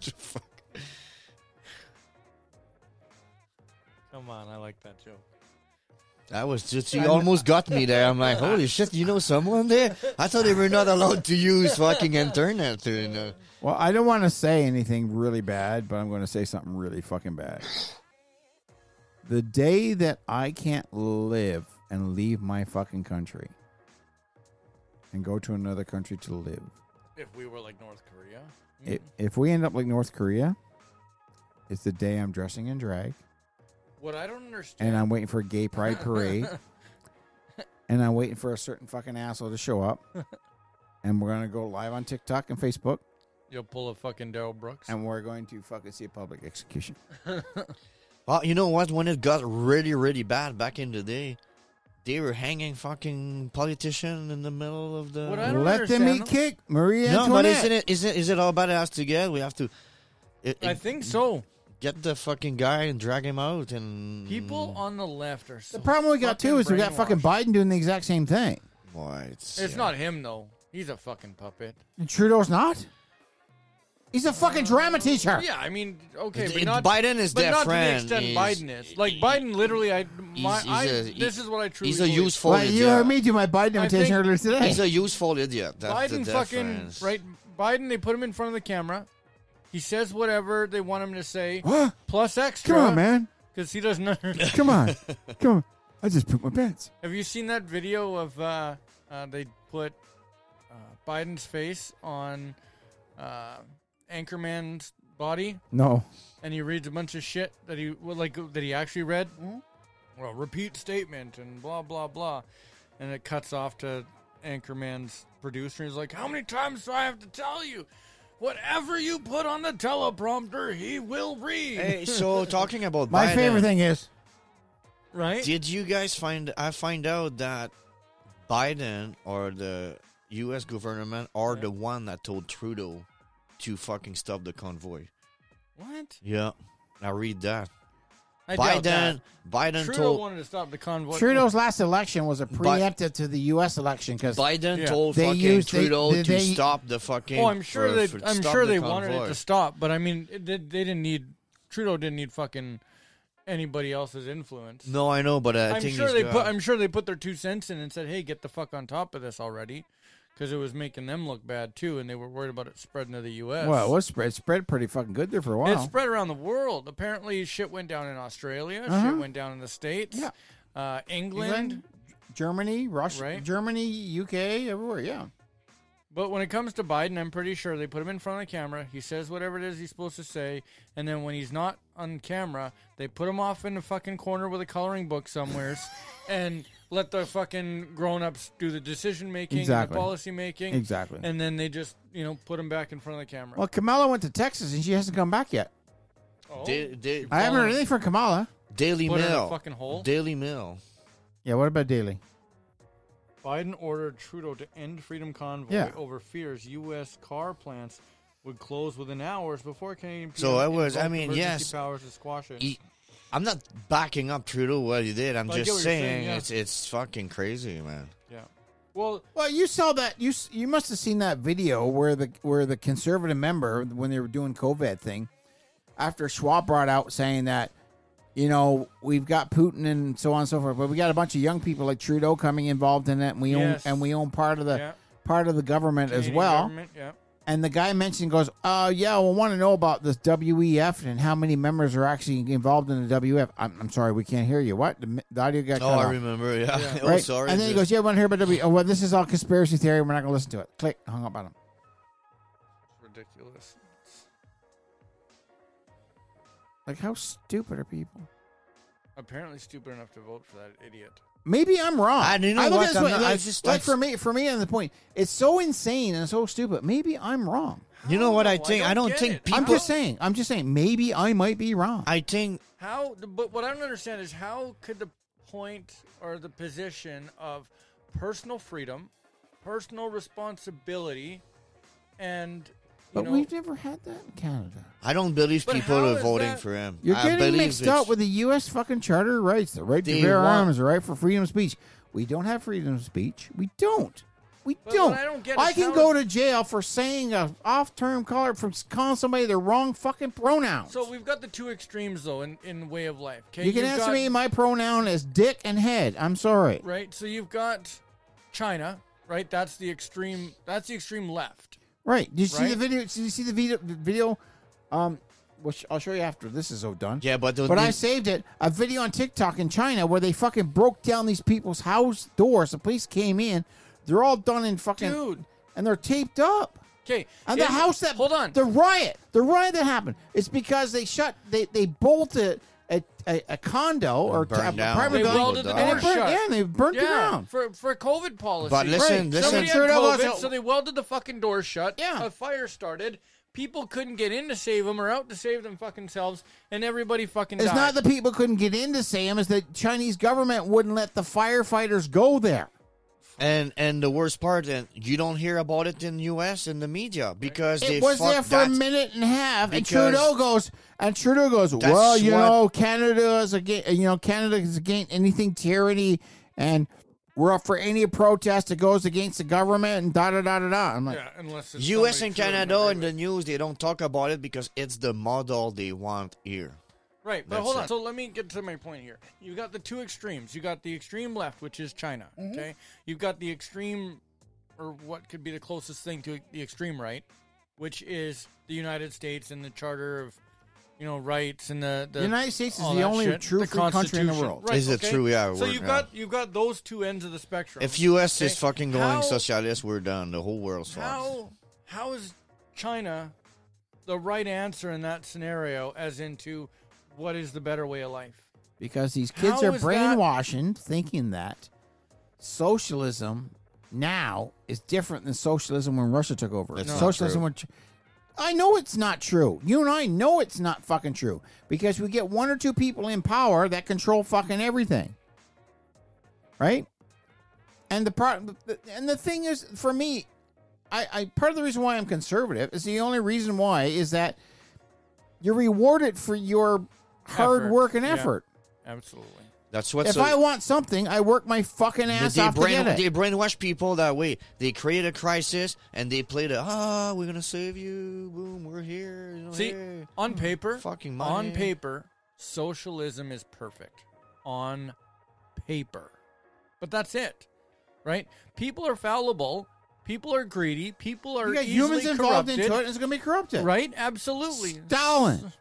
[SPEAKER 2] Fuck.
[SPEAKER 3] Come on, I like that joke.
[SPEAKER 2] That was just, you almost got me there. I'm like, holy shit, you know someone there? I thought they were not allowed to use fucking internet. To, you know.
[SPEAKER 1] Well, I don't want to say anything really bad, but I'm going to say something really fucking bad. The day that I can't live and leave my fucking country and go to another country to live,
[SPEAKER 3] If we were like North Korea,
[SPEAKER 1] i- if we end up like North Korea, it's the day I'm dressing in drag
[SPEAKER 3] what I don't understand.
[SPEAKER 1] and I'm waiting for a gay pride parade and I'm waiting for a certain fucking asshole to show up. And we're going to go live on TikTok and Facebook
[SPEAKER 3] You'll pull a fucking Daryl Brooks.
[SPEAKER 1] and we're going to fucking see a public execution.
[SPEAKER 2] Well, you know what? When it got really, really bad back in the day, they were hanging fucking politician in the middle of the.
[SPEAKER 3] What I don't
[SPEAKER 1] Let them
[SPEAKER 3] understand
[SPEAKER 1] eat cake, Maria
[SPEAKER 2] no, but
[SPEAKER 1] Antoinette.
[SPEAKER 2] isn't it, isn't, is it all about us to get? We have to. It,
[SPEAKER 3] I
[SPEAKER 2] it-
[SPEAKER 3] think so.
[SPEAKER 2] Get the fucking guy and drag him out and.
[SPEAKER 3] People on the left are. So
[SPEAKER 1] the problem we got too is we got fucking
[SPEAKER 3] brainwashed.
[SPEAKER 1] Biden doing the exact same thing.
[SPEAKER 2] Why, it's
[SPEAKER 3] It's
[SPEAKER 2] yeah.
[SPEAKER 3] not him though. He's a fucking puppet.
[SPEAKER 1] And Trudeau's not. He's a fucking drama teacher.
[SPEAKER 3] Yeah, I mean, okay,
[SPEAKER 2] It-
[SPEAKER 3] but
[SPEAKER 2] it-
[SPEAKER 3] not
[SPEAKER 2] Biden is
[SPEAKER 3] but
[SPEAKER 2] their
[SPEAKER 3] not
[SPEAKER 2] friend.
[SPEAKER 3] to the extent
[SPEAKER 2] He's-
[SPEAKER 3] Biden is. Like Biden, literally, I, my,
[SPEAKER 2] He's- he's
[SPEAKER 3] I
[SPEAKER 2] a-
[SPEAKER 3] this
[SPEAKER 2] he-
[SPEAKER 3] is what I truly.
[SPEAKER 2] He's a
[SPEAKER 3] believe.
[SPEAKER 2] useful
[SPEAKER 1] Well,
[SPEAKER 2] idiot.
[SPEAKER 1] you heard me do my Biden
[SPEAKER 3] I
[SPEAKER 1] imitation
[SPEAKER 3] think-
[SPEAKER 1] earlier today.
[SPEAKER 2] He's a useful idiot. That's the
[SPEAKER 3] Biden fucking
[SPEAKER 2] difference.
[SPEAKER 3] right. Biden, they put him in front of the camera. He says whatever they want him to say.
[SPEAKER 1] Huh?
[SPEAKER 3] Plus extra.
[SPEAKER 1] Come on, man.
[SPEAKER 3] Because he doesn't. under-
[SPEAKER 1] Come on. Come on. I just pooped my pants.
[SPEAKER 3] Have you seen that video of uh, uh, they put uh, Biden's face on uh, Anchorman's body,
[SPEAKER 1] No.
[SPEAKER 3] and he reads a bunch of shit that he well, like that he actually read.
[SPEAKER 2] Hmm?
[SPEAKER 3] Well, repeat statement and blah blah blah, and it cuts off to Anchorman's producer. He's like, "How many times do I have to tell you? Whatever you put on the teleprompter, he will read."
[SPEAKER 2] Hey, so talking about
[SPEAKER 1] My
[SPEAKER 2] Biden,
[SPEAKER 1] favorite thing is
[SPEAKER 3] right?
[SPEAKER 2] Did you guys find? I find out that Biden or the U.S. government are the one that told Trudeau to fucking stop the convoy.
[SPEAKER 3] what?
[SPEAKER 2] Yeah, I read that.
[SPEAKER 3] I doubt that.
[SPEAKER 2] Biden. Biden
[SPEAKER 3] Trudeau
[SPEAKER 2] told.
[SPEAKER 3] wanted to stop the convoy.
[SPEAKER 1] Trudeau's last election was a preemptive to the U.S. election because
[SPEAKER 2] Biden
[SPEAKER 3] Yeah.
[SPEAKER 2] told
[SPEAKER 1] They
[SPEAKER 2] fucking
[SPEAKER 1] used- they-
[SPEAKER 2] Trudeau
[SPEAKER 1] they-
[SPEAKER 2] to
[SPEAKER 1] they-
[SPEAKER 2] stop the fucking.
[SPEAKER 3] Oh, I'm sure
[SPEAKER 2] for-
[SPEAKER 3] they.
[SPEAKER 2] for-
[SPEAKER 3] I'm
[SPEAKER 2] stop
[SPEAKER 3] sure
[SPEAKER 2] the
[SPEAKER 3] they wanted it
[SPEAKER 2] convoy.
[SPEAKER 3] to stop, but I mean, it, did- they didn't need Trudeau didn't need fucking anybody else's influence.
[SPEAKER 2] No, I know, but I
[SPEAKER 3] I'm
[SPEAKER 2] think
[SPEAKER 3] sure
[SPEAKER 2] it's
[SPEAKER 3] they
[SPEAKER 2] good.
[SPEAKER 3] put. I'm sure they put their two cents in and said, "Hey, get the fuck on top of this already," because it was making them look bad too, and they were worried about it spreading to the U.S.
[SPEAKER 1] well, it was spread spread pretty fucking good there for a
[SPEAKER 3] It
[SPEAKER 1] while.
[SPEAKER 3] spread around the world. Apparently, shit went down in Australia.
[SPEAKER 2] Uh-huh.
[SPEAKER 3] Shit went down in the states.
[SPEAKER 1] Yeah.
[SPEAKER 3] Uh, England,
[SPEAKER 1] England, Germany, Russia,
[SPEAKER 3] Right.
[SPEAKER 1] Germany, UK, everywhere. Yeah.
[SPEAKER 3] But when it comes to Biden, I'm pretty sure they put him in front of the camera. He says whatever it is he's supposed to say, and then when he's not on camera, they put him off in the fucking corner with a coloring book somewheres, and let the fucking grown-ups do the decision making,
[SPEAKER 1] Exactly.
[SPEAKER 3] the policy making,
[SPEAKER 1] Exactly.
[SPEAKER 3] And then they just you know put him back in front of the camera.
[SPEAKER 1] Well, Kamala went to Texas and she hasn't come back yet.
[SPEAKER 3] Oh,
[SPEAKER 2] Da- da-
[SPEAKER 1] I haven't heard anything from Kamala.
[SPEAKER 2] Daily
[SPEAKER 3] Put her in a
[SPEAKER 2] Mail.
[SPEAKER 3] fucking hole?
[SPEAKER 2] Daily Mail.
[SPEAKER 1] Yeah, what about Daily?
[SPEAKER 3] Biden ordered Trudeau to end freedom convoy
[SPEAKER 1] Yeah.
[SPEAKER 3] over fears U.S. car plants would close within hours before Canadian.
[SPEAKER 2] So
[SPEAKER 3] PM
[SPEAKER 2] I was- I
[SPEAKER 3] invoked
[SPEAKER 2] mean,
[SPEAKER 3] emergency
[SPEAKER 2] yes. E
[SPEAKER 3] powers to squash it.
[SPEAKER 2] He- I'm not backing up Trudeau what he did. I'm
[SPEAKER 3] I get
[SPEAKER 2] just
[SPEAKER 3] what you're
[SPEAKER 2] saying,
[SPEAKER 3] saying, yeah.
[SPEAKER 2] it's it's fucking crazy, man.
[SPEAKER 3] yeah. Well,
[SPEAKER 1] Well, you saw that you s- you must have seen that video where the where the conservative member when they were doing COVID thing, after Schwab brought out saying that, you know, we've got Putin and so on and so forth, but we got a bunch of young people like Trudeau coming involved in it, and we
[SPEAKER 3] Yes.
[SPEAKER 1] own and we own part of the
[SPEAKER 3] Yeah.
[SPEAKER 1] part of the government
[SPEAKER 3] Canadian
[SPEAKER 1] as well.
[SPEAKER 3] government, yeah.
[SPEAKER 1] And the guy mentioned goes, "Oh yeah, well, want to know about this WEF and how many members are actually involved in the WEF." I'm, I'm sorry, we can't hear you. What the, the audio got?
[SPEAKER 2] Oh,
[SPEAKER 1] cut
[SPEAKER 2] I
[SPEAKER 1] off.
[SPEAKER 2] remember. Yeah. oh,
[SPEAKER 1] Right?
[SPEAKER 2] sorry.
[SPEAKER 1] And then he
[SPEAKER 2] dude.
[SPEAKER 1] goes, "Yeah, want to hear about W? Oh, well, this is all conspiracy theory. We're not going to listen to it." Click, hung up on him.
[SPEAKER 3] Ridiculous.
[SPEAKER 1] Like, how stupid are people?
[SPEAKER 3] Apparently, stupid enough to vote for that idiot.
[SPEAKER 1] Maybe I'm wrong.
[SPEAKER 2] I- you know
[SPEAKER 1] look
[SPEAKER 2] what?
[SPEAKER 1] at this
[SPEAKER 2] I'm
[SPEAKER 1] way,
[SPEAKER 2] not- I
[SPEAKER 1] like,
[SPEAKER 2] just-
[SPEAKER 1] like
[SPEAKER 2] I-
[SPEAKER 1] for me, for me, on the point, it's so insane and so stupid. Maybe I'm wrong.
[SPEAKER 2] You know what
[SPEAKER 3] I
[SPEAKER 2] I
[SPEAKER 3] don't
[SPEAKER 2] think?
[SPEAKER 3] know. I
[SPEAKER 2] I
[SPEAKER 3] don't
[SPEAKER 2] don't,
[SPEAKER 3] get
[SPEAKER 2] think
[SPEAKER 3] it.
[SPEAKER 2] people.
[SPEAKER 1] I'm just saying. I'm just saying. Maybe I might be wrong.
[SPEAKER 2] I think
[SPEAKER 3] How? But what I don't understand is how could the point or the position of personal freedom, personal responsibility, and you
[SPEAKER 1] but
[SPEAKER 3] know,
[SPEAKER 1] we've never had that in Canada.
[SPEAKER 2] I don't believe
[SPEAKER 3] But
[SPEAKER 2] people
[SPEAKER 3] how
[SPEAKER 2] are
[SPEAKER 3] is
[SPEAKER 2] voting
[SPEAKER 3] that-
[SPEAKER 2] for him.
[SPEAKER 1] You're
[SPEAKER 2] I
[SPEAKER 1] getting
[SPEAKER 2] believe
[SPEAKER 1] mixed
[SPEAKER 2] it's-
[SPEAKER 1] up with the U.S. fucking Charter of Rights, the right to
[SPEAKER 2] They
[SPEAKER 1] bear
[SPEAKER 2] want-
[SPEAKER 1] arms, the right for freedom of speech. We don't have freedom of speech. We don't. We
[SPEAKER 3] But
[SPEAKER 1] don't.
[SPEAKER 3] what I don't get is
[SPEAKER 1] can
[SPEAKER 3] how
[SPEAKER 1] go
[SPEAKER 3] is-
[SPEAKER 1] to jail for saying a off-term color from calling somebody the wrong fucking pronoun.
[SPEAKER 3] So we've got the two extremes though in, in way of life. Okay,
[SPEAKER 1] you can
[SPEAKER 3] You've
[SPEAKER 1] answer
[SPEAKER 3] got-
[SPEAKER 1] me. My pronoun is dick and head. I'm sorry.
[SPEAKER 3] right? So you've got China, right? That's the extreme. That's the extreme left.
[SPEAKER 1] Right? Did you see the
[SPEAKER 3] Right?
[SPEAKER 1] video? Did you see the video? The video, um, which I'll show you after this is all done.
[SPEAKER 2] Yeah, but the-
[SPEAKER 1] but I
[SPEAKER 2] the-
[SPEAKER 1] saved it. A video on TikTok in China where they fucking broke down these people's house doors. The police came in. They're all done in fucking
[SPEAKER 3] Dude.
[SPEAKER 1] and they're taped up.
[SPEAKER 3] Okay,
[SPEAKER 1] And the house that
[SPEAKER 3] hold on.
[SPEAKER 1] the riot, the riot that happened, it's because they shut they they bolted a, a, a condo or
[SPEAKER 2] burned
[SPEAKER 1] a,
[SPEAKER 2] down.
[SPEAKER 1] private
[SPEAKER 3] they
[SPEAKER 2] Well,
[SPEAKER 1] building,
[SPEAKER 3] welded the
[SPEAKER 2] dog.
[SPEAKER 1] and
[SPEAKER 3] door
[SPEAKER 1] it burned,
[SPEAKER 3] shut.
[SPEAKER 1] yeah, and they burnt it down.
[SPEAKER 3] for for COVID policy.
[SPEAKER 2] But listen,
[SPEAKER 1] Right.
[SPEAKER 2] listen.
[SPEAKER 3] Somebody
[SPEAKER 1] Trudeau
[SPEAKER 3] had
[SPEAKER 1] was
[SPEAKER 3] COVID,
[SPEAKER 1] out-
[SPEAKER 3] so they welded the fucking door shut.
[SPEAKER 1] Yeah.
[SPEAKER 3] A fire started. People couldn't get in to save them or out to save them fucking selves, and everybody fucking
[SPEAKER 1] It's
[SPEAKER 3] died.
[SPEAKER 1] not the people couldn't get in to see him. It's the Chinese government wouldn't let the firefighters go there.
[SPEAKER 2] And and the worst part, and you don't hear about it in U.S. in the media because they
[SPEAKER 1] It was
[SPEAKER 2] fuck
[SPEAKER 1] there for a
[SPEAKER 2] that-
[SPEAKER 1] minute and a half, and
[SPEAKER 2] because-
[SPEAKER 1] Trudeau goes, and Trudeau goes, well, you
[SPEAKER 2] what-
[SPEAKER 1] know, Canada is against, you know, Canada is against anything tyranny, and we're up for any protest that goes against the government, and da da da da da. I'm like,
[SPEAKER 3] yeah, unless it's
[SPEAKER 2] U.S.
[SPEAKER 3] somebody
[SPEAKER 2] and
[SPEAKER 3] truly
[SPEAKER 2] Canada
[SPEAKER 3] not
[SPEAKER 2] in the news they don't talk about it because it's the model they want here.
[SPEAKER 3] Right, but
[SPEAKER 2] That's
[SPEAKER 3] hold on.
[SPEAKER 2] it.
[SPEAKER 3] So let me get to my point here. You got the two extremes. You got the extreme left, which is China.
[SPEAKER 1] Mm-hmm.
[SPEAKER 3] Okay, you've got the extreme, or what could be the closest thing to the extreme right, which is the United States and the Charter of, you know, rights and the, the
[SPEAKER 1] The United States is
[SPEAKER 3] all
[SPEAKER 1] the
[SPEAKER 3] that
[SPEAKER 1] only
[SPEAKER 3] shit.
[SPEAKER 1] true
[SPEAKER 3] The
[SPEAKER 1] free country in the
[SPEAKER 3] Constitution.
[SPEAKER 1] world.
[SPEAKER 3] Right,
[SPEAKER 2] Is it
[SPEAKER 3] okay?
[SPEAKER 2] true? Yeah,
[SPEAKER 3] So
[SPEAKER 2] we're-
[SPEAKER 3] you've
[SPEAKER 2] yeah.
[SPEAKER 3] got you've got those two ends of the spectrum.
[SPEAKER 2] If U.S. is
[SPEAKER 3] Okay,
[SPEAKER 2] fucking going
[SPEAKER 3] how-
[SPEAKER 2] socialist, we're done. The whole world's fucked.
[SPEAKER 3] how how is China the right answer in that scenario? As into what is the better way of life?
[SPEAKER 1] because these kids
[SPEAKER 3] How
[SPEAKER 1] are
[SPEAKER 3] is that-
[SPEAKER 1] brainwashing, thinking that socialism now is different than socialism when Russia took over.
[SPEAKER 2] That's not
[SPEAKER 1] socialism
[SPEAKER 2] true.
[SPEAKER 1] when Ch- I know it's not true. You and I know it's not fucking true because we get one or two people in power that control fucking everything, right? And the part and the thing is, for me, I, I part of the reason why I'm conservative is the only reason why is that you're rewarded for your hard
[SPEAKER 3] Effort.
[SPEAKER 1] work and
[SPEAKER 3] Yeah.
[SPEAKER 1] effort.
[SPEAKER 3] Absolutely.
[SPEAKER 2] That's what.
[SPEAKER 1] If
[SPEAKER 2] so-
[SPEAKER 1] I want something, I work my fucking
[SPEAKER 2] they,
[SPEAKER 1] ass
[SPEAKER 2] they
[SPEAKER 1] off
[SPEAKER 2] brain-
[SPEAKER 1] to get
[SPEAKER 2] they
[SPEAKER 1] it.
[SPEAKER 2] brainwash people that way. They create a crisis and they play the ah, we're gonna save you. Boom, we're here. you know,
[SPEAKER 3] See,
[SPEAKER 2] hey.
[SPEAKER 3] on paper,
[SPEAKER 2] Oh, Fucking
[SPEAKER 3] on
[SPEAKER 2] money.
[SPEAKER 3] paper, socialism is perfect. On paper. But that's it. Right? People are fallible, people are greedy, people are
[SPEAKER 1] You got
[SPEAKER 3] easily
[SPEAKER 1] humans involved
[SPEAKER 3] corrupted,
[SPEAKER 1] into it, and it's going to be corrupted.
[SPEAKER 3] Right? Absolutely.
[SPEAKER 1] Stalin,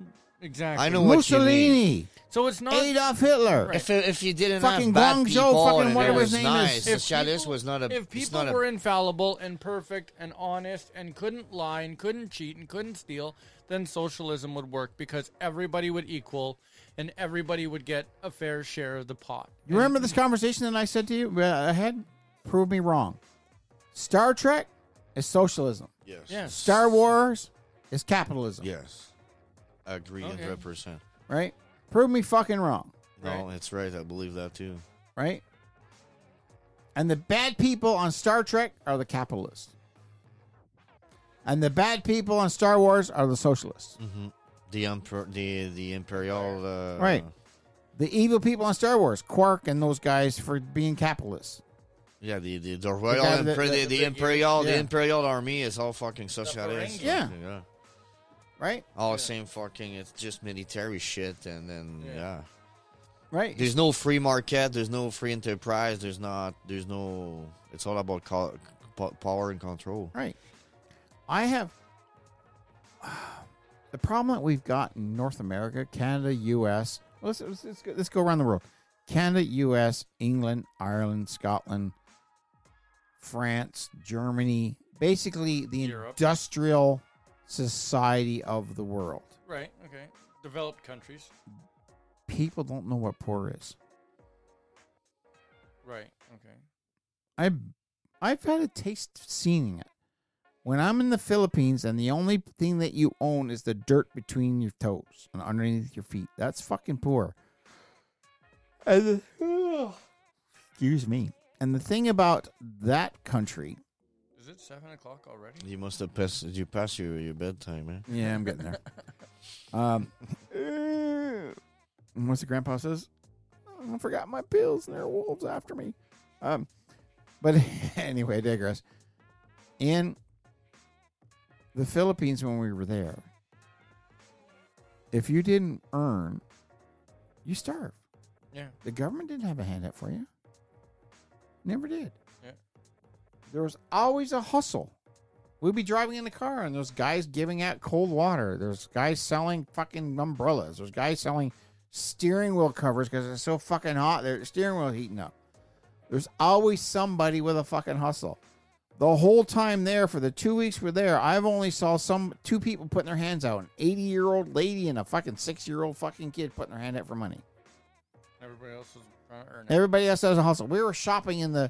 [SPEAKER 3] Exactly.
[SPEAKER 2] I know what you mean.
[SPEAKER 1] Mussolini,
[SPEAKER 3] So it's not
[SPEAKER 1] Adolf Hitler.
[SPEAKER 2] If, if you didn't
[SPEAKER 1] Fucking
[SPEAKER 2] have bad
[SPEAKER 1] Guangzho,
[SPEAKER 2] people
[SPEAKER 1] fucking
[SPEAKER 2] and it
[SPEAKER 1] whatever
[SPEAKER 2] was
[SPEAKER 1] his name
[SPEAKER 2] nice,
[SPEAKER 1] is.
[SPEAKER 2] the
[SPEAKER 1] If
[SPEAKER 2] Chavez was not a.
[SPEAKER 3] If
[SPEAKER 2] it's
[SPEAKER 3] people
[SPEAKER 2] not a-
[SPEAKER 3] were infallible and perfect and honest and couldn't lie and couldn't cheat and couldn't steal, then socialism would work because everybody would equal and everybody would get a fair share of the pot.
[SPEAKER 1] You remember this conversation that I said to you? uh, I had prove me wrong. Star Trek is socialism.
[SPEAKER 2] yes.
[SPEAKER 3] Yes.
[SPEAKER 1] Star Wars is capitalism.
[SPEAKER 2] Yes. I agree
[SPEAKER 3] Okay.
[SPEAKER 2] 100%.
[SPEAKER 1] Right? Prove me fucking wrong.
[SPEAKER 2] No, it's right. I believe that too.
[SPEAKER 1] Right? And the bad people on Star Trek are the capitalists. And the bad people on Star Wars are the socialists.
[SPEAKER 2] The imper- the the imperial uh,
[SPEAKER 1] Right. The evil people on Star Wars, Quark and those guys for being capitalists.
[SPEAKER 2] Yeah, the the, the royal
[SPEAKER 1] guy with the-
[SPEAKER 2] Imper- the,
[SPEAKER 1] the-
[SPEAKER 2] the imperial
[SPEAKER 1] yeah.
[SPEAKER 2] the imperial army is all fucking socialist.
[SPEAKER 1] Yeah.
[SPEAKER 2] yeah.
[SPEAKER 1] Right?
[SPEAKER 2] All the same fucking. It's just military shit, and then yeah.
[SPEAKER 1] Right.
[SPEAKER 2] There's no free market. There's no free enterprise. There's not. There's no. It's all about co- po- power and control.
[SPEAKER 1] Right. I have the problem that we've got in North America, Canada, U.S. well, Let's let's, let's, go, let's go around the world: Canada, U.S., England, Ireland, Scotland, France, Germany. Basically, the
[SPEAKER 3] Europe.
[SPEAKER 1] industrial society of the world.
[SPEAKER 3] Right, okay. Developed countries.
[SPEAKER 1] People don't know what poor is.
[SPEAKER 3] Right, okay.
[SPEAKER 1] I I've had a taste of seeing it. When I'm in the Philippines and the only thing that you own is the dirt between your toes and underneath your feet, that's fucking poor. And the- excuse me. And the thing about that country,
[SPEAKER 3] Is it seven o'clock already?
[SPEAKER 2] You must have passed. You passed your your bedtime, eh? man.
[SPEAKER 1] yeah, I'm getting there. um, and what's the grandpa says? "Oh, I forgot my pills, and there are wolves after me. Um, but anyway, I digress. In the Philippines, when we were there, if you didn't earn, you starved.
[SPEAKER 3] Yeah.
[SPEAKER 1] The government didn't have a handout for you. Never did.
[SPEAKER 3] Yeah.
[SPEAKER 1] There was always a hustle. We'd be driving in the car and there's guys giving out cold water. There's guys selling fucking umbrellas. There's guys selling steering wheel covers because it's so fucking hot. Their steering wheel heating up. There's always somebody with a fucking hustle. The whole time there, for the two weeks we're there, I've only saw some two people putting their hands out: an 80 year old lady and a fucking six year old fucking kid putting their hand out for money.
[SPEAKER 3] Everybody else is trying to earn it.
[SPEAKER 1] Everybody else has a hustle. We were shopping in the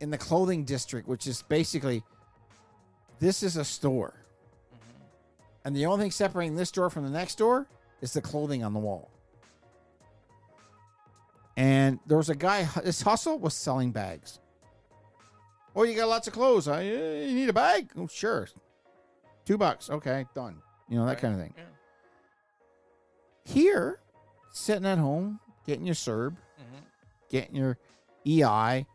[SPEAKER 1] in the clothing district, which is basically this is a store. And the only thing separating this door from the next door is the clothing on the wall. And there was a guy, this hustle was selling bags. Oh, you got lots of clothes. I, you need a bag? Oh, sure. Two bucks. Okay, done. You know, that kind of thing.
[SPEAKER 3] Yeah.
[SPEAKER 1] Here, sitting at home, getting your SERB, getting your EI,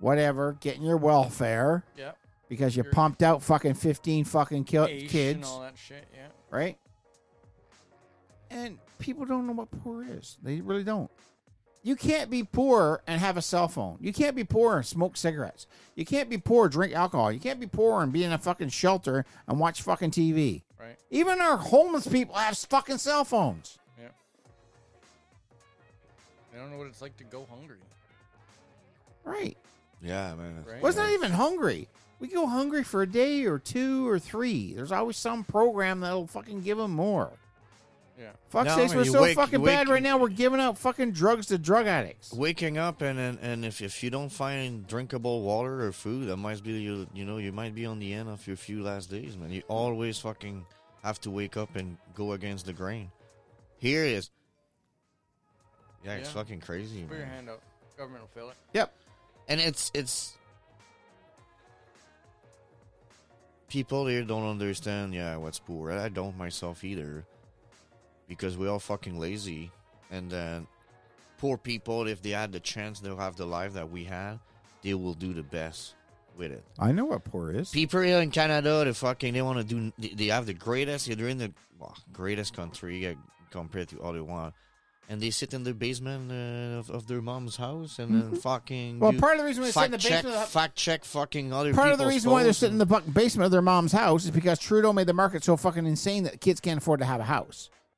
[SPEAKER 1] whatever, getting your welfare
[SPEAKER 3] Yeah.
[SPEAKER 1] because you
[SPEAKER 3] Your-
[SPEAKER 1] pumped out fucking 15 fucking
[SPEAKER 2] Uh,
[SPEAKER 1] ki-
[SPEAKER 3] Aish And
[SPEAKER 1] kids,
[SPEAKER 3] all that shit, yeah.
[SPEAKER 1] right? And people don't know what poor is. They really don't. You can't be poor and have a cell phone. You can't be poor and smoke cigarettes. You can't be poor and drink alcohol. You can't be poor and be in a fucking shelter and watch fucking TV.
[SPEAKER 3] Right.
[SPEAKER 1] Even our homeless people have fucking cell phones.
[SPEAKER 3] Yeah. They don't know what it's like to go hungry.
[SPEAKER 1] Right.
[SPEAKER 2] Yeah, man.
[SPEAKER 3] Right.
[SPEAKER 1] Well, it's not even hungry. We go hungry for a day or two or three. There's always some program that'll fucking give them more.
[SPEAKER 3] Yeah.
[SPEAKER 1] Fuck
[SPEAKER 2] No,
[SPEAKER 1] sakes,
[SPEAKER 2] I mean,
[SPEAKER 1] we're
[SPEAKER 2] you
[SPEAKER 1] so
[SPEAKER 2] wake-
[SPEAKER 1] fucking
[SPEAKER 2] you
[SPEAKER 1] bad
[SPEAKER 2] wake-
[SPEAKER 1] right now. We're giving out fucking drugs to drug addicts.
[SPEAKER 2] Waking up and, and and if if you don't find drinkable water or food, that might be you you know you might be on the end of your few last days, man. You always fucking have to wake up and go against the grain. Here is, yeah, it's
[SPEAKER 3] Yeah.
[SPEAKER 2] fucking crazy,
[SPEAKER 3] Put your
[SPEAKER 2] man.
[SPEAKER 3] hand up. Government will fill it.
[SPEAKER 1] Yep.
[SPEAKER 2] and it's it's people here don't understand yeah what's poor and i don't myself either because we're all fucking lazy and then poor people if they had the chance they'll have the life that we had they will do the best with it
[SPEAKER 1] I know what poor is.
[SPEAKER 2] people here in canada they fucking they want to do they- they have the greatest they're in the well, greatest country uh, compared to other one and they sit in the basement uh, of, of their mom's house and then fucking
[SPEAKER 1] Mm-hmm. Well,
[SPEAKER 2] do-
[SPEAKER 1] part of the reason why they sit in
[SPEAKER 2] fact
[SPEAKER 1] the
[SPEAKER 2] check,
[SPEAKER 1] basement of the-
[SPEAKER 2] fact check, fucking other
[SPEAKER 1] Part of the
[SPEAKER 2] people's
[SPEAKER 1] reason why they're
[SPEAKER 2] phones
[SPEAKER 1] sitting in the fucking basement of their mom's house is because Trudeau made the market so fucking insane that kids can't afford to have a house.
[SPEAKER 2] and-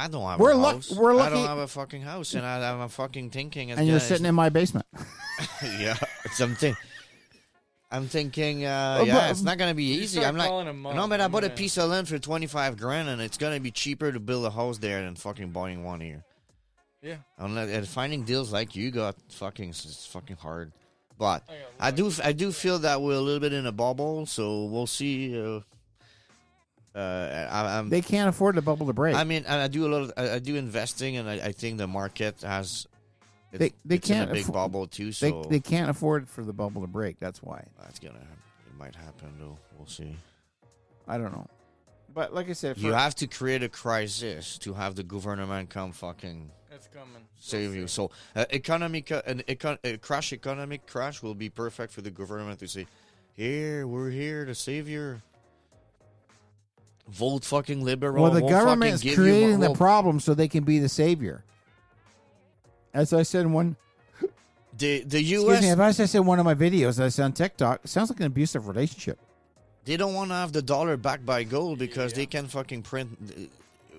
[SPEAKER 2] I don't have.
[SPEAKER 1] We're
[SPEAKER 2] a
[SPEAKER 1] luck-
[SPEAKER 2] house.
[SPEAKER 1] we're
[SPEAKER 2] I
[SPEAKER 1] lucky-
[SPEAKER 2] don't have a fucking house, and I, I'm fucking thinking.
[SPEAKER 1] and you're sitting in my basement.
[SPEAKER 2] yeah, something. I'm thinking, uh,
[SPEAKER 1] Oh,
[SPEAKER 2] yeah,
[SPEAKER 1] but-
[SPEAKER 2] it's not gonna be
[SPEAKER 1] You
[SPEAKER 2] easy.
[SPEAKER 1] start
[SPEAKER 2] I'm like,
[SPEAKER 1] calling him up,
[SPEAKER 2] no, man, I
[SPEAKER 1] I'm
[SPEAKER 2] bought a
[SPEAKER 1] gonna-
[SPEAKER 2] piece of land for twenty five grand, and it's gonna be cheaper to build a house there than fucking buying one here.
[SPEAKER 3] Yeah.
[SPEAKER 2] Unless and finding deals like you got fucking it's fucking hard. But I do I do feel that we're a little bit in a bubble, so we'll see. Uh, uh, I, I'm
[SPEAKER 1] They can't afford the bubble to break.
[SPEAKER 2] I mean, and I do a lot of I, I do investing, and I, I think the market has it,
[SPEAKER 1] they they
[SPEAKER 2] it's in
[SPEAKER 1] can't
[SPEAKER 2] a big
[SPEAKER 1] affo-
[SPEAKER 2] bubble too.
[SPEAKER 1] They,
[SPEAKER 2] So
[SPEAKER 1] they can't afford for the bubble to break. That's why.
[SPEAKER 2] that's gonna hap- it might happen though. We'll see.
[SPEAKER 1] I don't know. But like I said,
[SPEAKER 2] You have to create a crisis to have the government come fucking
[SPEAKER 3] It's coming.
[SPEAKER 2] save you. So uh, economic uh, an econ- a crash, economic crash will be perfect for the government to say, "Here, we're here to save you." Vote fucking liberal.
[SPEAKER 1] well, the
[SPEAKER 2] we'll fucking
[SPEAKER 1] government's
[SPEAKER 2] give you mo-
[SPEAKER 1] creating the
[SPEAKER 2] we'll-
[SPEAKER 1] problem so they can be the savior. As I said in one,
[SPEAKER 2] the the
[SPEAKER 1] excuse
[SPEAKER 2] U.S.
[SPEAKER 1] me, as I said in one of my videos, I said on TikTok, it sounds like an abusive relationship.
[SPEAKER 2] They don't want to have the dollar backed by gold because they can fucking print.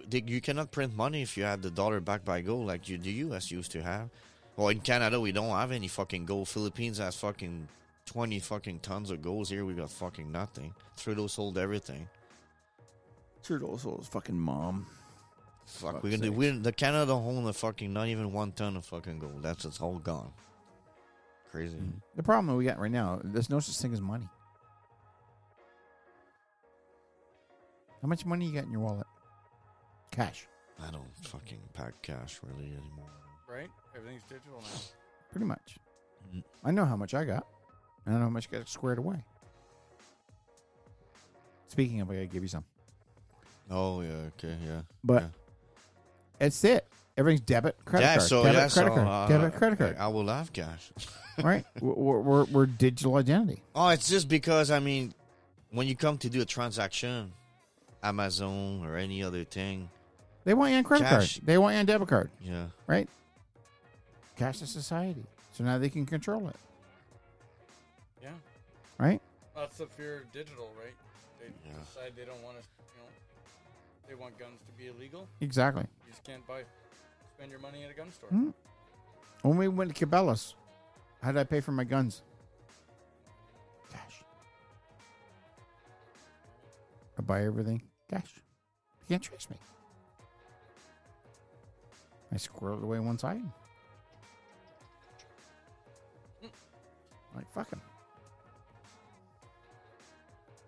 [SPEAKER 2] They, you cannot print money if you have the dollar backed by gold like you, the U.S. used to have. Well, in Canada, we don't have any fucking gold. Philippines has fucking twenty fucking tons of gold. Here, we got fucking nothing. Trudeau sold everything.
[SPEAKER 6] Trudeau sold his fucking mom.
[SPEAKER 2] Fuck,
[SPEAKER 6] Fuck's
[SPEAKER 2] we can
[SPEAKER 6] sake.
[SPEAKER 2] we the Canada owns a fucking not even one ton of fucking gold. That's it's all gone. Crazy.
[SPEAKER 6] Mm.
[SPEAKER 1] The problem that we got right now, there's no such thing as money. How much money you got in your wallet? Cash,
[SPEAKER 2] I don't fucking pack cash really anymore.
[SPEAKER 3] Right? Everything's digital now.
[SPEAKER 1] pretty much.
[SPEAKER 2] Mm-hmm.
[SPEAKER 1] I know how much I got. I know how much got squared away. Speaking of, I gotta give you some.
[SPEAKER 2] Oh yeah, okay, yeah.
[SPEAKER 1] But
[SPEAKER 2] yeah.
[SPEAKER 1] it's it. Everything's debit, credit
[SPEAKER 2] yeah,
[SPEAKER 1] card,
[SPEAKER 2] so
[SPEAKER 1] debit,
[SPEAKER 2] yeah,
[SPEAKER 1] credit
[SPEAKER 2] so,
[SPEAKER 1] card,
[SPEAKER 2] uh,
[SPEAKER 1] debit, credit card.
[SPEAKER 2] I will have cash.
[SPEAKER 1] right? We're, we're- we're we're digital identity.
[SPEAKER 2] Oh, it's just because I mean, when you come to do a transaction, Amazon or any other thing,
[SPEAKER 1] They want you on credit
[SPEAKER 2] Cash.
[SPEAKER 1] card. They want you on debit card,
[SPEAKER 2] yeah,
[SPEAKER 1] right? Cashless society. So now they can control it,
[SPEAKER 3] Yeah.
[SPEAKER 1] right?
[SPEAKER 3] That's the fear of digital, right? They
[SPEAKER 2] Yeah.
[SPEAKER 3] decide they don't want to, you know, they want guns to be illegal.
[SPEAKER 1] Exactly.
[SPEAKER 3] You just can't buy, spend your money at a gun store.
[SPEAKER 1] Mhm. When we went to Cabela's, how did I pay for my guns? Cash. I buy everything cash. You can't trace me. I squirreled away one side. Like fuck 'em.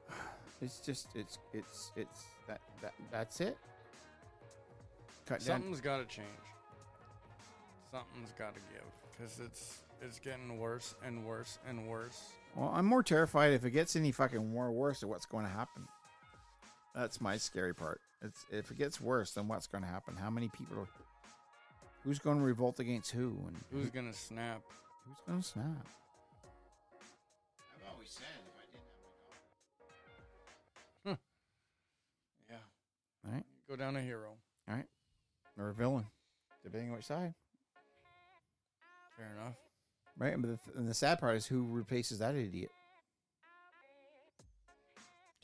[SPEAKER 1] It's just it's it's it's that that that's it. Cut down.
[SPEAKER 3] Something's got to change. Something's got to give because it's it's getting worse and worse and worse.
[SPEAKER 1] Well, I'm more terrified if it gets any fucking more worse of what's going to happen. That's my scary part. It's if it gets worse, then what's going to happen? How many people? Are, who's going to revolt against who? And
[SPEAKER 3] Who's gonna snap?
[SPEAKER 1] who's going to snap?
[SPEAKER 10] I've always said if I didn't
[SPEAKER 3] Yeah,
[SPEAKER 1] All right,
[SPEAKER 3] go down a hero.
[SPEAKER 1] all right, or a villain, depending on which side.
[SPEAKER 3] Fair enough.
[SPEAKER 1] Right, but the, and the sad part is who replaces that idiot.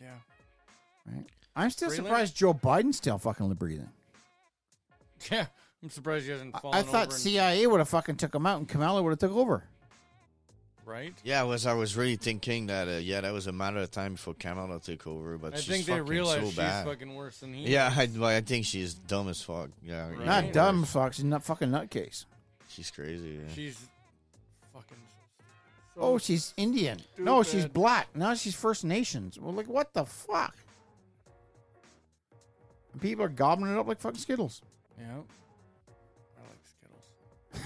[SPEAKER 3] Yeah.
[SPEAKER 1] Right, I'm still
[SPEAKER 3] Freeland?
[SPEAKER 1] surprised Joe Biden's still fucking breathing.
[SPEAKER 3] Yeah. I'm surprised he hasn't
[SPEAKER 1] I-
[SPEAKER 3] fallen
[SPEAKER 1] I
[SPEAKER 3] over
[SPEAKER 1] thought
[SPEAKER 3] and-
[SPEAKER 1] CIA would have fucking took him out, and Kamala would have took over.
[SPEAKER 3] right?
[SPEAKER 2] yeah. I was I was really thinking that uh, yeah, that was a matter of time before Canada took over, but
[SPEAKER 3] I
[SPEAKER 2] she's
[SPEAKER 3] think they
[SPEAKER 2] fucking
[SPEAKER 3] realize
[SPEAKER 2] so
[SPEAKER 3] she's
[SPEAKER 2] bad.
[SPEAKER 3] fucking worse than he.
[SPEAKER 2] yeah, I, well, I think she's dumb as fuck. Yeah, even
[SPEAKER 1] Not
[SPEAKER 3] Right.
[SPEAKER 1] dumb,
[SPEAKER 2] worse.
[SPEAKER 1] fuck. She's not fucking nutcase.
[SPEAKER 2] She's crazy. Yeah.
[SPEAKER 3] She's fucking. So
[SPEAKER 1] Oh, she's Indian. No, she's
[SPEAKER 3] stupid.
[SPEAKER 1] black. Now she's First Nations. Well, like what the fuck? And People are gobbling it up like fucking Skittles.
[SPEAKER 3] Yeah. I like Skittles.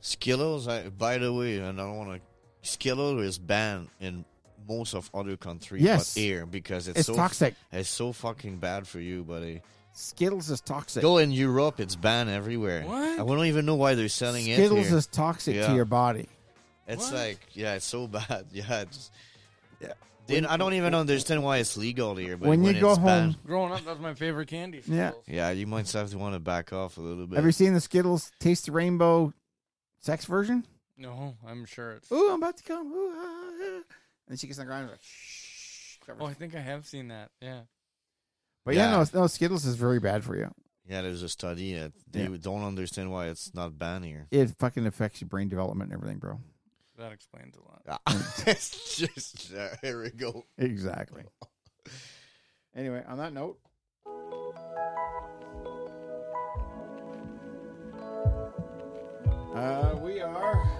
[SPEAKER 2] Skittles. I, by the way, and I don't want to. Skittles is banned in most of other countries,
[SPEAKER 1] Yes.
[SPEAKER 2] but here because it's,
[SPEAKER 1] It's
[SPEAKER 2] so
[SPEAKER 1] toxic.
[SPEAKER 2] It's so fucking bad for you, buddy.
[SPEAKER 1] Skittles is toxic.
[SPEAKER 2] Go in Europe, it's banned everywhere.
[SPEAKER 3] What?
[SPEAKER 2] I don't even know why they're selling it.
[SPEAKER 1] Skittles
[SPEAKER 2] here.
[SPEAKER 1] is toxic to
[SPEAKER 2] Yeah.
[SPEAKER 1] your body.
[SPEAKER 2] It's
[SPEAKER 3] What?
[SPEAKER 2] like, yeah, it's so bad. Yeah, it's,
[SPEAKER 1] Yeah.
[SPEAKER 2] then I don't even understand why it's legal here. But
[SPEAKER 1] When
[SPEAKER 2] when,
[SPEAKER 1] you go
[SPEAKER 2] it's
[SPEAKER 1] home-
[SPEAKER 2] banned-
[SPEAKER 3] Growing up, that was my favorite candy.
[SPEAKER 1] Yeah.
[SPEAKER 3] Skittles.
[SPEAKER 2] yeah, you might have to want to back off a little bit.
[SPEAKER 1] Have you seen the Skittles Taste the Rainbow sex version?
[SPEAKER 3] No, I'm sure it's.
[SPEAKER 1] Ooh, I'm about to come. Ooh, ah, ah. And then she gets on the ground and like, shh. covers-
[SPEAKER 3] Oh, I think I have seen that. Yeah.
[SPEAKER 1] But yeah,
[SPEAKER 2] Yeah.
[SPEAKER 1] no, no, Skittles is very bad for you.
[SPEAKER 2] Yeah, there's a study. That they
[SPEAKER 1] Yeah.
[SPEAKER 2] don't understand why it's not banned here.
[SPEAKER 1] It fucking affects your brain development and everything, bro.
[SPEAKER 3] That explains a lot.
[SPEAKER 2] Ah,
[SPEAKER 1] Mm.
[SPEAKER 2] it's just uh, here we go.
[SPEAKER 1] Exactly. anyway, on that note, uh, we are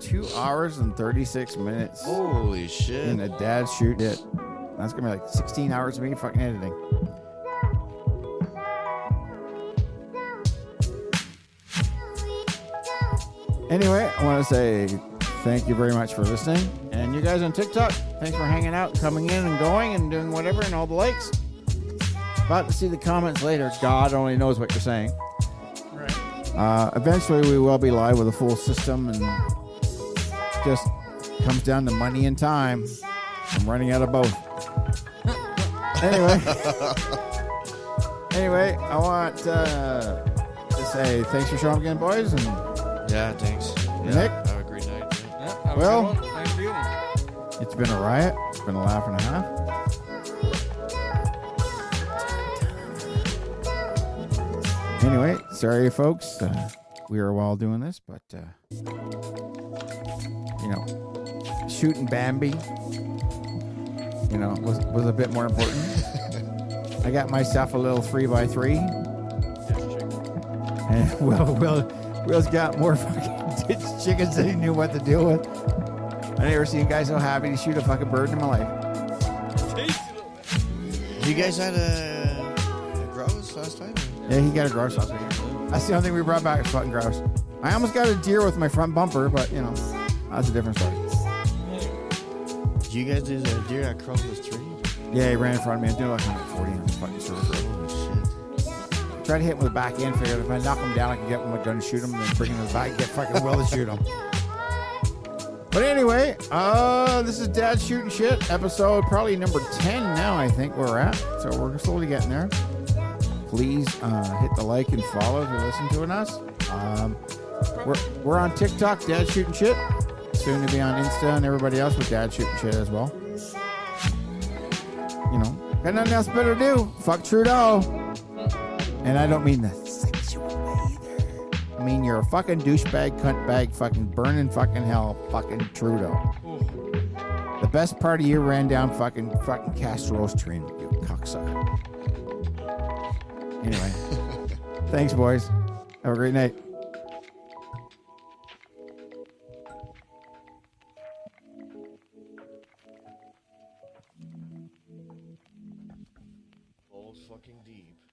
[SPEAKER 1] two hours and 36 minutes
[SPEAKER 2] Holy
[SPEAKER 1] in
[SPEAKER 2] shit!
[SPEAKER 1] a dad shoot it. That's gonna be like 16 hours of me fucking editing. Anyway, I want to say thank you very much for listening. And you guys on TikTok, thanks for hanging out and coming in and going and doing whatever and all the likes. About to see the comments later. God only knows what you're saying. Right. Uh, eventually, we will be live with a full system and just comes down to money and time. I'm running out of both. anyway. anyway, I want uh, to say thanks for showing up again, boys. And
[SPEAKER 2] Yeah, thanks. Yeah,
[SPEAKER 1] Nick?
[SPEAKER 2] have a great night. yeah.
[SPEAKER 3] Yeah, have a good
[SPEAKER 1] Well-
[SPEAKER 3] one. Thank you.
[SPEAKER 1] It's been a riot. It's been a laugh and a half. Anyway, sorry, folks. Uh, we were while doing this, but, uh, you know, shooting Bambi, you know, was, was a bit more important. I got myself a little 3 by 3 And Will, Will, Will's got more fucking ditch chickens than he knew what to deal with. I never seen guys so happy to shoot a fucking bird in my life.
[SPEAKER 2] You guys had a, a grouse last time?
[SPEAKER 1] Yeah, he got a grouse last week. That's the only thing we brought back is fucking grouse. I almost got a deer with my front bumper, but you know, that's a different story.
[SPEAKER 2] You guys did a deer across the street?
[SPEAKER 1] Yeah, he ran in front of me. I did like 140 on the fucking surface.
[SPEAKER 2] Holy shit.
[SPEAKER 1] Tried to hit him with the back end, figured if I knock him down, I can get with my gun and shoot him, and then bring him to the back, and get fucking Will to shoot him. But anyway, uh, this is Dad Shooting Shit, episode probably number 10 now, I think we're at. So we're slowly getting there. Please uh, hit the like and follow if you're listening to us. Um, we're, we're on TikTok, Dad Shooting Shit. Soon to be on Insta and everybody else with Dad Shooting Shit as well. You know, got nothing else better to do. Fuck Trudeau. And I don't mean the sexual way either. I mean you're a fucking douchebag, cunt bag, fucking burning fucking hell, fucking Trudeau. The best part of you ran down fucking fucking Castro's train, you cocksucker. Anyway, thanks, boys. Have a great night.
[SPEAKER 2] Balls fucking deep.